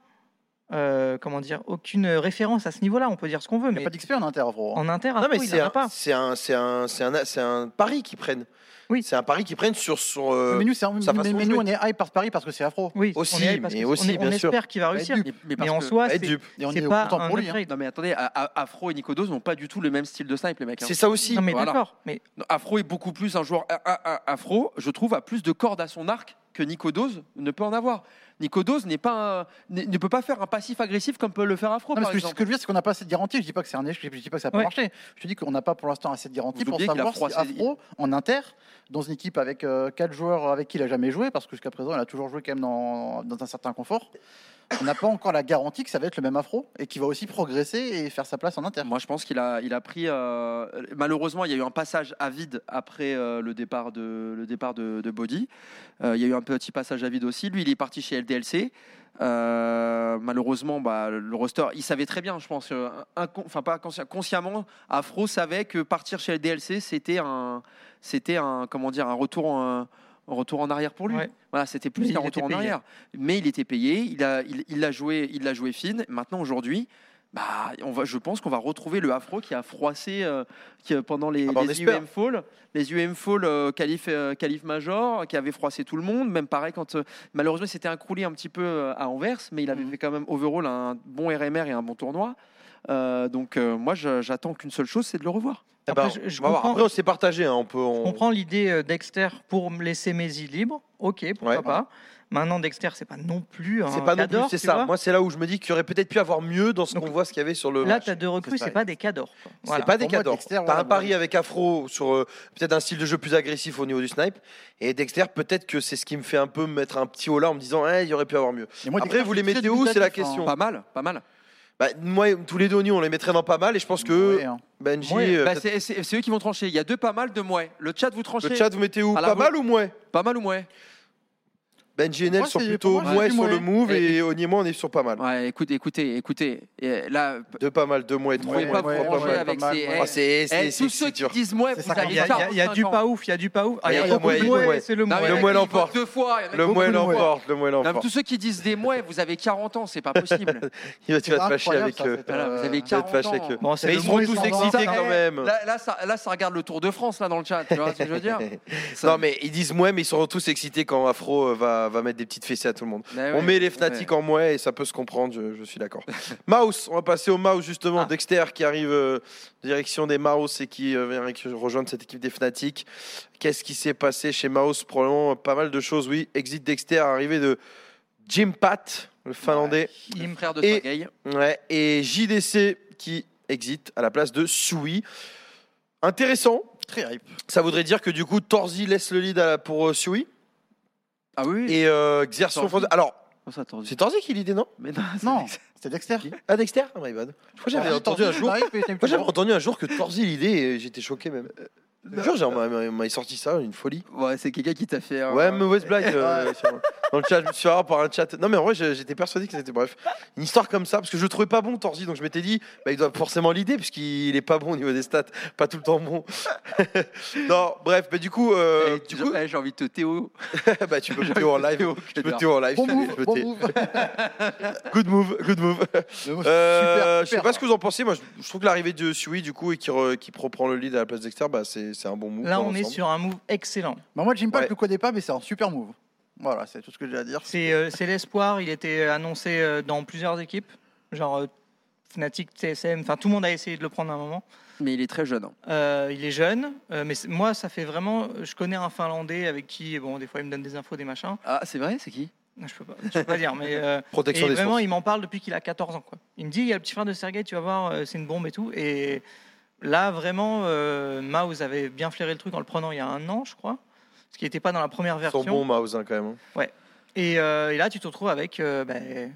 [SPEAKER 4] euh, comment dire, aucune référence à ce niveau-là. On peut dire ce qu'on veut,
[SPEAKER 2] Il n'y
[SPEAKER 4] mais
[SPEAKER 2] a pas d'XP en inter, Afro. hein.
[SPEAKER 4] en inter,
[SPEAKER 1] Non
[SPEAKER 4] Afro,
[SPEAKER 1] mais
[SPEAKER 4] Ah, il
[SPEAKER 1] c'est
[SPEAKER 4] n'en a
[SPEAKER 1] un,
[SPEAKER 4] pas.
[SPEAKER 1] c'est un, c'est un, c'est un, c'est un pari qu'ils prennent.
[SPEAKER 4] Oui.
[SPEAKER 1] C'est un pari qu'ils prennent sur sur. euh,
[SPEAKER 2] mais nous, c'est un-
[SPEAKER 1] sa façon
[SPEAKER 2] mais-
[SPEAKER 1] de
[SPEAKER 2] mais nous,
[SPEAKER 1] jouer.
[SPEAKER 2] on est hype par Paris parce que c'est Afro.
[SPEAKER 4] Oui,
[SPEAKER 1] Aussi,
[SPEAKER 4] on est hype parce
[SPEAKER 1] mais
[SPEAKER 4] que-
[SPEAKER 1] aussi,
[SPEAKER 4] on, est- on
[SPEAKER 1] bien sûr.
[SPEAKER 4] espère qu'il va réussir.
[SPEAKER 2] dupe.
[SPEAKER 3] Mais, mais
[SPEAKER 4] Mais
[SPEAKER 3] parce
[SPEAKER 4] en
[SPEAKER 3] que-
[SPEAKER 4] soi,
[SPEAKER 1] être
[SPEAKER 4] c'est
[SPEAKER 1] dupe.
[SPEAKER 2] Et on
[SPEAKER 4] c'est
[SPEAKER 2] est,
[SPEAKER 4] pas
[SPEAKER 2] content
[SPEAKER 4] un
[SPEAKER 2] pour lui. hein.
[SPEAKER 4] upgrade.
[SPEAKER 3] Non mais attendez, A- A- Afro et Nicodos n'ont pas du tout le même style de snipe les mecs. hein.
[SPEAKER 1] C'est ça aussi.
[SPEAKER 4] Non mais
[SPEAKER 3] Voilà.
[SPEAKER 4] d'accord, mais
[SPEAKER 3] Non, Afro est beaucoup plus un joueur A- A- A- Afro, je trouve, a plus de cordes à son arc que Nicodos ne peut en avoir. Nicodos n'est pas un- ne ne peut pas faire un passif agressif comme peut le faire Afro
[SPEAKER 2] Non, mais
[SPEAKER 3] par
[SPEAKER 2] ce, que, ce
[SPEAKER 3] exemple.
[SPEAKER 2] que je veux dire, c'est qu'on n'a pas assez de garantie. Je dis pas que c'est un échec, je dis pas que ça n'a pas
[SPEAKER 4] Ouais.
[SPEAKER 2] marché. Je te dis qu'on n'a pas pour l'instant assez de garantie
[SPEAKER 3] Vous
[SPEAKER 2] pour
[SPEAKER 3] oubliez qu'il a
[SPEAKER 2] savoir si
[SPEAKER 3] froissé-
[SPEAKER 2] Afro, en inter, dans une équipe avec euh, quatre joueurs avec qui il a jamais joué, parce que jusqu'à présent, il a toujours joué quand même dans, dans un certain confort. On n'a pas encore la garantie que ça va être le même Afro et qu'il va aussi progresser et faire sa place en inter.
[SPEAKER 3] Moi, je pense qu'il a, il a pris. euh, malheureusement, il y a eu un passage à vide après euh, le départ de, le départ de, de Body. Euh, il y a eu un petit passage à vide aussi. Lui, il est parti chez LDLC. Euh, malheureusement, bah, le roster, il savait très bien, je pense, euh, incon- enfin pas consci- consciemment, Afro savait que partir chez LDLC, c'était un, c'était un, comment dire, un retour en, un retour en arrière pour lui.
[SPEAKER 4] Ouais.
[SPEAKER 3] Voilà, c'était
[SPEAKER 4] Mais
[SPEAKER 3] plus
[SPEAKER 4] il
[SPEAKER 3] qu'un retour en
[SPEAKER 4] était payé.
[SPEAKER 3] arrière. Mais il était payé, il a, il, il l'a joué, il l'a joué fine. Maintenant, aujourd'hui, bah, on va, je pense qu'on va retrouver le Afro qui a froissé euh, qui, euh, pendant les,
[SPEAKER 1] Ah bah, on
[SPEAKER 3] les
[SPEAKER 1] espère.
[SPEAKER 3] UM Fall, les UM Fall euh, qualif, euh, qualif major, qui avait froissé tout le monde. Même pareil quand euh, malheureusement c'était un croulé un petit peu euh, à Anvers, mais il avait fait quand même overall un bon RMR et un bon tournoi. Euh, donc euh, moi je- j'attends qu'une seule chose, c'est de le revoir.
[SPEAKER 1] Eh
[SPEAKER 4] Après,
[SPEAKER 1] ben,
[SPEAKER 4] je- je
[SPEAKER 1] on va voir.
[SPEAKER 4] comprends-
[SPEAKER 1] Après, on s'est partagé. hein, on peut.
[SPEAKER 4] Je
[SPEAKER 1] on-
[SPEAKER 4] comprends l'idée euh, Dexter pour me laisser Maisie libre. Ok, pourquoi
[SPEAKER 1] Ouais.
[SPEAKER 4] pas. Maintenant, Dexter, c'est pas non plus un
[SPEAKER 1] C'est pas non plus,
[SPEAKER 4] cador,
[SPEAKER 1] c'est
[SPEAKER 4] tu
[SPEAKER 1] ça.
[SPEAKER 4] vois.
[SPEAKER 1] Moi, c'est là où je me dis qu'il y aurait peut-être pu avoir mieux dans ce
[SPEAKER 4] Donc,
[SPEAKER 1] qu'on voit, ce qu'il y avait sur le.
[SPEAKER 4] Là,
[SPEAKER 1] match.
[SPEAKER 4] tu as deux recrues,
[SPEAKER 2] ça.
[SPEAKER 4] c'est pas des cadors. quoi. Voilà.
[SPEAKER 1] C'est pas des
[SPEAKER 2] Pour moi,
[SPEAKER 1] cadors.
[SPEAKER 2] Dexter,
[SPEAKER 1] T'as
[SPEAKER 2] voilà,
[SPEAKER 1] un pari
[SPEAKER 2] voilà.
[SPEAKER 1] avec Afro sur euh, peut-être un style de jeu plus agressif au niveau du snipe. Et Dexter, peut-être que c'est ce qui me fait un peu mettre un petit haut là en me disant, Eh, il y aurait pu avoir mieux.
[SPEAKER 2] Et moi,
[SPEAKER 1] Après,
[SPEAKER 2] Dexter,
[SPEAKER 1] vous les
[SPEAKER 2] je suis
[SPEAKER 1] mettez
[SPEAKER 2] très
[SPEAKER 1] où, c'est la
[SPEAKER 2] dubitatif, hein.
[SPEAKER 1] question.
[SPEAKER 3] Pas mal, pas mal.
[SPEAKER 1] Bah, moi, tous les deux, nous, on les mettrait dans pas mal. Et je pense que
[SPEAKER 2] Ouais, hein.
[SPEAKER 1] Benji,
[SPEAKER 3] Ouais,
[SPEAKER 1] euh,
[SPEAKER 3] bah,
[SPEAKER 1] peut-être-
[SPEAKER 3] c'est c'est- c'est eux qui vont trancher. Il y a deux pas mal, deux mouais. Le chat, vous tranchez
[SPEAKER 1] le chat, vous mettez où
[SPEAKER 3] à la
[SPEAKER 1] Pas
[SPEAKER 3] vo-
[SPEAKER 1] mal ou moins
[SPEAKER 3] Pas mal ou mouais
[SPEAKER 1] Benji et Nel
[SPEAKER 2] moi,
[SPEAKER 1] sont
[SPEAKER 2] c'est-
[SPEAKER 1] plutôt
[SPEAKER 2] pour moi, c'est
[SPEAKER 1] moins
[SPEAKER 2] du
[SPEAKER 1] sur le
[SPEAKER 2] moins.
[SPEAKER 1] move
[SPEAKER 3] Et-
[SPEAKER 1] et Oni et moi, on est sur pas mal.
[SPEAKER 3] Ouais, écoutez, écoutez, écoutez. Et là,
[SPEAKER 1] Deux pas mal, deux moins et
[SPEAKER 3] vous
[SPEAKER 1] trois
[SPEAKER 3] pouvez
[SPEAKER 1] moins,
[SPEAKER 3] pas
[SPEAKER 1] trois
[SPEAKER 3] vous
[SPEAKER 2] ouais,
[SPEAKER 1] pas
[SPEAKER 3] ranger
[SPEAKER 1] mal.
[SPEAKER 2] ouais,
[SPEAKER 3] avec
[SPEAKER 2] pas mal,
[SPEAKER 3] ces.
[SPEAKER 2] ouais.
[SPEAKER 3] eh,
[SPEAKER 1] Ah, c'est
[SPEAKER 3] eh,
[SPEAKER 1] c'est-
[SPEAKER 3] tous
[SPEAKER 1] c'est-
[SPEAKER 3] ceux
[SPEAKER 1] c'est
[SPEAKER 3] qui
[SPEAKER 1] dur.
[SPEAKER 3] disent mouais, vous
[SPEAKER 4] Il
[SPEAKER 3] avez
[SPEAKER 4] y, a- il y a- il y a du
[SPEAKER 3] 45 ans.
[SPEAKER 4] pas ouf, il y a du pas ouf. Ah,
[SPEAKER 1] Il y a
[SPEAKER 4] il y
[SPEAKER 1] le
[SPEAKER 4] a beaucoup
[SPEAKER 1] moyen,
[SPEAKER 4] de
[SPEAKER 1] le
[SPEAKER 4] mouais,
[SPEAKER 1] moyen.
[SPEAKER 4] c'est le
[SPEAKER 3] Non, mais
[SPEAKER 4] moins.
[SPEAKER 3] il y en a
[SPEAKER 1] moelle
[SPEAKER 3] qui
[SPEAKER 1] l'emporte.
[SPEAKER 3] votent Deux fois. il y en a qui
[SPEAKER 1] Le
[SPEAKER 3] votent
[SPEAKER 1] moins
[SPEAKER 3] deux fois.
[SPEAKER 1] l'emporte, le moins
[SPEAKER 3] Non, mais
[SPEAKER 1] l'emporte.
[SPEAKER 3] tous ceux qui disent des mouais, vous avez 40 ans, c'est pas possible.
[SPEAKER 1] Il va- Tu vas te fâcher
[SPEAKER 2] Incroyable,
[SPEAKER 1] avec
[SPEAKER 2] ça,
[SPEAKER 1] eux.
[SPEAKER 2] cette,
[SPEAKER 3] Voilà, vous
[SPEAKER 2] euh,
[SPEAKER 3] avez
[SPEAKER 1] Tu vas te
[SPEAKER 3] 40
[SPEAKER 1] fâcher
[SPEAKER 3] ans.
[SPEAKER 1] avec eux.
[SPEAKER 4] Bon, c'est
[SPEAKER 1] Mais
[SPEAKER 4] le
[SPEAKER 1] ils seront
[SPEAKER 4] moins
[SPEAKER 1] tous
[SPEAKER 4] 120,
[SPEAKER 1] excités
[SPEAKER 4] hein.
[SPEAKER 1] quand même.
[SPEAKER 3] Là, là, ça, là, ça regarde le Tour de France là dans le chat, tu vois ce que je veux dire Ça-
[SPEAKER 1] Non, mais ils disent mouais, mais ils seront tous excités quand Afro euh, va, va mettre des petites fessées à tout le monde.
[SPEAKER 3] Mais
[SPEAKER 1] on
[SPEAKER 3] Eh ouais,
[SPEAKER 1] met les Fnatic en mouais et ça peut se comprendre, je, je suis d'accord. Mouse, on va passer au Mouse justement.
[SPEAKER 3] Ah.
[SPEAKER 1] Dexter qui arrive euh, direction des Mouse et qui euh, vient qui rejoindre cette équipe des Fnatic. Qu'est-ce qui s'est passé chez Mouse Probablement euh, pas mal de choses, oui. Exit Dexter, arrivée de Jim Pat, le Finlandais.
[SPEAKER 3] Le frère de
[SPEAKER 1] Et-
[SPEAKER 3] Sergei.
[SPEAKER 1] Ouais, et JDC qui exit à la place de Sui. Intéressant.
[SPEAKER 2] Très hype.
[SPEAKER 1] Ça voudrait dire que du coup, Torzi laisse le lead à- pour euh, Sui.
[SPEAKER 3] Ah oui.
[SPEAKER 1] Et euh, Xerson
[SPEAKER 3] Torzi.
[SPEAKER 1] Fonz- Alors,
[SPEAKER 3] Oh, ça, attendez.
[SPEAKER 1] c'est Torzi qui l'idée, non
[SPEAKER 3] Mais non, c'est-
[SPEAKER 2] Non, c'est Dexter.
[SPEAKER 1] Ah, Dexter Oh my god. Je crois que j'avais
[SPEAKER 2] Torzi,
[SPEAKER 1] entendu un
[SPEAKER 2] Torzi,
[SPEAKER 1] jour.
[SPEAKER 2] il arrive et t'as une
[SPEAKER 1] Moi,
[SPEAKER 2] petite
[SPEAKER 1] j'avais entendu un jour que Torzi l'idée et j'étais choqué même. Je te jure, genre, on m'a- on m'a sorti ça, une folie.
[SPEAKER 3] Ouais, c'est quelqu'un qui t'a fait. un-
[SPEAKER 1] Ouais, mauvaise blague. euh, sur- Dans le chat, je me suis fait avoir par un chat. Non, mais en vrai, j'ai- j'étais persuadé que c'était bref. Une histoire comme ça, parce que je le trouvais pas bon, Torzi, donc je m'étais dit, bah, il doit forcément l'idée, puisqu'il est pas bon au niveau des stats, pas tout le temps bon. non, bref, mais du coup, euh,
[SPEAKER 3] Eh,
[SPEAKER 1] du
[SPEAKER 3] j'ai-
[SPEAKER 1] coup
[SPEAKER 3] eh, j'ai envie de te Théo.
[SPEAKER 1] bah, tu peux me théo en live.
[SPEAKER 3] Théo,
[SPEAKER 1] Tu peux
[SPEAKER 3] j'adore.
[SPEAKER 1] théo en live.
[SPEAKER 2] Bon
[SPEAKER 1] je
[SPEAKER 2] move,
[SPEAKER 1] peux
[SPEAKER 2] bon
[SPEAKER 1] théo.
[SPEAKER 2] move.
[SPEAKER 1] Good move, good move. Euh, je sais
[SPEAKER 2] Super, super.
[SPEAKER 1] pas ce que vous en pensez. Moi, je, je trouve que l'arrivée de Sui, du coup, et qui, re- qui reprend le lead à la place d'Exter, bah, c'est c'est un bon move.
[SPEAKER 4] Là,
[SPEAKER 1] dans
[SPEAKER 4] on est
[SPEAKER 1] l'ensemble.
[SPEAKER 4] sur un move excellent.
[SPEAKER 2] Bah, moi, Jim Pack,
[SPEAKER 1] Ouais.
[SPEAKER 2] je le connais pas, mais c'est un super move. Voilà, c'est tout ce que j'ai à dire.
[SPEAKER 4] C'est euh, c'est l'espoir, il était annoncé euh, dans plusieurs équipes, genre euh, Fnatic, TSM, enfin tout le monde a essayé de le prendre à un moment.
[SPEAKER 3] Mais il est très jeune. hein.
[SPEAKER 4] Euh, il est jeune, euh, mais c'est- moi ça fait vraiment. Je connais un Finlandais avec qui, bon, des fois il me donne des infos, des machins.
[SPEAKER 3] Ah, c'est vrai, c'est qui
[SPEAKER 4] Non, Je peux pas, je peux pas dire, mais euh, et
[SPEAKER 1] protection des
[SPEAKER 4] vraiment
[SPEAKER 1] sources.
[SPEAKER 4] il m'en parle depuis qu'il a 14 ans. Quoi. Il me dit il y a le petit frère de Sergei, tu vas voir, euh, c'est une bombe et tout. Et là vraiment, euh, Mouse avait bien flairé le truc en le prenant il y a un an, je crois, ce qui n'était pas dans la première
[SPEAKER 1] Ils
[SPEAKER 4] version.
[SPEAKER 1] sont bons, Mouse, hein, quand même. hein.
[SPEAKER 4] Et, euh, et là, tu te retrouves avec euh, ben,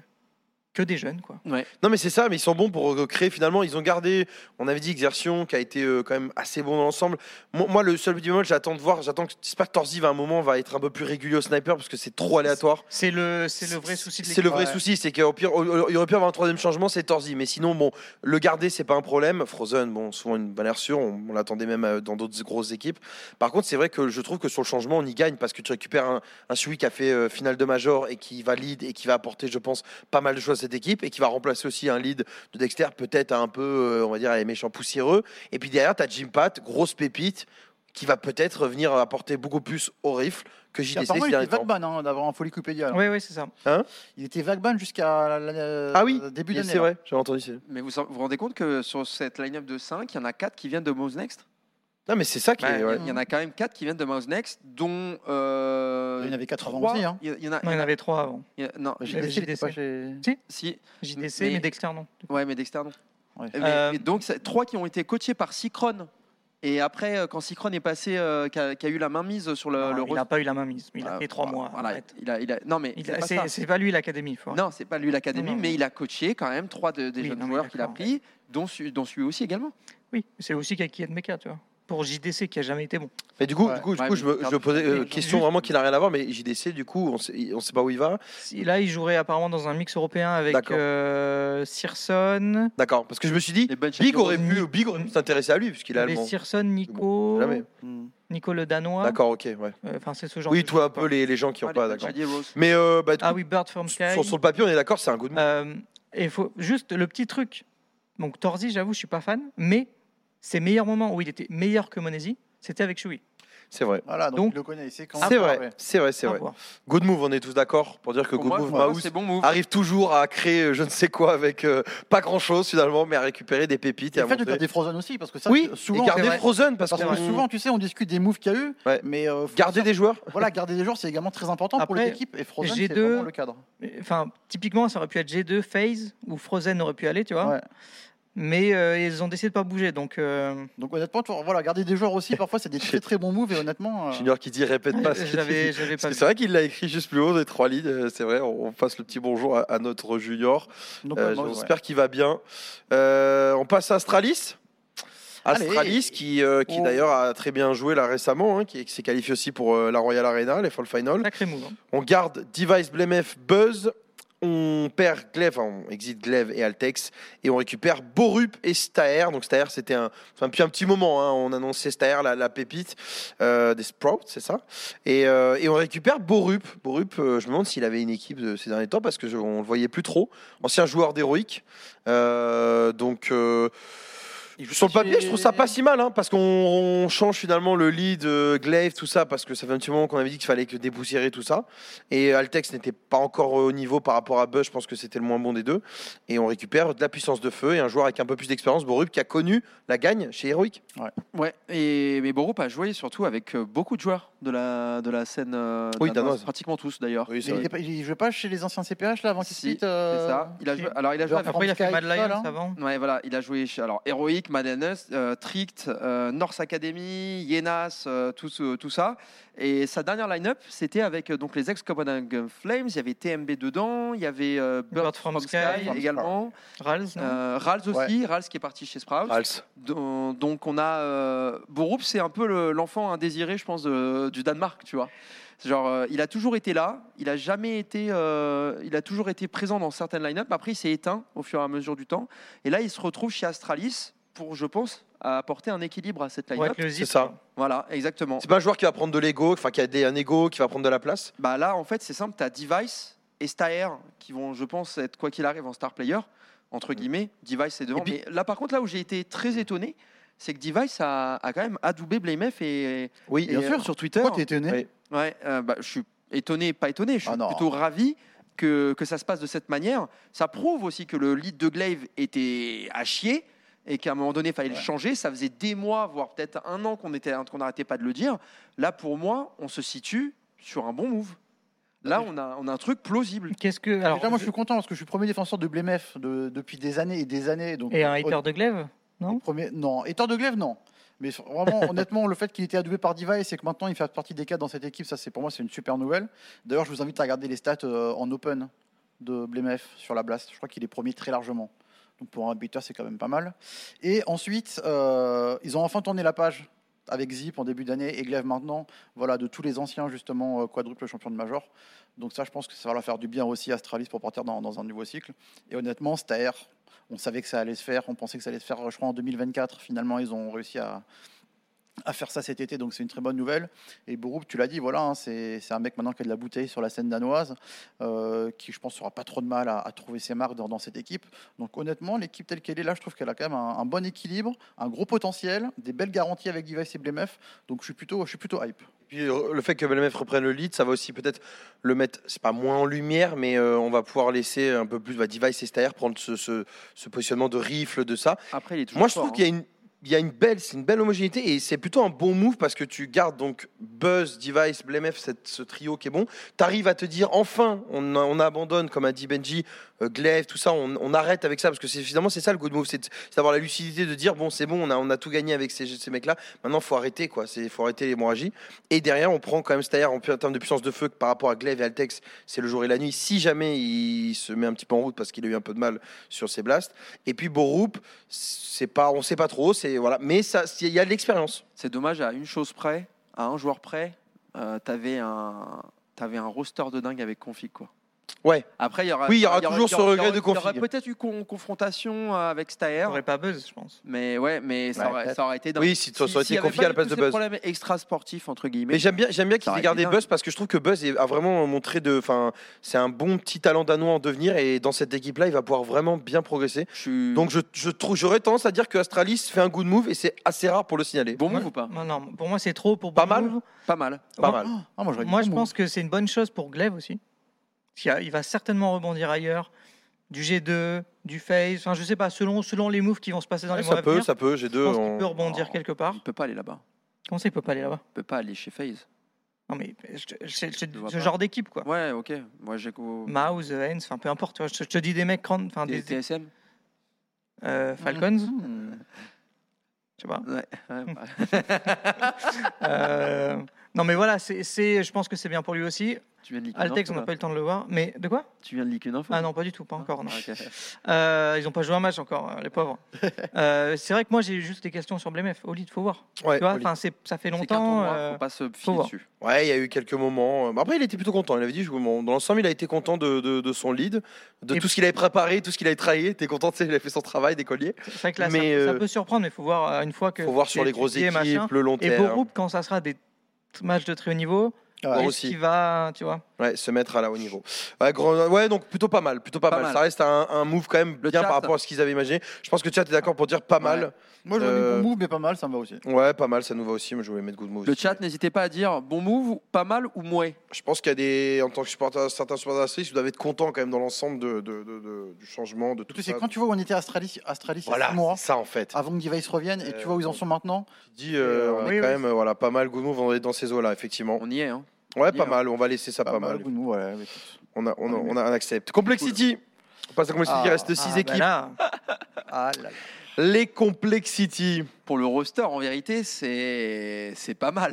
[SPEAKER 4] que des jeunes, quoi.
[SPEAKER 1] Non, mais c'est ça, mais ils sont bons pour euh, créer finalement. Ils ont gardé, on avait dit Exertion, qui a été euh, quand même assez bon dans l'ensemble. Moi, moi, le seul petit bémol, j'attends de voir, j'attends que j'espère que Torzi va à un moment va être un peu plus régulier au sniper parce que c'est trop aléatoire.
[SPEAKER 4] C'est le, c'est le vrai souci de
[SPEAKER 1] C'est
[SPEAKER 4] l'équipe.
[SPEAKER 1] le vrai
[SPEAKER 2] Ouais.
[SPEAKER 1] souci, c'est qu'au pire, au- au- il aurait pu avoir un troisième changement, c'est Torzi. Mais sinon, bon, le garder, c'est pas un problème. Frozen, bon, souvent une valeur sûre, on, on l'attendait même euh, dans d'autres grosses équipes. Par contre, c'est vrai que je trouve que sur le changement, on y gagne parce que tu récupères un, un Sui qui a fait euh, finale de Major et qui valide et qui va apporter, je pense, pas mal de choses à cette équipe et qui va remplacer aussi un lead de Dexter, peut-être un peu, euh, on va dire, les méchants poussiéreux. Et puis derrière, tu as Jim Pat, grosse pépite, qui va peut-être venir apporter beaucoup plus au rifle que JDC ces
[SPEAKER 2] Apparemment, il
[SPEAKER 1] derniers
[SPEAKER 2] était
[SPEAKER 1] temps.
[SPEAKER 2] Vagban hein, d'avoir un Folicopédia. là.
[SPEAKER 4] Oui, oui, c'est ça.
[SPEAKER 2] Il était Vagban jusqu'à la- la- euh,
[SPEAKER 1] Ah oui,
[SPEAKER 2] début
[SPEAKER 1] Et
[SPEAKER 2] d'année. hein.
[SPEAKER 1] C'est vrai, j'avais entendu. ça.
[SPEAKER 3] Mais vous vous vous rendez compte que sur cette line-up de 5, il y en a 4 qui viennent de Mouse Next
[SPEAKER 1] Non, mais c'est ça qui
[SPEAKER 3] Bah,
[SPEAKER 1] est.
[SPEAKER 3] Il
[SPEAKER 1] ouais.
[SPEAKER 3] y en a quand même 4 qui viennent de Mouse Next, dont.
[SPEAKER 2] là.
[SPEAKER 3] euh,
[SPEAKER 2] Il y en avait 80
[SPEAKER 3] trois.
[SPEAKER 2] aussi. Hein.
[SPEAKER 3] Il y- il y en a.
[SPEAKER 4] Non, il y en avait trois avant.
[SPEAKER 3] il y a- Non,
[SPEAKER 2] J'ai
[SPEAKER 4] Mais
[SPEAKER 2] laissé,
[SPEAKER 4] JDC.
[SPEAKER 2] pas chez-
[SPEAKER 3] si.
[SPEAKER 4] JDC,
[SPEAKER 3] Mais-
[SPEAKER 4] mais, Dexter, non.
[SPEAKER 3] Ouais, mais Dexter, non.
[SPEAKER 2] Ouais.
[SPEAKER 3] Mais-
[SPEAKER 4] Euh,
[SPEAKER 3] mais donc, c'est trois qui ont été coachés par Cicron. Et après, euh, quand Cicron est passé, euh, qui a, qui a eu la main mise sur le,
[SPEAKER 4] Non,
[SPEAKER 3] le
[SPEAKER 4] il n'a pas eu la main mise. Il a
[SPEAKER 3] Ah,
[SPEAKER 4] fait trois
[SPEAKER 3] voilà,
[SPEAKER 4] mois.
[SPEAKER 3] voilà,
[SPEAKER 4] arrête.
[SPEAKER 3] il a, il a- non, mais
[SPEAKER 4] Il
[SPEAKER 3] c'est
[SPEAKER 4] a-
[SPEAKER 3] pas ça.
[SPEAKER 4] C'est c'est pas lui l'académie. faut arrêter.
[SPEAKER 3] Non, c'est pas lui l'académie,
[SPEAKER 4] Non, non.
[SPEAKER 3] mais il a coaché quand même trois de- des
[SPEAKER 4] Oui,
[SPEAKER 3] jeunes
[SPEAKER 4] non, mais
[SPEAKER 3] joueurs qu'il a
[SPEAKER 4] d'accord.
[SPEAKER 3] pris, dont, su- dont celui aussi également.
[SPEAKER 4] Oui, c'est aussi Kaki Mecha, tu vois. Pour JDC qui a jamais été bon.
[SPEAKER 1] Mais du coup,
[SPEAKER 2] Ouais.
[SPEAKER 1] du coup, du
[SPEAKER 3] Ouais,
[SPEAKER 1] coup
[SPEAKER 3] mais
[SPEAKER 1] je me,
[SPEAKER 3] regarde,
[SPEAKER 1] je me posais euh,
[SPEAKER 4] mais
[SPEAKER 1] question
[SPEAKER 4] juste-
[SPEAKER 1] vraiment qui n'a rien à voir, mais JDC, du coup, on sait, on sait pas où il va.
[SPEAKER 4] Si- Là, il jouerait apparemment dans un mix européen avec
[SPEAKER 1] D'accord.
[SPEAKER 4] euh, Searson.
[SPEAKER 1] D'accord, parce que je me suis dit,
[SPEAKER 3] Les Ben
[SPEAKER 1] Big
[SPEAKER 3] Shapiro-
[SPEAKER 1] aurait pu, Big aurait pu s'intéresser à lui, puisqu'il est
[SPEAKER 4] Il y avait
[SPEAKER 1] allemand.
[SPEAKER 4] Searson, Nico,
[SPEAKER 1] jamais.
[SPEAKER 2] Hmm.
[SPEAKER 4] Nico le Danois.
[SPEAKER 1] D'accord, ok, ouais.
[SPEAKER 4] Euh, Enfin, c'est ce genre
[SPEAKER 1] Oui,
[SPEAKER 4] de
[SPEAKER 1] toi, un
[SPEAKER 4] joueur,
[SPEAKER 1] peu
[SPEAKER 4] quoi.
[SPEAKER 1] les, les gens qui
[SPEAKER 3] Ah,
[SPEAKER 1] n'ont
[SPEAKER 3] les
[SPEAKER 1] pas,
[SPEAKER 3] Ben
[SPEAKER 1] d'accord.
[SPEAKER 3] Shady Rose.
[SPEAKER 1] Mais euh, bah, du
[SPEAKER 4] Ah
[SPEAKER 1] coup,
[SPEAKER 4] oui, Bird from Sky.
[SPEAKER 1] sur, sur le papier, on est d'accord, c'est un good move.
[SPEAKER 4] Euh, et faut juste le petit truc. Donc Torzi, j'avoue, je suis pas fan, mais ses meilleurs moments où il était meilleur que Monesi, c'était avec Shui.
[SPEAKER 1] C'est vrai.
[SPEAKER 2] Voilà, donc,
[SPEAKER 4] Donc,
[SPEAKER 2] il le connaît, c'est quand
[SPEAKER 1] C'est
[SPEAKER 2] Ah,
[SPEAKER 1] vrai,
[SPEAKER 2] ouais.
[SPEAKER 1] c'est vrai, c'est
[SPEAKER 4] À
[SPEAKER 1] vrai.
[SPEAKER 4] voir.
[SPEAKER 1] Good move, on est tous d'accord pour dire que
[SPEAKER 3] Pour
[SPEAKER 1] Good
[SPEAKER 3] moi,
[SPEAKER 1] Move
[SPEAKER 3] pour moi,
[SPEAKER 1] Mouse
[SPEAKER 3] c'est bon
[SPEAKER 4] Ah,
[SPEAKER 3] move.
[SPEAKER 1] arrive toujours à créer euh, je ne sais quoi avec euh, pas grand chose finalement, mais à récupérer des pépites et,
[SPEAKER 2] Et
[SPEAKER 1] à
[SPEAKER 2] le fait de
[SPEAKER 1] montrer.
[SPEAKER 2] faire des Frozen aussi, parce que ça,
[SPEAKER 1] Oui,
[SPEAKER 2] c'est-
[SPEAKER 1] et
[SPEAKER 2] souvent,
[SPEAKER 1] garder
[SPEAKER 4] c'est vrai.
[SPEAKER 1] Frozen parce,
[SPEAKER 2] parce
[SPEAKER 1] qu'on
[SPEAKER 2] que souvent, tu sais, on discute des moves qu'il y a eu,
[SPEAKER 1] Ouais.
[SPEAKER 2] mais euh, faut
[SPEAKER 1] garder
[SPEAKER 2] dire-
[SPEAKER 1] des joueurs.
[SPEAKER 2] voilà, garder des joueurs, c'est également très important pour
[SPEAKER 4] Après,
[SPEAKER 2] les équipes. Et Frozen, c'est
[SPEAKER 4] G2,
[SPEAKER 2] vraiment le cadre.
[SPEAKER 4] Enfin, typiquement, ça aurait pu être G2, Phase, où Frozen aurait pu aller, tu vois.
[SPEAKER 2] Ouais.
[SPEAKER 4] Mais euh, ils ont décidé de pas bouger, donc. euh,
[SPEAKER 2] Donc honnêtement, tu vois, voilà, garder des joueurs aussi, parfois, c'est des très très bons moves. Et honnêtement, euh,
[SPEAKER 1] Junior qui dit répète pas. ce qu'il dit.
[SPEAKER 4] J'avais, j'avais
[SPEAKER 1] Parce
[SPEAKER 4] pas
[SPEAKER 1] que
[SPEAKER 4] vu.
[SPEAKER 1] Ah, C'est vrai qu'il l'a écrit juste plus haut des trois lignes. euh, C'est vrai, on on passe le petit bonjour à, à notre junior.
[SPEAKER 2] donc,
[SPEAKER 1] Euh,
[SPEAKER 2] ouais, ouais,
[SPEAKER 1] J'espère qu'il va bien. Euh, on passe à Astralis.
[SPEAKER 2] Allez.
[SPEAKER 1] Astralis qui, euh, qui
[SPEAKER 2] Oh.
[SPEAKER 1] d'ailleurs a très bien joué là récemment, hein, qui, qui s'est qualifié aussi pour euh, la Royal Arena, les Fall Final.
[SPEAKER 4] Sacré move. hein.
[SPEAKER 1] On garde Device, Blemef, Buzz. On perd Glaive, enfin, on exit Glaive et Altex. Et on récupère Borup et Staer. Donc Staer, c'était un. Enfin, depuis un petit moment, hein, on annonçait Staer, la, la pépite euh, des Sprouts, c'est ça. Et, euh, et on récupère Borup. Borup, euh, je me demande s'il avait une équipe de ces derniers temps parce que je- on le voyait plus trop. Ancien joueur d'Heroic. Euh, donc. euh,
[SPEAKER 2] Il joue
[SPEAKER 1] sur le
[SPEAKER 2] pas
[SPEAKER 1] papier,
[SPEAKER 2] chez-
[SPEAKER 1] je trouve ça pas si mal, hein, parce qu'on on change finalement le lead, euh, Glaive, tout ça, parce que ça fait un petit moment qu'on avait dit qu'il fallait que dépoussiérer tout ça. Et Altex n'était pas encore au niveau par rapport à Buzz, je pense que c'était le moins bon des deux. Et on récupère de la puissance de feu et un joueur avec un peu plus d'expérience, Borup, qui a connu la gagne chez Heroic.
[SPEAKER 3] Ouais, et mais Borup a joué surtout avec euh, beaucoup de joueurs de la, de la scène euh,
[SPEAKER 1] Oui, danoise.
[SPEAKER 3] pratiquement tous d'ailleurs.
[SPEAKER 1] Oui,
[SPEAKER 2] Mais il, était pas- il jouait pas chez les anciens CPH là avant qu'ils
[SPEAKER 3] Si,
[SPEAKER 2] quittent. euh,
[SPEAKER 3] C'est ça. Il a joué,
[SPEAKER 4] si.
[SPEAKER 3] alors il a joué avec,
[SPEAKER 4] Après, il a fait
[SPEAKER 2] Sky,
[SPEAKER 4] Mad
[SPEAKER 2] tout ça,
[SPEAKER 4] Lions
[SPEAKER 2] là.
[SPEAKER 4] avant.
[SPEAKER 3] ouais, voilà, il a joué chez alors Heroic, Madness, euh, Tricked, euh, North Academy, Yenas, euh, tout, ce- tout ça. Et sa dernière line-up, c'était avec euh, donc les ex Copenhagen Flames, il y avait TMB dedans, il y avait euh, Bird, from, Sky,
[SPEAKER 4] From
[SPEAKER 3] également,
[SPEAKER 4] Rals, non
[SPEAKER 3] euh, Rals aussi, Rals qui est parti chez Sprout.
[SPEAKER 1] Rals.
[SPEAKER 3] Don- Donc on a euh, Borup, c'est un peu le- l'enfant indésiré, je pense, de- du Danemark, tu vois. C'est Genre, euh, il a toujours été là, il a jamais été, euh, il a toujours été présent dans certaines line-up. Après, il s'est éteint au fur et à mesure du temps, et là, il se retrouve chez Astralis pour, je pense, à apporter un équilibre à cette
[SPEAKER 4] Pour
[SPEAKER 3] line-up.
[SPEAKER 4] être le zip,
[SPEAKER 1] ça.
[SPEAKER 4] quoi.
[SPEAKER 3] Voilà, exactement.
[SPEAKER 1] C'est pas un joueur qui va prendre de l'ego, enfin qui a des- un ego, qui va prendre de la place.
[SPEAKER 3] Bah là, en fait, c'est simple, tu as Device et Staer qui vont, je pense, être quoi qu'il arrive en star player, entre guillemets. Device est devant.
[SPEAKER 2] Mm. Et puis-
[SPEAKER 3] mais là, par contre, là où j'ai été très étonné, c'est que Device a, a quand même adoubé Blamef et,
[SPEAKER 1] Oui,
[SPEAKER 3] et,
[SPEAKER 2] bien
[SPEAKER 3] euh,
[SPEAKER 2] sûr.
[SPEAKER 3] sur Twitter.
[SPEAKER 2] Pourquoi t'es étonné
[SPEAKER 1] Oui.
[SPEAKER 3] Ouais, euh, bah, je suis étonné, et pas étonné, je suis
[SPEAKER 2] Ah non.
[SPEAKER 3] plutôt ravi. Que, que ça se passe de cette manière, ça prouve aussi que le lead de Glaive était à chier et qu'à un moment donné, il fallait le
[SPEAKER 2] Ouais.
[SPEAKER 3] changer. Ça faisait des mois, voire peut-être un an qu'on était- qu'on n'arrêtait pas de le dire. Là, pour moi, on se situe sur un bon move. Là, on a, on a un truc plausible.
[SPEAKER 4] Qu'est-ce que. Alors,
[SPEAKER 2] Déjà, moi, je suis content parce que je suis premier défenseur de Blemef de- depuis des années et des années. Donc,
[SPEAKER 4] Et un
[SPEAKER 2] hon-
[SPEAKER 4] hater de glaive
[SPEAKER 2] premier- Non, étant de glaive, non. Mais sur- vraiment, honnêtement, le fait qu'il était adoubé par Device et que maintenant il fait partie des quatre dans cette équipe, ça, c'est pour moi, c'est une super nouvelle. D'ailleurs, je vous invite à regarder les stats euh, en open de Blemef sur la Blast. Je crois qu'il est premier très largement. Donc pour un buteur, c'est quand même pas mal. Et ensuite, euh, ils ont enfin tourné la page avec Zip en début d'année et Glaive maintenant, voilà, de tous les anciens, justement, euh, quadruple champion de Major. Donc ça, je pense que ça va leur faire du bien aussi à Astralis pour partir dans, dans un nouveau cycle. Et honnêtement, Staer, on savait que ça allait se faire, on pensait que ça allait se faire, je crois, en 2024. Finalement, ils ont réussi à, à faire ça cet été, donc c'est une très bonne nouvelle. Et Borup, tu l'as dit, voilà, hein, c'est c'est un mec maintenant qui a de la bouteille sur la scène danoise, euh, qui, je pense, aura pas trop de mal à, à trouver ses marques dans, dans cette équipe. Donc honnêtement, l'équipe telle qu'elle est là, je trouve qu'elle a quand même un, un bon équilibre, un gros potentiel, des belles garanties avec Device et Blemef. Donc je suis plutôt, je suis plutôt hype.
[SPEAKER 1] Puis euh, le fait que BLMF reprenne le lead, ça va aussi peut-être le mettre, c'est pas moins en lumière, mais euh, on va pouvoir laisser un peu plus bah, Device et Stair prendre ce, ce- ce positionnement de rifle, de ça.
[SPEAKER 3] Après, il est toujours
[SPEAKER 1] Moi, je
[SPEAKER 3] fort,
[SPEAKER 1] trouve
[SPEAKER 3] hein.
[SPEAKER 1] qu'il y a une. Il y a une belle, c'est une belle homogénéité et c'est plutôt un bon move parce que tu gardes donc Buzz, Device, Blemef, cette- ce trio qui est bon. T'arrives à te dire enfin, on, on abandonne, comme a dit Benji, euh, Glaive, tout ça, on, on arrête avec ça parce que c'est finalement c'est ça le good move, c'est de- c'est d'avoir la lucidité de dire bon, c'est bon, on a, on a tout gagné avec ces, ces mecs-là, maintenant faut arrêter quoi, c'est faut arrêter l'hémorragie. Et derrière, on prend quand même Stair en, pu- en termes de puissance de feu que par rapport à Glaive et Altex, c'est le jour et la nuit si jamais il se met un petit peu en route parce qu'il a eu un peu de mal sur ses blasts. Et puis Borup, c'est pas on sait pas trop c'est voilà mais ça c'est- il y a de l'expérience
[SPEAKER 3] C'est dommage à une chose près, à un joueur près, euh, t'avais un, t'avais un roster de dingue avec config quoi.
[SPEAKER 1] Ouais.
[SPEAKER 3] Après, il y aura,
[SPEAKER 1] Oui, il y aura toujours ce regret
[SPEAKER 3] aura-
[SPEAKER 1] de
[SPEAKER 3] Il y aura
[SPEAKER 1] config.
[SPEAKER 3] peut-être eu con- confrontation euh, avec Staer,
[SPEAKER 4] J'aurais pas buzz, je pense.
[SPEAKER 3] mais ouais, mais ça,
[SPEAKER 2] Ouais,
[SPEAKER 3] aurait,
[SPEAKER 2] peut-être.
[SPEAKER 3] ça aurait été dingue.
[SPEAKER 1] Oui, si ça
[SPEAKER 3] Si-
[SPEAKER 1] aurait été
[SPEAKER 3] s'il y avait
[SPEAKER 1] confié
[SPEAKER 3] pas
[SPEAKER 1] à la
[SPEAKER 3] eu
[SPEAKER 1] place
[SPEAKER 3] tous
[SPEAKER 1] de
[SPEAKER 3] ces
[SPEAKER 1] Buzz.
[SPEAKER 3] problèmes extra sportifs entre guillemets.
[SPEAKER 1] Mais j'aime bien, j'aime bien
[SPEAKER 3] Ça
[SPEAKER 1] qu'ils
[SPEAKER 3] aurait
[SPEAKER 1] aient gardé
[SPEAKER 3] été dingue.
[SPEAKER 1] Buzz parce que je trouve que Buzz est- a vraiment montré de, enfin, c'est un bon petit talent danois en devenir et dans cette équipe-là, il va pouvoir vraiment bien progresser.
[SPEAKER 3] Je suis-
[SPEAKER 1] Donc je, je trouve, j'aurais tendance à dire que Astralis fait un good move et c'est assez rare pour le signaler.
[SPEAKER 3] bon move ou pas
[SPEAKER 4] Non, non, pour moi, c'est trop. Pour
[SPEAKER 1] Pas
[SPEAKER 4] Blue
[SPEAKER 1] mal.
[SPEAKER 4] Move.
[SPEAKER 3] Pas mal.
[SPEAKER 1] Pas
[SPEAKER 4] Ouais.
[SPEAKER 1] mal.
[SPEAKER 2] Ah, moi, j'aurais dit
[SPEAKER 4] Moi,
[SPEAKER 2] pas
[SPEAKER 4] je
[SPEAKER 2] bon.
[SPEAKER 4] pense que c'est une bonne chose pour Glaive aussi. Il a- il va certainement rebondir ailleurs. Du G2, du Phase, enfin, je sais pas, selon, selon les moves qui vont se passer dans
[SPEAKER 1] Ouais,
[SPEAKER 4] les mois
[SPEAKER 1] ça
[SPEAKER 4] à
[SPEAKER 1] peut,
[SPEAKER 4] venir,
[SPEAKER 1] ça peut. J'ai
[SPEAKER 4] je
[SPEAKER 1] deux.
[SPEAKER 4] pense
[SPEAKER 1] en-
[SPEAKER 4] qu'il peut rebondir
[SPEAKER 3] en-
[SPEAKER 4] quelque
[SPEAKER 1] Ah.
[SPEAKER 4] part.
[SPEAKER 3] Il peut pas aller là-bas.
[SPEAKER 4] Comment ça, il peut pas aller là-bas
[SPEAKER 3] Il peut pas aller chez FaZe.
[SPEAKER 4] Non, mais je te- c'est c'est
[SPEAKER 3] Je vois
[SPEAKER 4] ce
[SPEAKER 3] pas.
[SPEAKER 4] genre d'équipe, quoi.
[SPEAKER 3] Ouais, ok. Moi j'ai go-
[SPEAKER 4] Mouse, Hens, enfin, peu importe, tu vois, je, te- je te dis des mecs, grandes- enfin,
[SPEAKER 3] des Mhm.
[SPEAKER 4] des,
[SPEAKER 3] TSM.
[SPEAKER 4] euh, Falcons, je
[SPEAKER 2] Hmm.
[SPEAKER 4] sais pas.
[SPEAKER 3] Ouais. ouais, bah,
[SPEAKER 4] Euh, non, mais voilà, c'est, c'est- je pense que c'est bien pour lui aussi.
[SPEAKER 3] tu viens de leak une
[SPEAKER 4] Altex, on
[SPEAKER 3] info,
[SPEAKER 4] n'a
[SPEAKER 3] là.
[SPEAKER 4] pas eu le temps de le voir. Mais de quoi
[SPEAKER 3] Tu viens de leak une info.
[SPEAKER 4] Ah non, pas du tout, pas encore. non.
[SPEAKER 3] Ah, ok.
[SPEAKER 4] Euh, ils n'ont pas joué un match encore, euh, les pauvres. Euh, c'est vrai que moi, j'ai eu juste des questions sur Blemef. Au lit, faut voir.
[SPEAKER 1] Ouais,
[SPEAKER 4] Tu vois,
[SPEAKER 1] Oli.
[SPEAKER 4] enfin, c'est- ça fait
[SPEAKER 3] C'est qu'un
[SPEAKER 4] longtemps.
[SPEAKER 3] tournoi,
[SPEAKER 4] euh,
[SPEAKER 3] faut pas se fier
[SPEAKER 4] voir.
[SPEAKER 3] dessus.
[SPEAKER 1] Ouais, il y a eu quelques moments. euh, mais Après, il était plutôt content. Il avait dit, je- bon, dans l'ensemble, il a été content de, de- de son lead, de
[SPEAKER 4] Et-
[SPEAKER 1] tout ce qu'il avait préparé, tout ce qu'il avait travaillé. Il était content, tu sais, il a fait son travail d'écolier.
[SPEAKER 4] c'est vrai que là, ça-
[SPEAKER 1] mais,
[SPEAKER 4] ça,
[SPEAKER 1] euh,
[SPEAKER 4] peut surprendre, mais faut voir euh, une fois que.
[SPEAKER 1] Faut voir sur
[SPEAKER 4] c'est
[SPEAKER 1] les grosses
[SPEAKER 4] étudié,
[SPEAKER 1] équipes,
[SPEAKER 4] machin.
[SPEAKER 1] le long terme.
[SPEAKER 4] Et Borup, quand ça sera des t- matchs de très haut niveau,
[SPEAKER 1] Bon,
[SPEAKER 4] est-ce
[SPEAKER 1] aussi.
[SPEAKER 4] qu'il va, tu vois
[SPEAKER 1] Ouais, se mettre à la haut niveau. Ouais, grand- ouais, donc plutôt pas mal, plutôt pas,
[SPEAKER 3] Pas
[SPEAKER 1] mal.
[SPEAKER 3] mal.
[SPEAKER 1] Ça reste un, un move quand même
[SPEAKER 3] Le
[SPEAKER 1] bien
[SPEAKER 3] chat.
[SPEAKER 1] par rapport à ce qu'ils avaient imaginé. Je pense que Tchat est d'accord pour dire pas mal.
[SPEAKER 2] Moi, j'aurais mis
[SPEAKER 1] Euh,
[SPEAKER 2] bon move, mais pas mal, ça me va aussi.
[SPEAKER 1] Ouais. pas mal, ça nous va aussi. Mais je voulais mettre good move.
[SPEAKER 3] Le
[SPEAKER 1] aussi.
[SPEAKER 3] chat, n'hésitez pas à dire bon move, ou pas mal ou mouais.
[SPEAKER 1] Je pense qu'il y a des, en tant que supporter, certains supporters d'Astralis, vous doivent être contents quand même dans l'ensemble de, de- de- de- du changement, de tout
[SPEAKER 2] Surtout, c'est
[SPEAKER 1] ça.
[SPEAKER 2] quand tu vois où on était à Astralis, Astralis il y a
[SPEAKER 1] Voilà,
[SPEAKER 2] six mois,
[SPEAKER 1] c'est ça en fait.
[SPEAKER 2] avant que Device revienne, et tu
[SPEAKER 1] Euh,
[SPEAKER 2] vois où ils en sont maintenant.
[SPEAKER 1] Tu te dis, euh,
[SPEAKER 2] Ah. euh,
[SPEAKER 1] on est
[SPEAKER 4] oui,
[SPEAKER 1] quand
[SPEAKER 4] oui.
[SPEAKER 1] même, euh, voilà, pas mal good move, on est dans ces eaux-là, effectivement.
[SPEAKER 3] On y est. Hein.
[SPEAKER 1] Ouais,
[SPEAKER 3] dit,
[SPEAKER 1] pas
[SPEAKER 3] hein.
[SPEAKER 1] mal, on va laisser ça pas, mal.
[SPEAKER 2] good move, ouais, mais écoute.
[SPEAKER 1] On, a, on, a-
[SPEAKER 2] On est
[SPEAKER 1] on a- on accepte. Complexity On passe à Complexity, il
[SPEAKER 2] Ah,
[SPEAKER 1] reste 6
[SPEAKER 4] Ah, bah
[SPEAKER 1] équipes.
[SPEAKER 4] là,
[SPEAKER 2] Ah là là.
[SPEAKER 1] Les Complexity.
[SPEAKER 3] Pour le roster, en vérité, c'est c'est pas mal.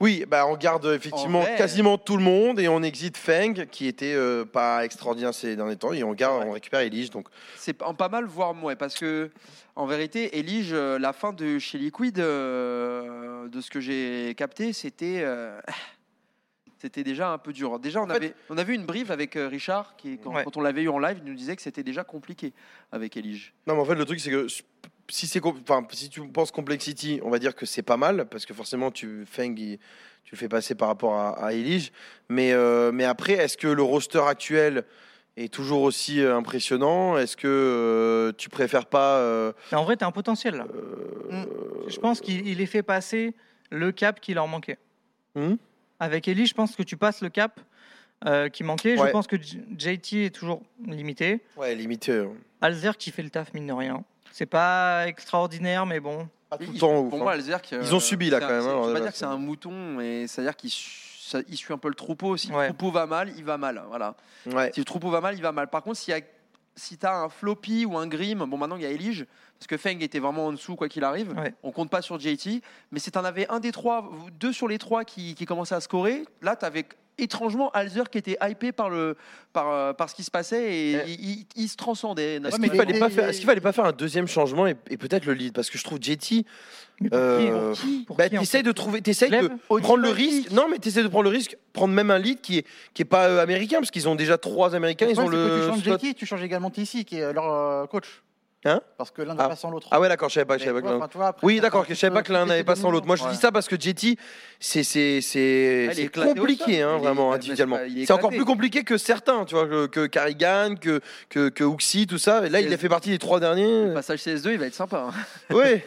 [SPEAKER 1] Oui, bah on garde effectivement
[SPEAKER 3] En vrai, euh,
[SPEAKER 1] quasiment tout le monde et on exit Feng qui était euh, pas extraordinaire ces derniers temps et on garde, on récupère Elige. Donc
[SPEAKER 3] C'est en pas mal, voire mouais. Parce que, en vérité, Elige, euh, la fin de chez Liquid, euh, de ce que j'ai capté, c'était. euh, C'était déjà un peu dur. Déjà, on,
[SPEAKER 1] fait-
[SPEAKER 3] avait, on avait une brief avec euh, Richard, qui, quand,
[SPEAKER 4] Ouais.
[SPEAKER 3] quand on l'avait eu en live, il nous disait que c'était déjà compliqué avec Elige.
[SPEAKER 1] non, mais en fait le truc c'est que si c'est com- enfin si tu penses Complexity, on va dire que c'est pas mal parce que forcément tu Feng il- tu le fais passer par rapport à, à Elige. Mais euh, mais après est-ce que le roster actuel est toujours aussi euh, impressionnant Est-ce que euh, tu préfères pas euh,
[SPEAKER 4] mais en vrai, t'as un potentiel. Là.
[SPEAKER 1] euh,
[SPEAKER 4] Je pense qu'il il est fait passer le cap qui leur manquait.
[SPEAKER 1] Hmm
[SPEAKER 4] Avec Ellie, je pense que tu passes le cap euh, qui manquait.
[SPEAKER 1] Ouais.
[SPEAKER 4] Je pense que J- JT est toujours limité.
[SPEAKER 1] ouais limité euh,
[SPEAKER 4] Alzer qui fait le taf, mine de rien. C'est pas extraordinaire, mais bon.
[SPEAKER 1] pas tout
[SPEAKER 3] Ils-
[SPEAKER 1] le temps ouf,
[SPEAKER 3] Pour
[SPEAKER 1] hein.
[SPEAKER 3] moi, Alzerk, euh,
[SPEAKER 1] Ils ont subi, là,
[SPEAKER 3] c'est
[SPEAKER 1] quand
[SPEAKER 3] un-
[SPEAKER 1] même, hein,
[SPEAKER 3] c'est-
[SPEAKER 1] alors,
[SPEAKER 3] Je ne
[SPEAKER 1] là,
[SPEAKER 3] pas dire que
[SPEAKER 1] c'est-
[SPEAKER 3] c'est un mouton, et c'est-à-dire qu'il su- ça- il suit un peu le troupeau. Si
[SPEAKER 4] Ouais.
[SPEAKER 3] le troupeau va mal, il va mal. Voilà.
[SPEAKER 1] Ouais.
[SPEAKER 3] Si le troupeau va mal, il va mal. Par contre, s'il y a- si tu as un floppy ou un grim, bon, maintenant il y a Elige, parce que Feng était vraiment en dessous, quoi qu'il arrive.
[SPEAKER 4] Ouais.
[SPEAKER 3] On compte pas sur JT. Mais si tu en avais un des trois, deux sur les trois qui, qui commençaient à scorer, là, tu avais étrangement Alzer qui était hypé par, le, par, euh, par ce qui se passait et
[SPEAKER 1] Ouais.
[SPEAKER 3] il, il- il se transcendait.
[SPEAKER 1] Est-ce
[SPEAKER 2] Ouais, mais
[SPEAKER 1] qu'il fallait,
[SPEAKER 2] et-
[SPEAKER 1] pas faire- est-ce qu'il fallait pas faire un deuxième changement et, et peut-être le lead Parce que je trouve Jetty,
[SPEAKER 4] Mais pour
[SPEAKER 1] Euh,
[SPEAKER 4] qui, pour qui, pour
[SPEAKER 1] bah,
[SPEAKER 4] qui, en
[SPEAKER 1] t'essayes
[SPEAKER 4] fait
[SPEAKER 1] de trouver, t'essayes de
[SPEAKER 4] Glaive
[SPEAKER 1] prendre le risque. Non, mais t'essayes de prendre le risque, prendre même un lead qui est qui est pas euh, américain parce qu'ils ont déjà trois américains,
[SPEAKER 2] Le
[SPEAKER 1] ils ont
[SPEAKER 2] problème, c'est que
[SPEAKER 1] le
[SPEAKER 2] Tu changes
[SPEAKER 1] slot.
[SPEAKER 2] Jackie, tu changes également Tissi, qui est leur euh, coach.
[SPEAKER 1] Hein
[SPEAKER 2] Parce que l'un
[SPEAKER 1] Ah.
[SPEAKER 2] n'a pas sans l'autre.
[SPEAKER 1] Ah ouais, d'accord, je savais pas,
[SPEAKER 2] Mais
[SPEAKER 1] je savais pas
[SPEAKER 2] tu
[SPEAKER 1] que
[SPEAKER 2] vois,
[SPEAKER 1] l'un-
[SPEAKER 2] enfin, tu vois, après,
[SPEAKER 1] Oui,
[SPEAKER 2] ça
[SPEAKER 1] d'accord,
[SPEAKER 2] fait
[SPEAKER 1] je savais pas
[SPEAKER 2] un
[SPEAKER 1] que l'un
[SPEAKER 2] petit
[SPEAKER 1] n'avait
[SPEAKER 2] effet
[SPEAKER 1] pas
[SPEAKER 2] de
[SPEAKER 1] sans l'autre. Moi, je
[SPEAKER 2] mouvement.
[SPEAKER 1] dis ça parce que Jetty, c'est c'est c'est
[SPEAKER 3] Ah, il est
[SPEAKER 1] c'est
[SPEAKER 3] éclaté au sol.
[SPEAKER 1] compliqué, hein,
[SPEAKER 3] Il est-
[SPEAKER 1] vraiment
[SPEAKER 3] mais c'est
[SPEAKER 1] individuellement.
[SPEAKER 3] pas- il est
[SPEAKER 1] C'est encore
[SPEAKER 3] éclaté.
[SPEAKER 1] plus compliqué que certains, tu vois, que, que Carrigan, que que que Uxie, tout ça. Et là, il a fait partie des trois derniers.
[SPEAKER 3] Le passage CS2, il va être sympa. hein.
[SPEAKER 1] Ouais.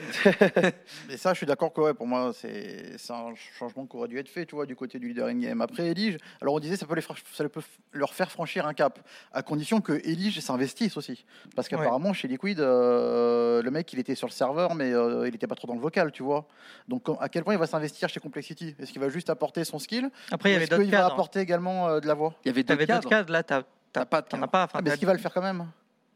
[SPEAKER 2] Et ça, je suis d'accord que ouais, pour moi, c'est c'est un changement qui aurait dû être fait, tu vois, du côté du leader in-game. Après, Elige, alors on disait, ça peut, les fra- ça peut leur faire franchir un cap, à condition que Elige s'investisse aussi. Parce qu'apparemment, chez Liquid, euh, le mec, il était sur le serveur, mais euh, il n'était pas trop dans le vocal, tu vois. Donc, quand- à quel point il va s'investir chez Complexity Est-ce qu'il va juste apporter son skill
[SPEAKER 4] Après, il y
[SPEAKER 2] Ou
[SPEAKER 4] avait
[SPEAKER 2] Est-ce qu'il
[SPEAKER 4] d'autres
[SPEAKER 2] va
[SPEAKER 4] cadres. hein.
[SPEAKER 2] apporter également euh, de la voix
[SPEAKER 3] Il y avait
[SPEAKER 4] T'avais
[SPEAKER 3] d'autres
[SPEAKER 4] d'autres
[SPEAKER 3] cadres.
[SPEAKER 4] cadres, là, t'as
[SPEAKER 3] T'as pas de
[SPEAKER 4] t'en
[SPEAKER 3] cadre.
[SPEAKER 4] as pas. Enfin,
[SPEAKER 2] Ah, mais
[SPEAKER 4] t'as-
[SPEAKER 2] Est-ce qu'il va le faire quand même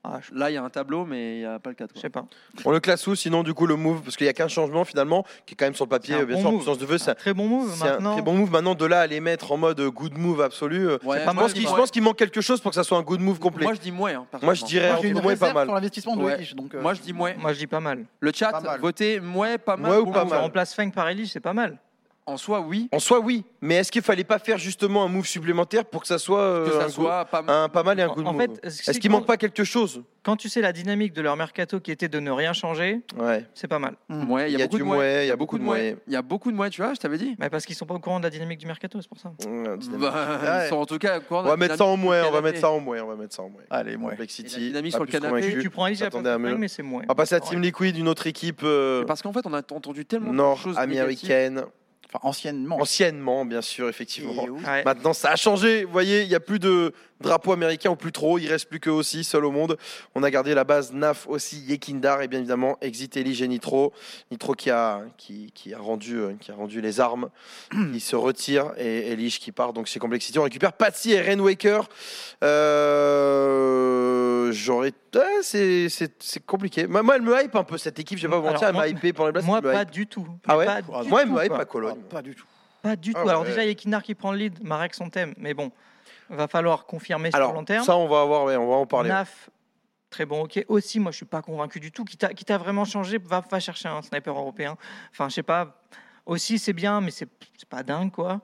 [SPEAKER 4] Ah, je-
[SPEAKER 3] Là, il y a un tableau, mais il n'y a pas le cadre.
[SPEAKER 4] je
[SPEAKER 3] quoi.
[SPEAKER 4] sais pas.
[SPEAKER 1] On le classe où sinon du coup le move parce qu'il y a qu'un changement finalement qui est quand même sur le papier
[SPEAKER 4] C'est un
[SPEAKER 1] bien
[SPEAKER 4] bon
[SPEAKER 1] sûr en
[SPEAKER 4] move.
[SPEAKER 1] puissance de feu c'est un-
[SPEAKER 4] Très bon move
[SPEAKER 1] c'est un
[SPEAKER 4] maintenant.
[SPEAKER 1] très bon move maintenant de là à les mettre en mode good move absolu euh,
[SPEAKER 3] Ouais,
[SPEAKER 4] pas
[SPEAKER 1] je
[SPEAKER 4] mal,
[SPEAKER 1] pense qu'il
[SPEAKER 4] ouais.
[SPEAKER 1] je pense qu'il manque quelque chose pour que ça soit un good move complet
[SPEAKER 3] Moi, je dis mouais. hein,
[SPEAKER 1] Moi, je
[SPEAKER 3] personnellement.
[SPEAKER 1] dirais- Ouais,
[SPEAKER 2] Moi,
[SPEAKER 1] en
[SPEAKER 2] j'ai une
[SPEAKER 1] tout, moi, il est pas
[SPEAKER 2] réserve
[SPEAKER 1] mal.
[SPEAKER 2] sur l'investissement de
[SPEAKER 3] Ouais.
[SPEAKER 2] Elige. donc, euh,
[SPEAKER 3] Moi, je dis mouais.
[SPEAKER 4] Moi, je dis pas mal.
[SPEAKER 3] Le chat,
[SPEAKER 2] Pas mal.
[SPEAKER 3] votez mouais, pas mal.
[SPEAKER 1] Mouais ou
[SPEAKER 3] bon
[SPEAKER 1] pas
[SPEAKER 3] move.
[SPEAKER 1] mal.
[SPEAKER 4] On remplace Feng par Ellie, c'est pas mal.
[SPEAKER 3] En soi, oui.
[SPEAKER 1] En soi, oui. Mais est-ce qu'il fallait pas faire justement un move supplémentaire pour que ça soit, euh,
[SPEAKER 3] Que
[SPEAKER 1] un
[SPEAKER 3] ça
[SPEAKER 1] go-
[SPEAKER 3] soit pas
[SPEAKER 1] un pas mal et un
[SPEAKER 4] En-
[SPEAKER 1] good
[SPEAKER 4] En
[SPEAKER 1] move
[SPEAKER 4] fait, c'est-
[SPEAKER 1] Est-ce qu'il manque pas quelque chose
[SPEAKER 4] Quand tu sais la dynamique de leur mercato qui était de ne rien changer,
[SPEAKER 1] Ouais.
[SPEAKER 4] c'est pas mal.
[SPEAKER 2] hmm.
[SPEAKER 3] Ouais, il y a, beaucoup
[SPEAKER 1] du
[SPEAKER 3] de moyens.
[SPEAKER 1] moyen, il y a
[SPEAKER 3] Beaucoup de moyens. Il y a beaucoup de moyens, tu vois, je t'avais dit.
[SPEAKER 4] Mais parce qu'ils sont pas au courant de la dynamique du mercato, c'est pour ça.
[SPEAKER 1] Ouais, dynamique.
[SPEAKER 3] Bah,
[SPEAKER 1] Mm. Ouais.
[SPEAKER 3] ils sont en tout cas, au courant
[SPEAKER 1] On
[SPEAKER 3] de
[SPEAKER 1] va
[SPEAKER 3] la
[SPEAKER 1] mettre ça en
[SPEAKER 3] dynamique
[SPEAKER 1] moins,
[SPEAKER 3] sur
[SPEAKER 1] on
[SPEAKER 3] le
[SPEAKER 1] va mettre
[SPEAKER 3] canapé.
[SPEAKER 1] ça en moins, on va mettre ça en moins.
[SPEAKER 2] Allez, moi.
[SPEAKER 1] Complexity,
[SPEAKER 3] Et la dynamique
[SPEAKER 1] pas
[SPEAKER 3] sur le
[SPEAKER 1] plus
[SPEAKER 3] canapé,
[SPEAKER 1] convaincu.
[SPEAKER 4] Tu, tu prends Easy à
[SPEAKER 1] J'attendais
[SPEAKER 4] Purple
[SPEAKER 1] à mieux.
[SPEAKER 4] Fang, mais c'est moins.
[SPEAKER 1] On va passer à Team Liquid, une autre équipe euh,
[SPEAKER 3] Mais Parce qu'en fait, on a entendu tellement de choses négatives.
[SPEAKER 1] nord-américaine,
[SPEAKER 2] Enfin, anciennement.
[SPEAKER 1] anciennement bien sûr, effectivement.
[SPEAKER 2] Et oui.
[SPEAKER 4] Ouais.
[SPEAKER 1] Maintenant, ça a changé. Vous voyez, il n'y a plus de drapeau américain ou plus trop. Il reste plus que aussi, seul au monde. On a gardé la base NAF aussi, Yekindar et bien évidemment Exit Elige et Nitro. Nitro qui a, qui, qui a, rendu, euh, qui a rendu les armes. il se retire et Elige qui part donc chez Complexity. On récupère Patsy et Rain Waker. Euh, J'aurais. Ah, c'est- c'est c'est compliqué. Moi, moi, elle me hype un peu cette équipe. Je vais pas vous mentir,
[SPEAKER 4] Alors,
[SPEAKER 1] elle m'a
[SPEAKER 4] moi-
[SPEAKER 1] hypé pendant les places.
[SPEAKER 4] Moi,
[SPEAKER 1] elle me
[SPEAKER 4] pas
[SPEAKER 1] hype.
[SPEAKER 4] du tout.
[SPEAKER 1] Ah ouais
[SPEAKER 4] Pas du
[SPEAKER 1] Moi, elle
[SPEAKER 4] tout,
[SPEAKER 1] me hype
[SPEAKER 4] quoi.
[SPEAKER 1] à
[SPEAKER 2] Ah,
[SPEAKER 1] Cologne.
[SPEAKER 2] pas du tout.
[SPEAKER 4] Pas du tout.
[SPEAKER 1] Ah
[SPEAKER 4] Alors
[SPEAKER 1] ouais.
[SPEAKER 4] déjà, il y a Kinar qui prend le lead, Marek son thème, mais bon, va falloir confirmer sur
[SPEAKER 1] Alors,
[SPEAKER 4] le long terme.
[SPEAKER 1] ça, on va, avoir, ouais, on va en parler.
[SPEAKER 4] Naf, très bon, ok. Aussi, moi, je suis pas convaincu du tout. Quitte à, quitte à vraiment changer, va, va chercher un sniper européen. Enfin, je sais pas. Aussi, c'est bien, mais c'est c'est pas dingue, quoi.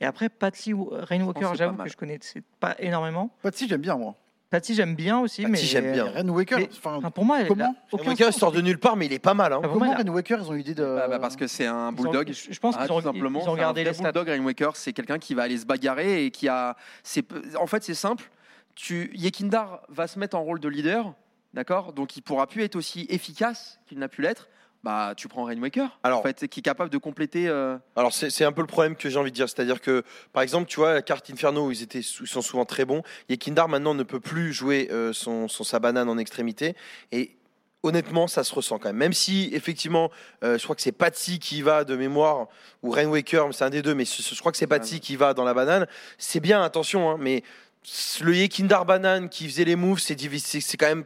[SPEAKER 4] Et après, Patsy ou-
[SPEAKER 3] Je pense
[SPEAKER 4] Rainwalker,
[SPEAKER 3] que c'est
[SPEAKER 4] j'avoue
[SPEAKER 3] pas mal.
[SPEAKER 4] que je connais c'est pas énormément.
[SPEAKER 2] Patsy, Bah, j'aime bien, moi.
[SPEAKER 4] Patsy, j'aime bien aussi,
[SPEAKER 1] Patsy,
[SPEAKER 4] mais.
[SPEAKER 1] j'aime bien.
[SPEAKER 2] Ren Waker,
[SPEAKER 4] Mais-
[SPEAKER 2] enfin,
[SPEAKER 4] Enfin, pour moi, elle
[SPEAKER 2] Comment
[SPEAKER 4] a aucun
[SPEAKER 1] Waker, il
[SPEAKER 4] sens.
[SPEAKER 1] sort de nulle part, mais il est pas mal. Hein.
[SPEAKER 4] Ah, pour moi,
[SPEAKER 2] comment
[SPEAKER 4] elle a-
[SPEAKER 2] Ren Waker, ils ont eu l'idée de.
[SPEAKER 3] Bah, bah, parce que c'est un
[SPEAKER 4] ils ont-
[SPEAKER 3] bulldog.
[SPEAKER 4] Je je pense
[SPEAKER 3] Ah,
[SPEAKER 4] qu'ils ont,
[SPEAKER 3] tout simplement,
[SPEAKER 4] ils
[SPEAKER 3] c'est
[SPEAKER 4] ont
[SPEAKER 3] un
[SPEAKER 4] regardé
[SPEAKER 3] vrai
[SPEAKER 4] les stats.
[SPEAKER 3] Bulldog Rain Waker, c'est quelqu'un qui va aller se bagarrer et qui a. C'est peu- en fait c'est simple. Tu Yekindar va se mettre en rôle de leader, d'accord Donc il pourra plus être aussi efficace qu'il n'a pu l'être. Bah tu prends Rain Waker.
[SPEAKER 1] Alors-
[SPEAKER 3] en fait, qui est capable de compléter. euh,
[SPEAKER 1] Alors c'est c'est un peu le problème que j'ai envie de dire, c'est-à-dire que par exemple, tu vois, la carte Inferno, ils étaient sou- ils sont souvent très bons. Yekindar maintenant ne peut plus jouer euh, son, son sa banane en extrémité et Honnêtement, ça se ressent quand même. Même si, effectivement, euh, je crois que c'est Patsy qui va de mémoire, ou Rain Waker, mais c'est un des deux, mais ce- ce- je crois que c'est Patsy qui va dans la banane. C'est bien, attention, hein, mais c- le Yekindar banane qui faisait les moves, c'est difficile- c'est quand même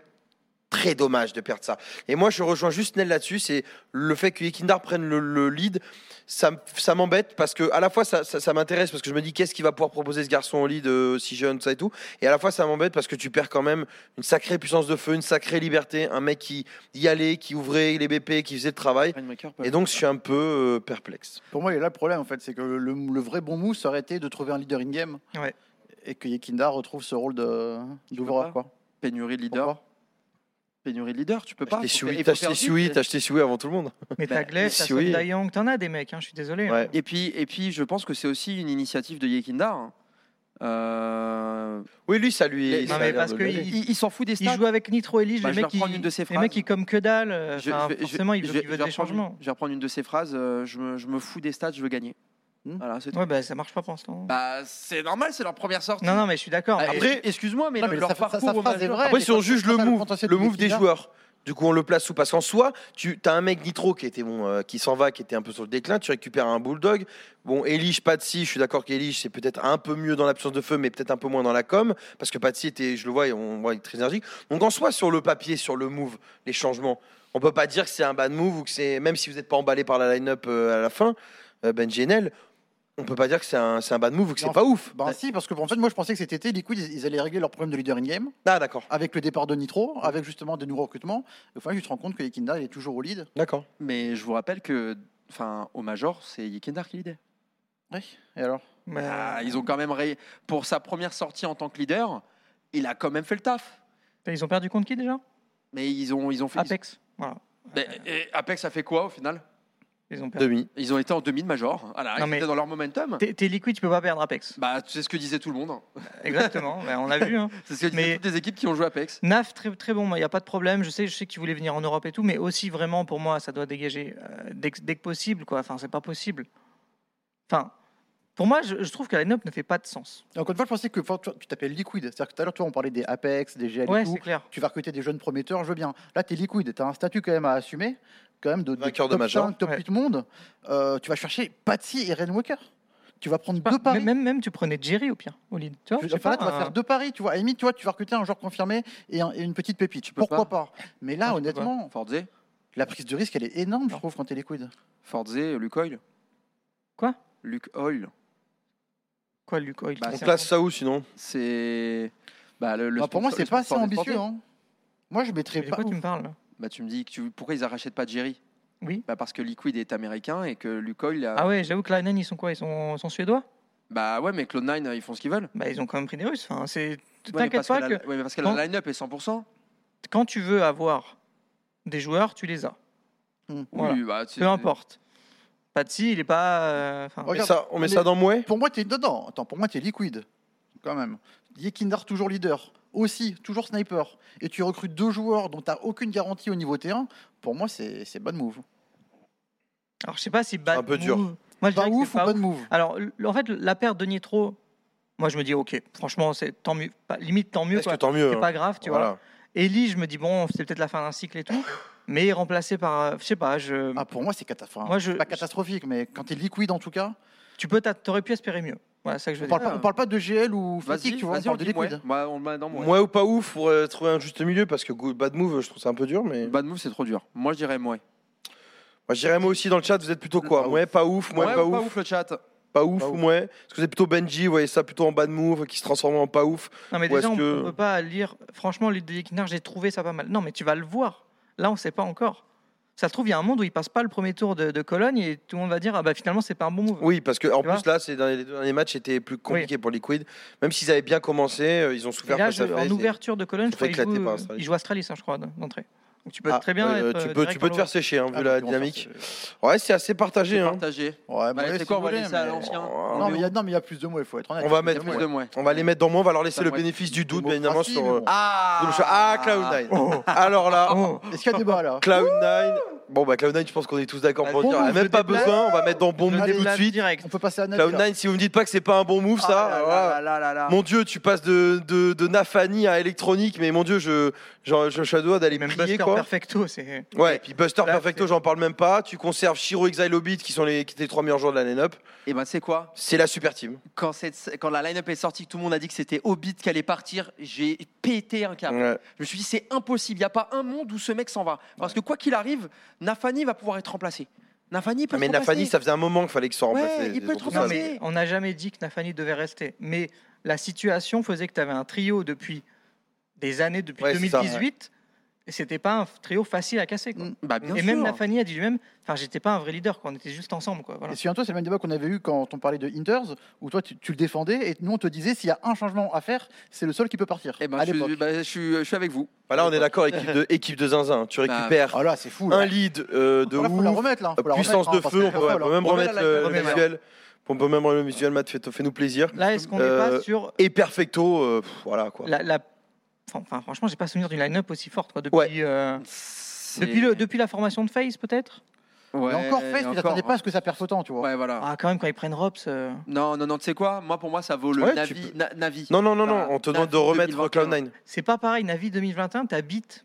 [SPEAKER 1] très dommage de perdre ça. Et moi, je rejoins juste Nel là-dessus, c'est le fait que Yekindar prenne le- le lead, ça, m- ça m'embête parce que à la fois ça, ça- ça m'intéresse parce que je me dis qu'est-ce qu'il va pouvoir proposer ce garçon au lead euh, si jeune ça et tout et à la fois ça m'embête parce que tu perds quand même une sacrée puissance de feu une sacrée liberté un mec qui y allait qui ouvrait les BP qui faisait le travail
[SPEAKER 3] Rain Waker peut-
[SPEAKER 1] et donc je suis un peu euh, perplexe
[SPEAKER 2] Pour moi, il est là le problème, en fait. C'est que le, le vrai bon move, ça aurait été de trouver un leader in-game.
[SPEAKER 4] Ouais.
[SPEAKER 2] Et que Yekinda retrouve ce rôle de-
[SPEAKER 3] pas.
[SPEAKER 2] d'ouvreur, quoi.
[SPEAKER 3] pénurie de leader.
[SPEAKER 2] Pourquoi
[SPEAKER 3] pénurie de leader, tu peux pas.
[SPEAKER 1] t'es
[SPEAKER 3] Faut faire-
[SPEAKER 1] Sui
[SPEAKER 3] il
[SPEAKER 1] t'as
[SPEAKER 3] faut
[SPEAKER 1] acheté
[SPEAKER 3] faire
[SPEAKER 1] Sui
[SPEAKER 3] vite.
[SPEAKER 1] t'as acheté Sui avant tout le monde
[SPEAKER 4] Mais
[SPEAKER 3] Bah,
[SPEAKER 4] t'as Glaive, t'as
[SPEAKER 1] si, oui.
[SPEAKER 4] Sondayong, t'en as des mecs, hein, je suis désolé.
[SPEAKER 1] Ouais.
[SPEAKER 3] Et puis, et puis, je pense que c'est aussi une initiative de Yekinda. hein. Euh,
[SPEAKER 1] oui lui ça lui
[SPEAKER 3] Les-
[SPEAKER 1] ça
[SPEAKER 4] Non,
[SPEAKER 1] a
[SPEAKER 4] mais
[SPEAKER 1] l'air
[SPEAKER 4] parce
[SPEAKER 1] de
[SPEAKER 4] que
[SPEAKER 1] lui aller.
[SPEAKER 4] il-
[SPEAKER 3] il il s'en fout des
[SPEAKER 4] Il
[SPEAKER 3] stats.
[SPEAKER 4] joue avec Nitro Elise,
[SPEAKER 3] Bah, je
[SPEAKER 4] les,
[SPEAKER 3] vais
[SPEAKER 4] mecs, qui,
[SPEAKER 3] reprendre une de ses
[SPEAKER 4] les mecs
[SPEAKER 3] phrases.
[SPEAKER 4] qui comme que dalle. euh,
[SPEAKER 3] Je-
[SPEAKER 4] enfin,
[SPEAKER 3] je vais- je-
[SPEAKER 4] forcément, ils
[SPEAKER 3] je
[SPEAKER 4] veulent,
[SPEAKER 3] vais-
[SPEAKER 4] ils veulent
[SPEAKER 3] je vais
[SPEAKER 4] des
[SPEAKER 3] reprendre une-
[SPEAKER 4] changements.
[SPEAKER 3] Je vais reprendre une de ses phrases. euh, je, me, je me fous des stats, je veux gagner.
[SPEAKER 2] Hmm.
[SPEAKER 3] Voilà, c'est tout.
[SPEAKER 4] Ouais, bah, ça marche pas pour l'instant.
[SPEAKER 3] Bah, c'est normal, c'est leur première sortie.
[SPEAKER 4] non, non, mais je suis d'accord.
[SPEAKER 3] Ah,
[SPEAKER 4] mais-
[SPEAKER 1] Après-
[SPEAKER 3] et- excuse-moi, mais,
[SPEAKER 2] Non,
[SPEAKER 3] le-
[SPEAKER 2] mais
[SPEAKER 3] leur
[SPEAKER 2] sa- sa-
[SPEAKER 3] parcours
[SPEAKER 2] sa
[SPEAKER 3] au
[SPEAKER 2] phrase est
[SPEAKER 3] majeur-
[SPEAKER 2] vraie.
[SPEAKER 1] Après, si on
[SPEAKER 2] quand-
[SPEAKER 1] juge
[SPEAKER 2] quand
[SPEAKER 1] le
[SPEAKER 2] t'as le
[SPEAKER 1] move,
[SPEAKER 2] potentiel
[SPEAKER 1] le
[SPEAKER 2] de
[SPEAKER 1] move des
[SPEAKER 2] Yekina-
[SPEAKER 1] joueurs, du coup, on le place où Parce qu'en soi, tu as un mec Nitro qui était bon, euh, qui s'en va, qui était un peu sur le déclin. Tu récupères un Bulldog. Bon, Elish, Patsy, je suis d'accord qu'Elish, c'est peut-être un peu mieux dans l'absence de feu, mais peut-être un peu moins dans la com, parce que Patsy était, je le vois, et on voit, il est très énergique. Donc en soi, sur le papier, sur le move, les changements, on peut pas dire que c'est un bad move ou que c'est, même si vous n'êtes pas emballé par la line-up euh, à la fin, euh, Ben GNL, on peut pas dire que c'est un, c'est un bad move ou que c'est
[SPEAKER 2] Non.
[SPEAKER 1] pas ouf.
[SPEAKER 2] Bah, si, parce que en fait, moi, je pensais que cet été, Liquid, ils, ils allaient régler leur problème de leader in-game
[SPEAKER 1] Ah, d'accord,
[SPEAKER 2] avec le départ de Nitro, avec justement des nouveaux recrutements. Et au final, tu te rends compte que Yekinda, il est toujours au lead.
[SPEAKER 1] d'accord.
[SPEAKER 3] Mais je vous rappelle que, enfin, au major, c'est Yekindar qui l'idée.
[SPEAKER 2] Oui. Et alors
[SPEAKER 4] bah,
[SPEAKER 3] Ah, ils ont quand même ré- pour sa première sortie en tant que leader, il a quand même fait le taf.
[SPEAKER 4] ils ont perdu contre qui déjà
[SPEAKER 3] Mais ils ont, ils ont fait.
[SPEAKER 4] Apex. Voilà.
[SPEAKER 3] Mais- et Apex a fait quoi au final
[SPEAKER 4] Ils ont perdu.
[SPEAKER 1] Demi.
[SPEAKER 3] Ils ont été en demi de major. Voilà,
[SPEAKER 4] Non,
[SPEAKER 3] ils
[SPEAKER 4] mais-
[SPEAKER 3] étaient dans leur momentum.
[SPEAKER 4] T'es t'es liquide, tu peux pas perdre Apex.
[SPEAKER 3] Bah, c'est ce que disait tout le monde.
[SPEAKER 4] Exactement, bah, on a vu. Hein.
[SPEAKER 3] C'est ce que disaient
[SPEAKER 4] Mais-
[SPEAKER 3] toutes les équipes qui ont joué Apex.
[SPEAKER 4] Naf, très, très bon, il n'y a pas de problème. Je sais, je sais qu'il voulait venir en Europe et tout, mais aussi vraiment pour moi, ça doit dégager euh, dès, que- dès que possible. Quoi. Enfin, c'est pas possible. Enfin, pour moi, je, je trouve que la line-up ne fait pas de sens.
[SPEAKER 2] Encore une fois, je pensais que enfin, tu tu t'appelles Liquid. C'est-à-dire que tout à l'heure, toi, on parlait des Apex, des GL et
[SPEAKER 4] Ouais,
[SPEAKER 2] tout.
[SPEAKER 4] c'est clair.
[SPEAKER 2] tu vas recruter des jeunes prometteurs, je veux bien. Là, tu es liquide, tu as un statut quand même à assumer, quand même de, de
[SPEAKER 1] Vainqueur de
[SPEAKER 2] top
[SPEAKER 1] Major.
[SPEAKER 2] 5, top
[SPEAKER 4] Ouais.
[SPEAKER 2] 8 monde. Euh, tu vas chercher Patsy et Ren Walker. Tu vas prendre deux
[SPEAKER 4] Pas-
[SPEAKER 2] paris.
[SPEAKER 4] même, même, même tu prenais Jerry au pire, au lead. Tu vois,
[SPEAKER 2] Je
[SPEAKER 4] je sais
[SPEAKER 2] pas, là, tu vas
[SPEAKER 4] un-
[SPEAKER 2] faire deux paris, tu vois. À la limite, tu vois, tu vas recruter un joueur confirmé et, un- et une petite pépite.
[SPEAKER 3] peux
[SPEAKER 2] Pourquoi pas. Mais là,
[SPEAKER 4] Ah, je peux pas.
[SPEAKER 2] honnêtement,
[SPEAKER 3] Forze,
[SPEAKER 2] la prise de risque, elle est énorme, je trouve, quand t'es liquide.
[SPEAKER 3] Forze, Luke Oil.
[SPEAKER 4] Quoi
[SPEAKER 3] Luke Oil.
[SPEAKER 4] Quoi, Luke Oil
[SPEAKER 3] Bah,
[SPEAKER 1] On
[SPEAKER 3] c'est
[SPEAKER 1] place ça où sinon
[SPEAKER 3] C'est. Bah, le, le
[SPEAKER 2] Bah, pour moi,
[SPEAKER 3] sponsor-
[SPEAKER 2] c'est
[SPEAKER 3] le
[SPEAKER 2] pas assez
[SPEAKER 3] sponsor des
[SPEAKER 2] ambitieux.
[SPEAKER 3] Sportifs.
[SPEAKER 2] hein. Moi, je mettrais
[SPEAKER 4] De
[SPEAKER 2] pas.
[SPEAKER 4] quoi tu me parles là
[SPEAKER 3] Bah, tu me dis que tu... pourquoi ils rachètent pas Jerry
[SPEAKER 4] Oui.
[SPEAKER 3] Bah, parce que Liquid est américain et que Lucoil. a-
[SPEAKER 4] Ah ouais, j'avoue que Linen, ils sont quoi Ils sont, ils sont suédois
[SPEAKER 3] Bah ouais, mais Cloud9, ils font ce qu'ils veulent.
[SPEAKER 4] Bah, ils ont quand même pris des Russes. Enfin, c'est...
[SPEAKER 3] Ouais, mais
[SPEAKER 4] T'inquiète
[SPEAKER 3] parce
[SPEAKER 4] pas
[SPEAKER 3] que
[SPEAKER 4] que
[SPEAKER 3] la- ouais, mais parce que la
[SPEAKER 4] Quand-
[SPEAKER 3] line-up est 100%.
[SPEAKER 4] quand tu veux avoir des joueurs, tu les as.
[SPEAKER 2] Hmm.
[SPEAKER 4] Voilà.
[SPEAKER 3] Oui, bah, c'est-
[SPEAKER 4] Peu importe. Patsy, il est pas. euh, enfin,
[SPEAKER 1] On met
[SPEAKER 2] Regarde,
[SPEAKER 1] ça, on met
[SPEAKER 2] on
[SPEAKER 1] ça
[SPEAKER 2] est-
[SPEAKER 1] dans Mouet
[SPEAKER 2] Pour moi, t'es dedans. Attends, pour moi, t'es liquide. Quand même. Yekindar, toujours leader. Aussi, toujours sniper. Et tu recrutes deux joueurs dont t'as aucune garantie au niveau terrain. Pour moi, c'est c'est bonne move.
[SPEAKER 4] Alors, je sais pas si bad
[SPEAKER 1] Un peu dur.
[SPEAKER 4] move- Moi, je
[SPEAKER 2] Pas
[SPEAKER 4] dirais que
[SPEAKER 2] ouf
[SPEAKER 4] c'est
[SPEAKER 2] ou
[SPEAKER 4] pas
[SPEAKER 2] bonne
[SPEAKER 4] ouf.
[SPEAKER 2] move
[SPEAKER 4] Alors, l- en fait, la perte de Nitro, moi, je me dis, ok, franchement, c'est tant mieux. Pas- limite, tant mieux.
[SPEAKER 1] Est-ce
[SPEAKER 4] quoi.
[SPEAKER 1] que tant
[SPEAKER 4] C'est
[SPEAKER 1] mieux hein.
[SPEAKER 4] pas grave, tu vois.
[SPEAKER 1] Voilà.
[SPEAKER 4] Ellie, je me dis, bon, c'est peut-être la fin d'un cycle et tout. Mais remplacé par. euh, Je sais pas, je.
[SPEAKER 2] Ah, pour moi, c'est catastrophique.
[SPEAKER 4] Moi, je-
[SPEAKER 2] Pas catastrophique, mais quand t'es liquide, en tout cas.
[SPEAKER 4] Tu peux, t'a- t'aurais pu espérer mieux. Voilà, c'est ça que je
[SPEAKER 2] On
[SPEAKER 4] veux dire.
[SPEAKER 2] parle, pas, on parle pas de GL ou Fnatic,
[SPEAKER 3] Vas-y,
[SPEAKER 2] tu vois. On
[SPEAKER 3] vas-y, on
[SPEAKER 2] parle de
[SPEAKER 3] dit ouais.
[SPEAKER 2] liquide. Ah,
[SPEAKER 3] Bah, on le met dans moi.
[SPEAKER 1] Mouais ou pas ouf pour euh, trouver un juste milieu parce que good- bad move, je trouve ça un peu dur, mais.
[SPEAKER 3] Bad move, c'est trop dur. Moi, je dirais moi.
[SPEAKER 1] Moi, je dirais moi aussi dans le chat, vous êtes plutôt quoi
[SPEAKER 3] Pas
[SPEAKER 1] Mouais, pas ouf, Mouais, pas, ouf,
[SPEAKER 3] le chat.
[SPEAKER 1] pas ouf,
[SPEAKER 2] Pas
[SPEAKER 1] ou
[SPEAKER 2] ouf.
[SPEAKER 1] Mouais Est-ce que vous êtes plutôt Benji, vous voyez ça plutôt en bad move, qui se transforme en pas ouf
[SPEAKER 4] Non, mais
[SPEAKER 1] Ou
[SPEAKER 4] déjà,
[SPEAKER 1] est-ce
[SPEAKER 4] on
[SPEAKER 1] que-
[SPEAKER 4] on peut pas lire. Franchement, l'île de Yekinar, j'ai trouvé ça pas mal. Non, mais tu vas le voir. Là, on sait pas encore. Ça se trouve, il y a un monde où il passe pas le premier tour de, de Cologne et tout le monde va dire, ah bah finalement, c'est pas un bon move.
[SPEAKER 1] Oui, parce que en
[SPEAKER 4] Tu vois
[SPEAKER 1] plus là, ces derniers- les deux derniers matchs étaient plus compliqués pour Liquid. Même s'ils avaient bien commencé, euh, ils ont
[SPEAKER 4] Et
[SPEAKER 1] souffert
[SPEAKER 4] là,
[SPEAKER 1] face
[SPEAKER 4] je-
[SPEAKER 1] à face.
[SPEAKER 4] en
[SPEAKER 1] et-
[SPEAKER 4] ouverture de Cologne,
[SPEAKER 1] ils
[SPEAKER 4] je
[SPEAKER 1] sont
[SPEAKER 4] crois qu'il
[SPEAKER 1] éclatés
[SPEAKER 4] joue,
[SPEAKER 1] par Astralis.
[SPEAKER 4] il joue Astralis, hein, je crois, d'entrée. Donc tu peux
[SPEAKER 1] Ah,
[SPEAKER 4] très bien.
[SPEAKER 1] euh,
[SPEAKER 4] être,
[SPEAKER 1] tu
[SPEAKER 4] euh,
[SPEAKER 1] peux, tu
[SPEAKER 4] direct
[SPEAKER 1] peux
[SPEAKER 4] en bah,
[SPEAKER 1] te faire sécher hein, vu
[SPEAKER 2] Ah,
[SPEAKER 1] la
[SPEAKER 2] donc, on va faire
[SPEAKER 1] dynamique.
[SPEAKER 2] ce-
[SPEAKER 1] Ouais, c'est assez partagé. hein.
[SPEAKER 3] Partagé.
[SPEAKER 2] Ouais,
[SPEAKER 3] Bah,
[SPEAKER 2] bref,
[SPEAKER 3] c'est quoi,
[SPEAKER 2] si
[SPEAKER 3] on va
[SPEAKER 2] vous voulez,
[SPEAKER 3] laisser à
[SPEAKER 2] mais-
[SPEAKER 3] l'ancien.
[SPEAKER 1] Oh,
[SPEAKER 2] Non,
[SPEAKER 1] mais
[SPEAKER 2] mais il y a- non, mais il y a plus de mots, il faut être honnête.
[SPEAKER 1] On va
[SPEAKER 3] Il y a
[SPEAKER 1] mettre,
[SPEAKER 3] plus de moi.
[SPEAKER 1] On va les mettre dans moi, on va leur laisser
[SPEAKER 3] Bah,
[SPEAKER 1] le
[SPEAKER 3] moi,
[SPEAKER 1] bénéfice du doute, bien
[SPEAKER 2] démocratie,
[SPEAKER 1] évidemment, sur. euh,
[SPEAKER 2] mais bon.
[SPEAKER 3] Ah
[SPEAKER 1] sur le- Ah, Cloud9.
[SPEAKER 4] Oh.
[SPEAKER 1] Alors là,
[SPEAKER 4] Oh.
[SPEAKER 2] Est-ce qu'il y a débat là
[SPEAKER 1] Cloud9. Bon, bah, Cloud9, je pense qu'on est tous d'accord pour
[SPEAKER 4] Bon
[SPEAKER 1] dire.
[SPEAKER 4] move,
[SPEAKER 1] Même
[SPEAKER 4] je
[SPEAKER 1] pas
[SPEAKER 4] déplace.
[SPEAKER 1] besoin, on va mettre dans bon
[SPEAKER 4] Je
[SPEAKER 1] move tout de
[SPEAKER 4] déplace
[SPEAKER 1] suite.
[SPEAKER 4] direct.
[SPEAKER 2] On peut passer à Ned. là.
[SPEAKER 1] Cloud9, si vous me dites pas que c'est pas un bon move, ça.
[SPEAKER 3] Ah là
[SPEAKER 1] voilà.
[SPEAKER 3] là là là là.
[SPEAKER 1] Mon dieu, tu passes de, de, de Nafani à électronique, mais mon dieu, je, je, je suis à deux doigts d'aller
[SPEAKER 4] Même
[SPEAKER 1] prier
[SPEAKER 4] Buster
[SPEAKER 1] quoi.
[SPEAKER 4] Perfecto, c'est.
[SPEAKER 1] Ouais, et puis Buster
[SPEAKER 4] Là,
[SPEAKER 1] Perfecto,
[SPEAKER 4] c'est-
[SPEAKER 1] j'en parle même pas. Tu conserves Shiro Exile Hobbit, qui sont les, qui étaient les trois meilleurs joueurs de la line-up.
[SPEAKER 3] Et ben, c'est quoi
[SPEAKER 1] C'est la super team.
[SPEAKER 3] quand, cette- quand la line-up est sortie, que tout le monde a dit que c'était Hobbit qui allait partir, j'ai pété un câble.
[SPEAKER 1] Ouais.
[SPEAKER 3] Je me suis dit, c'est impossible. Il n'y a pas un monde où ce mec s'en va. Parce que quoi qu'il arrive, Nafani va pouvoir être remplacé. Nafani peut
[SPEAKER 1] Ah, Mais
[SPEAKER 3] être remplacé.
[SPEAKER 1] Nafani, ça faisait un moment qu'il fallait que ça
[SPEAKER 3] Ouais,
[SPEAKER 1] remplace.
[SPEAKER 3] il peut être
[SPEAKER 4] Non,
[SPEAKER 3] remplacé.
[SPEAKER 1] mais...
[SPEAKER 4] mais on n'a jamais dit que Nafani devait rester. Mais la situation faisait que tu avais un trio depuis des années, depuis
[SPEAKER 1] Ouais, c'est ça,
[SPEAKER 4] 2018. Et c'était pas un trio facile à casser. quoi.
[SPEAKER 3] Bah, bien
[SPEAKER 4] et
[SPEAKER 3] sûr.
[SPEAKER 4] même Nafani a dit lui-même Enfin, j'étais pas un vrai leader, quoi. on était juste ensemble. Quoi. Voilà.
[SPEAKER 2] Et souviens-toi, c'est le même débat qu'on avait eu quand on parlait de Hinders, où toi tu, tu le défendais et nous on te disait s'il y a un changement à faire, c'est le seul qui peut partir.
[SPEAKER 3] Eh ben,
[SPEAKER 2] à
[SPEAKER 3] je,
[SPEAKER 2] l'époque.
[SPEAKER 3] suis, bah, je, suis, je suis avec vous.
[SPEAKER 1] Là, on est d'accord, équipe de, équipe de zinzin. Tu
[SPEAKER 3] Bah,
[SPEAKER 1] récupères
[SPEAKER 2] Ah là, c'est fou. Là.
[SPEAKER 1] un lead euh, de
[SPEAKER 2] Ah là, faut la
[SPEAKER 1] ouf,
[SPEAKER 2] remettre là. faut la
[SPEAKER 1] puissance
[SPEAKER 2] remettre,
[SPEAKER 1] de
[SPEAKER 2] hein, parce
[SPEAKER 1] feu.
[SPEAKER 2] que
[SPEAKER 1] On
[SPEAKER 2] c'est
[SPEAKER 1] peut,
[SPEAKER 2] folle,
[SPEAKER 1] on peut
[SPEAKER 2] hein.
[SPEAKER 1] même
[SPEAKER 3] On met
[SPEAKER 1] remettre
[SPEAKER 3] la-
[SPEAKER 1] le,
[SPEAKER 3] on
[SPEAKER 1] le
[SPEAKER 3] met la-
[SPEAKER 1] visuel. On peut même remettre le visuel, Matt, fais- fais-nous plaisir.
[SPEAKER 4] Là, est-ce qu'on n'est
[SPEAKER 1] Euh,
[SPEAKER 4] pas sur
[SPEAKER 1] Et Perfecto, euh, pff, voilà quoi.
[SPEAKER 4] la. la- Enfin, enfin, franchement, j'ai pas souvenir d'une line-up aussi forte quoi, depuis,
[SPEAKER 1] Ouais.
[SPEAKER 4] euh,
[SPEAKER 3] C'est-
[SPEAKER 4] depuis, le, depuis la formation de FaZe, peut-être
[SPEAKER 3] Ouais,
[SPEAKER 2] Mais encore fait, tu t'attendais pas à ce que ça perce autant, tu vois.
[SPEAKER 3] Ouais, voilà.
[SPEAKER 4] Ah, quand même, quand ils prennent Robs. euh,
[SPEAKER 3] Non, non, non, tu sais quoi Moi, pour moi, ça vaut le
[SPEAKER 1] Ouais,
[SPEAKER 3] Navi.
[SPEAKER 1] tu peux-
[SPEAKER 3] Na- Navi.
[SPEAKER 1] Non, non, non, non,
[SPEAKER 3] Bah,
[SPEAKER 1] on te demande de
[SPEAKER 3] Navi
[SPEAKER 1] remettre
[SPEAKER 3] 2021.
[SPEAKER 1] Cloud9.
[SPEAKER 4] C'est pas pareil, Navi 2021, t'habites.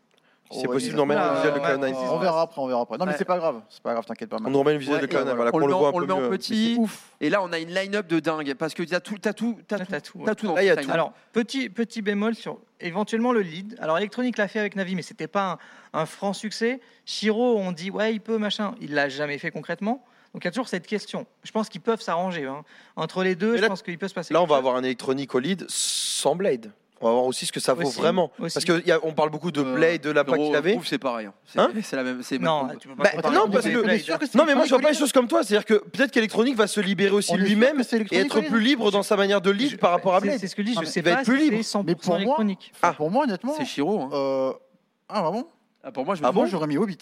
[SPEAKER 1] Si c'est
[SPEAKER 2] Ouais,
[SPEAKER 1] possible,
[SPEAKER 2] mais-
[SPEAKER 1] de remettre le
[SPEAKER 4] Oula,
[SPEAKER 1] visuel de
[SPEAKER 4] ouais,
[SPEAKER 1] Cloud9.
[SPEAKER 4] ouais.
[SPEAKER 2] On verra après, on verra après. Non, mais
[SPEAKER 3] Ouais.
[SPEAKER 2] c'est pas grave, c'est pas grave, t'inquiète pas.
[SPEAKER 1] On
[SPEAKER 2] Max.
[SPEAKER 1] nous remet le visuel
[SPEAKER 3] Ouais,
[SPEAKER 1] de Cloud9,
[SPEAKER 3] et
[SPEAKER 1] voilà,
[SPEAKER 3] on
[SPEAKER 1] qu'on le
[SPEAKER 3] met-
[SPEAKER 1] voit un
[SPEAKER 3] on
[SPEAKER 1] peu
[SPEAKER 3] le met en
[SPEAKER 1] mieux.
[SPEAKER 3] petit.
[SPEAKER 2] Ouf.
[SPEAKER 3] Et là, on a une line-up de dingue. Parce que t'as tout, t'as tout, t'as
[SPEAKER 4] Là,
[SPEAKER 3] tout,
[SPEAKER 4] t'as tout, ouais.
[SPEAKER 3] t'as tout dans
[SPEAKER 1] Là, il y a
[SPEAKER 3] cette
[SPEAKER 1] tout.
[SPEAKER 3] line-up.
[SPEAKER 4] Alors, petit, petit bémol sur éventuellement le lead. Alors, Electronic l'a fait avec Navi, mais c'était pas un, un franc succès. Shiro, on dit, ouais, il peut, machin. Il l'a jamais fait concrètement. Donc, il y a toujours cette question. Je pense qu'ils peuvent s'arranger. hein. Entre les deux,
[SPEAKER 1] Mais là-
[SPEAKER 4] je pense qu'il peut se passer.
[SPEAKER 1] Là, on
[SPEAKER 4] quelque
[SPEAKER 1] va
[SPEAKER 4] chose.
[SPEAKER 1] avoir un électronique au lead sans Blade. On va voir aussi ce que ça vaut
[SPEAKER 4] Aussi,
[SPEAKER 1] vraiment.
[SPEAKER 4] aussi.
[SPEAKER 1] Parce qu'on parle beaucoup de
[SPEAKER 2] Euh,
[SPEAKER 1] Blade, de la
[SPEAKER 3] Gros,
[SPEAKER 1] pack qu'il avait.
[SPEAKER 3] Ouf, c'est pareil. hein. C'est
[SPEAKER 1] Hein
[SPEAKER 3] c'est la même. c'est
[SPEAKER 4] Non,
[SPEAKER 3] même-
[SPEAKER 4] tu peux
[SPEAKER 1] Bah,
[SPEAKER 4] pas comparer
[SPEAKER 1] non,
[SPEAKER 4] les
[SPEAKER 1] parce
[SPEAKER 4] deux.
[SPEAKER 1] que-
[SPEAKER 4] Blade.
[SPEAKER 2] Mais sûr que c'est
[SPEAKER 1] Non, mais moi je vois
[SPEAKER 2] Electronic
[SPEAKER 1] pas les choses comme toi. C'est-à-dire que peut-être qu'Electronique va se libérer aussi
[SPEAKER 2] On est sûr
[SPEAKER 1] lui-même
[SPEAKER 2] que c'est
[SPEAKER 1] et être
[SPEAKER 2] Electronic
[SPEAKER 1] plus libre dans sa manière de lead
[SPEAKER 4] Je-
[SPEAKER 1] par rapport à
[SPEAKER 4] c'est-
[SPEAKER 1] Blade.
[SPEAKER 4] C'est ce que je dis,
[SPEAKER 2] Ah,
[SPEAKER 4] je
[SPEAKER 2] mais
[SPEAKER 4] sais
[SPEAKER 1] il va
[SPEAKER 4] pas
[SPEAKER 1] être plus
[SPEAKER 4] si
[SPEAKER 1] libre.
[SPEAKER 4] c'est 100%
[SPEAKER 2] Mais pour moi-
[SPEAKER 4] électronique.
[SPEAKER 1] Ah.
[SPEAKER 2] Pour moi, honnêtement.
[SPEAKER 3] C'est Shiro. hein.
[SPEAKER 2] euh, Ah, vraiment
[SPEAKER 3] Ah, pour moi, je me
[SPEAKER 1] Ah
[SPEAKER 2] Moi,
[SPEAKER 1] bon
[SPEAKER 2] j'aurais mis Hobbit.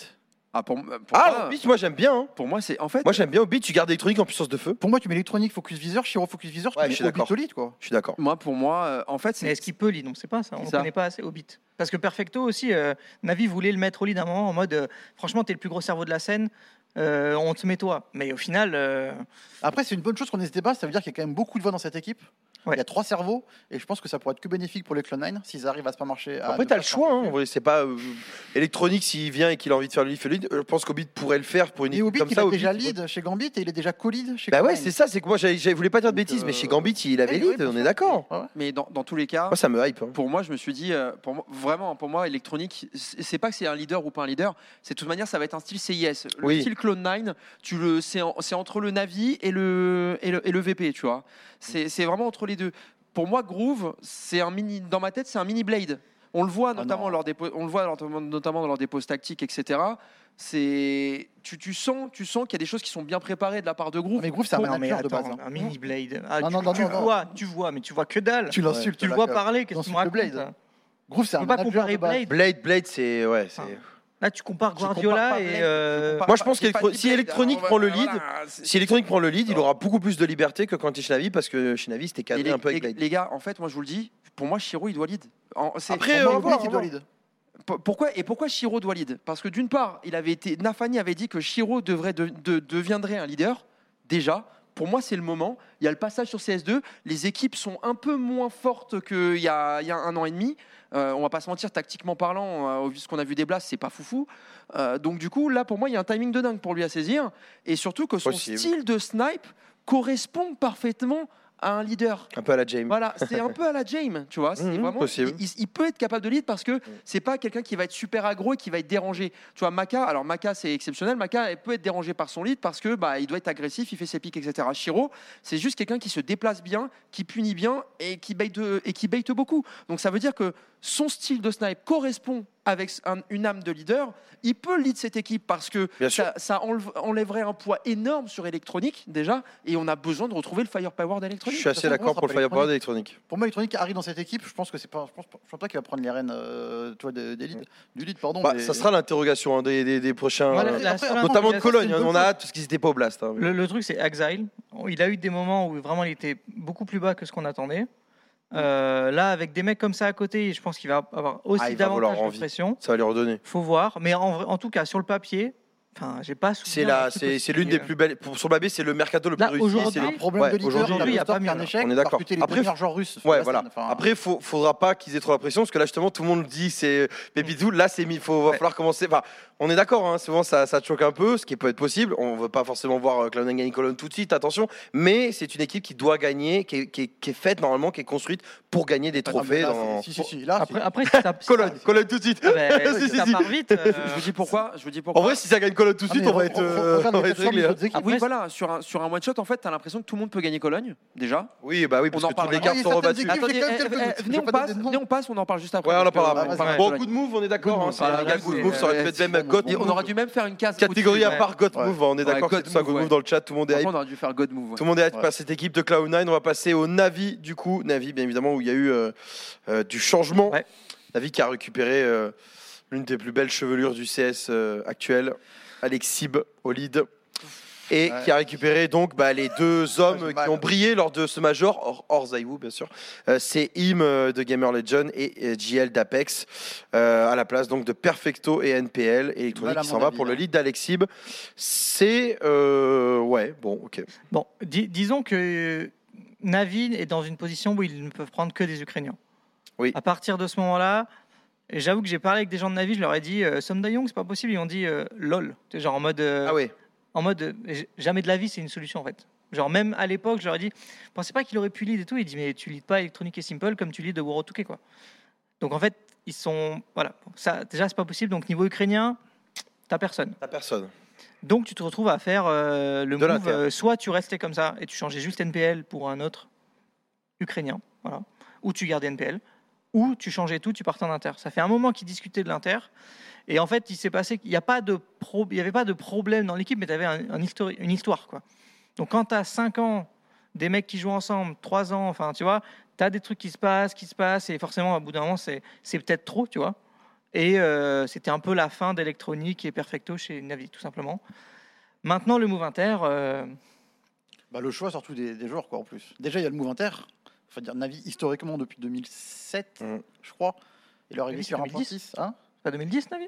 [SPEAKER 3] Ah, pour, pour
[SPEAKER 1] Ah,
[SPEAKER 3] moi,
[SPEAKER 1] Hobbit, moi j'aime bien. hein.
[SPEAKER 3] pour moi, c'est en fait.
[SPEAKER 1] Moi j'aime bien Hobbit, tu gardes Electronique en puissance de feu.
[SPEAKER 2] Pour moi, tu mets électronique, focus viseur, Shiro focus viseur,
[SPEAKER 1] Ouais,
[SPEAKER 2] tu
[SPEAKER 1] je suis
[SPEAKER 2] mets Hobbit
[SPEAKER 1] d'accord.
[SPEAKER 2] au lead, quoi.
[SPEAKER 1] Je suis d'accord.
[SPEAKER 3] Moi, pour moi, euh, en fait,
[SPEAKER 4] Mais
[SPEAKER 3] c'est.
[SPEAKER 4] est-ce qu'il peut lead On ne sait pas ça. On
[SPEAKER 3] C'est
[SPEAKER 4] ne
[SPEAKER 3] ça.
[SPEAKER 4] connaît pas assez Hobbit. Parce que Perfecto aussi, euh, Navi voulait le mettre au lit d'un moment en mode euh, franchement, t'es le plus gros cerveau de la scène, euh, on te met toi. Mais au final, euh,
[SPEAKER 2] Après, c'est une bonne chose qu'on ait ce débat. Ça veut dire qu'il y a quand même beaucoup de voix dans cette équipe.
[SPEAKER 4] Ouais.
[SPEAKER 2] Il y a trois cerveaux. Et je pense que ça pourrait être que bénéfique pour les Clone 9 s'ils arrivent à se pas marcher. à
[SPEAKER 1] Après,
[SPEAKER 2] ne
[SPEAKER 1] t'as
[SPEAKER 2] Ah, pas
[SPEAKER 1] le
[SPEAKER 2] se
[SPEAKER 1] choix. hein.
[SPEAKER 2] marcher.
[SPEAKER 1] En vrai, C'est pas euh, électronique s'il vient et qu'il a envie de faire le lead, fait le lead. Je pense qu'Hobbit pourrait le faire pour une
[SPEAKER 2] Et
[SPEAKER 1] équipe
[SPEAKER 2] Hobbit,
[SPEAKER 1] comme
[SPEAKER 2] il
[SPEAKER 1] ça.
[SPEAKER 2] est
[SPEAKER 1] Hobbit,
[SPEAKER 2] déjà
[SPEAKER 1] il pourrait-
[SPEAKER 2] lead chez Gambit et il est déjà co-lead chez
[SPEAKER 1] Bah ouais,
[SPEAKER 2] Clone9.
[SPEAKER 1] c'est ça. C'est que moi j'avais- j'avais- je voulais pas dire de
[SPEAKER 2] Donc,
[SPEAKER 1] bêtises, mais chez
[SPEAKER 2] euh,
[SPEAKER 1] Gambit il avait
[SPEAKER 2] eh, oui,
[SPEAKER 1] lead.
[SPEAKER 2] bien
[SPEAKER 1] On
[SPEAKER 2] sûr.
[SPEAKER 1] est d'accord.
[SPEAKER 2] Ouais, ouais.
[SPEAKER 3] Mais dans, dans tous les cas,
[SPEAKER 1] Moi ça me hype. hein.
[SPEAKER 3] pour moi, je me suis dit, euh, pour moi, vraiment, pour moi, électronique, c'est c'est pas que c'est un leader ou pas un leader. C'est de toute manière, ça va être un style CIS. Le
[SPEAKER 1] Oui.
[SPEAKER 3] style Clone 9, tu le, c'est en- c'est entre le Navi et le et le, et le VP, tu vois. C'est c'est vraiment entre les deux. Pour moi, Groove, c'est un mini. Dans ma tête, c'est un mini Blade. On le voit
[SPEAKER 2] Ah
[SPEAKER 3] notamment
[SPEAKER 2] non.
[SPEAKER 3] lors des, po- on le voit notamment notamment dans leurs dépôts tactiques, etc. c'est tu, tu sens tu sens qu'il y a des choses qui sont bien préparées de la part de
[SPEAKER 2] Ah,
[SPEAKER 3] groupe.
[SPEAKER 2] Mais Groove, c'est un
[SPEAKER 4] Non, mais
[SPEAKER 2] manager de
[SPEAKER 4] attends,
[SPEAKER 2] base. hein.
[SPEAKER 4] un mini blade. Ah,
[SPEAKER 2] Non,
[SPEAKER 4] tu,
[SPEAKER 2] non, non,
[SPEAKER 4] tu
[SPEAKER 2] non, non.
[SPEAKER 4] vois, tu vois, mais tu vois que dalle.
[SPEAKER 2] Tu l'insultes,
[SPEAKER 4] Tu le
[SPEAKER 2] là,
[SPEAKER 4] vois
[SPEAKER 2] que-
[SPEAKER 4] parler, qu'est-ce que tu me
[SPEAKER 2] Dans Super
[SPEAKER 4] racontes,
[SPEAKER 2] Blade.
[SPEAKER 4] hein
[SPEAKER 2] Groove, c'est
[SPEAKER 4] Tu
[SPEAKER 2] un
[SPEAKER 4] peux pas
[SPEAKER 2] manager de
[SPEAKER 4] comparer
[SPEAKER 2] base.
[SPEAKER 4] Blade.
[SPEAKER 1] Blade, Blade, c'est. Ouais, c'est.
[SPEAKER 4] Ah. Là, tu compares
[SPEAKER 3] Je compare
[SPEAKER 4] Guardiola
[SPEAKER 3] pas Blade,
[SPEAKER 4] et.
[SPEAKER 3] je
[SPEAKER 4] euh,
[SPEAKER 3] compare
[SPEAKER 1] Moi, je
[SPEAKER 3] pas-
[SPEAKER 1] pense
[SPEAKER 3] c'est pas
[SPEAKER 1] qu'Electro-
[SPEAKER 3] du
[SPEAKER 1] si
[SPEAKER 3] Blade,
[SPEAKER 1] Electronic
[SPEAKER 3] alors,
[SPEAKER 1] prend le
[SPEAKER 3] voilà,
[SPEAKER 1] lead,
[SPEAKER 3] c'est-
[SPEAKER 1] Si Electronic prend le lead,
[SPEAKER 2] Ah.
[SPEAKER 1] il aura beaucoup plus de liberté que quand Shinavi, parce que Shinavi c'était
[SPEAKER 3] Et
[SPEAKER 1] cadré
[SPEAKER 3] les,
[SPEAKER 1] un peu avec
[SPEAKER 3] les-
[SPEAKER 1] Blade.
[SPEAKER 3] les gars, en fait, moi je vous le dis, pour moi Shiro il doit lead. En- c'est-
[SPEAKER 1] Après,
[SPEAKER 3] pour moi,
[SPEAKER 1] euh, voir,
[SPEAKER 3] il doit
[SPEAKER 2] Blade, il
[SPEAKER 1] on
[SPEAKER 2] doit
[SPEAKER 1] va
[SPEAKER 2] lead.
[SPEAKER 3] P- Pourquoi et pourquoi Shiro doit lead Parce que d'une part, il avait été Nafani avait dit que Shiro devrait de- de- deviendrait un leader déjà. Pour moi, c'est le moment. Il y a le passage sur CS2. Les équipes sont un peu moins fortes qu'il y a, il y a un an et demi. Euh, on va pas se mentir, tactiquement parlant, euh, au vu de ce qu'on a vu des Blasts, c'est pas foufou. Euh, donc du coup, là, pour moi, il y a un timing de dingue pour lui à saisir. Et surtout que son
[SPEAKER 1] Possible.
[SPEAKER 3] style de snipe correspond parfaitement à un leader.
[SPEAKER 1] Un peu à la James.
[SPEAKER 3] Voilà, c'est un peu à la James, tu vois. c'est
[SPEAKER 1] Mhm,
[SPEAKER 3] vraiment,
[SPEAKER 1] possible. Mhm.
[SPEAKER 3] Il, il- il peut être capable de lead parce que c'est pas quelqu'un qui va être super aggro et qui va être dérangé. Tu vois, Maka, alors Maka c'est exceptionnel, Maka elle peut être dérangé par son lead parce que bah, il doit être agressif, il fait ses pics, etc. Shiro, c'est juste quelqu'un qui se déplace bien, qui punit bien et qui bait et qui bait beaucoup. Donc ça veut dire que son style de snipe correspond avec un- une âme de leader. Il peut lead cette équipe parce que
[SPEAKER 1] Bien sûr.
[SPEAKER 3] ça, ça enlève- enlèverait un poids énorme sur Electronic déjà et on a besoin de retrouver le firepower
[SPEAKER 1] Je
[SPEAKER 3] d'Electronic.
[SPEAKER 1] suis
[SPEAKER 2] façon,
[SPEAKER 1] assez
[SPEAKER 2] on
[SPEAKER 1] d'accord
[SPEAKER 2] se
[SPEAKER 1] pour le
[SPEAKER 2] rappelle
[SPEAKER 1] firepower d'Electronic.
[SPEAKER 2] Pour moi, Electronic arrive dans cette équipe. Je pense que c'est pas. Je pense, je pense pas qu'il va prendre les rênes euh, toi, de- des leads. Du lead, pardon.
[SPEAKER 1] Bah,
[SPEAKER 2] mais-
[SPEAKER 1] ça sera l'interrogation hein, des, des- des prochains.
[SPEAKER 4] Voilà,
[SPEAKER 1] euh,
[SPEAKER 4] la seule-
[SPEAKER 2] Notamment
[SPEAKER 1] notamment
[SPEAKER 4] la
[SPEAKER 1] de
[SPEAKER 4] seule-
[SPEAKER 1] Cologne,
[SPEAKER 2] une
[SPEAKER 1] hein,
[SPEAKER 2] bonne
[SPEAKER 1] on a hâte parce qu'ils étaient pas au blast. hein.
[SPEAKER 4] Le, le truc, c'est Exile. Il a eu des moments où vraiment il était beaucoup plus bas que ce qu'on
[SPEAKER 1] Mm.
[SPEAKER 4] attendait. Euh, là, avec des mecs comme ça à côté, je pense qu'il va avoir aussi
[SPEAKER 1] Ah, il va vouloir
[SPEAKER 4] davantage de
[SPEAKER 1] envie.
[SPEAKER 4] pression.
[SPEAKER 1] Ça va lui redonner.
[SPEAKER 4] Faut voir. Mais en, vrai- en tout cas, sur le papier, enfin, j'ai pas. souvenir
[SPEAKER 1] C'est
[SPEAKER 4] d'un
[SPEAKER 1] la,
[SPEAKER 4] truc
[SPEAKER 1] c'est,
[SPEAKER 4] aussi,
[SPEAKER 1] c'est l'une des
[SPEAKER 4] euh,
[SPEAKER 1] plus belles. Pour sur Babé, c'est le mercato le plus
[SPEAKER 4] Là,
[SPEAKER 1] réussi.
[SPEAKER 4] aujourd'hui,
[SPEAKER 1] c'est
[SPEAKER 2] un
[SPEAKER 1] le-
[SPEAKER 2] problème
[SPEAKER 1] Ouais,
[SPEAKER 2] de leader,
[SPEAKER 1] aujourd'hui,
[SPEAKER 2] t'as
[SPEAKER 4] il y a
[SPEAKER 2] Rostov
[SPEAKER 4] pas
[SPEAKER 2] qui
[SPEAKER 4] mieux,
[SPEAKER 2] un
[SPEAKER 4] là.
[SPEAKER 2] échec,
[SPEAKER 1] On est d'accord.
[SPEAKER 2] percuter les
[SPEAKER 1] Après,
[SPEAKER 2] deux meilleurs joueurs russes sur
[SPEAKER 1] Ouais,
[SPEAKER 2] la
[SPEAKER 1] voilà.
[SPEAKER 2] scène, enfin,
[SPEAKER 1] Après, faut, faudra pas qu'ils aient trop la pression, parce que là, justement, tout le monde dit c'est Pépitou. Là, c'est mis. Faut va
[SPEAKER 4] Ouais.
[SPEAKER 1] falloir commencer. Enfin, on est d'accord. Hein, souvent, ça, ça te choque un peu, ce qui peut être possible. On veut pas forcément voir euh, Clown and Gang Cologne tout de suite. Attention, mais c'est une équipe qui doit gagner, qui est, qui est- qui est faite normalement, qui est construite pour gagner des
[SPEAKER 2] Ah, mais
[SPEAKER 1] trophées.
[SPEAKER 2] là,
[SPEAKER 1] dans...
[SPEAKER 2] c'est- Si, si, si. Là,
[SPEAKER 4] Après, après, si ça, si ça-
[SPEAKER 1] Cologne, Cologne tout de suite.
[SPEAKER 4] Ah ben,
[SPEAKER 1] Ah, Si,
[SPEAKER 4] si
[SPEAKER 1] si,
[SPEAKER 4] ça
[SPEAKER 1] si.
[SPEAKER 4] part vite. euh,
[SPEAKER 3] Je vous dis pourquoi. Je vous dis pourquoi.
[SPEAKER 1] En vrai, si ça gagne Cologne tout de
[SPEAKER 2] Ah,
[SPEAKER 1] suite,
[SPEAKER 2] mais
[SPEAKER 1] on va
[SPEAKER 2] re-
[SPEAKER 1] être,
[SPEAKER 2] re-
[SPEAKER 1] euh,
[SPEAKER 2] regarde
[SPEAKER 1] on
[SPEAKER 2] les
[SPEAKER 1] va être
[SPEAKER 2] plateformes
[SPEAKER 1] réglé.
[SPEAKER 2] des
[SPEAKER 1] hein.
[SPEAKER 2] autres équipes.
[SPEAKER 3] Ah oui,
[SPEAKER 4] Après,
[SPEAKER 3] voilà, sur un, sur un one shot, en fait, t'as l'impression que tout le monde peut gagner Cologne, déjà.
[SPEAKER 1] Oui, bah oui, parce
[SPEAKER 3] On en
[SPEAKER 1] que toutes les
[SPEAKER 3] parlera.
[SPEAKER 1] cartes
[SPEAKER 2] Oui,
[SPEAKER 1] sont
[SPEAKER 2] certaines
[SPEAKER 1] rebattues.
[SPEAKER 2] équipes-
[SPEAKER 3] Attendez,
[SPEAKER 2] j'ai quand même
[SPEAKER 3] eh,
[SPEAKER 2] quelques
[SPEAKER 3] eh,
[SPEAKER 2] doutes.
[SPEAKER 3] venez,
[SPEAKER 2] Je vais
[SPEAKER 3] on
[SPEAKER 2] pas donner
[SPEAKER 3] passe,
[SPEAKER 2] de nom.
[SPEAKER 3] venez, on passe, on en parle juste après.
[SPEAKER 1] Ouais, on en
[SPEAKER 3] parce que,
[SPEAKER 1] parlera
[SPEAKER 3] euh,
[SPEAKER 1] après.
[SPEAKER 2] ouais,
[SPEAKER 3] on parlera
[SPEAKER 1] Bon,
[SPEAKER 3] de
[SPEAKER 1] coup de
[SPEAKER 3] Cologne.
[SPEAKER 1] move, on est d'accord.
[SPEAKER 2] Good
[SPEAKER 1] hein,
[SPEAKER 2] move,
[SPEAKER 1] C'est un
[SPEAKER 2] voilà,
[SPEAKER 1] gars
[SPEAKER 2] là,
[SPEAKER 1] good
[SPEAKER 2] c'est-
[SPEAKER 1] move. Ça aurait
[SPEAKER 3] ouais,
[SPEAKER 1] peut être
[SPEAKER 3] c'est
[SPEAKER 1] même
[SPEAKER 2] bon,
[SPEAKER 1] God.
[SPEAKER 2] bon,
[SPEAKER 1] et
[SPEAKER 3] On
[SPEAKER 1] on
[SPEAKER 2] bon.
[SPEAKER 1] aura
[SPEAKER 3] aurait dû même faire une case.
[SPEAKER 1] catégorie
[SPEAKER 3] au-dessus,
[SPEAKER 1] à
[SPEAKER 3] ouais.
[SPEAKER 1] part God
[SPEAKER 2] Ouais.
[SPEAKER 1] Move, on est
[SPEAKER 3] Ouais,
[SPEAKER 1] d'accord
[SPEAKER 3] God
[SPEAKER 1] que ce soit
[SPEAKER 3] Move,
[SPEAKER 1] God Move
[SPEAKER 3] ouais.
[SPEAKER 1] dans le chat, tout le monde est
[SPEAKER 3] Par
[SPEAKER 1] hype.
[SPEAKER 3] contre, on aurait dû faire God Move. ouais.
[SPEAKER 1] Tout le monde est hype
[SPEAKER 2] Ouais.
[SPEAKER 1] par cette équipe de Cloud9. On va passer au Navi du coup. Navi, bien évidemment, où il y a eu euh, euh, du changement.
[SPEAKER 4] Ouais.
[SPEAKER 1] Navi qui a récupéré euh, l'une des plus belles chevelures du CS euh, actuel, Alexib au lead. Et
[SPEAKER 2] Ouais.
[SPEAKER 1] qui a récupéré donc bah, les deux
[SPEAKER 2] j'ai
[SPEAKER 1] hommes qui
[SPEAKER 2] mal.
[SPEAKER 1] ont brillé lors de ce major, hors, hors Zaiwu bien sûr. Euh, c'est Im euh, de Gamer Legend et euh, JL d'Apex, euh, à la place donc de Perfecto et NPL. Electronic
[SPEAKER 2] Mal à
[SPEAKER 1] qui
[SPEAKER 2] mon
[SPEAKER 1] s'en va
[SPEAKER 2] avis,
[SPEAKER 1] pour le
[SPEAKER 2] là.
[SPEAKER 1] lead d'Alexib. C'est. euh, ouais, bon, ok.
[SPEAKER 4] Bon, di- disons que Navi est dans une position où ils ne peuvent prendre que des Ukrainiens.
[SPEAKER 1] Oui.
[SPEAKER 4] À partir de ce moment-là, et j'avoue que j'ai parlé avec des gens de Navi, je leur ai dit euh, Somme Dayong, c'est pas possible. Ils ont dit euh, lol. Tu sais, Genre en mode, euh,
[SPEAKER 1] Ah ouais.
[SPEAKER 4] en mode euh, j- jamais de la vie, c'est une solution en fait. Genre même à l'époque, je leur ai dit Pensez pas qu'il aurait pu lead et tout. Il dit Mais tu leads pas Electronic et Simple comme tu leads de World 2K, quoi. Donc en fait, ils sont. Voilà. Ça, déjà, c'est pas possible. Donc niveau ukrainien, t'as personne.
[SPEAKER 1] La personne.
[SPEAKER 4] Donc tu te retrouves à faire euh, le
[SPEAKER 1] De
[SPEAKER 4] move.
[SPEAKER 1] l'interne.
[SPEAKER 4] euh, soit tu restais comme ça et tu changeais juste NPL pour un autre ukrainien, voilà, ou tu gardais NPL, ou tu changeais tout, tu partais en inter. Ça fait un moment qu'ils discutaient de l'inter. Et en fait, il s'est passé qu'il n'y a pas de pro- il y avait pas de problème dans l'équipe, mais tu avais une histoire. Quoi. Donc quand tu as 5 ans, des mecs qui jouent ensemble, 3 ans, enfin, tu vois, tu as des trucs qui se passent, qui se passent, et forcément, au bout d'un moment, c'est c'est peut-être trop, tu vois. Et euh, c'était un peu la fin d'Electronic et Perfecto chez Navi, tout simplement. Maintenant, le move inter, euh,
[SPEAKER 2] Bah, le choix surtout des, des joueurs quoi en plus. Déjà il y a le move inter, enfin dire Navi historiquement depuis 2007
[SPEAKER 1] Mm.
[SPEAKER 2] je crois. Et leur arrivée
[SPEAKER 4] Oui, c'est
[SPEAKER 2] sur
[SPEAKER 4] 2010.
[SPEAKER 2] 1.6, hein
[SPEAKER 4] c'est pas 2010, Navi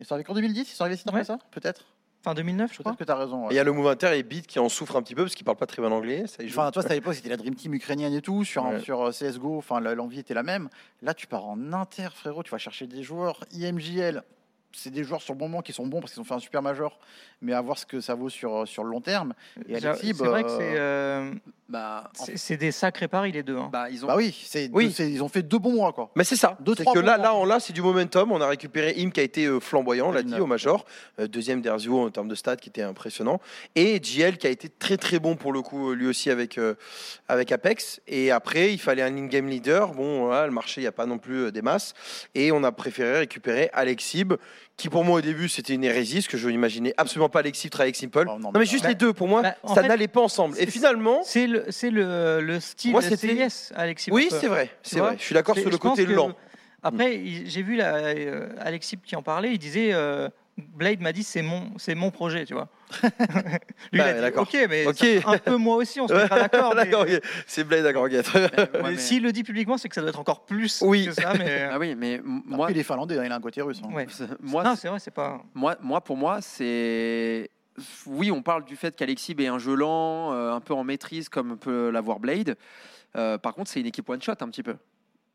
[SPEAKER 2] Ils sont arrivés qu'en 2010, ils sont arrivés si tard
[SPEAKER 4] Ouais.
[SPEAKER 2] que ça Peut-être
[SPEAKER 4] Enfin, 2009, je crois.
[SPEAKER 2] Peut-être que t'as
[SPEAKER 1] Et
[SPEAKER 2] raison. ouais.
[SPEAKER 1] Il y a le move inter et Beat qui en souffre un petit peu parce qu'il parle pas très bien anglais. Ça, il joue.
[SPEAKER 2] Enfin, toi, c'était à l'époque, c'était la Dream Team ukrainienne et tout, sur, un-
[SPEAKER 1] Ouais.
[SPEAKER 2] sur euh, CSGO, enfin, la- l'envie était la même. Là, tu pars en inter, frérot, tu vas chercher des joueurs. IMJL, c'est des joueurs sur le moment qui sont bons parce qu'ils ont fait un super major, mais à voir ce que ça vaut sur, sur le long terme. Et
[SPEAKER 4] J'a-
[SPEAKER 2] Alexib,
[SPEAKER 4] C'est vrai que
[SPEAKER 2] euh,
[SPEAKER 4] c'est. euh,
[SPEAKER 3] Bah, en fait,
[SPEAKER 4] C'est c'est des sacrés paris, les deux. hein.
[SPEAKER 3] bah, ils ont.
[SPEAKER 2] Bah oui, c'est
[SPEAKER 1] Oui.
[SPEAKER 2] deux- c'est- ils ont fait deux bons mois, quoi.
[SPEAKER 1] Mais c'est ça.
[SPEAKER 2] Deux,
[SPEAKER 1] C'est
[SPEAKER 2] trois
[SPEAKER 1] que là,
[SPEAKER 2] bons
[SPEAKER 1] là, on l'a, c'est du momentum. On a récupéré Im qui a été euh, flamboyant, on l'a dit,
[SPEAKER 2] Formidable.
[SPEAKER 1] au Major. Euh, deuxième d'Erzio en termes de stats qui était impressionnant. Et JL qui a été très très bon pour le coup, euh, lui aussi avec, euh, avec Apex. Et après, il fallait un in-game leader. Bon, voilà, le marché, il n'y a pas non plus euh, des masses. Et on a préféré récupérer Alexib, qui pour moi au début, c'était une hérésie, parce que je n'imaginais absolument pas Alexib travailler avec Simple.
[SPEAKER 2] Oh, non,
[SPEAKER 1] non,
[SPEAKER 2] mais
[SPEAKER 1] mais juste
[SPEAKER 4] bah,
[SPEAKER 1] les deux, pour moi,
[SPEAKER 4] bah, en
[SPEAKER 1] ça
[SPEAKER 4] fait,
[SPEAKER 1] n'allait pas ensemble. Et
[SPEAKER 4] c'est-
[SPEAKER 1] finalement,
[SPEAKER 4] C'est le, c'est le, le style
[SPEAKER 1] Moi,
[SPEAKER 4] de
[SPEAKER 1] c'était-
[SPEAKER 4] CIS, Alexis.
[SPEAKER 1] oui,
[SPEAKER 4] Popper.
[SPEAKER 1] c'est vrai. C'est
[SPEAKER 4] vois,
[SPEAKER 1] vrai. Je suis d'accord
[SPEAKER 4] C'est-
[SPEAKER 1] sur le
[SPEAKER 4] je pense
[SPEAKER 1] côté
[SPEAKER 4] que-
[SPEAKER 1] lent. Mm.
[SPEAKER 4] Après, il- j'ai vu la, euh, Alexis qui en parlait, il disait euh, Blade m'a dit c'est mon, c'est mon projet, tu vois. Lui, il
[SPEAKER 1] Bah,
[SPEAKER 4] a dit,
[SPEAKER 1] d'accord.
[SPEAKER 4] ok, mais
[SPEAKER 1] Ok.
[SPEAKER 4] ça- un peu moi aussi, on se met pas d'accord. mais-
[SPEAKER 1] D'accord, ok. c'est Blade, d'accord, ok, très bien.
[SPEAKER 3] Eh, Ouais,
[SPEAKER 4] mais
[SPEAKER 3] mais-
[SPEAKER 4] S'il le dit publiquement, c'est que ça doit être encore plus
[SPEAKER 1] Oui.
[SPEAKER 4] que ça. Mais,
[SPEAKER 3] Ah oui, mais m-
[SPEAKER 2] Après,
[SPEAKER 3] moi,
[SPEAKER 2] il est finlandais, hein, il a un côté russe. hein.
[SPEAKER 4] ouais.
[SPEAKER 3] moi,
[SPEAKER 4] non, c'est vrai, c'est pas.
[SPEAKER 3] Moi, moi, pour moi, c'est. Oui, on parle du fait qu'Alexib est un jeu lent, euh, un peu en maîtrise, comme peut l'avoir Blade. Euh, par contre, c'est une équipe one-shot, un petit peu.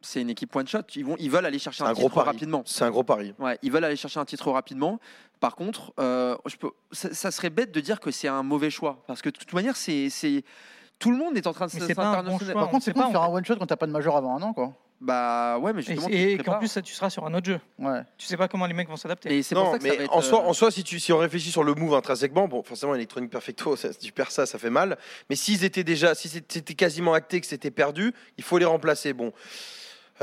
[SPEAKER 3] C'est une équipe one-shot. Ils, vont, ils veulent aller chercher
[SPEAKER 1] C'est
[SPEAKER 3] un,
[SPEAKER 1] un gros
[SPEAKER 3] titre
[SPEAKER 1] pari.
[SPEAKER 3] rapidement.
[SPEAKER 1] C'est un gros pari.
[SPEAKER 3] Ouais, ils veulent aller chercher un titre rapidement. Par contre, euh, je peux, ça, ça serait bête de dire que c'est un mauvais choix. Parce que de toute manière, c'est. c'est- Tout le monde est en train de
[SPEAKER 4] Mais c'est pas un bon
[SPEAKER 3] s'internationaliser.
[SPEAKER 4] choix.
[SPEAKER 2] Par
[SPEAKER 4] on
[SPEAKER 2] contre, c'est
[SPEAKER 4] sait
[SPEAKER 2] cool
[SPEAKER 4] pas,
[SPEAKER 2] de
[SPEAKER 4] on
[SPEAKER 2] faire un one shot quand t'as pas de majeur avant un an, quoi.
[SPEAKER 3] Bah ouais, mais
[SPEAKER 4] Et,
[SPEAKER 3] justement. tu te
[SPEAKER 4] et qu'en
[SPEAKER 3] prépares.
[SPEAKER 4] plus, ça, tu seras sur un autre jeu.
[SPEAKER 2] Ouais.
[SPEAKER 4] Tu sais pas comment les mecs vont s'adapter.
[SPEAKER 3] Et c'est pour
[SPEAKER 1] Non,
[SPEAKER 3] ça que ça va
[SPEAKER 1] mais
[SPEAKER 3] être,
[SPEAKER 1] en soi,
[SPEAKER 3] euh,
[SPEAKER 1] en soi, si, tu, si on réfléchit sur le move intrinsèquement, bon, forcément, Electronic Perfecto, ça, si tu perds ça, ça fait mal. Mais s'ils étaient déjà, si c'était quasiment acté que c'était perdu, il faut les remplacer. Bon,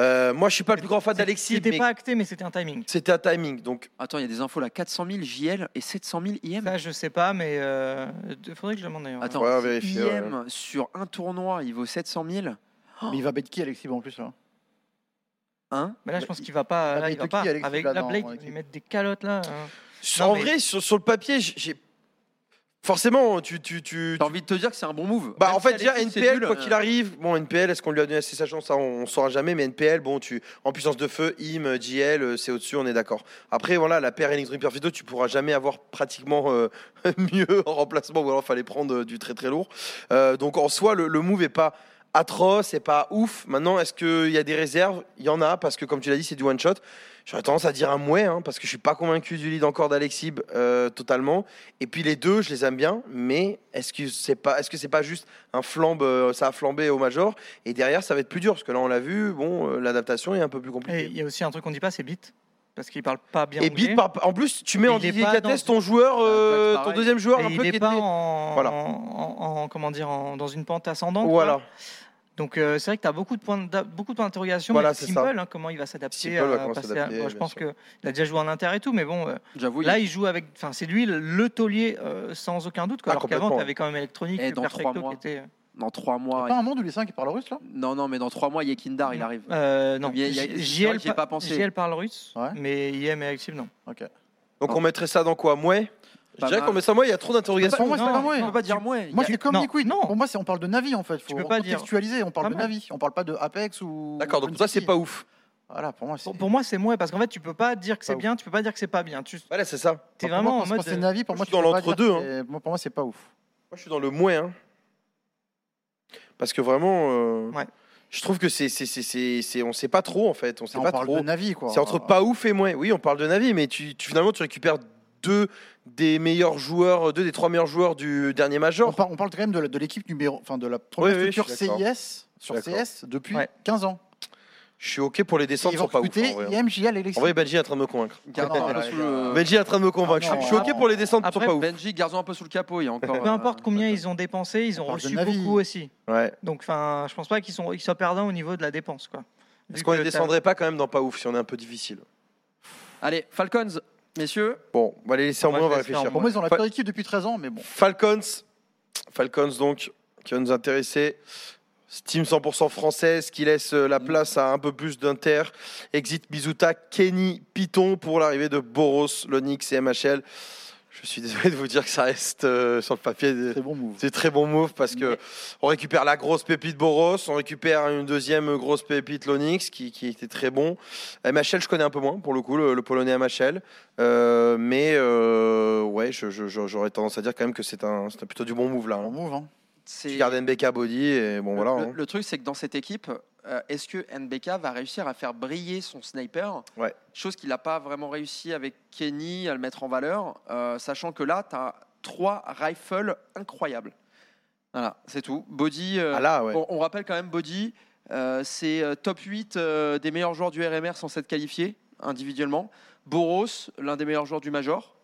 [SPEAKER 1] Euh, moi, je suis pas le plus grand fan d'Alexis,
[SPEAKER 4] C'était
[SPEAKER 1] mais
[SPEAKER 4] pas acté, mais c'était un timing.
[SPEAKER 1] c'était un timing. Donc,
[SPEAKER 3] Attends, il y a des infos là 400 000 JL et 700 000 IM.
[SPEAKER 4] Ça, je sais pas, mais euh, faudrait que je demande d'ailleurs.
[SPEAKER 3] Attends,
[SPEAKER 1] Ouais,
[SPEAKER 3] si
[SPEAKER 1] vérifier, ouais.
[SPEAKER 3] IM sur un tournoi, il vaut 700 000.
[SPEAKER 2] Mais il va bête qui, Alexis, en plus, là
[SPEAKER 3] Hein
[SPEAKER 4] Mais là, je pense qu'il va pas.
[SPEAKER 2] Bah,
[SPEAKER 4] Là,
[SPEAKER 2] mais
[SPEAKER 4] il va
[SPEAKER 2] Toki,
[SPEAKER 4] pas.
[SPEAKER 2] Alexis,
[SPEAKER 4] Avec
[SPEAKER 2] là,
[SPEAKER 4] la
[SPEAKER 2] non,
[SPEAKER 4] Blade,
[SPEAKER 2] ouais,
[SPEAKER 4] ils
[SPEAKER 2] c'est-
[SPEAKER 4] mettent des calottes là. hein.
[SPEAKER 1] en
[SPEAKER 4] mais-
[SPEAKER 1] vrai, sur, sur le papier, j'ai- j'ai forcément, tu, tu, tu,
[SPEAKER 3] T'as envie de te dire que c'est un bon move.
[SPEAKER 1] Bah,
[SPEAKER 3] Même
[SPEAKER 1] en
[SPEAKER 3] si
[SPEAKER 1] fait, déjà,
[SPEAKER 3] Alexis, c'est
[SPEAKER 1] NPL,
[SPEAKER 3] nul,
[SPEAKER 1] quoi
[SPEAKER 3] euh,
[SPEAKER 1] qu'il arrive, bon, NPL, est-ce qu'on lui a donné assez sa chance Ça, on, on saura jamais, mais NPL, bon, tu, en puissance de feu, IM, JL, euh, c'est au-dessus, on est d'accord. Après, voilà, la paire Electronic Perfecto, tu pourras jamais avoir pratiquement euh, mieux en remplacement, ou alors fallait prendre euh, du très très lourd. Euh, donc, en soi, le, le move est pas atroce, c'est pas ouf. Maintenant, est-ce qu'il y a des réserves Il y en a, parce que, comme tu l'as dit, c'est du one-shot. J'aurais tendance à dire un mouet, hein, parce que je suis pas convaincu du lead encore d'Alexib euh, totalement. Et puis les deux, je les aime bien, mais est-ce que c'est pas, est-ce que c'est pas juste un flambe, euh, ça a flambé au major et derrière ça va être plus dur parce que là on l'a vu, bon, euh, l'adaptation est un peu plus
[SPEAKER 4] Et
[SPEAKER 1] compliquée.
[SPEAKER 4] il y a aussi un truc qu'on dit pas, c'est Bit. Parce qu'il parle pas bien
[SPEAKER 1] Et,
[SPEAKER 4] anglais.
[SPEAKER 1] Bit, par- en plus, tu mets en
[SPEAKER 4] Il est
[SPEAKER 1] Didier
[SPEAKER 4] pas
[SPEAKER 1] Catès
[SPEAKER 4] dans-
[SPEAKER 1] ton joueur, euh, ton
[SPEAKER 3] Ah, toi, c'est pareil.
[SPEAKER 1] deuxième joueur,
[SPEAKER 4] Et
[SPEAKER 1] un
[SPEAKER 4] il
[SPEAKER 1] peu qui
[SPEAKER 4] n'est pas
[SPEAKER 1] était-
[SPEAKER 4] en,
[SPEAKER 1] Voilà.
[SPEAKER 4] en, en- en- comment dire en- dans une pente ascendante.
[SPEAKER 1] Voilà.
[SPEAKER 4] quoi. Donc euh, c'est vrai que tu as beaucoup de points d'a- beaucoup de points d'interrogation.
[SPEAKER 1] Voilà,
[SPEAKER 4] mais
[SPEAKER 1] c'est
[SPEAKER 4] Simple,
[SPEAKER 1] ça.
[SPEAKER 4] hein, comment il va s'adapter.
[SPEAKER 1] Simple va
[SPEAKER 4] à
[SPEAKER 1] comment
[SPEAKER 4] passer à-
[SPEAKER 1] s'adapter,
[SPEAKER 4] moi, je
[SPEAKER 1] bien
[SPEAKER 4] pense
[SPEAKER 1] sûr.
[SPEAKER 4] que il a déjà joué en inter et tout, mais bon, euh,
[SPEAKER 3] J'avoue, il-
[SPEAKER 4] là il joue avec. Enfin, c'est lui le, le taulier euh, sans aucun doute.
[SPEAKER 1] Ah,
[SPEAKER 4] Quoi, alors qu'avant,
[SPEAKER 1] complètement.
[SPEAKER 4] tu avais quand même électronique,
[SPEAKER 3] Et dans
[SPEAKER 4] Perfecto
[SPEAKER 3] trois mois.
[SPEAKER 4] qui était. euh,
[SPEAKER 3] dans trois mois.
[SPEAKER 2] Pas un monde où les cinq qui parlent russe, là
[SPEAKER 3] il- Non, non, mais dans trois mois, Yekindar, il arrive.
[SPEAKER 4] Euh, non.
[SPEAKER 3] Il y a- il y a- c'est vrai
[SPEAKER 4] JL
[SPEAKER 3] que j'y ai pas pensé.
[SPEAKER 4] JL parle russe,
[SPEAKER 2] Ouais.
[SPEAKER 4] mais IM et Alexis non. Ah.
[SPEAKER 1] Donc on mettrait ça dans quoi, mouet Je
[SPEAKER 3] Pas
[SPEAKER 1] dirais
[SPEAKER 3] mal.
[SPEAKER 1] qu'on met ça mouet. Il y a trop d'interrogations.
[SPEAKER 2] Pour moi, c'est
[SPEAKER 4] Non,
[SPEAKER 2] pas moi.
[SPEAKER 3] On peut pas dire moi.
[SPEAKER 2] Moi, je suis comme
[SPEAKER 4] non,
[SPEAKER 2] Liquid.
[SPEAKER 4] non.
[SPEAKER 2] Pour moi, c'est on parle de Navi, en fait. Faut
[SPEAKER 4] peux pas dire.
[SPEAKER 2] contextualiser. On
[SPEAKER 4] Pas
[SPEAKER 2] parle de
[SPEAKER 4] mal.
[SPEAKER 2] Navi. On parle pas de Apex ou.
[SPEAKER 1] D'accord, donc
[SPEAKER 2] Twin
[SPEAKER 1] ça c'est
[SPEAKER 2] City.
[SPEAKER 1] pas ouf.
[SPEAKER 2] Voilà, pour moi, c'est.
[SPEAKER 4] Pour, pour moi, c'est moi parce qu'en fait, tu peux pas dire que c'est
[SPEAKER 1] Pas ouf.
[SPEAKER 4] bien, tu peux pas dire que c'est pas bien. Tu
[SPEAKER 1] Voilà, c'est ça. Moi
[SPEAKER 4] es
[SPEAKER 2] Enfin, pour
[SPEAKER 4] vraiment
[SPEAKER 2] moi,
[SPEAKER 4] en
[SPEAKER 2] quand- quand
[SPEAKER 4] mode. euh,
[SPEAKER 2] c'est Navi, pour
[SPEAKER 1] je
[SPEAKER 2] moi,
[SPEAKER 1] suis dans
[SPEAKER 2] tu peux pas dire
[SPEAKER 1] l'entre-deux,
[SPEAKER 2] que c'est- moi, Pour moi, c'est pas ouf.
[SPEAKER 1] je suis dans le mouet, hein. parce que vraiment, euh,
[SPEAKER 4] Ouais.
[SPEAKER 1] je trouve que c'est, c'est, c'est, c'est, c'est- on sait pas trop en fait. On sait
[SPEAKER 2] On
[SPEAKER 1] pas
[SPEAKER 2] parle
[SPEAKER 1] trop.
[SPEAKER 2] de hein. Navi, quoi.
[SPEAKER 1] C'est entre pas ouf et moins. Oui, on parle de Navi, mais tu, tu- finalement, tu récupères deux des meilleurs joueurs, euh, deux des trois meilleurs joueurs du dernier
[SPEAKER 2] On,
[SPEAKER 1] Major.
[SPEAKER 2] par- on parle quand même de, la- de l'équipe numéro. Enfin, de la première
[SPEAKER 1] Oui, oui,
[SPEAKER 2] structure
[SPEAKER 1] je suis d'accord.
[SPEAKER 2] CIS sur
[SPEAKER 1] Je suis d'accord.
[SPEAKER 2] CS depuis
[SPEAKER 4] Ouais.
[SPEAKER 2] 15 ans.
[SPEAKER 1] Je suis OK pour les
[SPEAKER 2] Et
[SPEAKER 1] descendre,
[SPEAKER 2] Ils
[SPEAKER 1] sont
[SPEAKER 2] vont
[SPEAKER 1] pas ouf.
[SPEAKER 2] recruter
[SPEAKER 1] En vrai, hein.
[SPEAKER 2] IMJL et Lexi.
[SPEAKER 1] En vrai, Benji est en train de me convaincre.
[SPEAKER 3] Gardons un peu sous le.
[SPEAKER 1] Benji est en train de me convaincre.
[SPEAKER 2] Euh, Ah non,
[SPEAKER 1] je, suis, je suis OK
[SPEAKER 2] non.
[SPEAKER 1] pour les descendre, sont
[SPEAKER 4] Après,
[SPEAKER 1] pas ouf.
[SPEAKER 3] Benji, gardons un peu sous le capot. Il y a encore.
[SPEAKER 4] Peu
[SPEAKER 3] euh,
[SPEAKER 4] importe combien ils ont dépensé, ils ont
[SPEAKER 2] parle de
[SPEAKER 4] reçu
[SPEAKER 2] Navi.
[SPEAKER 4] beaucoup aussi.
[SPEAKER 1] Ouais.
[SPEAKER 4] Donc, enfin, je pense pas qu'ils sont, ils soient perdants au niveau de la dépense, quoi. Vu
[SPEAKER 1] Est-ce qu'on
[SPEAKER 4] que
[SPEAKER 1] les
[SPEAKER 4] t'as-
[SPEAKER 1] descendrait pas quand même dans pas ouf si on est un peu difficile
[SPEAKER 3] Allez, Falcons, messieurs.
[SPEAKER 1] Bon, on va les laisser en
[SPEAKER 4] Moi,
[SPEAKER 1] moins, on
[SPEAKER 4] je
[SPEAKER 1] va
[SPEAKER 4] laisse ça en
[SPEAKER 1] réfléchir.
[SPEAKER 2] Pour moi, ils ont la
[SPEAKER 1] Fa-
[SPEAKER 2] pire équipe depuis 13 ans, mais bon.
[SPEAKER 1] Falcons, Falcons donc, qui va nous intéresser. Steam 100% française qui laisse euh, la place à un peu plus d'Inter. Exit Bizuta, Kenny Python pour l'arrivée de Boros, Lonix et MHL. Je suis désolé de vous dire que ça reste euh, sur le papier. des-
[SPEAKER 2] C'est bon move.
[SPEAKER 1] C'est très bon move parce que
[SPEAKER 3] Mais-
[SPEAKER 1] on récupère la grosse pépite Boros, on récupère une deuxième grosse pépite Lonix qui, qui était très bon. MHL, je connais un peu moins pour le coup, le, le polonais MHL. Euh, mais euh, ouais, je- je- je- j'aurais tendance à dire quand même que c'est un, c'est plutôt du bon move là.
[SPEAKER 2] Bon
[SPEAKER 1] hein.
[SPEAKER 2] move, hein.
[SPEAKER 3] c'est-
[SPEAKER 1] Tu gardes NBK body et bon
[SPEAKER 3] Le,
[SPEAKER 1] voilà.
[SPEAKER 3] le-
[SPEAKER 1] hein.
[SPEAKER 3] le truc, c'est que dans cette équipe, euh, est-ce que NBK va réussir à faire briller son sniper
[SPEAKER 1] Ouais.
[SPEAKER 3] Chose qu'il n'a pas vraiment réussi avec Kenny à le mettre en valeur, euh, sachant que là, tu as trois rifles incroyables. Voilà, c'est tout. Body, euh,
[SPEAKER 1] Ah là, ouais.
[SPEAKER 3] on, on rappelle quand même Body, euh, c'est euh, top 8 euh, des meilleurs joueurs du RMR sans s'être qualifiés individuellement. Boros, l'un des meilleurs joueurs du Major.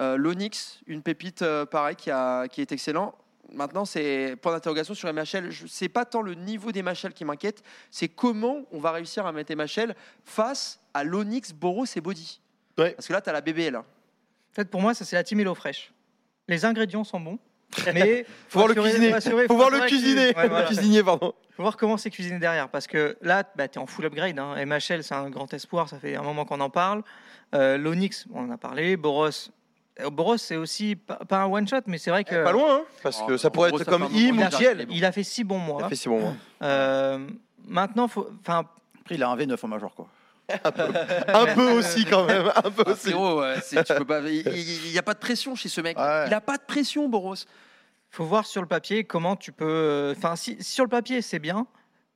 [SPEAKER 3] Euh, L'Onyx, une pépite euh, pareil qui, a- qui est excellent. Maintenant, c'est point d'interrogation sur MHL. Je- C'est pas tant le niveau des MHL qui m'inquiète, c'est comment on va réussir à mettre MHL face à l'Onyx, Boros et Body.
[SPEAKER 1] Ouais.
[SPEAKER 3] Parce que là, tu as la BBL. hein.
[SPEAKER 4] En fait, pour moi, ça, c'est la team Hello Fresh. Les ingrédients sont bons, mais.
[SPEAKER 1] Faut voir le
[SPEAKER 4] assurer-
[SPEAKER 1] cuisiner.
[SPEAKER 4] assurer-
[SPEAKER 1] Faut voir le
[SPEAKER 4] assurer que-
[SPEAKER 1] cuisiner.
[SPEAKER 4] Ouais, voilà.
[SPEAKER 1] Le cuisinier, pardon.
[SPEAKER 4] Faut voir comment c'est cuisiné derrière. Parce que là, bah, tu es en full upgrade. hein. MHL, c'est un grand espoir. Ça fait un moment qu'on en parle. Euh, L'Onyx, on en a parlé. Boros. euh, Boros, c'est aussi pa- pas un one-shot, mais c'est vrai que.
[SPEAKER 1] Pas loin, hein, parce que
[SPEAKER 3] Oh,
[SPEAKER 1] ça pourrait
[SPEAKER 3] en gros,
[SPEAKER 1] être
[SPEAKER 3] ça
[SPEAKER 1] comme
[SPEAKER 3] fait un
[SPEAKER 1] Im
[SPEAKER 3] moment
[SPEAKER 1] ou
[SPEAKER 3] que
[SPEAKER 1] Giel.
[SPEAKER 3] j'arrive.
[SPEAKER 4] Il a fait six bons mois.
[SPEAKER 1] Ça fait si bon, hein.
[SPEAKER 4] Euh, maintenant, faut, enfin,
[SPEAKER 2] Après, il a un V9 en major, quoi.
[SPEAKER 1] Un peu aussi, quand même. Un peu
[SPEAKER 3] Ah,
[SPEAKER 1] aussi.
[SPEAKER 3] frérot, ouais, c'est- tu peux pas- Il n'y a pas de pression chez ce mec.
[SPEAKER 2] Ouais.
[SPEAKER 3] Il n'a pas de pression, Boros.
[SPEAKER 4] faut voir sur le papier comment tu peux. euh, Enfin, si, si sur le papier c'est bien,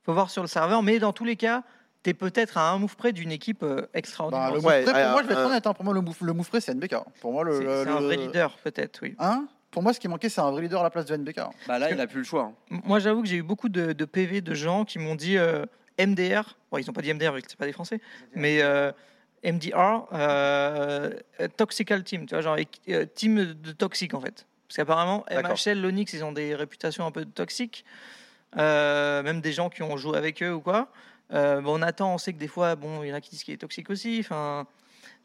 [SPEAKER 4] faut voir sur le serveur. Mais dans tous les cas, tu es peut-être à un move près d'une équipe euh,
[SPEAKER 2] Bah,
[SPEAKER 4] extraordinaire.
[SPEAKER 2] le
[SPEAKER 1] Ouais,
[SPEAKER 2] Moufré, pour
[SPEAKER 1] ouais, euh,
[SPEAKER 2] moi, je vais être
[SPEAKER 1] un-
[SPEAKER 2] honnête, hein, pour moi, le, mouf, le Moufré, c'est NBK. hein. Pour moi, le.
[SPEAKER 4] c'est
[SPEAKER 2] le-
[SPEAKER 4] c'est un
[SPEAKER 2] le-
[SPEAKER 4] vrai leader, peut-être, oui.
[SPEAKER 2] Hein pour moi, ce qui manquait, c'est un vrai leader à la place de NBK.
[SPEAKER 3] Bah là, il n'a plus le choix. hein.
[SPEAKER 4] Moi, j'avoue que j'ai eu beaucoup de, de PV de gens qui m'ont dit euh, MDR. Bon, ils n'ont pas dit MDR vu que c'est pas des Français, mais euh, MDR, euh, euh, Toxical Team, tu vois, genre euh, team de toxique en fait. Parce qu'apparemment,
[SPEAKER 1] D'accord.
[SPEAKER 4] MHL, l'Onyx, ils ont des réputations un peu toxiques, Euh, même des gens qui ont joué avec eux ou quoi. Euh, bon, on attend, on sait que des fois, bon, il y en a qui disent qu'il est toxique aussi. Enfin,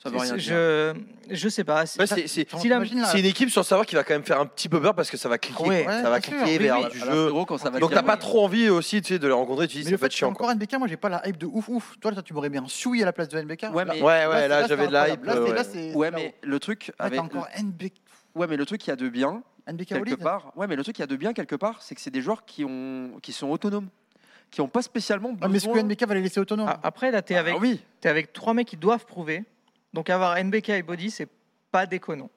[SPEAKER 3] Ça veut rien dire. Bah,
[SPEAKER 4] je, je sais pas.
[SPEAKER 1] Ouais, c'est- c'est-
[SPEAKER 4] Si la-
[SPEAKER 2] T'imagines, là,
[SPEAKER 1] C'est une équipe sur le serveur qui va quand même faire un petit peu peur parce que ça va cliquer.
[SPEAKER 4] Ouais,
[SPEAKER 1] ça va
[SPEAKER 2] bien sûr.
[SPEAKER 1] cliquer
[SPEAKER 2] Oui,
[SPEAKER 1] vers
[SPEAKER 4] oui.
[SPEAKER 1] du
[SPEAKER 3] Alors,
[SPEAKER 1] jeu.
[SPEAKER 3] frérot, quand ça va
[SPEAKER 1] Donc t'as
[SPEAKER 3] cliquer,
[SPEAKER 1] pas trop envie aussi tu sais, de les rencontrer. Tu dis
[SPEAKER 2] Mais
[SPEAKER 1] ça
[SPEAKER 2] le
[SPEAKER 1] va
[SPEAKER 2] fait
[SPEAKER 1] être
[SPEAKER 2] que c'est
[SPEAKER 1] chiant. Quoi.
[SPEAKER 2] encore NBK, moi j'ai pas la hype de ouf ouf. Toi là, tu m'aurais bien souillé à la place de NBK.
[SPEAKER 3] Ouais,
[SPEAKER 2] Là-
[SPEAKER 3] mais-
[SPEAKER 1] Ouais, ouais,
[SPEAKER 2] c'est-
[SPEAKER 1] là
[SPEAKER 2] c'est
[SPEAKER 1] j'avais de
[SPEAKER 2] incroyable.
[SPEAKER 1] la hype.
[SPEAKER 2] Là, c'est-
[SPEAKER 1] ouais.
[SPEAKER 2] là, c'est-
[SPEAKER 3] Ouais,
[SPEAKER 2] là,
[SPEAKER 3] mais le truc
[SPEAKER 2] Là,
[SPEAKER 3] avec.
[SPEAKER 2] t'as encore NBK.
[SPEAKER 3] Ouais, mais le truc qu'il y a de bien,
[SPEAKER 2] NBK
[SPEAKER 3] quelque
[SPEAKER 2] Olive.
[SPEAKER 3] part. Ouais, mais le truc qu'il y a de bien, quelque part, c'est que c'est des joueurs qui, ont... qui sont autonomes. Qui n'ont pas spécialement besoin.
[SPEAKER 2] Ah, mais est-ce que NBK va les laisser autonomes
[SPEAKER 4] Ah, Après, là, t'es
[SPEAKER 3] Ah
[SPEAKER 4] avec,
[SPEAKER 3] oui.
[SPEAKER 4] t'es avec trois mecs qui doivent prouver. Donc avoir NBK et Body, c'est pas déconnant.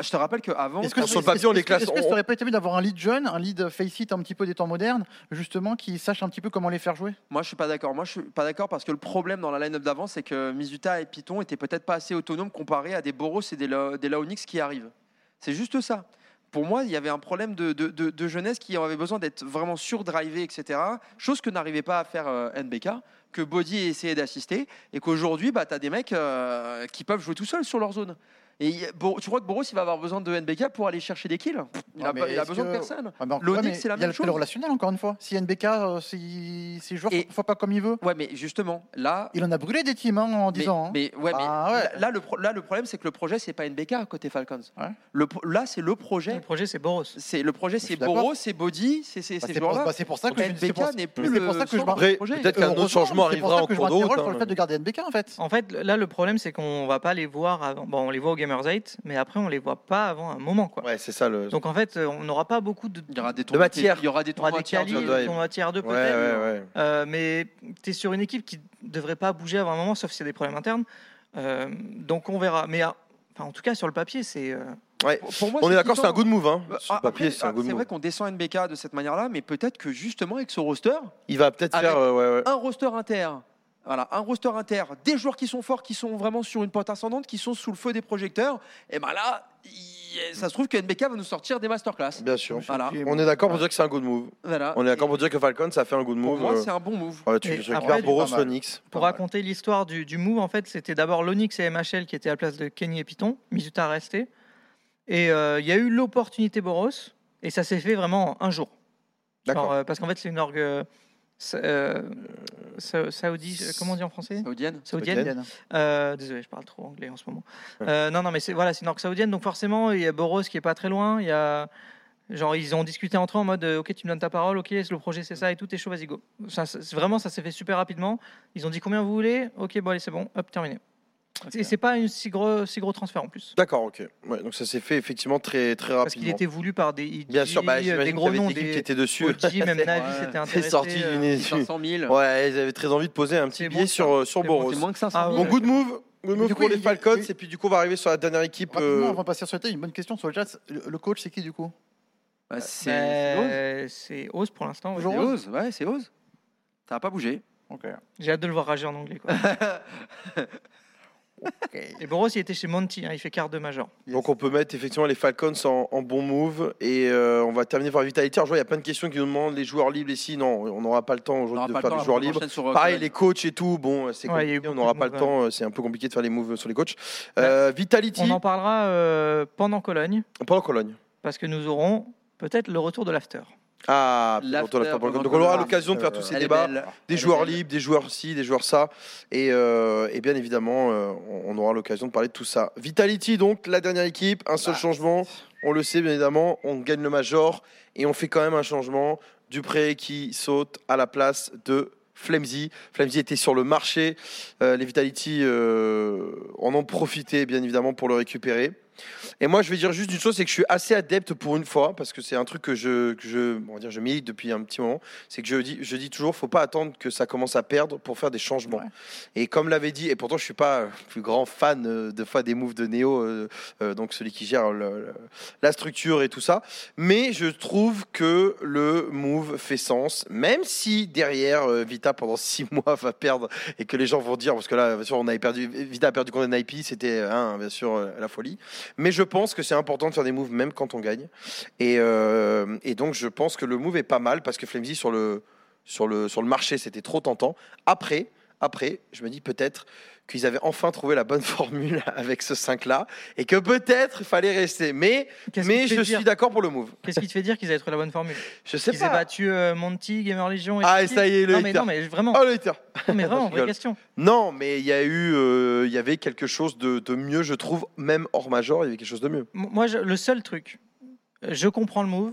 [SPEAKER 3] Je te rappelle qu'avant.
[SPEAKER 2] Est-ce que
[SPEAKER 1] ah. Sur
[SPEAKER 2] ça-
[SPEAKER 1] le papier, on
[SPEAKER 2] est-ce
[SPEAKER 1] les
[SPEAKER 2] que-
[SPEAKER 1] classe-
[SPEAKER 2] Est-ce que
[SPEAKER 1] on-
[SPEAKER 2] ça aurait pas été mieux d'avoir un lead jeune, un lead euh, face it un petit peu des temps modernes, justement, qui sache un petit peu comment les faire jouer
[SPEAKER 3] Moi, je suis pas d'accord. Moi, je suis pas d'accord parce que le problème dans la line-up d'avant, c'est que Mizuta et Python étaient peut-être pas assez autonomes comparés à des Boros et des, La- des Laonix qui arrivent. C'est juste ça. Pour moi, il y avait un problème de, de- de- de jeunesse qui avait besoin d'être vraiment surdrivé, etc. Chose que n'arrivait pas à faire euh, NBK, que Body essayait d'assister, et qu'aujourd'hui, bah, tu as des mecs euh, qui peuvent jouer tout seuls sur leur zone. Et il- Bo- tu crois que Boros, il va avoir besoin de NBK pour aller chercher des kills Il
[SPEAKER 2] Ouais,
[SPEAKER 3] a,
[SPEAKER 2] mais
[SPEAKER 3] pas- il a
[SPEAKER 2] est-ce
[SPEAKER 3] besoin de
[SPEAKER 2] que-
[SPEAKER 3] personne.
[SPEAKER 2] Ah, mais encore-
[SPEAKER 3] L'Onyx,
[SPEAKER 2] ouais, mais
[SPEAKER 3] c'est la
[SPEAKER 2] Il y a
[SPEAKER 3] même
[SPEAKER 2] le fait
[SPEAKER 3] chose.
[SPEAKER 2] le relationnel, encore une fois. Si NBK, euh, si si le joueur
[SPEAKER 3] Et-
[SPEAKER 2] ne pas comme il veut,
[SPEAKER 3] Ouais, mais justement, là,
[SPEAKER 2] il en a brûlé des teams hein, en
[SPEAKER 3] Mais,
[SPEAKER 2] 10 ans. hein.
[SPEAKER 3] mais- ouais, mais
[SPEAKER 2] Ah ouais.
[SPEAKER 3] là- là, le pro- là, le problème, c'est que le projet, c'est pas NBK côté Falcons.
[SPEAKER 2] Ouais.
[SPEAKER 3] Le pro- là, c'est le
[SPEAKER 4] Le
[SPEAKER 3] projet.
[SPEAKER 4] projet, c'est Boros.
[SPEAKER 3] C'est le projet,
[SPEAKER 2] suis
[SPEAKER 3] c'est
[SPEAKER 2] d'accord.
[SPEAKER 3] Boro, c'est Body, c'est c'est
[SPEAKER 2] Bah,
[SPEAKER 3] ces
[SPEAKER 2] C'est pour,
[SPEAKER 3] joueurs-là.
[SPEAKER 2] bah, c'est pour ça que je- c'est pour-
[SPEAKER 3] NBK n'est plus
[SPEAKER 2] c'est pour ça
[SPEAKER 3] le
[SPEAKER 2] que je
[SPEAKER 3] centre
[SPEAKER 2] m'en-
[SPEAKER 3] du
[SPEAKER 1] Après,
[SPEAKER 3] projet.
[SPEAKER 1] peut-être qu'un autre
[SPEAKER 2] Heureusement,
[SPEAKER 1] changement
[SPEAKER 2] c'est pour ça
[SPEAKER 1] arrivera en
[SPEAKER 2] que je
[SPEAKER 1] cours
[SPEAKER 2] m'interroge
[SPEAKER 1] d'autre.
[SPEAKER 2] sur le fait de garder NBK en fait.
[SPEAKER 4] En fait, là, le problème, c'est qu'on va pas les voir avant. Bon, on les voit au Gamers 8, mais après, on les voit pas avant un moment, quoi.
[SPEAKER 1] Ouais, c'est ça le.
[SPEAKER 4] Donc, en fait, euh, on n'aura pas beaucoup de.
[SPEAKER 3] Il y aura des
[SPEAKER 1] De
[SPEAKER 3] tournois.
[SPEAKER 1] matière.
[SPEAKER 3] Il y aura des
[SPEAKER 4] on aura
[SPEAKER 3] tournois
[SPEAKER 4] des
[SPEAKER 3] tiers.
[SPEAKER 4] qualis,
[SPEAKER 1] de Drive.
[SPEAKER 4] on aura tiers 2
[SPEAKER 1] Ouais, ouais,
[SPEAKER 4] peut-être.
[SPEAKER 1] ouais.
[SPEAKER 4] Euh, mais tu es sur une équipe qui devrait pas bouger avant un moment, sauf s'il y a des problèmes internes. Euh, donc, on verra. Mais ah, enfin, en tout cas, sur le papier, c'est. euh,
[SPEAKER 3] Pour- pour moi,
[SPEAKER 1] On est d'accord,
[SPEAKER 3] Python.
[SPEAKER 1] c'est un good move. Hein.
[SPEAKER 3] Bah,
[SPEAKER 1] Sur le
[SPEAKER 3] après,
[SPEAKER 1] papier, c'est un
[SPEAKER 3] ah,
[SPEAKER 1] good
[SPEAKER 3] c'est
[SPEAKER 1] move.
[SPEAKER 3] vrai qu'on descend NBK de cette manière-là, mais peut-être que justement avec ce roster,
[SPEAKER 1] Il va peut-être
[SPEAKER 3] Avec-
[SPEAKER 1] faire. euh, ouais, ouais.
[SPEAKER 3] un roster inter. Voilà, un roster inter, des joueurs qui sont forts, qui sont vraiment sur une pente ascendante, qui sont sous le feu des projecteurs, et ben là, il- ça se trouve que NBK va nous sortir des masterclass.
[SPEAKER 1] Bien sûr.
[SPEAKER 3] Voilà.
[SPEAKER 1] On est d'accord pour dire que c'est un good move.
[SPEAKER 3] Voilà.
[SPEAKER 1] On est d'accord pour dire que Falcon, ça fait un good
[SPEAKER 3] Pour
[SPEAKER 1] move.
[SPEAKER 3] moi,
[SPEAKER 1] euh.
[SPEAKER 3] c'est un bon move.
[SPEAKER 1] Ouais, tu
[SPEAKER 4] Et
[SPEAKER 1] tu récupères
[SPEAKER 4] après,
[SPEAKER 1] Boros,
[SPEAKER 2] pas mal.
[SPEAKER 1] Onyx.
[SPEAKER 2] Pas
[SPEAKER 4] Pour
[SPEAKER 2] mal.
[SPEAKER 4] raconter l'histoire du, du move, en fait, c'était d'abord l'Onyx et MHL qui étaient à la place de Kenny et Python. Mizuta resté. Et euh, il y a eu l'opportunité Boros, et ça s'est fait vraiment en un jour.
[SPEAKER 1] D'accord.
[SPEAKER 4] Genre, euh, parce qu'en fait, c'est une orgue euh, sa- euh, sa- saoudi, euh, comment on dit en français
[SPEAKER 3] Saoudienne.
[SPEAKER 4] Saoudienne.
[SPEAKER 1] Saoudienne.
[SPEAKER 4] Euh, désolé, je parle trop anglais en ce moment. Euh, non, non, mais c'est voilà, c'est une orgue saoudienne, donc forcément, il y a Boros qui est pas très loin. Il y a genre ils ont discuté entre eux en mode, euh, ok, tu me donnes ta parole, ok, le projet c'est ça et tout, t'es chaud, vas-y go. Ça, c'est- vraiment, ça s'est fait super rapidement. Ils ont dit combien vous voulez, ok, bon allez, c'est bon, hop, terminé. Et c'est pas un si gros, si gros transfert en plus.
[SPEAKER 1] D'accord, ok. Ouais, donc ça s'est fait effectivement très, très
[SPEAKER 4] Parce qu'il
[SPEAKER 1] rapidement.
[SPEAKER 4] était voulu par des, IG,
[SPEAKER 1] Bien sûr, bah,
[SPEAKER 4] euh, des
[SPEAKER 1] j'imagine qu'il y
[SPEAKER 4] gros
[SPEAKER 1] avait
[SPEAKER 4] noms,
[SPEAKER 1] des équipes qui
[SPEAKER 4] des
[SPEAKER 1] étaient dessus.
[SPEAKER 4] OG, même Navi
[SPEAKER 3] Ouais.
[SPEAKER 4] s'était
[SPEAKER 1] C'est
[SPEAKER 4] intéressé.
[SPEAKER 1] sorti
[SPEAKER 4] euh,
[SPEAKER 1] d'une étude.
[SPEAKER 3] 500 000.
[SPEAKER 1] Ouais, ils avaient très envie de poser un petit
[SPEAKER 4] C'est
[SPEAKER 1] billet
[SPEAKER 4] bon,
[SPEAKER 1] sur, euh, sur
[SPEAKER 4] C'est bon,
[SPEAKER 1] Boros.
[SPEAKER 3] C'est moins que 500
[SPEAKER 4] Ah
[SPEAKER 3] 000.
[SPEAKER 4] ouais.
[SPEAKER 1] Bon, good move. Good move
[SPEAKER 2] coup,
[SPEAKER 1] pour
[SPEAKER 2] il-
[SPEAKER 1] les
[SPEAKER 2] il-
[SPEAKER 1] Falcons.
[SPEAKER 2] il-
[SPEAKER 1] Et puis, du coup, on va arriver sur la dernière équipe.
[SPEAKER 2] Rapidement,
[SPEAKER 1] euh,
[SPEAKER 2] avant de passer sur le thème, une bonne question sur le chat. Le, le coach, c'est qui du coup
[SPEAKER 3] Bah, c'est c'est
[SPEAKER 4] euh, C'est Oz pour l'instant. ouais.
[SPEAKER 3] Oz. C'est Oz. Ouais, c'est Oz. Ça n'a pas bougé.
[SPEAKER 2] Ok.
[SPEAKER 4] J'ai hâte de le voir rager en anglais. Quoi. Et Boros, il était chez Monty, hein, il fait quart de major.
[SPEAKER 1] Donc on peut mettre effectivement les Falcons en, en bon move et euh, on va terminer par Vitality. Alors je vois, il y a plein de questions qui nous demandent les joueurs libres ici. Non, on n'aura pas le temps
[SPEAKER 3] On aura
[SPEAKER 1] aujourd'hui de
[SPEAKER 3] pas le
[SPEAKER 1] faire
[SPEAKER 3] temps,
[SPEAKER 1] les
[SPEAKER 3] là,
[SPEAKER 1] joueurs
[SPEAKER 3] on
[SPEAKER 1] libres.
[SPEAKER 3] enchaîne sur, euh,
[SPEAKER 1] Pareil,
[SPEAKER 3] Conan.
[SPEAKER 1] les coachs et tout, bon, c'est
[SPEAKER 4] Ouais, il y a eu
[SPEAKER 1] compliqué, on
[SPEAKER 4] beaucoup
[SPEAKER 1] n'aura
[SPEAKER 4] de
[SPEAKER 1] pas le
[SPEAKER 4] moves,
[SPEAKER 1] temps, c'est un peu compliqué de faire les moves sur les coachs. Euh, Vitality,
[SPEAKER 4] On en parlera euh, pendant Cologne,
[SPEAKER 1] pendant Cologne.
[SPEAKER 4] parce que nous aurons peut-être le retour de l'after.
[SPEAKER 1] Ah, pendant
[SPEAKER 3] L'after
[SPEAKER 1] Cologne.
[SPEAKER 3] pendant
[SPEAKER 1] donc on aura
[SPEAKER 3] Cologne.
[SPEAKER 1] l'occasion de faire
[SPEAKER 2] Euh,
[SPEAKER 1] tous ces
[SPEAKER 3] Elle est
[SPEAKER 1] débats.
[SPEAKER 3] belle.
[SPEAKER 1] Des
[SPEAKER 3] Elle est
[SPEAKER 1] joueurs
[SPEAKER 3] belle.
[SPEAKER 1] libres, des joueurs ci, des joueurs ça. Et, euh, et bien évidemment, euh, on on aura l'occasion de parler de tout ça. Vitality, donc, la dernière équipe, un seul changement. On le sait, bien évidemment, on gagne le Major et on fait quand même un changement. Dupré qui saute à la place de Flemzy. Flemzy était sur le marché. Euh, les Vitality euh, en ont profité, bien évidemment, pour le récupérer. Et moi, je vais dire juste une chose, c'est que je suis assez adepte pour une fois, parce que c'est un truc que je, que je, on va dire, je milite depuis un petit moment. C'est que je dis, je dis toujours, faut pas attendre que ça commence à perdre pour faire des changements.
[SPEAKER 2] Ouais.
[SPEAKER 1] Et comme l'avait dit, et pourtant je suis pas euh, le plus grand fan euh, de fois des moves de Neo, euh, euh, donc celui qui gère le- le- la structure et tout ça. Mais je trouve que le move fait sens, même si derrière euh, Vita pendant six mois va perdre et que les gens vont dire, parce que là, bien sûr, on avait perdu, Vita a perdu contre NIP, c'était hein, bien sûr euh, la folie. Mais je pense que c'est important de faire des moves même quand on gagne. Et, euh, et donc je pense que le move est pas mal parce que Flemzy sur le, sur le, sur le marché c'était trop tentant. Après, après, je me dis peut-être qu'ils avaient enfin trouvé la bonne formule avec ce 5 là et que peut-être il fallait rester. Mais,
[SPEAKER 4] Qu'est-ce qui
[SPEAKER 1] mais
[SPEAKER 4] te fait
[SPEAKER 1] je
[SPEAKER 4] dire-
[SPEAKER 1] suis d'accord pour le move.
[SPEAKER 4] Qu'est-ce qui te fait dire qu'ils avaient trouvé la bonne formule
[SPEAKER 1] Je sais
[SPEAKER 4] Qu'ils aient
[SPEAKER 1] pas.
[SPEAKER 4] battu euh, Monty, Gamer Legion et
[SPEAKER 1] Ah, et
[SPEAKER 4] tout
[SPEAKER 1] ça y est, le
[SPEAKER 4] Non mais,
[SPEAKER 1] hater.
[SPEAKER 4] non, mais vraiment,
[SPEAKER 1] Oh, le hater.
[SPEAKER 4] non, mais
[SPEAKER 1] je
[SPEAKER 4] vraiment, vraie
[SPEAKER 1] rigole.
[SPEAKER 4] question.
[SPEAKER 1] Non, mais il y a eu, euh, il y avait quelque chose de, de mieux, je trouve, même hors major, il y avait quelque chose de mieux.
[SPEAKER 4] M- Moi, je- le seul truc, je comprends le move.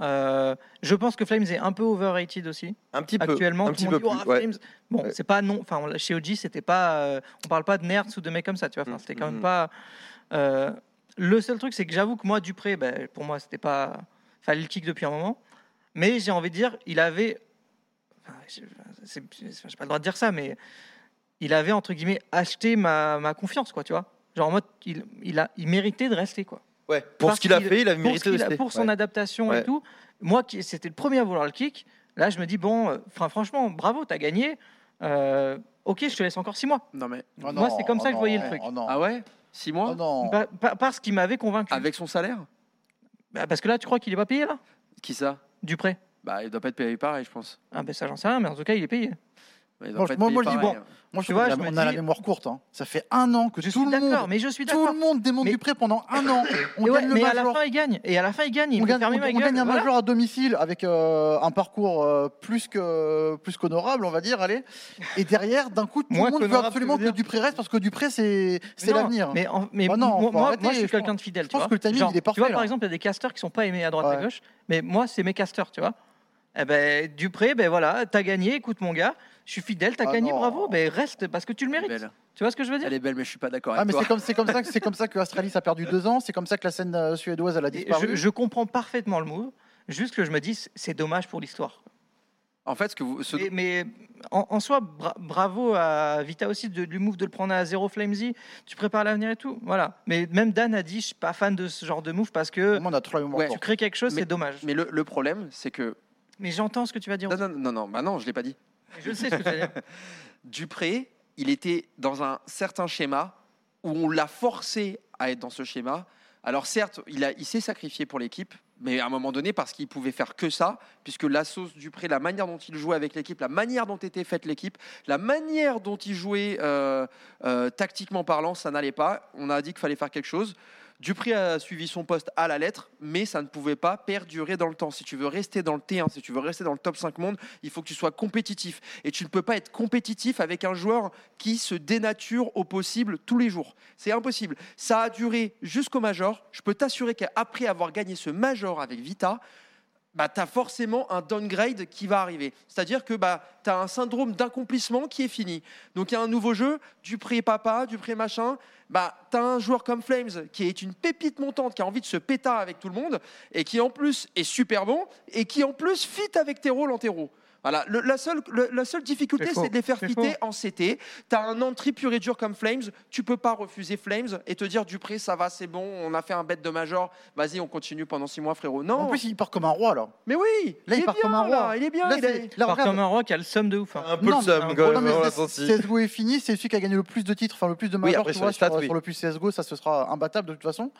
[SPEAKER 4] Euh, je pense que Flames est un peu overrated aussi.
[SPEAKER 1] Un petit peu.
[SPEAKER 4] Actuellement,
[SPEAKER 1] un
[SPEAKER 4] tout
[SPEAKER 1] petit
[SPEAKER 4] le monde
[SPEAKER 1] peu
[SPEAKER 4] dit,
[SPEAKER 1] plus.
[SPEAKER 4] Oh,
[SPEAKER 1] ouais.
[SPEAKER 4] Flames. Bon,
[SPEAKER 1] Ouais.
[SPEAKER 4] c'est pas non. Enfin, on l'a- chez OG, c'était pas. euh, on parle pas de nerds ou de mecs comme ça, tu vois. Enfin,
[SPEAKER 1] Mm,
[SPEAKER 4] c'était quand
[SPEAKER 1] mm.
[SPEAKER 4] même pas. euh, le seul truc, c'est que j'avoue que moi, Dupré, ben, pour moi, c'était pas. Fallait le kick depuis un moment. Mais j'ai envie de dire, il avait. enfin, j'ai- c'est- c'est- J'ai pas le droit de dire ça, mais il avait entre guillemets acheté ma, ma confiance, quoi, tu vois. Genre en mode, il, il a, il méritait de rester, quoi
[SPEAKER 1] Ouais. Pour
[SPEAKER 4] Parce
[SPEAKER 1] ce qu'il a
[SPEAKER 4] qu'il-
[SPEAKER 1] fait, il a
[SPEAKER 4] pour, ce
[SPEAKER 1] mérité de
[SPEAKER 4] qu'il a-
[SPEAKER 1] rester.
[SPEAKER 4] pour son
[SPEAKER 1] Ouais.
[SPEAKER 4] adaptation
[SPEAKER 1] Ouais.
[SPEAKER 4] et tout. Moi, qui c'était le premier à vouloir le kick, là, je me dis bon, euh, enfin, franchement, bravo, t'as gagné. Euh, ok, je te laisse encore six mois.
[SPEAKER 3] Non mais.
[SPEAKER 2] Oh
[SPEAKER 4] Moi,
[SPEAKER 2] non,
[SPEAKER 4] c'est comme
[SPEAKER 2] oh
[SPEAKER 4] ça que je voyais le
[SPEAKER 2] non,
[SPEAKER 4] truc. Bah,
[SPEAKER 2] Oh non,
[SPEAKER 3] Ah ouais 6 mois
[SPEAKER 2] oh non.
[SPEAKER 4] Pa- pa- parce qu'il m'avait convaincu.
[SPEAKER 3] Avec son salaire
[SPEAKER 4] Bah, parce que là, tu crois qu'il est pas payé là,
[SPEAKER 3] Qui ça
[SPEAKER 4] Dupré
[SPEAKER 3] Bah, il doit pas être payé pareil, je pense.
[SPEAKER 4] Ah ben ça, j'en sais rien, mais en tout cas, il est payé.
[SPEAKER 3] Il
[SPEAKER 2] Moi,
[SPEAKER 3] doit pas être
[SPEAKER 2] moi,
[SPEAKER 3] payé
[SPEAKER 2] moi, je dis
[SPEAKER 3] pareil. hein.
[SPEAKER 2] Moi, je
[SPEAKER 4] Tu
[SPEAKER 2] trouve
[SPEAKER 4] vois,
[SPEAKER 2] qu'on
[SPEAKER 4] je
[SPEAKER 2] a-
[SPEAKER 4] me
[SPEAKER 2] on a la
[SPEAKER 4] dis-
[SPEAKER 2] mémoire courte. hein. Ça fait un an que
[SPEAKER 4] Je
[SPEAKER 2] tout
[SPEAKER 4] suis
[SPEAKER 2] le
[SPEAKER 4] d'accord,
[SPEAKER 2] monde,
[SPEAKER 4] mais je suis
[SPEAKER 2] tout
[SPEAKER 4] d'accord.
[SPEAKER 2] le monde démonte
[SPEAKER 4] Mais-
[SPEAKER 2] du prêt pendant un an. On
[SPEAKER 4] Et ouais,
[SPEAKER 2] gagne le
[SPEAKER 4] mais à la
[SPEAKER 2] major.
[SPEAKER 4] fin, il gagne. Et à la fin, il gagne. Il
[SPEAKER 2] On
[SPEAKER 4] me
[SPEAKER 2] gagne,
[SPEAKER 4] ferme
[SPEAKER 2] on-
[SPEAKER 4] ma
[SPEAKER 2] on
[SPEAKER 4] gueule.
[SPEAKER 2] gagne un
[SPEAKER 4] Voilà.
[SPEAKER 2] major à domicile avec euh, un parcours euh, plus que plus qu'honorable, on va dire, allez. Et derrière, d'un coup, tout
[SPEAKER 4] Moins
[SPEAKER 2] le monde veut
[SPEAKER 4] qu'honorable,
[SPEAKER 2] absolument
[SPEAKER 4] tu veux
[SPEAKER 2] que Dupré reste parce que Dupré, c'est c'est
[SPEAKER 4] Non,
[SPEAKER 2] l'avenir.
[SPEAKER 4] Mais, en- mais
[SPEAKER 2] Bah non,
[SPEAKER 4] moi,
[SPEAKER 2] faut
[SPEAKER 4] moi-
[SPEAKER 2] arrêter,
[SPEAKER 4] moi, je suis
[SPEAKER 2] je
[SPEAKER 4] quelqu'un
[SPEAKER 2] pense-
[SPEAKER 4] de fidèle.
[SPEAKER 2] je
[SPEAKER 4] tu
[SPEAKER 2] pense
[SPEAKER 4] vois.
[SPEAKER 2] que le timing, il est
[SPEAKER 4] Tu
[SPEAKER 2] parfait,
[SPEAKER 4] vois,
[SPEAKER 2] là.
[SPEAKER 4] par exemple, il y a des casteurs qui sont pas aimés à droite
[SPEAKER 2] Ouais.
[SPEAKER 4] à gauche, mais moi, c'est mes casteurs, tu vois. Eh ben, Dupré, ben voilà, t'as gagné, écoute mon gars, je suis fidèle, t'as
[SPEAKER 2] Ah
[SPEAKER 4] gagné,
[SPEAKER 2] non.
[SPEAKER 4] bravo, ben reste parce que tu le
[SPEAKER 3] Elle est
[SPEAKER 4] mérites.
[SPEAKER 3] belle.
[SPEAKER 4] Tu vois ce que je veux dire
[SPEAKER 3] Elle est belle, mais je suis pas d'accord
[SPEAKER 2] Ah,
[SPEAKER 3] avec
[SPEAKER 2] mais
[SPEAKER 3] toi.
[SPEAKER 2] c'est comme c'est comme ça que c'est comme ça que Astralis a perdu deux ans. C'est comme ça que la scène euh, suédoise elle a
[SPEAKER 4] Et
[SPEAKER 2] disparu.
[SPEAKER 4] je, je comprends parfaitement le move, juste que je me dis, c'est- c'est dommage pour l'histoire.
[SPEAKER 3] En fait, ce que vous. ce-
[SPEAKER 4] Et- Mais en, en soi, bra- bravo à Vita aussi de, du move de le prendre à zéro Flamesy, tu prépares l'avenir et tout, voilà. Mais même Dan a dit, je suis pas fan de ce genre de move parce que
[SPEAKER 2] Vraiment, on a trop la mémoire
[SPEAKER 3] Ouais.
[SPEAKER 4] tu
[SPEAKER 2] courte.
[SPEAKER 4] crées quelque chose, c'est dommage.
[SPEAKER 3] Mais le, le problème, c'est que.
[SPEAKER 4] Mais j'entends ce que tu vas dire.
[SPEAKER 3] Non, non, non, non, bah non, je l'ai pas dit.
[SPEAKER 4] Je le sais ce que tu vas dire.
[SPEAKER 3] Dupré, il était dans un certain schéma où on l'a forcé à être dans ce schéma. Alors certes, il, a- il s'est sacrifié pour l'équipe, mais à un moment donné, parce qu'il pouvait faire que ça, puisque la sauce Dupré, la manière dont il jouait avec l'équipe, la manière dont était faite l'équipe, la manière dont il jouait euh, euh, tactiquement parlant, ça n'allait pas. On a dit qu'il fallait faire quelque chose. Dupré a suivi son poste à la lettre, mais ça ne pouvait pas perdurer dans le temps. Si tu veux rester dans le T1, si tu veux rester dans le top 5 monde, il faut que tu sois compétitif et tu ne peux pas être compétitif avec un joueur qui se dénature au possible tous les jours. C'est impossible. Ça a duré jusqu'au Major. Je peux t'assurer qu'après avoir gagné ce Major avec Vita, bah, tu as forcément un downgrade qui va arriver. C'est-à-dire que bah, tu as un syndrome d'accomplissement qui est fini. Donc il y a un nouveau jeu, du prix papa, du prix machin. Bah, tu as un joueur comme Flames qui est une pépite montante, qui a envie de se pétard avec tout le monde, et qui en plus est super bon, et qui en plus fit avec tes rôles en terreau. Voilà. Le- la, seule, le- la seule difficulté,
[SPEAKER 4] C'est faux.
[SPEAKER 3] c'est de les faire
[SPEAKER 4] C'est
[SPEAKER 3] fitter en CT. Tu as un entrée pur et dur comme Flames. Tu peux pas refuser Flames et te dire Dupré, ça va, c'est bon, on a fait un bête de major. Vas-y, on continue pendant six mois, frérot. Non.
[SPEAKER 2] En plus, il part comme un roi, là.
[SPEAKER 3] mais oui,
[SPEAKER 2] Là, il part
[SPEAKER 3] est
[SPEAKER 2] comme
[SPEAKER 3] bien,
[SPEAKER 2] un roi.
[SPEAKER 3] là, il est bien.
[SPEAKER 2] Là,
[SPEAKER 3] il est-
[SPEAKER 2] c'est- là,
[SPEAKER 4] Par
[SPEAKER 2] regarde.
[SPEAKER 4] comme un rock, il y a le somme de ouf. hein.
[SPEAKER 3] Ah.
[SPEAKER 1] Un peu le
[SPEAKER 2] Non,
[SPEAKER 1] seum,
[SPEAKER 4] non,
[SPEAKER 1] quand
[SPEAKER 2] Non,
[SPEAKER 1] même,
[SPEAKER 2] mais
[SPEAKER 1] on l'a
[SPEAKER 2] c'est-
[SPEAKER 1] senti.
[SPEAKER 2] CSGO est fini, c'est celui qui a gagné le plus de titres, enfin le plus de majors
[SPEAKER 1] après,
[SPEAKER 2] tu
[SPEAKER 1] sur
[SPEAKER 2] vois,
[SPEAKER 1] les stats,
[SPEAKER 2] sur,
[SPEAKER 1] oui.
[SPEAKER 2] sur le plus CSGO, ça se sera imbattable de toute façon.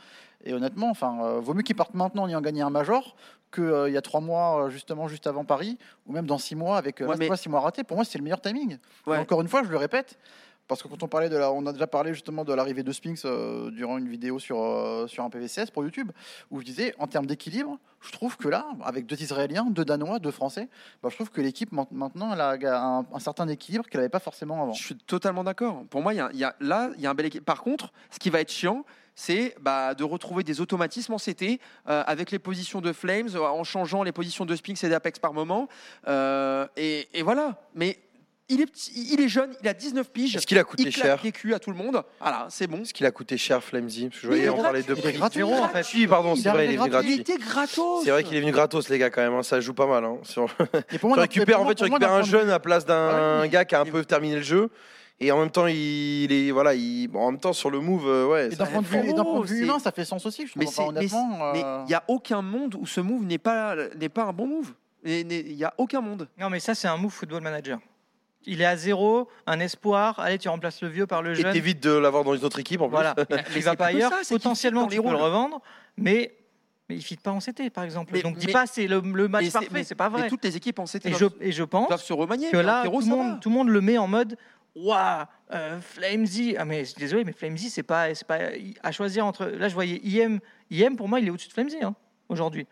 [SPEAKER 2] Et honnêtement, enfin, euh, vaut mieux qu'il parte maintenant en ayant gagné un major qu'il il y a trois mois, euh, justement, juste avant Paris, ou même dans six mois avec euh,
[SPEAKER 3] Ouais,
[SPEAKER 2] là, tu
[SPEAKER 3] mais-
[SPEAKER 2] vois, six mois ratés. Pour moi, c'est le meilleur timing. Et
[SPEAKER 3] Ouais.
[SPEAKER 2] Encore une fois, je le répète, parce que quand on parlait de la, on a déjà parlé justement de l'arrivée de Spinks euh, durant une vidéo sur, euh, sur un PVCS pour YouTube, où je disais, en termes d'équilibre, je trouve que là, avec deux Israéliens, deux Danois, deux Français, bah, je trouve que l'équipe man- maintenant elle a un, un certain équilibre qu'elle n'avait pas forcément avant.
[SPEAKER 3] Je suis totalement d'accord. Pour moi, il y a- il y a- là, il y a un bel équilibre. Par contre, ce qui va être chiant, c'est bah, de retrouver des automatismes en CT euh, avec les positions de Flames, euh, en changeant les positions de Spinks et d'Apex par moment. Euh, et, et voilà. Mais il est, petit- il est jeune, il a 19 piges.
[SPEAKER 1] Est-ce qu'il a
[SPEAKER 3] Il
[SPEAKER 1] coûté
[SPEAKER 3] claque
[SPEAKER 1] cher
[SPEAKER 3] des culs à tout le monde. Voilà, c'est bon.
[SPEAKER 1] Est-ce qu'il a coûté cher, Flamesy Parce que je
[SPEAKER 3] Oui, il
[SPEAKER 1] voyais
[SPEAKER 3] est
[SPEAKER 1] en parler de
[SPEAKER 3] gratuit.
[SPEAKER 2] Il est
[SPEAKER 1] prix.
[SPEAKER 2] gratuit,
[SPEAKER 3] Zéro, en fait.
[SPEAKER 1] Gratuit, pardon,
[SPEAKER 2] Il
[SPEAKER 1] c'est
[SPEAKER 2] est
[SPEAKER 1] vrai, il est venu gratuit.
[SPEAKER 2] gratuit.
[SPEAKER 3] Il était gratos.
[SPEAKER 1] C'est vrai qu'il est venu gratos, les gars, quand même. hein, Ça joue pas mal. hein, sur-
[SPEAKER 2] Et pour
[SPEAKER 1] Tu
[SPEAKER 2] d'un-
[SPEAKER 1] récupères,
[SPEAKER 2] pour
[SPEAKER 1] en fait, tu
[SPEAKER 2] pour
[SPEAKER 1] récupères
[SPEAKER 2] d'un
[SPEAKER 1] un
[SPEAKER 2] point de-
[SPEAKER 1] jeune à place d'un
[SPEAKER 2] Ah oui.
[SPEAKER 1] gars qui a un
[SPEAKER 2] Et-
[SPEAKER 1] peu terminé le jeu. Et en même temps, il est. Voilà, il... bon, en même temps, sur le move, euh, ouais.
[SPEAKER 2] Et
[SPEAKER 1] ça-
[SPEAKER 2] d'un point de
[SPEAKER 3] frérot,
[SPEAKER 2] vue, et d'un point de vue
[SPEAKER 3] c'est-
[SPEAKER 2] humain, ça fait sens aussi. Je
[SPEAKER 3] Mais
[SPEAKER 2] trouve, enfin,
[SPEAKER 3] c'est- mais c'est-
[SPEAKER 2] honnêtement,
[SPEAKER 3] Mais
[SPEAKER 2] euh,
[SPEAKER 3] il n'y a aucun monde où ce move n'est pas, n'est pas un bon move. Et- n'est- Il n'y a aucun monde.
[SPEAKER 4] Non, mais ça, c'est un move football manager. Il est à zéro, un espoir. Allez, tu remplaces le vieux par le
[SPEAKER 1] Et
[SPEAKER 4] jeune.
[SPEAKER 1] t'évites de l'avoir dans une autre équipe, en plus.
[SPEAKER 4] Voilà.
[SPEAKER 3] Mais
[SPEAKER 4] Il va
[SPEAKER 3] c'est
[SPEAKER 4] pas
[SPEAKER 3] plutôt
[SPEAKER 4] ailleurs.
[SPEAKER 3] ça, c'est qu'il
[SPEAKER 4] Potentiellement,
[SPEAKER 3] fit
[SPEAKER 4] tu
[SPEAKER 3] dans les
[SPEAKER 4] peux le
[SPEAKER 3] rôles.
[SPEAKER 4] revendre, mais mais il fit pas en CT, par exemple.
[SPEAKER 3] Mais-
[SPEAKER 4] Donc, dis
[SPEAKER 3] mais-
[SPEAKER 4] pas c'est le, le match
[SPEAKER 3] Mais
[SPEAKER 4] parfait.
[SPEAKER 3] mais-
[SPEAKER 4] C'est pas
[SPEAKER 3] mais
[SPEAKER 4] vrai.
[SPEAKER 3] toutes les équipes en CT
[SPEAKER 4] Et
[SPEAKER 3] doivent
[SPEAKER 4] je et je pense
[SPEAKER 3] doivent se remanier.
[SPEAKER 4] que
[SPEAKER 3] mais en
[SPEAKER 4] là,
[SPEAKER 3] terreau,
[SPEAKER 4] tout le
[SPEAKER 3] ça
[SPEAKER 4] monde,
[SPEAKER 3] va.
[SPEAKER 4] tout le monde le met en mode Waouh, euh, Flamesy. Ah, mais je suis désolé, mais Flamesy, c'est pas, c'est pas à choisir entre. Là, je voyais IM. IM, pour moi, il est au-dessus de Flamesy hein, aujourd'hui.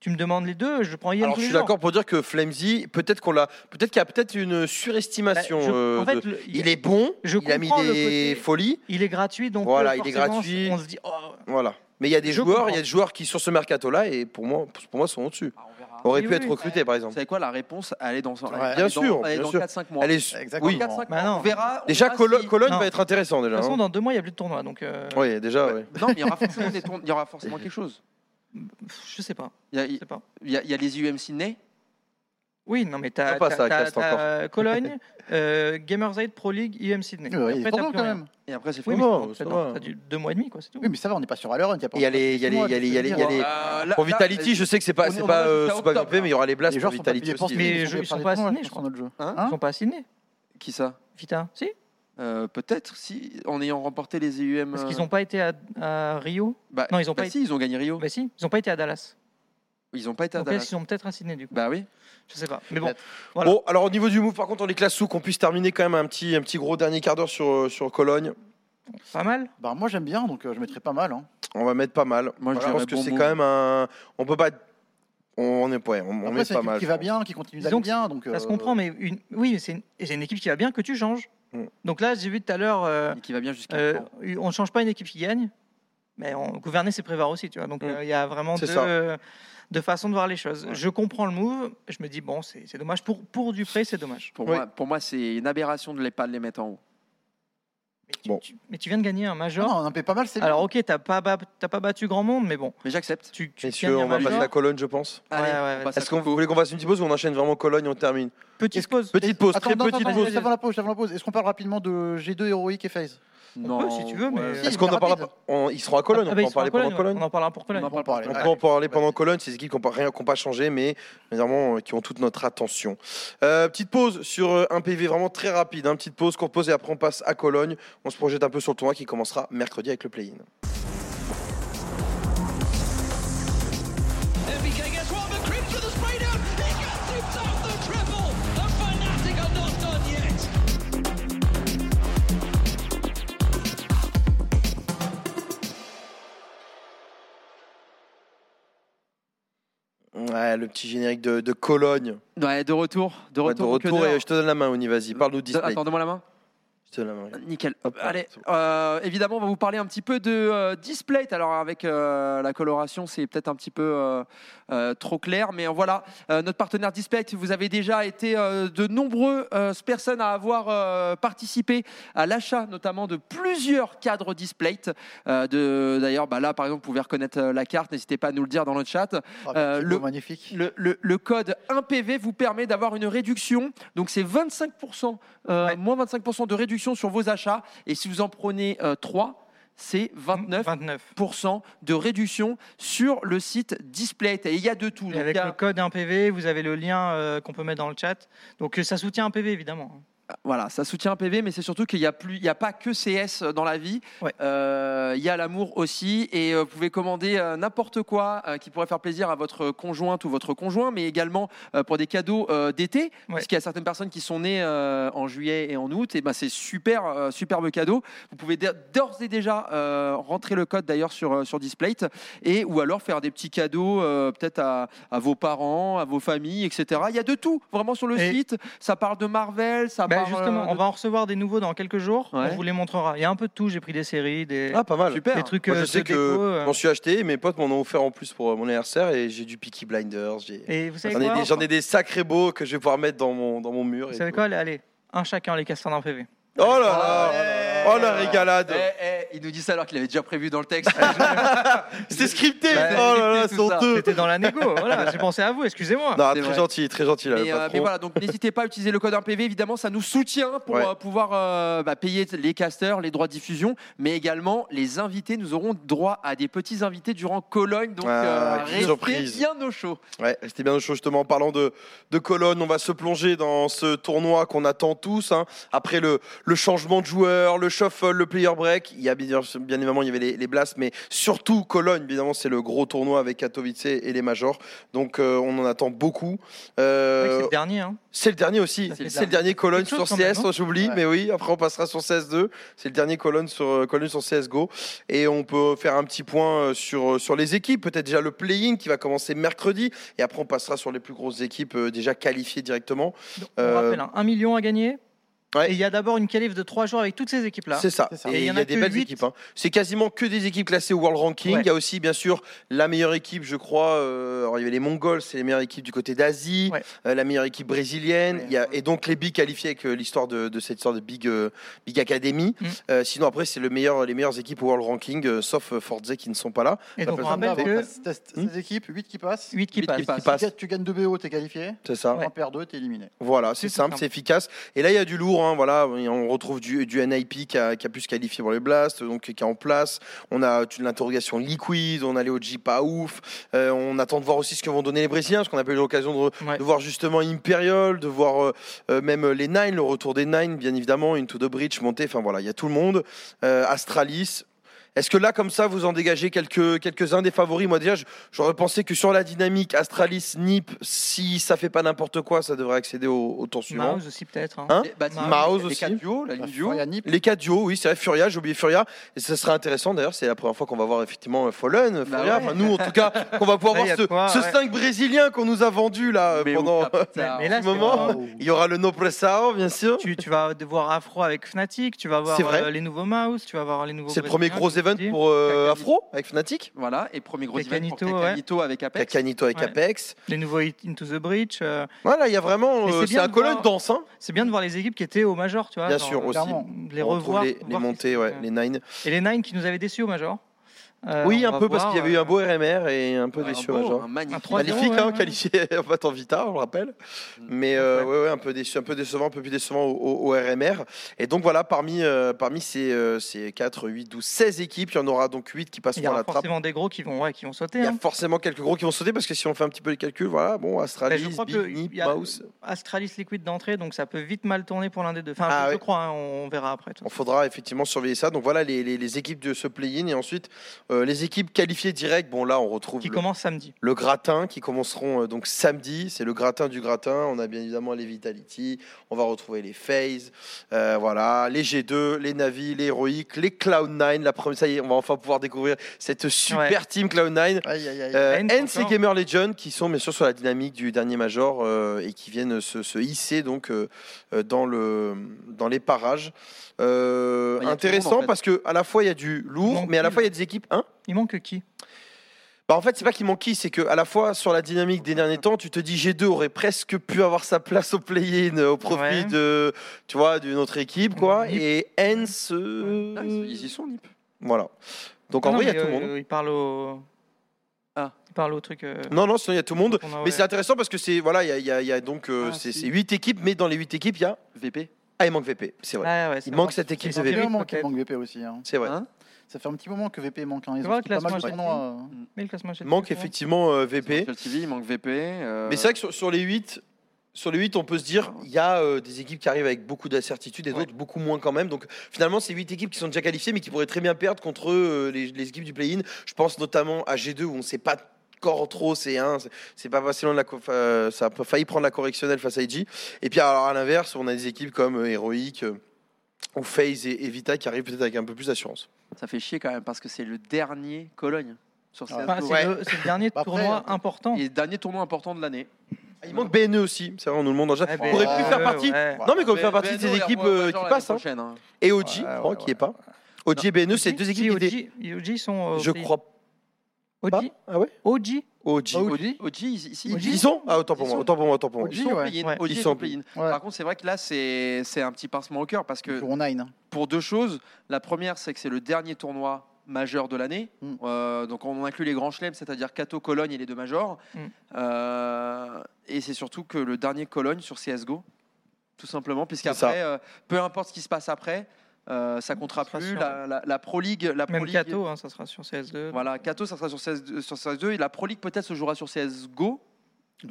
[SPEAKER 4] Tu me demandes les deux, je prends IM.
[SPEAKER 1] Alors,
[SPEAKER 4] tous
[SPEAKER 1] je
[SPEAKER 4] les
[SPEAKER 1] suis
[SPEAKER 4] jours.
[SPEAKER 1] d'accord pour dire que Flamesy, peut-être qu'on l'a. Peut-être qu'il y a peut-être une
[SPEAKER 4] Bah,
[SPEAKER 1] surestimation.
[SPEAKER 4] je-
[SPEAKER 1] euh,
[SPEAKER 4] en fait,
[SPEAKER 1] de-
[SPEAKER 4] le-
[SPEAKER 1] Il est bon,
[SPEAKER 4] je
[SPEAKER 1] il a mis
[SPEAKER 4] comprends le
[SPEAKER 1] des
[SPEAKER 4] côté-
[SPEAKER 1] folies.
[SPEAKER 4] il est gratuit, donc
[SPEAKER 1] Voilà,
[SPEAKER 4] euh,
[SPEAKER 1] il est
[SPEAKER 4] forcément,
[SPEAKER 1] gratuit.
[SPEAKER 4] On se dit, oh,
[SPEAKER 1] Voilà. Mais il y a des
[SPEAKER 4] Je
[SPEAKER 1] joueurs,
[SPEAKER 4] comprends.
[SPEAKER 1] il y a des joueurs qui sur ce mercato là et pour moi pour moi sont au-dessus.
[SPEAKER 3] Ah, on verra.
[SPEAKER 1] Auraient
[SPEAKER 4] Oui,
[SPEAKER 1] pu
[SPEAKER 4] oui,
[SPEAKER 1] être
[SPEAKER 4] oui.
[SPEAKER 1] recrutés par
[SPEAKER 3] Vous
[SPEAKER 1] exemple.
[SPEAKER 3] savez quoi, la réponse, elle est dans, elle est
[SPEAKER 1] Oh. bien
[SPEAKER 3] dans-
[SPEAKER 1] sûr,
[SPEAKER 3] elle est
[SPEAKER 1] bien
[SPEAKER 3] dans
[SPEAKER 1] sûr.
[SPEAKER 3] 4-5 mois.
[SPEAKER 1] Elle est-
[SPEAKER 2] Exactement.
[SPEAKER 1] oui.
[SPEAKER 3] 4-5
[SPEAKER 4] Bah
[SPEAKER 3] mois.
[SPEAKER 4] non.
[SPEAKER 3] On verra. on
[SPEAKER 1] Déjà
[SPEAKER 3] verra
[SPEAKER 1] Colo-
[SPEAKER 3] Ah, si-
[SPEAKER 1] Cologne
[SPEAKER 4] Non.
[SPEAKER 1] va être intéressant
[SPEAKER 4] de
[SPEAKER 1] déjà.
[SPEAKER 4] toute façon,
[SPEAKER 1] hein.
[SPEAKER 4] dans deux mois, il n'y a plus de tournoi, donc euh,
[SPEAKER 1] Oui, déjà Ah ouais.
[SPEAKER 3] Non, mais il y aura forcément des tournes- il y aura forcément quelque chose.
[SPEAKER 4] pff, je sais pas.
[SPEAKER 3] Il y a,
[SPEAKER 4] Je sais pas.
[SPEAKER 3] il y a- il y a les UM Sydney.
[SPEAKER 4] Oui, non, mais
[SPEAKER 1] Ah,
[SPEAKER 4] t'as
[SPEAKER 1] pas
[SPEAKER 4] t'as-
[SPEAKER 1] ça,
[SPEAKER 4] t'as-
[SPEAKER 1] Cast,
[SPEAKER 4] t'as,
[SPEAKER 1] encore.
[SPEAKER 4] euh, Cologne, euh, Gamerside Pro League, IM Sydney.
[SPEAKER 2] Oui, oui,
[SPEAKER 4] Et
[SPEAKER 2] il est
[SPEAKER 4] après, t'as
[SPEAKER 2] content,
[SPEAKER 4] plus
[SPEAKER 2] quand
[SPEAKER 4] rien.
[SPEAKER 2] même.
[SPEAKER 3] Et après, c'est
[SPEAKER 4] Oui, mais
[SPEAKER 1] Ça va,
[SPEAKER 4] bon,
[SPEAKER 1] ça
[SPEAKER 4] ça
[SPEAKER 1] va. bah,
[SPEAKER 4] dure- ça dure deux mois et demi, quoi, c'est tout.
[SPEAKER 2] Oui, mais ça va, on n'est pas sur Valorant. Il y a pas
[SPEAKER 1] Il y a les il y a les il y a les il y a les- il y a les-
[SPEAKER 3] Euh, là-
[SPEAKER 1] pour
[SPEAKER 3] là-
[SPEAKER 1] Vitality, je sais que c'est pas
[SPEAKER 3] on-
[SPEAKER 1] c'est
[SPEAKER 3] on
[SPEAKER 1] pas
[SPEAKER 3] en a
[SPEAKER 1] euh,
[SPEAKER 3] jusqu'à
[SPEAKER 1] c'est pas
[SPEAKER 3] octobre,
[SPEAKER 1] groupé, mais il y aura les blasts
[SPEAKER 2] les
[SPEAKER 1] pour
[SPEAKER 2] joueurs sont pas
[SPEAKER 1] Vitality
[SPEAKER 2] payés pour
[SPEAKER 1] aussi.
[SPEAKER 2] ce
[SPEAKER 4] mais
[SPEAKER 2] qu'ils
[SPEAKER 4] je-
[SPEAKER 2] sont
[SPEAKER 4] ils sont
[SPEAKER 2] payés
[SPEAKER 4] pas
[SPEAKER 2] pour,
[SPEAKER 4] assignés,
[SPEAKER 2] je
[SPEAKER 4] je
[SPEAKER 2] pense, dans notre jeu.
[SPEAKER 1] hein.
[SPEAKER 4] Ils sont pas assignés,
[SPEAKER 3] Qui ça
[SPEAKER 4] Vita, si
[SPEAKER 3] Euh, Peut-être si en ayant remporté les EUM.
[SPEAKER 4] Parce
[SPEAKER 3] euh,
[SPEAKER 4] qu'ils n'ont pas été à, à Rio.
[SPEAKER 3] bah,
[SPEAKER 4] non, ils ont
[SPEAKER 3] bah
[SPEAKER 4] pas
[SPEAKER 3] si, ils ont gagné Rio.
[SPEAKER 4] Bah si, ils n'ont pas été à Dallas.
[SPEAKER 3] Ils ont pas été à
[SPEAKER 4] Donc là, ils
[SPEAKER 3] Dallas.
[SPEAKER 4] sont peut-être à Sydney, du coup.
[SPEAKER 3] Bah oui.
[SPEAKER 4] Je sais pas. Mais bon, Voilà.
[SPEAKER 1] Bon, alors au niveau du move par contre, on les classe sous qu'on puisse terminer quand même un petit un petit gros dernier quart d'heure sur euh, sur Cologne.
[SPEAKER 4] pas mal.
[SPEAKER 2] Bah, moi, j'aime bien, donc euh, je mettrais pas mal. hein.
[SPEAKER 1] On va mettre pas mal.
[SPEAKER 3] Moi, je
[SPEAKER 1] Voilà, pense
[SPEAKER 3] dirais
[SPEAKER 1] que
[SPEAKER 3] bon
[SPEAKER 1] c'est
[SPEAKER 3] move.
[SPEAKER 1] quand même un on peut pas on est ouais, on, on
[SPEAKER 2] Après,
[SPEAKER 1] met
[SPEAKER 2] c'est
[SPEAKER 1] pas
[SPEAKER 2] une équipe
[SPEAKER 1] mal.
[SPEAKER 2] qui
[SPEAKER 1] je
[SPEAKER 2] va
[SPEAKER 1] pense.
[SPEAKER 2] bien, qui continue d'aller
[SPEAKER 4] Disons que
[SPEAKER 2] bien. Donc,
[SPEAKER 4] Ça se
[SPEAKER 2] euh,
[SPEAKER 4] comprend, mais une... oui, mais c'est une... et c'est une équipe qui va bien que tu changes.
[SPEAKER 1] Mm.
[SPEAKER 4] Donc là, j'ai vu tout à l'heure, euh,
[SPEAKER 3] Et qui va bien jusqu'à.
[SPEAKER 4] euh,
[SPEAKER 3] quand
[SPEAKER 4] on ne change pas une équipe qui gagne, mais on... gouverner, c'est prévoir aussi, tu vois. Donc
[SPEAKER 1] Mm.
[SPEAKER 4] euh, il y a vraiment
[SPEAKER 1] C'est
[SPEAKER 4] deux,
[SPEAKER 1] ça.
[SPEAKER 4] euh, deux façons de voir les choses.
[SPEAKER 1] Ouais.
[SPEAKER 4] Je comprends le move, je me dis, bon, c'est c'est dommage. Pour, pour Dupré, c'est dommage.
[SPEAKER 3] Pour
[SPEAKER 1] Oui.
[SPEAKER 3] moi, pour moi, c'est une aberration de les pas de les mettre en haut.
[SPEAKER 4] Mais tu,
[SPEAKER 1] Bon.
[SPEAKER 4] tu- mais tu viens de gagner un
[SPEAKER 2] non,
[SPEAKER 4] major.
[SPEAKER 2] Ah non, on en paye pas mal, c'est bien.
[SPEAKER 4] Alors ok, t'as pas, ba- t'as pas battu grand monde, mais bon,
[SPEAKER 3] Mais j'accepte.
[SPEAKER 4] tu, tu
[SPEAKER 1] Messieurs,
[SPEAKER 4] gagnes
[SPEAKER 1] on
[SPEAKER 4] un
[SPEAKER 1] va
[SPEAKER 4] major.
[SPEAKER 1] passer à Cologne, je pense.
[SPEAKER 4] Ouais,
[SPEAKER 3] Allez,
[SPEAKER 4] ouais,
[SPEAKER 3] on
[SPEAKER 4] ouais.
[SPEAKER 3] passe à
[SPEAKER 1] Est-ce qu'on vous
[SPEAKER 3] Coco.
[SPEAKER 1] voulez qu'on fasse une petite pause ou on enchaîne vraiment Cologne on termine
[SPEAKER 4] Petite pause.
[SPEAKER 1] Petite pause,
[SPEAKER 2] Attends,
[SPEAKER 1] très
[SPEAKER 2] non,
[SPEAKER 1] petite
[SPEAKER 2] attends,
[SPEAKER 1] pause.
[SPEAKER 2] juste avant la pause, juste avant la pause. Est-ce qu'on parle rapidement de G2 Heroic et FaZe
[SPEAKER 4] peut, si tu veux, mais-
[SPEAKER 3] ouais.
[SPEAKER 1] Est-ce qu'on en parle
[SPEAKER 2] rapide.
[SPEAKER 1] on- Ils seront à Cologne,
[SPEAKER 4] Ah,
[SPEAKER 1] on
[SPEAKER 4] bah,
[SPEAKER 1] peut
[SPEAKER 4] ils
[SPEAKER 1] en
[SPEAKER 4] sont
[SPEAKER 1] parler
[SPEAKER 4] à
[SPEAKER 1] pendant
[SPEAKER 4] Cologne, ouais.
[SPEAKER 1] Cologne.
[SPEAKER 4] On en parlera pour Cologne.
[SPEAKER 2] On en parle
[SPEAKER 1] On peut
[SPEAKER 2] Ouais.
[SPEAKER 1] en parler pendant Cologne, c'est des équipes qui n'ont pas, rien- qui ont pas changé, mais évidemment euh, qui ont toute notre attention. Euh, petite pause sur euh, un PV vraiment très rapide, hein, petite pause, courte pause et après on passe à Cologne. On se projette un peu sur le tournoi qui commencera mercredi avec le play-in.
[SPEAKER 7] MBK gets one, but Cribbs with a spray down. He gets tipped off the triple. And Fnatic are not done yet.
[SPEAKER 1] Ouais, le petit générique de, de Cologne.
[SPEAKER 3] Ouais, de retour. De
[SPEAKER 1] Ouais, de
[SPEAKER 3] retour. au
[SPEAKER 1] retour,
[SPEAKER 3] Queneur.
[SPEAKER 1] et je te donne la main, Oni, vas-y, parle-nous de Display.
[SPEAKER 3] Attends, donne-moi la main.
[SPEAKER 1] Je te la main.
[SPEAKER 3] Nickel.
[SPEAKER 1] Hop,
[SPEAKER 3] Allez,
[SPEAKER 1] c'est
[SPEAKER 3] euh, évidemment, on va vous parler un petit peu de euh, Displate. Alors, avec euh, la coloration, c'est peut-être un petit peu euh, euh, trop clair, mais euh, voilà. Euh, notre partenaire Displate, vous avez déjà été euh, de nombreuses personnes à avoir euh, participé à l'achat, notamment de plusieurs cadres Displate. Euh, de- D'ailleurs, bah, là, par exemple, vous pouvez reconnaître euh, la carte. N'hésitez pas à nous le dire dans le chat.
[SPEAKER 2] Ah,
[SPEAKER 3] Euh,
[SPEAKER 2] petit
[SPEAKER 3] le-
[SPEAKER 2] mot magnifique.
[SPEAKER 3] Le, le- le code 1PV vous permet d'avoir une réduction. Donc c'est 25%, euh,
[SPEAKER 4] Ouais.
[SPEAKER 3] moins 25% de réduction sur vos achats. Et si vous en prenez 3, c'est 29%.
[SPEAKER 4] 29.
[SPEAKER 3] de réduction sur le site Display. Et il y a de tout.
[SPEAKER 4] Et
[SPEAKER 3] Donc,
[SPEAKER 4] avec
[SPEAKER 3] il y a-
[SPEAKER 4] le code 1PV, vous avez le lien euh, qu'on peut mettre dans le chat. Donc euh, ça soutient 1PV évidemment.
[SPEAKER 3] Voilà, ça soutient un PV, mais c'est surtout qu'il n'y a plus, il y a pas que CS dans la vie.
[SPEAKER 4] Ouais.
[SPEAKER 3] Euh, il y a l'amour aussi, et euh, vous pouvez commander euh, n'importe quoi euh, qui pourrait faire plaisir à votre conjointe ou votre conjoint, mais également euh, pour des cadeaux euh, d'été, parce qu'il y a certaines personnes qui sont nées euh, en juillet et en août, et ben c'est super, euh, superbe cadeau. Vous pouvez d'a- d'ores et déjà euh, rentrer le code d'ailleurs sur euh, sur Displate, et ou alors faire des petits cadeaux euh, peut-être à, à vos parents, à vos familles, etc. Il y a de tout vraiment sur le
[SPEAKER 4] Et-
[SPEAKER 3] site. Ça parle de Marvel, ça
[SPEAKER 4] Bah,
[SPEAKER 3] parle.
[SPEAKER 4] justement,
[SPEAKER 3] euh, de-
[SPEAKER 4] on va en recevoir des nouveaux dans quelques jours.
[SPEAKER 3] Ouais.
[SPEAKER 4] On vous les montrera. Il y a un peu de tout. J'ai pris des séries, des,
[SPEAKER 1] Ah, pas mal.
[SPEAKER 3] Super.
[SPEAKER 4] des trucs
[SPEAKER 1] Moi,
[SPEAKER 4] euh,
[SPEAKER 1] je
[SPEAKER 4] de
[SPEAKER 1] sais que
[SPEAKER 4] déco, euh.
[SPEAKER 1] je m'en suis acheté, mes potes m'en ont offert en plus pour euh, mon anniversaire et j'ai du Peaky Blinders. j'ai-
[SPEAKER 4] Et vous savez
[SPEAKER 1] J'en ai,
[SPEAKER 4] quoi
[SPEAKER 1] des- j'en ai des sacrés beaux que je vais pouvoir mettre dans mon, dans mon mur.
[SPEAKER 4] Vous
[SPEAKER 1] et
[SPEAKER 4] savez
[SPEAKER 1] tout.
[SPEAKER 4] quoi Allez, un chacun les castors d'un PV.
[SPEAKER 1] Oh là là Oh la régalade
[SPEAKER 3] Eh, eh, il nous dit ça alors qu'il avait déjà prévu dans le texte. euh,
[SPEAKER 1] C'était scripté Oh
[SPEAKER 3] Bah,
[SPEAKER 1] là là,
[SPEAKER 3] scripté, tout
[SPEAKER 1] sont
[SPEAKER 3] ça.
[SPEAKER 1] deux
[SPEAKER 4] C'était dans la négo. voilà, j'ai pensé à vous. Excusez-moi.
[SPEAKER 1] Non,
[SPEAKER 3] C'est
[SPEAKER 1] très
[SPEAKER 3] vrai.
[SPEAKER 1] gentil, très gentil là,
[SPEAKER 3] mais,
[SPEAKER 1] le
[SPEAKER 3] euh,
[SPEAKER 1] patron.
[SPEAKER 3] mais voilà, donc n'hésitez pas à utiliser le code 1PV, évidemment, ça nous soutient pour
[SPEAKER 1] Ouais.
[SPEAKER 3] euh, pouvoir euh, bah, payer les casters, les droits de diffusion, mais également les invités, nous aurons droit à des petits invités durant Cologne, donc
[SPEAKER 1] Ah,
[SPEAKER 3] euh,
[SPEAKER 1] quelle
[SPEAKER 3] restez
[SPEAKER 1] surprise.
[SPEAKER 3] bien au chaud.
[SPEAKER 1] Ouais, c'était bien chaud justement en parlant de, de colonne. On va se plonger dans ce tournoi qu'on attend tous. hein. Après le, le changement de joueur, le shuffle, le player break, il y a bien, bien évidemment il y avait les, les blasts, mais surtout Cologne, évidemment c'est le gros tournoi avec Katowice et les majors. Donc euh, on en attend beaucoup.
[SPEAKER 4] C'est vrai que
[SPEAKER 1] Euh,
[SPEAKER 4] c'est le dernier. hein.
[SPEAKER 1] c'est le dernier aussi.
[SPEAKER 4] Ça
[SPEAKER 1] C'est
[SPEAKER 4] fait
[SPEAKER 1] le,
[SPEAKER 4] bizarre.
[SPEAKER 1] dernier colonne
[SPEAKER 4] Quelque
[SPEAKER 1] sur
[SPEAKER 4] chose quand même,
[SPEAKER 1] CS,
[SPEAKER 4] non
[SPEAKER 1] j'oublie,
[SPEAKER 2] Ouais.
[SPEAKER 1] mais oui, après on passera sur CS2. C'est le dernier colonne sur, euh, colonne sur CSGO. Et on peut faire un petit point euh, sur, euh, sur les équipes. Peut-être déjà le play-in qui va commencer mercredi. Et après on passera sur les plus grosses équipes euh, déjà qualifiées directement.
[SPEAKER 4] Donc,
[SPEAKER 1] Euh,
[SPEAKER 4] On rappelle, hein, 1 million à gagner.
[SPEAKER 1] Ouais.
[SPEAKER 4] Et il y a d'abord une qualif de 3 jours avec toutes ces équipes-là.
[SPEAKER 1] C'est ça.
[SPEAKER 2] C'est ça.
[SPEAKER 1] Et
[SPEAKER 4] Et
[SPEAKER 1] il
[SPEAKER 4] il
[SPEAKER 1] y,
[SPEAKER 4] y en
[SPEAKER 1] a
[SPEAKER 4] a
[SPEAKER 1] des
[SPEAKER 4] que
[SPEAKER 1] belles
[SPEAKER 4] huit.
[SPEAKER 1] équipes. hein. C'est quasiment que des équipes classées au World Ranking.
[SPEAKER 4] Ouais.
[SPEAKER 1] Il y a aussi, bien sûr, la meilleure équipe, je crois. euh, alors, il y avait les Mongols, c'est les meilleures équipes du côté d'Asie.
[SPEAKER 4] Ouais.
[SPEAKER 1] euh, la meilleure équipe brésilienne.
[SPEAKER 2] Ouais.
[SPEAKER 1] Il y a, et donc, les Big qualifiés avec euh, l'histoire de, de cette sorte de Big, euh, big Academy.
[SPEAKER 4] Mm.
[SPEAKER 1] Euh, sinon, après, c'est le meilleur, les meilleures équipes au World Ranking, euh, sauf euh, Forze qui ne sont pas là.
[SPEAKER 4] Et
[SPEAKER 1] Ça
[SPEAKER 4] donc
[SPEAKER 1] fait
[SPEAKER 4] on
[SPEAKER 1] ça,
[SPEAKER 4] rappelle
[SPEAKER 2] Avant,
[SPEAKER 4] que
[SPEAKER 2] passe- teste
[SPEAKER 1] Hmm
[SPEAKER 2] 16 équipes, 8 qui passent.
[SPEAKER 4] 8 qui
[SPEAKER 3] Huit qui
[SPEAKER 4] passent.
[SPEAKER 3] passent.
[SPEAKER 1] Qui passent.
[SPEAKER 2] Si Tu gagnes 2 BO, t'es qualifié.
[SPEAKER 1] C'est ça.
[SPEAKER 4] Ouais.
[SPEAKER 2] En perds 2, t'es éliminé.
[SPEAKER 1] Voilà, c'est
[SPEAKER 4] tout
[SPEAKER 1] simple,
[SPEAKER 4] simple.
[SPEAKER 1] c'est efficace. Et là, il y a du lourd. hein, voilà, on retrouve du, du NIP qui a, qui a pu se qualifier pour les Blasts, donc qui est en place. On a tu- l'interrogation Liquid, on a les OG pas ouf. Euh, on attend de voir aussi ce que vont donner les Brésiliens, parce qu'on n'a pas eu l'occasion de, re-
[SPEAKER 4] Ouais.
[SPEAKER 1] de voir justement Imperial, de voir euh, euh, même les Nine, le retour des Nine, bien évidemment, Into the Bridge, Montée. Enfin voilà, il y a tout le monde. Euh, Astralis. Est-ce que là, comme ça, vous en dégagez quelques, quelques-uns des favoris Moi, déjà, je- j'aurais pensé que sur la dynamique, Astralis, Nip, si ça fait pas n'importe quoi, ça devrait accéder au, au tour suivant.
[SPEAKER 4] Mouse aussi peut-être. hein.
[SPEAKER 1] Hein
[SPEAKER 3] Et, bah, sinon,
[SPEAKER 1] Maos
[SPEAKER 3] les
[SPEAKER 1] aussi. Ah,
[SPEAKER 3] quatre duos, la
[SPEAKER 2] Bah,
[SPEAKER 3] ligne duo.
[SPEAKER 2] Il y a Nip.
[SPEAKER 1] Les quatre duos, oui, c'est vrai, Furia, j'ai oublié Furia. Et ça sera intéressant d'ailleurs, c'est la première fois qu'on va voir effectivement euh, Fallen,
[SPEAKER 3] Bah
[SPEAKER 1] Furia,
[SPEAKER 3] ouais.
[SPEAKER 1] enfin nous en tout cas, qu'on va pouvoir
[SPEAKER 4] Là,
[SPEAKER 1] voir
[SPEAKER 4] y a
[SPEAKER 1] ce,
[SPEAKER 4] de quoi,
[SPEAKER 1] ce
[SPEAKER 4] ouais.
[SPEAKER 1] sting brésilien qu'on nous a vendu là euh,
[SPEAKER 3] Mais
[SPEAKER 1] pendant.
[SPEAKER 3] où, ah, putain.
[SPEAKER 4] Mais là,
[SPEAKER 1] un
[SPEAKER 4] c'est
[SPEAKER 1] moment.
[SPEAKER 4] vraiment-
[SPEAKER 1] Il y aura le No Pressao, bien sûr.
[SPEAKER 4] tu, tu vas voir Afro avec Fnatic, tu vas voir
[SPEAKER 1] C'est vrai.
[SPEAKER 4] euh, les nouveaux Mouse, tu vas voir les nouveaux.
[SPEAKER 1] C'est le premier
[SPEAKER 4] Brésiliens,
[SPEAKER 1] gros
[SPEAKER 4] comme tu
[SPEAKER 1] event
[SPEAKER 4] dis.
[SPEAKER 1] pour euh,
[SPEAKER 3] Kakanito.
[SPEAKER 1] Afro avec Fnatic.
[SPEAKER 3] Voilà, et premier gros event pour
[SPEAKER 4] Cacanito, ouais.
[SPEAKER 3] Cacanito avec Apex.
[SPEAKER 1] Kakanito avec
[SPEAKER 4] Ouais.
[SPEAKER 1] Apex.
[SPEAKER 4] Les nouveaux Hit- Into the Breach. euh,
[SPEAKER 1] Voilà, il y a vraiment.
[SPEAKER 4] Mais
[SPEAKER 1] euh,
[SPEAKER 4] c'est
[SPEAKER 1] c'est
[SPEAKER 4] bien
[SPEAKER 1] un
[SPEAKER 4] de
[SPEAKER 1] colonne
[SPEAKER 4] voir-
[SPEAKER 1] danse, hein.
[SPEAKER 4] C'est bien de voir les équipes qui étaient au Major, tu vois.
[SPEAKER 1] bien
[SPEAKER 4] genre,
[SPEAKER 1] sûr,
[SPEAKER 4] euh,
[SPEAKER 1] aussi.
[SPEAKER 2] clairement.
[SPEAKER 4] Les
[SPEAKER 1] On retrouve
[SPEAKER 4] revoir.
[SPEAKER 1] les, les
[SPEAKER 4] voir
[SPEAKER 1] montées,
[SPEAKER 4] ce-
[SPEAKER 1] ouais, les nines.
[SPEAKER 4] Et les Nine qui nous avaient déçus au Major. Euh,
[SPEAKER 1] oui,
[SPEAKER 4] on
[SPEAKER 1] un
[SPEAKER 4] va
[SPEAKER 1] peu, parce
[SPEAKER 4] voir,
[SPEAKER 1] qu'il y avait eu
[SPEAKER 4] euh,
[SPEAKER 1] un beau RMR et un peu
[SPEAKER 3] Un
[SPEAKER 1] déçu,
[SPEAKER 3] beau,
[SPEAKER 1] major.
[SPEAKER 3] Ah, un magnifique.
[SPEAKER 4] trois- 3-0,
[SPEAKER 1] Magnifique,
[SPEAKER 4] ouais,
[SPEAKER 1] hein,
[SPEAKER 4] ouais.
[SPEAKER 1] qualifié en fait en Vita, hein, on le rappelle.
[SPEAKER 4] Mm.
[SPEAKER 1] Mais euh, ouais, ouais, un, peu déçu, un peu décevant, un peu plus décevant au, au- au RMR. Et donc voilà, parmi, euh, parmi ces, euh, ces 4, 8, 12, 16 équipes, il y en aura donc 8 qui
[SPEAKER 4] Il
[SPEAKER 1] passeront
[SPEAKER 4] y
[SPEAKER 1] à la
[SPEAKER 4] aura
[SPEAKER 1] trappe.
[SPEAKER 4] forcément des gros qui vont, ouais, qui vont sauter.
[SPEAKER 1] Il y a
[SPEAKER 4] hein.
[SPEAKER 1] forcément quelques gros qui vont sauter parce que si on fait un petit peu les calculs, voilà, bon, Astralis,
[SPEAKER 4] Mais Ben, je crois
[SPEAKER 1] Big,
[SPEAKER 4] que
[SPEAKER 1] Nip,
[SPEAKER 4] il y a-
[SPEAKER 1] Mouse,
[SPEAKER 4] Astralis Liquid d'entrée, donc ça peut vite mal tourner pour l'un des deux. Enfin,
[SPEAKER 1] Ah
[SPEAKER 4] je, je
[SPEAKER 1] ouais.
[SPEAKER 4] crois, hein, on, on verra après. tout.
[SPEAKER 1] on faudra effectivement surveiller ça. Donc voilà les, les- les équipes de ce play-in. Et ensuite, Euh, les équipes qualifiées directes, bon là on retrouve
[SPEAKER 4] qui
[SPEAKER 1] le,
[SPEAKER 4] commence samedi.
[SPEAKER 1] le gratin qui commenceront euh, donc samedi. C'est le gratin du gratin. On a bien évidemment les Vitality, on va retrouver les FaZe, euh, voilà, les G2, les Navi, les Heroic, les Cloud9. La première, ça y est, on va enfin pouvoir découvrir cette super team Cloud9.
[SPEAKER 2] Aïe, aïe, aïe.
[SPEAKER 1] Euh,
[SPEAKER 4] Ends
[SPEAKER 1] NC
[SPEAKER 4] encore.
[SPEAKER 1] Gamer Legends qui sont bien sûr sur la dynamique du dernier major euh, et qui viennent se, se hisser donc euh, euh, dans, le, dans les parages. Euh,
[SPEAKER 3] Bah, il y a tout le monde,
[SPEAKER 1] intéressant
[SPEAKER 3] en fait.
[SPEAKER 1] parce que à la fois il y a du lourd,
[SPEAKER 4] manque
[SPEAKER 1] mais à la
[SPEAKER 4] qui,
[SPEAKER 1] fois il y a des équipes. Hein
[SPEAKER 4] Il manque qui
[SPEAKER 1] bah en fait, c'est pas qu'il manque qui, c'est que à la fois sur la dynamique des derniers temps, tu te dis G2 aurait presque pu avoir sa place au play-in euh, au profit
[SPEAKER 4] Ouais.
[SPEAKER 1] de, tu vois, d'une autre équipe quoi.
[SPEAKER 4] Nip.
[SPEAKER 1] Et Ends, euh,
[SPEAKER 3] Ah, ils ils y sont, Ah Nip.
[SPEAKER 1] voilà. Donc en
[SPEAKER 4] Non,
[SPEAKER 1] vrai, il y a
[SPEAKER 4] mais,
[SPEAKER 1] tout le
[SPEAKER 4] euh,
[SPEAKER 1] monde.
[SPEAKER 4] Il parle au.
[SPEAKER 3] Ah.
[SPEAKER 4] Il parle au truc. euh,
[SPEAKER 1] Non, non, sinon il y a tout le monde.
[SPEAKER 4] qu'on a,
[SPEAKER 1] Mais
[SPEAKER 4] Ah ouais.
[SPEAKER 1] c'est intéressant parce que c'est voilà, il y a- il y, a- il y a donc euh,
[SPEAKER 3] Ah,
[SPEAKER 1] c'est
[SPEAKER 3] si.
[SPEAKER 1] c'est huit équipes, mais dans les huit équipes, il y a
[SPEAKER 3] VP.
[SPEAKER 1] ah il manque VP, c'est vrai.
[SPEAKER 4] Ah, ouais, c'est
[SPEAKER 1] il
[SPEAKER 4] vrai.
[SPEAKER 1] manque cette équipe
[SPEAKER 4] Ils
[SPEAKER 1] de
[SPEAKER 2] Ça
[SPEAKER 4] ont
[SPEAKER 2] fait
[SPEAKER 1] VP,
[SPEAKER 2] un
[SPEAKER 4] viré.
[SPEAKER 2] moment
[SPEAKER 4] peut-être.
[SPEAKER 2] qu'il manque VP aussi. hein.
[SPEAKER 1] c'est vrai.
[SPEAKER 3] Hein
[SPEAKER 2] Ça fait un petit moment que VP manque. hein. Ils
[SPEAKER 4] Tu
[SPEAKER 2] ont
[SPEAKER 4] vois,
[SPEAKER 2] fait pas
[SPEAKER 4] classement
[SPEAKER 2] mal de
[SPEAKER 4] général.
[SPEAKER 2] tournois. euh.
[SPEAKER 4] Mais le classement général,
[SPEAKER 1] il manque
[SPEAKER 4] ouais.
[SPEAKER 1] effectivement euh, VP.
[SPEAKER 3] Sur TV, il manque VP. euh,
[SPEAKER 1] Mais c'est vrai que sur, sur les 8 sur les 8, on peut se dire il y a euh, des équipes qui arrivent avec beaucoup d'incertitudes et d'autres beaucoup moins quand même. Donc finalement, c'est huit équipes qui sont déjà qualifiées mais qui pourraient très bien perdre contre euh, les, les équipes du play-in. Je pense notamment à G2 où on ne sait pas encore trop c'est un c'est- c'est pas passé loin de la co- fa- ça a failli prendre la correctionnelle face à IG et puis alors à l'inverse on a des équipes comme euh, Heroic euh, ou FaZe et, et Vita qui arrivent peut-être avec un peu plus d'assurance
[SPEAKER 3] Ça fait chier quand même parce que c'est le dernier Cologne sur
[SPEAKER 2] Ouais.
[SPEAKER 4] Ah. Enfin,
[SPEAKER 3] CSGO.
[SPEAKER 4] c'est le, c'est le dernier
[SPEAKER 2] Après,
[SPEAKER 4] tournoi
[SPEAKER 2] euh,
[SPEAKER 4] important.
[SPEAKER 3] Et dernier tournoi important de l'année.
[SPEAKER 1] Ah, il manque BNE aussi c'est vrai on nous le demande déjà
[SPEAKER 4] Ouais, E,
[SPEAKER 1] on aurait pu
[SPEAKER 2] BNE,
[SPEAKER 1] faire partie
[SPEAKER 4] ouais.
[SPEAKER 1] non mais qu'on
[SPEAKER 3] Mais
[SPEAKER 1] faire partie de
[SPEAKER 3] BNO,
[SPEAKER 1] ces équipes
[SPEAKER 3] Herbois,
[SPEAKER 1] euh,
[SPEAKER 3] Major,
[SPEAKER 1] qui
[SPEAKER 3] l'année
[SPEAKER 1] passent hein.
[SPEAKER 3] prochaine, hein.
[SPEAKER 1] Et OG,
[SPEAKER 2] Ouais,
[SPEAKER 1] je
[SPEAKER 2] ouais,
[SPEAKER 1] crois,
[SPEAKER 2] ouais,
[SPEAKER 1] qui
[SPEAKER 2] ouais.
[SPEAKER 1] est pas. OG et BNE, c'est
[SPEAKER 4] OG,
[SPEAKER 1] deux
[SPEAKER 4] si,
[SPEAKER 1] équipes qui étaient.
[SPEAKER 4] OG, et OG sont. au
[SPEAKER 1] Je
[SPEAKER 4] pays.
[SPEAKER 1] crois pas.
[SPEAKER 4] OG,
[SPEAKER 1] Ah ouais
[SPEAKER 4] OG.
[SPEAKER 1] OG.
[SPEAKER 3] OG, OG, ils, ils-
[SPEAKER 1] Bah, Ils sont Ah, autant pour
[SPEAKER 3] Ils
[SPEAKER 1] moi,
[SPEAKER 3] sont-
[SPEAKER 1] autant pour moi, autant pour moi.
[SPEAKER 3] ils
[SPEAKER 2] OG,
[SPEAKER 3] sont au
[SPEAKER 2] ouais.
[SPEAKER 3] play-in.
[SPEAKER 4] Ouais.
[SPEAKER 3] OG
[SPEAKER 1] Ils
[SPEAKER 3] est
[SPEAKER 1] sont-
[SPEAKER 3] au play-in.
[SPEAKER 2] Ouais.
[SPEAKER 3] Par contre, c'est vrai que là, c'est c'est un petit pincement au cœur parce que
[SPEAKER 2] Tour euh, nine. hein.
[SPEAKER 3] pour deux choses. La première, c'est que c'est le dernier tournoi majeur de l'année.
[SPEAKER 2] Mm.
[SPEAKER 3] Euh, donc on inclut les grands chelems, c'est-à-dire Cato, Cologne et les deux majors.
[SPEAKER 4] Mm.
[SPEAKER 3] Euh, et c'est surtout que le dernier Cologne sur CSGO, tout simplement,
[SPEAKER 1] ça.
[SPEAKER 3] puisqu'après, euh, peu importe ce qui se passe après, euh, ça comptera
[SPEAKER 4] Mm, sera
[SPEAKER 3] plus.
[SPEAKER 4] sur-
[SPEAKER 3] La, la- la Pro League, la Pro
[SPEAKER 4] Même
[SPEAKER 3] League-
[SPEAKER 4] Kato, hein, ça sera sur CS2.
[SPEAKER 3] Voilà, Cato, ça sera sur CS2, sur CS2 et la Pro League peut-être se jouera sur CSGO.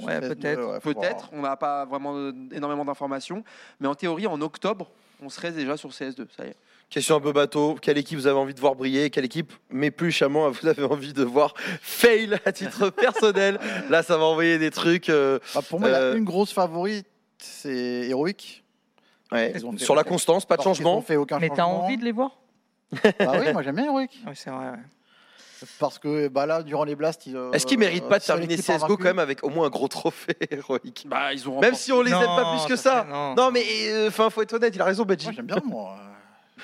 [SPEAKER 4] Ouais, peut-être.
[SPEAKER 3] Peut-être, on n'a pas vraiment euh, énormément d'informations, mais en théorie, en octobre, on serait déjà sur CS2. Ça y est.
[SPEAKER 1] Question un peu bateau. Quelle équipe vous avez envie de voir briller Quelle équipe, mais plus chamant, vous avez envie de voir fail à titre personnel Là, ça va envoyer des trucs. euh,
[SPEAKER 2] Bah, pour moi, il y
[SPEAKER 1] Euh,
[SPEAKER 2] a une grosse favorite, c'est Heroic. Ils ont fait-
[SPEAKER 1] Sur la constance, pas de
[SPEAKER 2] Parce qu'ils ont
[SPEAKER 1] changement.
[SPEAKER 2] fait aucun
[SPEAKER 4] Mais t'as
[SPEAKER 2] changement.
[SPEAKER 4] envie de les voir
[SPEAKER 2] Bah oui, moi j'aime bien Heroic.
[SPEAKER 4] Oui, c'est vrai. ouais.
[SPEAKER 2] Parce que bah là, durant les blasts, ils, euh,
[SPEAKER 1] Est-ce qu'ils méritent pas de
[SPEAKER 2] seule
[SPEAKER 1] terminer
[SPEAKER 2] équipe a
[SPEAKER 1] CSGO quand
[SPEAKER 2] vaincu.
[SPEAKER 1] même avec au moins un gros trophée héroïque
[SPEAKER 3] Bah, ils ont
[SPEAKER 1] Même
[SPEAKER 3] remporté-
[SPEAKER 1] si on les aime pas
[SPEAKER 4] Non,
[SPEAKER 1] plus que ça.
[SPEAKER 4] fait- non.
[SPEAKER 1] Non, mais euh, enfin, faut être honnête, il a raison, Benji.
[SPEAKER 2] Moi j'aime bien, moi.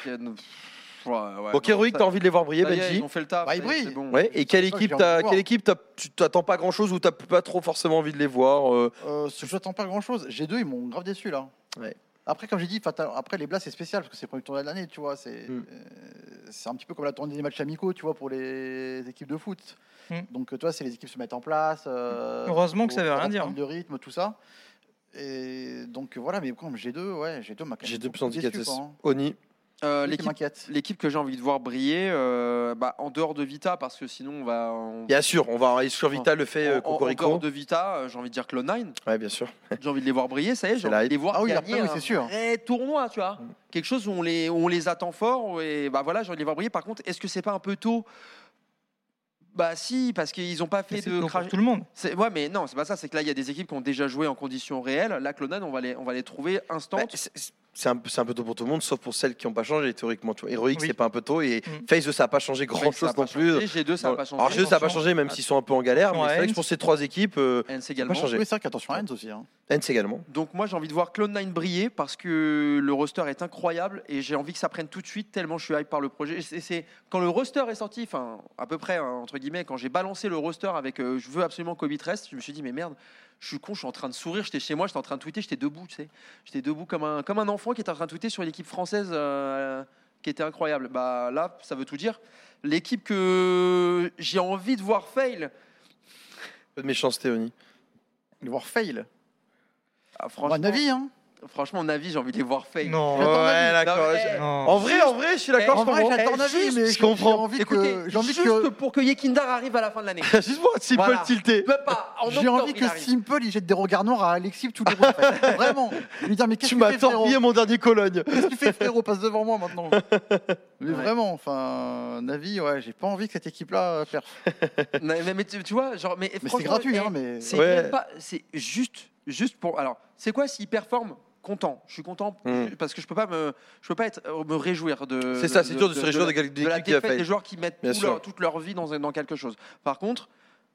[SPEAKER 3] Ouais, non, pff, ouais, ouais,
[SPEAKER 1] Donc,
[SPEAKER 3] non,
[SPEAKER 1] héroïque,
[SPEAKER 3] ça-
[SPEAKER 1] t'as envie de les voir briller,
[SPEAKER 3] ça y est,
[SPEAKER 1] Benji
[SPEAKER 3] Ils ont fait le taf.
[SPEAKER 2] Bah, ils
[SPEAKER 3] ça y est, c'est
[SPEAKER 2] brillent.
[SPEAKER 3] bon.
[SPEAKER 1] Ouais, et quelle
[SPEAKER 2] C'est ça que
[SPEAKER 1] équipe,
[SPEAKER 2] j'ai
[SPEAKER 1] t'as-
[SPEAKER 2] envie de voir.
[SPEAKER 1] quelle équipe t'as- tu t'attends pas grand chose ou t'as pas trop forcément envie de les voir euh,
[SPEAKER 2] Euh, ce- J'attends pas grand chose. G2, ils m'ont grave déçu là.
[SPEAKER 1] Ouais.
[SPEAKER 2] Après, comme j'ai dit, Fatal- après les blasts, c'est spécial parce que c'est le premier tournoi de l'année, tu vois. C'est
[SPEAKER 1] Mm.
[SPEAKER 2] euh, c'est un petit peu comme la tournée des matchs amicaux, tu vois, pour les équipes de foot.
[SPEAKER 4] Mm.
[SPEAKER 2] Donc, euh, toi, c'est les équipes se mettent en place. euh,
[SPEAKER 4] Hmm. Heureusement que ça
[SPEAKER 2] faut-
[SPEAKER 4] veut
[SPEAKER 2] faut
[SPEAKER 4] rien
[SPEAKER 2] prendre
[SPEAKER 4] dire.
[SPEAKER 2] De rythme, tout ça. Et donc, euh, voilà, mais comme G2, ouais, G2 m'a quand même
[SPEAKER 1] J'ai deux
[SPEAKER 2] beaucoup
[SPEAKER 1] plus
[SPEAKER 2] déçu,
[SPEAKER 1] déçu,
[SPEAKER 2] quoi, hein.
[SPEAKER 1] Oni.
[SPEAKER 3] Euh,
[SPEAKER 2] Qui
[SPEAKER 3] l'équipe-
[SPEAKER 2] m'inquiète.
[SPEAKER 3] L'équipe que j'ai envie de voir briller, euh, bah, en dehors de Vita, parce que sinon on va. on-
[SPEAKER 1] Bien sûr, on va aller sur Vita, le fait
[SPEAKER 3] en-
[SPEAKER 1] euh,
[SPEAKER 3] en- en
[SPEAKER 1] Cocorico.
[SPEAKER 3] dehors de Vita, euh, j'ai envie de dire Clone9,
[SPEAKER 1] Ouais, bien sûr.
[SPEAKER 3] j'ai envie de les voir briller, ça y est, j'ai
[SPEAKER 1] C'est la
[SPEAKER 3] envie de les voir
[SPEAKER 2] Ah oui,
[SPEAKER 3] gagner
[SPEAKER 2] après, oui,
[SPEAKER 3] un
[SPEAKER 2] c'est sûr.
[SPEAKER 3] vrai tournoi, tu vois. Quelque chose où on les, où on les attend fort, et bah voilà, j'ai envie de les voir briller. Par contre, est-ce que c'est pas un peu tôt Bah si, parce qu'ils n'ont pas
[SPEAKER 4] Mais
[SPEAKER 3] fait
[SPEAKER 4] c'est
[SPEAKER 3] de
[SPEAKER 4] pour
[SPEAKER 3] crash-
[SPEAKER 4] Tout le monde.
[SPEAKER 3] C'est- Ouais, mais non, c'est pas ça. C'est que là, il y a des équipes qui ont déjà joué en conditions réelles. Là, Clonan, on va les, on va les trouver instant.
[SPEAKER 1] Bah, c'est- c'est un, peu- c'est un peu tôt pour tout le monde, sauf pour celles qui n'ont pas changé théoriquement. Tu vois, Heroic,
[SPEAKER 4] Oui.
[SPEAKER 1] c'est pas un peu tôt et
[SPEAKER 4] Mm.
[SPEAKER 1] FaZe, ça n'a pas changé grand
[SPEAKER 3] Ça a
[SPEAKER 1] chose
[SPEAKER 3] pas
[SPEAKER 1] non plus.
[SPEAKER 3] changé. G2, ça n'a
[SPEAKER 1] Voilà.
[SPEAKER 3] pas changé.
[SPEAKER 1] Alors, G2, ça n'a pas
[SPEAKER 4] Attention.
[SPEAKER 1] changé, même s'ils sont un peu en galère. Mais
[SPEAKER 4] Ouais,
[SPEAKER 1] c'est vrai que
[SPEAKER 4] Hens.
[SPEAKER 1] pour ces trois équipes, euh,
[SPEAKER 3] NC
[SPEAKER 1] ça n'a pas
[SPEAKER 3] également.
[SPEAKER 1] changé.
[SPEAKER 2] Oui, c'est vrai qu'il y a attention à Rennes aussi. hein.
[SPEAKER 1] Hens également.
[SPEAKER 3] Donc moi j'ai envie de voir Clone9 briller parce que le roster est incroyable et j'ai envie que ça prenne tout de suite tellement je suis hype par le projet. C'est c'est- quand le roster est sorti, enfin à peu près hein, entre guillemets, quand j'ai balancé le roster avec euh, je veux absolument Kobe reste, je me suis dit mais merde, je suis con, je suis en train de sourire, j'étais chez moi, j'étais en train de tweeter, j'étais debout, tu sais, j'étais debout comme un comme un enfant qui était en train de tweeter sur l'équipe française euh, qui était incroyable. Bah là ça veut tout dire. L'équipe que j'ai envie de voir fail,
[SPEAKER 1] Un peu de méchanceté, Oni.
[SPEAKER 2] Le voir fail.
[SPEAKER 3] ah, franchement,
[SPEAKER 2] Mon avis, hein.
[SPEAKER 3] Franchement, mon avis, j'ai envie de les voir fail.
[SPEAKER 4] Non.
[SPEAKER 2] J'attends ma vie. Eh,
[SPEAKER 1] Ouais, d'accord.
[SPEAKER 3] Non,
[SPEAKER 1] je-
[SPEAKER 3] mais-
[SPEAKER 4] Non.
[SPEAKER 1] En vrai, en vrai, je suis d'accord,
[SPEAKER 2] En
[SPEAKER 1] je
[SPEAKER 2] vrai,
[SPEAKER 1] comprends.
[SPEAKER 3] Eh,
[SPEAKER 2] j'attends la vie,
[SPEAKER 1] Juste,
[SPEAKER 2] mais
[SPEAKER 1] je
[SPEAKER 2] j'ai- j'ai
[SPEAKER 1] comprends.
[SPEAKER 2] envie
[SPEAKER 3] Écoutez,
[SPEAKER 2] que j'ai envie
[SPEAKER 3] juste
[SPEAKER 2] que
[SPEAKER 3] pour que Yekindar arrive à la fin de l'année.
[SPEAKER 1] Juste pour un petit peu
[SPEAKER 3] Voilà.
[SPEAKER 1] le tilter.
[SPEAKER 3] Il peut pas. En
[SPEAKER 2] j'ai
[SPEAKER 3] octobre,
[SPEAKER 2] envie
[SPEAKER 3] il
[SPEAKER 2] que
[SPEAKER 3] arrive.
[SPEAKER 2] Simple il jette des regards noirs à Alexis tous les jours. en fait. Vraiment. Lui dire mais qu'est-ce
[SPEAKER 1] Tu
[SPEAKER 2] que tu
[SPEAKER 1] m'as
[SPEAKER 2] fais frérot
[SPEAKER 1] torpillé mon dernier Cologne.
[SPEAKER 2] Qu'est-ce que tu fais frérot Passe devant moi maintenant. Mais
[SPEAKER 3] Ouais.
[SPEAKER 2] vraiment, enfin, Navi, ouais, j'ai pas envie que cette équipe-là euh, perde.
[SPEAKER 3] Non, mais, mais tu, tu vois, genre, mais,
[SPEAKER 2] Mais c'est
[SPEAKER 3] franchement,
[SPEAKER 2] gratuit,
[SPEAKER 3] eh,
[SPEAKER 2] hein, mais.
[SPEAKER 3] C'est
[SPEAKER 1] Ouais.
[SPEAKER 3] même pas. C'est juste, juste pour. Alors, c'est quoi s'il performe Content. Je suis content
[SPEAKER 1] Mm.
[SPEAKER 3] parce que je peux pas me, je peux pas être euh, me réjouir de.
[SPEAKER 1] C'est ça, c'est dur de se réjouir
[SPEAKER 3] la-
[SPEAKER 1] de- d'une
[SPEAKER 3] de la
[SPEAKER 1] équipe qui a
[SPEAKER 3] défaite
[SPEAKER 1] failli.
[SPEAKER 3] des joueurs qui mettent
[SPEAKER 1] Bien
[SPEAKER 3] tout leur-
[SPEAKER 1] sûr.
[SPEAKER 3] toute leur vie dans, un- dans quelque chose. Par contre,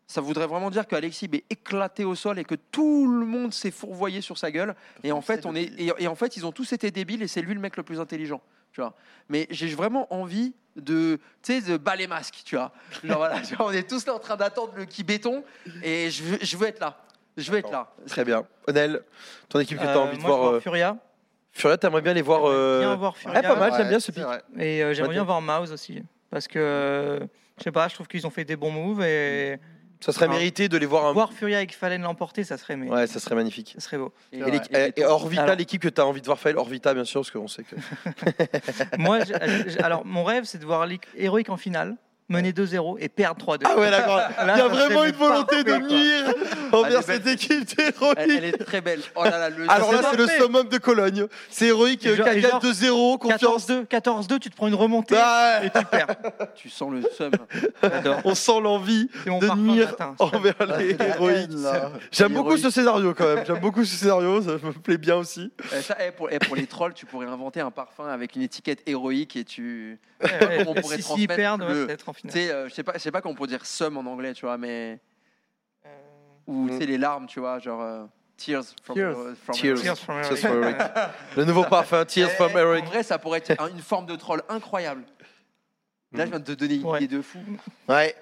[SPEAKER 3] ça voudrait vraiment dire qu'Alexis est éclaté au sol et que tout le monde s'est fourvoyé sur sa gueule. Et en fait, on est, et, et en fait, ils ont tous été débiles et c'est lui le mec le plus intelligent. Tu vois. Mais j'ai vraiment envie de, tu sais, de bas les masques, tu vois. Genre, voilà, tu vois, on est tous là en train d'attendre le qui béton et je veux, je veux être là. Je veux être là.
[SPEAKER 1] Très bien. Onel, ton équipe que t'as
[SPEAKER 4] Euh,
[SPEAKER 1] envie de
[SPEAKER 4] moi, je vais
[SPEAKER 1] voir. euh,
[SPEAKER 4] Furia.
[SPEAKER 1] Furia, t'aimerais bien les voir. euh,
[SPEAKER 4] Bien voir Furia.
[SPEAKER 1] ouais, pas mal,
[SPEAKER 2] Ouais,
[SPEAKER 1] j'aime bien ce
[SPEAKER 2] c'est
[SPEAKER 1] pic.
[SPEAKER 2] vrai.
[SPEAKER 4] Et euh, j'aimerais
[SPEAKER 1] Ouais,
[SPEAKER 4] bien
[SPEAKER 1] t'es-
[SPEAKER 4] voir Mouse aussi. Parce que, euh, je sais pas, je trouve qu'ils ont fait des bons moves. Et
[SPEAKER 1] Ça serait
[SPEAKER 4] Ah.
[SPEAKER 1] mérité de les voir un
[SPEAKER 4] voir Furia avec Falen l'emporter, ça serait, mais,
[SPEAKER 1] Ouais, ça serait magnifique.
[SPEAKER 4] ça serait beau.
[SPEAKER 2] Et
[SPEAKER 1] Et,
[SPEAKER 2] Ouais.
[SPEAKER 1] l'équi- et- et Orvita,
[SPEAKER 4] Alors-
[SPEAKER 1] l'équipe que t'as envie de voir fail, Orvita, bien sûr, parce qu'on sait que.
[SPEAKER 4] Moi, j'ai- j'ai- alors, mon rêve, c'est de voir Lick- Heroic en finale, mener 2-0 et perdre 3-2.
[SPEAKER 1] Ah ouais, d'accord. Il y a
[SPEAKER 4] ça
[SPEAKER 1] vraiment
[SPEAKER 4] serait
[SPEAKER 1] une volonté de
[SPEAKER 4] parfait, quoi.
[SPEAKER 1] nuire
[SPEAKER 3] Elle est
[SPEAKER 1] envers
[SPEAKER 3] belle,
[SPEAKER 1] cette équipe
[SPEAKER 3] Elle, elle
[SPEAKER 1] héroïque.
[SPEAKER 3] est très belle. Oh là là, le
[SPEAKER 1] Alors là,
[SPEAKER 4] c'est
[SPEAKER 1] Ah, c'est le
[SPEAKER 4] parfait.
[SPEAKER 1] summum de Cologne. C'est héroïque,
[SPEAKER 4] Et genre- et
[SPEAKER 1] Kaka
[SPEAKER 4] genre-
[SPEAKER 1] 2-0, confiance.
[SPEAKER 4] 14-2, 14-2, tu te prends une remontée
[SPEAKER 1] Ah,
[SPEAKER 4] et tu perds.
[SPEAKER 3] tu sens le seum.
[SPEAKER 4] J'adore.
[SPEAKER 1] on sent l'envie
[SPEAKER 4] C'est mon
[SPEAKER 1] de
[SPEAKER 4] parfum
[SPEAKER 1] nuire
[SPEAKER 4] matin.
[SPEAKER 1] envers les
[SPEAKER 2] La
[SPEAKER 1] héroïques.
[SPEAKER 2] haine, là.
[SPEAKER 1] J'aime
[SPEAKER 2] Les
[SPEAKER 1] beaucoup
[SPEAKER 2] héroïques.
[SPEAKER 1] ce scénario quand même. J'aime beaucoup ce scénario, ça me plaît bien aussi.
[SPEAKER 3] Eh, ça, eh, pour, eh, pour les trolls, tu pourrais inventer un parfum avec une étiquette héroïque et tu.
[SPEAKER 4] Ouais,
[SPEAKER 3] On pourrait
[SPEAKER 4] si, si,
[SPEAKER 3] transmettre
[SPEAKER 4] perdre,
[SPEAKER 3] le-
[SPEAKER 4] ouais, peut-être en
[SPEAKER 3] Tu
[SPEAKER 4] finale.
[SPEAKER 3] sais, euh, je sais pas, je sais pas comment on peut dire sum en anglais, tu vois, mais.
[SPEAKER 4] Euh,
[SPEAKER 3] Ou tu
[SPEAKER 1] Mm.
[SPEAKER 3] sais, les larmes, tu vois, genre. euh, Tears from,
[SPEAKER 2] Tears.
[SPEAKER 3] from
[SPEAKER 4] Tears from Heroic.
[SPEAKER 1] Tears from Heroic. Le nouveau parfum,
[SPEAKER 3] Eh,
[SPEAKER 1] Tears from
[SPEAKER 3] En
[SPEAKER 1] Eric.
[SPEAKER 3] vrai, ça pourrait être un- une forme de troll incroyable. Là,
[SPEAKER 1] Mm.
[SPEAKER 3] je viens de te donner une
[SPEAKER 4] Ouais.
[SPEAKER 3] idée de fou.
[SPEAKER 1] Ouais,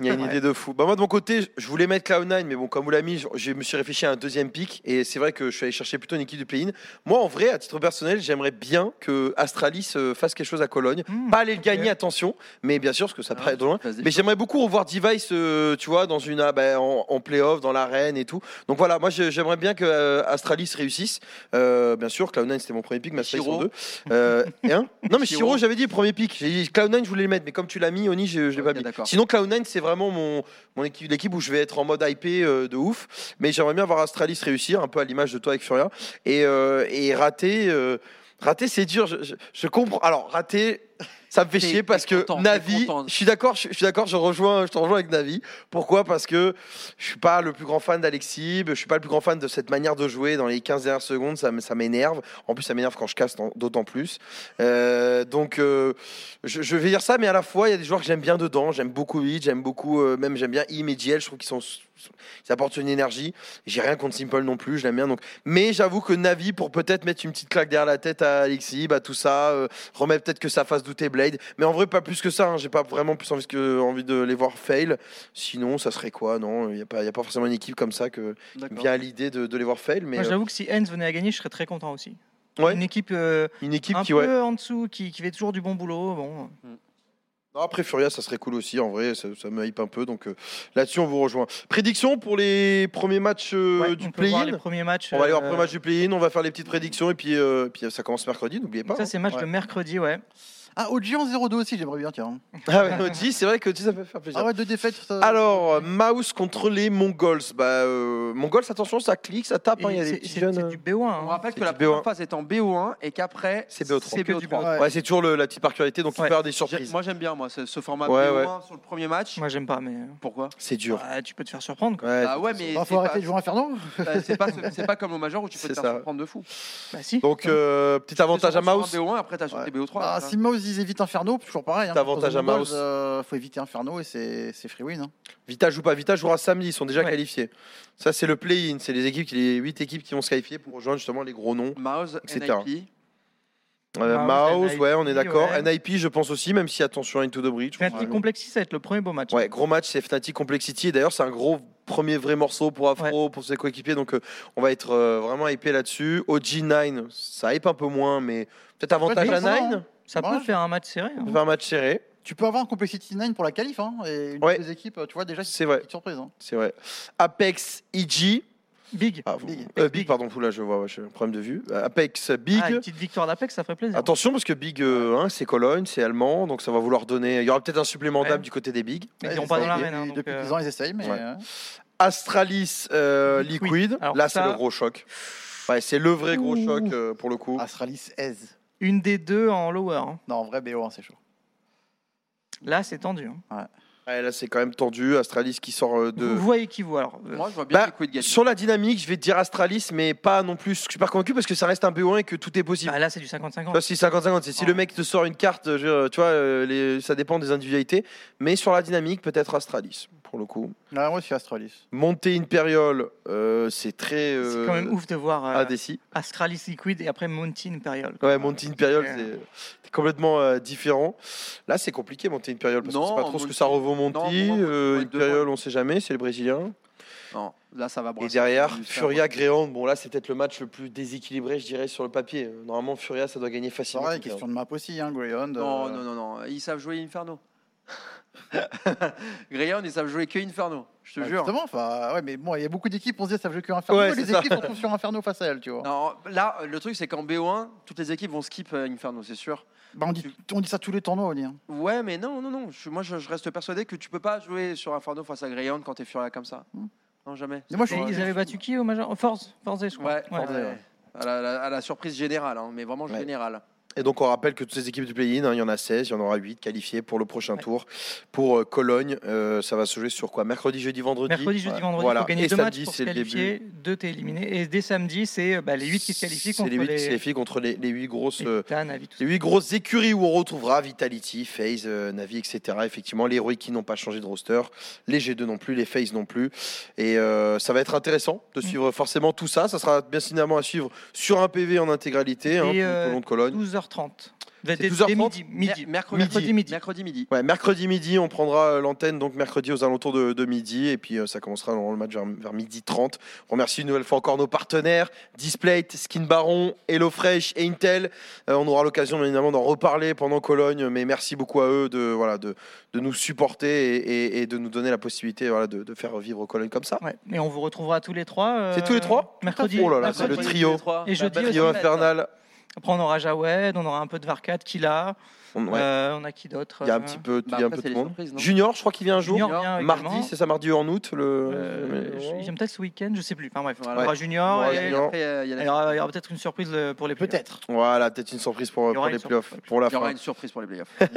[SPEAKER 1] il y a une idée de fou. Bah moi de mon côté, je voulais mettre Cloud9, mais bon, comme vous l'avez mis, je- je me suis réfléchi à un deuxième pick, et c'est vrai que je suis allé chercher plutôt une équipe de play-in. Moi, en vrai, à titre personnel, j'aimerais bien que Astralis euh, fasse quelque chose à Cologne.
[SPEAKER 4] hmm,
[SPEAKER 1] Pas aller le
[SPEAKER 4] ok.
[SPEAKER 1] gagner, attention, mais bien sûr, parce que ça
[SPEAKER 3] Ah,
[SPEAKER 1] paraît de loin.
[SPEAKER 3] Fasse des
[SPEAKER 1] Mais j'aimerais beaucoup revoir Device, euh, tu vois, dans une, ah, bah, en, en playoff, dans l'arène et tout. Donc voilà, moi je- j'aimerais bien que euh, Astralis réussisse. Euh, bien sûr, Cloud9 c'était mon premier pick, mais Astralis
[SPEAKER 3] Shiro.
[SPEAKER 1] en deux. Euh, et un non, mais
[SPEAKER 3] Shiro.
[SPEAKER 1] Shiro, j'avais dit le premier pick. J'ai dit Cloud9, je voulais le mettre, mais comme tu l'as mis, Oni, je, je l'ai
[SPEAKER 3] Ok,
[SPEAKER 1] pas mis.
[SPEAKER 3] d'accord.
[SPEAKER 1] Sinon, Cloud9, c'est vraiment mon, mon équipe, l'équipe où je vais être en mode hypé euh, de ouf. Mais j'aimerais bien voir Astralis réussir, un peu à l'image de toi avec Furia. Et, euh, et rater. euh, Rater, c'est dur. Je, je- je comprends. Alors, rater, ça me fait
[SPEAKER 3] T'es-
[SPEAKER 1] chier parce
[SPEAKER 3] t'es
[SPEAKER 1] que
[SPEAKER 3] content, t'es
[SPEAKER 1] Navi.
[SPEAKER 3] content.
[SPEAKER 1] Je suis d'accord. Je, je suis d'accord. Je rejoins. Je te rejoins avec Navi. Pourquoi Parce que je suis pas le plus grand fan d'Alexib. Je suis pas le plus grand fan de cette manière de jouer dans les 15 dernières secondes. Ça, m- ça m'énerve. En plus, ça m'énerve quand je casse tant- d'autant plus. Euh, donc, euh, je, je vais dire ça, mais à la fois, il y a des joueurs que j'aime bien dedans. J'aime beaucoup Hit. J'aime beaucoup. euh, même j'aime bien Im et JL. Je trouve qu'ils sont. Ils apportent une énergie. J'ai rien contre Simple non plus. Je l'aime bien. Donc, mais j'avoue que Navi, pour peut-être mettre une petite claque derrière la tête à Alexib, à tout ça, euh, remet peut-être que ça fasse douter Blade. Mais en vrai, pas plus que ça. hein. J'ai pas vraiment plus envie, que, envie de les voir fail. Sinon, ça serait quoi Non, il n'y a, pas- y a pas forcément une équipe comme ça que
[SPEAKER 3] D'accord.
[SPEAKER 1] vient à l'idée de, de les voir fail. Mais
[SPEAKER 4] Moi,
[SPEAKER 1] euh,
[SPEAKER 4] j'avoue que si Hens venait à gagner, je serais très content aussi.
[SPEAKER 1] Ouais.
[SPEAKER 4] Une équipe euh,
[SPEAKER 1] une équipe
[SPEAKER 4] un
[SPEAKER 1] qui,
[SPEAKER 4] peu
[SPEAKER 1] ouais.
[SPEAKER 4] en dessous, qui, qui fait toujours du bon boulot. Bon.
[SPEAKER 1] Non, après Furia, ça serait cool aussi. En vrai, ça, ça me hype un peu. Donc euh, là-dessus, on vous rejoint. Prédiction pour les premiers matchs euh,
[SPEAKER 4] Ouais,
[SPEAKER 1] du
[SPEAKER 4] on peut voir les
[SPEAKER 1] play-in.
[SPEAKER 4] premiers matchs.
[SPEAKER 1] On va aller voir le
[SPEAKER 4] euh,
[SPEAKER 1] premier match du play-in. On va faire les petites prédictions. Et puis, euh, puis euh, ça commence mercredi, n'oubliez pas.
[SPEAKER 4] Ça,
[SPEAKER 1] hein.
[SPEAKER 4] c'est match
[SPEAKER 2] Ouais.
[SPEAKER 4] de mercredi, ouais.
[SPEAKER 2] Ah, OG en 0-2 aussi, j'aimerais bien, tiens.
[SPEAKER 1] Ah ouais, Oji, c'est vrai que Oji, ça peut faire plaisir.
[SPEAKER 2] Ah ouais, deux défaites. ça-
[SPEAKER 1] Alors, Mouse contre les Mongols. Bah, euh, Mongols, attention, ça clique, ça tape.
[SPEAKER 4] Et
[SPEAKER 1] hein, Il y a des
[SPEAKER 4] c'est-
[SPEAKER 1] petits
[SPEAKER 4] c'est-
[SPEAKER 1] jeunes.
[SPEAKER 4] C'est
[SPEAKER 1] euh.
[SPEAKER 4] du B1. hein.
[SPEAKER 3] On rappelle
[SPEAKER 1] C'est
[SPEAKER 3] que la
[SPEAKER 1] du
[SPEAKER 3] première
[SPEAKER 1] BO1.
[SPEAKER 3] phase est en BO1 et qu'après
[SPEAKER 1] C'est BO3.
[SPEAKER 3] c'est
[SPEAKER 4] Que du
[SPEAKER 3] BO3.
[SPEAKER 2] Ouais.
[SPEAKER 1] hein.
[SPEAKER 2] Bah,
[SPEAKER 1] Ouais, c'est toujours le- la petite particularité, donc il
[SPEAKER 4] Ouais.
[SPEAKER 1] peut y avoir des
[SPEAKER 3] J'ai-
[SPEAKER 1] surprises.
[SPEAKER 3] Moi j'aime bien moi ce, ce format
[SPEAKER 1] Ah, Ouais,
[SPEAKER 3] BO1 sur le premier match.
[SPEAKER 4] Moi, j'aime pas, mais euh,
[SPEAKER 3] Pourquoi
[SPEAKER 1] C'est dur.
[SPEAKER 4] bah, tu peux te faire surprendre. Quoi.
[SPEAKER 1] Ouais.
[SPEAKER 3] Ah ouais mais
[SPEAKER 2] Bah,
[SPEAKER 3] c'est
[SPEAKER 2] faut arrêter de
[SPEAKER 3] pas,
[SPEAKER 2] jouer Inferno.
[SPEAKER 3] euh, c'est pas, ce- c'est pas comme au major où tu peux
[SPEAKER 1] C'est
[SPEAKER 3] te faire
[SPEAKER 1] ça.
[SPEAKER 3] surprendre de fou.
[SPEAKER 4] Bah, si.
[SPEAKER 1] Donc, euh, petit avantage à
[SPEAKER 3] Sur un
[SPEAKER 1] Mouse.
[SPEAKER 3] BO1 après t'as sur
[SPEAKER 2] Ouais.
[SPEAKER 3] tes BO3.
[SPEAKER 2] Ah,
[SPEAKER 3] hein.
[SPEAKER 2] si Mouse ils évitent Inferno, toujours pareil. hein.
[SPEAKER 1] T'as avantage à
[SPEAKER 2] Contre les Mongols,
[SPEAKER 1] Mouse.
[SPEAKER 2] euh, faut éviter Inferno et c'est c'est free win. hein.
[SPEAKER 1] Vita joue pas. Vita jouera samedi. Ils sont déjà
[SPEAKER 4] Ouais.
[SPEAKER 1] qualifiés. Ça, c'est le play-in. C'est les équipes, qui- les 8 équipes qui vont se qualifier pour rejoindre justement les gros noms.
[SPEAKER 3] Mouse,
[SPEAKER 1] etc.
[SPEAKER 3] NIP.
[SPEAKER 1] Euh,
[SPEAKER 4] Mouse,
[SPEAKER 1] Mouse, ouais, on est
[SPEAKER 4] NIP,
[SPEAKER 1] d'accord.
[SPEAKER 4] ouais.
[SPEAKER 1] NIP, je pense aussi, même si attention, Into the Bridge.
[SPEAKER 4] Fnatic Complexity, ça va être le premier beau match.
[SPEAKER 1] Ouais, gros match, c'est Fnatic Complexity. Et D'ailleurs, c'est un gros premier vrai morceau pour Afro, pour ses coéquipiers. Donc, euh, on va être euh, vraiment hypé là-dessus. OG9, ça hype un peu moins, mais peut-être avantage
[SPEAKER 2] Ouais,
[SPEAKER 1] à
[SPEAKER 2] c'est bon,
[SPEAKER 1] 9.
[SPEAKER 2] hein.
[SPEAKER 4] Ça peut
[SPEAKER 2] Dommage.
[SPEAKER 4] faire un match serré. hein.
[SPEAKER 1] On fait un match serré.
[SPEAKER 2] Tu peux avoir un Complexity 9 pour la qualif hein, et une
[SPEAKER 1] Ouais.
[SPEAKER 2] des équipes, tu vois déjà
[SPEAKER 1] C'est vrai,
[SPEAKER 2] petite surprise. hein.
[SPEAKER 1] c'est vrai. Apex, EG.
[SPEAKER 4] Big.
[SPEAKER 1] Ah, vous-
[SPEAKER 2] Big.
[SPEAKER 1] euh, Big, pardon, oula, je vois, ouais, j'ai un problème de vue. Euh, Apex, Big.
[SPEAKER 4] Ah, une petite victoire d'Apex, ça ferait plaisir.
[SPEAKER 1] Attention, parce que Big, euh, hein, c'est Cologne, c'est allemand, donc ça va vouloir donner. Il y aura peut-être un supplément
[SPEAKER 4] Ouais.
[SPEAKER 1] d'âme du côté des Big.
[SPEAKER 4] Mais
[SPEAKER 2] Ouais,
[SPEAKER 4] ils n'iront
[SPEAKER 2] ils
[SPEAKER 4] pas dans
[SPEAKER 2] essayent.
[SPEAKER 4] l'arène. hein,
[SPEAKER 2] Et
[SPEAKER 4] donc,
[SPEAKER 2] Depuis
[SPEAKER 4] euh,
[SPEAKER 2] 10 ans, ils essayent, mais.
[SPEAKER 1] Ouais.
[SPEAKER 2] euh,
[SPEAKER 1] Astralis euh,
[SPEAKER 4] Liquid.
[SPEAKER 1] Liquid.
[SPEAKER 4] Alors
[SPEAKER 1] Là,
[SPEAKER 4] ça-
[SPEAKER 1] c'est le gros choc. Ouais, c'est le vrai gros choc euh, pour le coup.
[SPEAKER 2] Astralis aise.
[SPEAKER 4] Une des deux en lower. hein.
[SPEAKER 2] Non, en vrai, BO1, c'est chaud.
[SPEAKER 4] Là, c'est tendu. hein.
[SPEAKER 1] Ouais, là, c'est quand même tendu. Astralis qui sort euh, de.
[SPEAKER 4] Vous voyez qui vous alors euh,
[SPEAKER 3] Moi, je vois bien
[SPEAKER 1] Bah,
[SPEAKER 3] les coups de
[SPEAKER 1] Sur la dynamique, je vais te dire Astralis, mais pas non plus. Je suis pas convaincu parce que ça reste un BO1 et que tout est possible.
[SPEAKER 4] bah, Là, c'est du
[SPEAKER 1] Tu
[SPEAKER 4] 50-50.
[SPEAKER 1] vois, Si 50-50, c'est si
[SPEAKER 4] Ah.
[SPEAKER 1] le mec te sort une carte, je- tu vois, euh, les- ça dépend des individualités. Mais sur la dynamique, peut-être Astralis, pour le coup.
[SPEAKER 2] Ouais, moi, je suis Astralis.
[SPEAKER 1] Monter Imperial, euh, c'est très.
[SPEAKER 4] C'est
[SPEAKER 1] euh,
[SPEAKER 4] quand même ouf de voir euh,
[SPEAKER 1] ADC.
[SPEAKER 4] Astralis Liquid et après Mountain Imperial.
[SPEAKER 1] Ouais, Monty Imperial,
[SPEAKER 4] Ouais.
[SPEAKER 1] c'est- c'est complètement euh, différent. Là, c'est compliqué, Monty Imperial, parce qu'on
[SPEAKER 3] Non,
[SPEAKER 1] sait pas trop ce que
[SPEAKER 3] Monty-
[SPEAKER 1] ça revaut
[SPEAKER 3] non,
[SPEAKER 1] Monty.
[SPEAKER 3] pour moi,
[SPEAKER 1] euh,
[SPEAKER 3] Monty, ouais,
[SPEAKER 1] Imperial, on sait jamais, c'est le Brésilien.
[SPEAKER 3] Non, là, ça va
[SPEAKER 1] Et
[SPEAKER 3] brasser.
[SPEAKER 1] derrière,
[SPEAKER 3] Ça va
[SPEAKER 1] Furia,
[SPEAKER 3] brasser.
[SPEAKER 1] Gréant. Bon, là, c'est peut-être le match le plus déséquilibré, je dirais, sur le papier. Normalement, Furia, ça doit gagner
[SPEAKER 2] C'est
[SPEAKER 1] facilement.
[SPEAKER 2] vrai,
[SPEAKER 1] contre
[SPEAKER 2] question de map aussi, hein, Greyhound.
[SPEAKER 3] Non,
[SPEAKER 2] euh,
[SPEAKER 3] non, non, non. Ils savent jouer Inferno. Greyhound, ils savent jouer que Inferno. Je te
[SPEAKER 2] bah,
[SPEAKER 3] jure.
[SPEAKER 2] Justement, enfin, ouais, mais bon, il y a beaucoup d'équipes, on se dit, ça veut que Inferno.
[SPEAKER 1] Ouais,
[SPEAKER 2] et les
[SPEAKER 1] c'est ça.
[SPEAKER 2] équipes, on trouve sur Inferno face à elle, tu vois.
[SPEAKER 3] Non, là, le truc, c'est qu'en BO1, toutes les équipes vont skip euh, Inferno, c'est sûr.
[SPEAKER 2] Bah, on, dit, on dit ça tous les tournois, on dit. hein.
[SPEAKER 3] Ouais, mais non, non, non. Je- moi, je, je reste persuadé que tu peux pas jouer sur Inferno face à Greyhound quand t'es Furia comme ça.
[SPEAKER 2] Hmm.
[SPEAKER 3] Non, jamais.
[SPEAKER 2] Mais moi, je
[SPEAKER 4] Et ils avaient battu qui au Major Euh, Force, Force, je crois.
[SPEAKER 3] Ouais,
[SPEAKER 4] Ouais.
[SPEAKER 3] ouais. À, la, la- à la surprise générale, hein, mais vraiment
[SPEAKER 1] Ouais.
[SPEAKER 3] générale.
[SPEAKER 1] Et donc on rappelle que toutes ces équipes du play-in, hein, il y en a 16, il y en aura 8 qualifiées pour le prochain tour. Pour euh, Cologne, euh, ça va se jouer sur quoi Mercredi, jeudi, vendredi
[SPEAKER 4] Mercredi, jeudi,
[SPEAKER 1] Ouais.
[SPEAKER 4] vendredi, il
[SPEAKER 1] Voilà.
[SPEAKER 4] faut gagner
[SPEAKER 1] Et
[SPEAKER 4] deux
[SPEAKER 1] samedi,
[SPEAKER 4] matchs pour se
[SPEAKER 1] c'est le début.
[SPEAKER 4] qualifier, deux t'es éliminé. Et dès samedi, c'est euh, bah, les 8 qui se qualifient
[SPEAKER 1] C'est
[SPEAKER 4] contre
[SPEAKER 1] les
[SPEAKER 4] les,
[SPEAKER 1] 8 qui se qualifient contre les, 8 grosses...
[SPEAKER 4] les
[SPEAKER 1] euh,
[SPEAKER 4] Titanes, Avi, tout ça.
[SPEAKER 1] les huit grosses écuries où on retrouvera Vitality, FaZe, euh, Navi, etc. Effectivement, les Heroic qui n'ont pas changé de roster, les G2 non plus, les FaZe non plus. Et euh, ça va être intéressant
[SPEAKER 4] Mm.
[SPEAKER 1] de suivre forcément tout ça. Ça sera bien évidemment à suivre sur un PV en intégralité, hein, tout- tout
[SPEAKER 4] euh,
[SPEAKER 1] au long de Cologne.
[SPEAKER 4] 12h30. Dès, dès
[SPEAKER 1] 12h30?
[SPEAKER 4] midi. midi.
[SPEAKER 3] Mer- mercredi,
[SPEAKER 4] Mercredi midi.
[SPEAKER 3] Mercredi midi.
[SPEAKER 1] Ouais, mercredi midi, on prendra euh, l'antenne, donc mercredi aux alentours de, de midi, et puis euh, ça commencera dans le match vers, vers midi 30. On remercie une nouvelle fois encore nos partenaires, Displate, Skin Baron, HelloFresh et Intel. Euh, on aura l'occasion bien évidemment d'en reparler pendant Cologne, mais merci beaucoup à eux de, voilà, de, de nous supporter et, et- et de nous donner la possibilité voilà, de, de faire vivre Cologne comme ça.
[SPEAKER 4] Ouais. Et on vous retrouvera tous les trois. euh,
[SPEAKER 1] C'est tous les trois
[SPEAKER 4] Mercredi.
[SPEAKER 1] Oh là là, c'est le
[SPEAKER 4] mercredi.
[SPEAKER 1] tri- trio.
[SPEAKER 3] Les trois. Bah,
[SPEAKER 4] Et jeudi
[SPEAKER 1] Trio
[SPEAKER 4] aussi.
[SPEAKER 1] infernal,
[SPEAKER 4] Après, on aura Jawed, on aura un peu de Varkat, Kila.
[SPEAKER 1] on- ouais,
[SPEAKER 4] euh, on a qui d'autre
[SPEAKER 1] il y a un
[SPEAKER 4] euh,
[SPEAKER 1] petit peu, il
[SPEAKER 3] Bah
[SPEAKER 1] y a un
[SPEAKER 3] après,
[SPEAKER 1] peu
[SPEAKER 3] c'est
[SPEAKER 1] tout le
[SPEAKER 3] les
[SPEAKER 1] monde.
[SPEAKER 3] surprises, non
[SPEAKER 1] Junior, je crois qu'il vient un jour.
[SPEAKER 4] Junior vient également.
[SPEAKER 1] Mardi, c'est ça, mardi en août le...
[SPEAKER 4] Euh, je- il vient peut-être ce week-end, je sais plus. Enfin bref,
[SPEAKER 3] Voilà.
[SPEAKER 4] on aura Junior.
[SPEAKER 1] Ouais,
[SPEAKER 4] et-
[SPEAKER 1] Junior.
[SPEAKER 3] Après, euh, il y a la-
[SPEAKER 4] Il y aura, il y aura peut-être une surprise euh, pour les playoffs.
[SPEAKER 2] Peut-être.
[SPEAKER 1] Voilà, peut-être une surprise pour,
[SPEAKER 4] Il y
[SPEAKER 1] pour
[SPEAKER 4] aura
[SPEAKER 1] les
[SPEAKER 4] une surprise
[SPEAKER 1] playoffs,
[SPEAKER 4] pour les
[SPEAKER 1] pour la
[SPEAKER 3] il y aura
[SPEAKER 1] fin.
[SPEAKER 3] une surprise pour les playoffs.
[SPEAKER 1] Bah,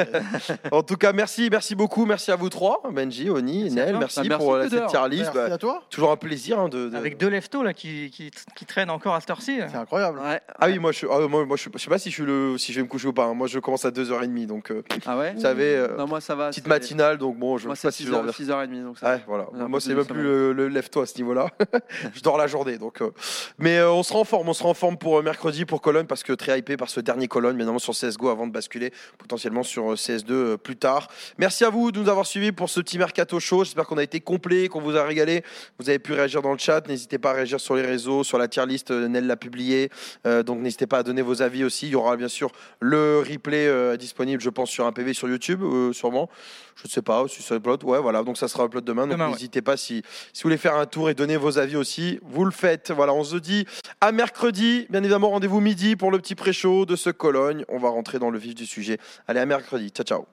[SPEAKER 1] En tout cas, merci, merci beaucoup, merci à vous trois, Benji, Oni,
[SPEAKER 4] Merci à
[SPEAKER 1] Nel,
[SPEAKER 4] toi.
[SPEAKER 1] merci,
[SPEAKER 3] Bah, merci
[SPEAKER 1] pour
[SPEAKER 3] de
[SPEAKER 1] euh, cette
[SPEAKER 3] dehors.
[SPEAKER 1] tier list.
[SPEAKER 2] Merci
[SPEAKER 1] Bah,
[SPEAKER 2] à toi.
[SPEAKER 1] toujours un plaisir hein, de. de-
[SPEAKER 4] Avec deux leftos là qui, qui, qui traînent encore à cette heure-ci.
[SPEAKER 2] C'est incroyable.
[SPEAKER 3] Ouais.
[SPEAKER 1] Ah oui, moi je, ah, moi, moi, je, je sais pas si je, suis le, si je vais me coucher ou pas. hein. Moi je commence à 2h30, donc euh,
[SPEAKER 3] Ah ouais
[SPEAKER 1] vous savez, euh,
[SPEAKER 3] Non, moi ça va.
[SPEAKER 1] petite
[SPEAKER 3] c'est-
[SPEAKER 1] matinale, donc bon, je
[SPEAKER 3] Moi
[SPEAKER 1] sais pas
[SPEAKER 3] c'est
[SPEAKER 1] si je vais revenir.
[SPEAKER 3] 6h30. Donc ça va.
[SPEAKER 1] Ouais, voilà.
[SPEAKER 3] On a un
[SPEAKER 1] Moi,
[SPEAKER 3] peu
[SPEAKER 1] c'est
[SPEAKER 3] de
[SPEAKER 1] même
[SPEAKER 3] sommeil.
[SPEAKER 1] plus le, le lève-toi à ce niveau-là. je dors la journée. Donc, euh. Mais euh, on se renforme. On se renforme pour euh, mercredi, pour Cologne, parce que très hypé par ce dernier Cologne, maintenant sur CSGO avant de basculer potentiellement sur euh, CS2 euh, plus tard. Merci à vous de nous avoir suivis pour ce petit mercato show. J'espère qu'on a été complet, qu'on vous a régalé. Vous avez pu réagir dans le chat. N'hésitez pas à réagir sur les réseaux, sur la tier list. euh, Nel l'a publié. Euh, donc, n'hésitez pas à donner vos avis aussi. Il y aura bien sûr le replay euh, disponible, je pense, sur un PV sur YouTube, euh, sûrement. Je ne sais pas, si ça upload. Ouais, voilà. Donc, ça sera upload demain. Donc,
[SPEAKER 4] Demain, ouais.
[SPEAKER 1] n'hésitez pas si, si vous voulez faire un tour et donner vos avis aussi, vous le faites. Voilà, on se dit à mercredi. Bien évidemment, rendez-vous midi pour le petit pré-show de ce Cologne. On va rentrer dans le vif du sujet. Allez, à mercredi. Ciao, ciao.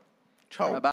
[SPEAKER 2] Ciao.
[SPEAKER 3] Ah bah,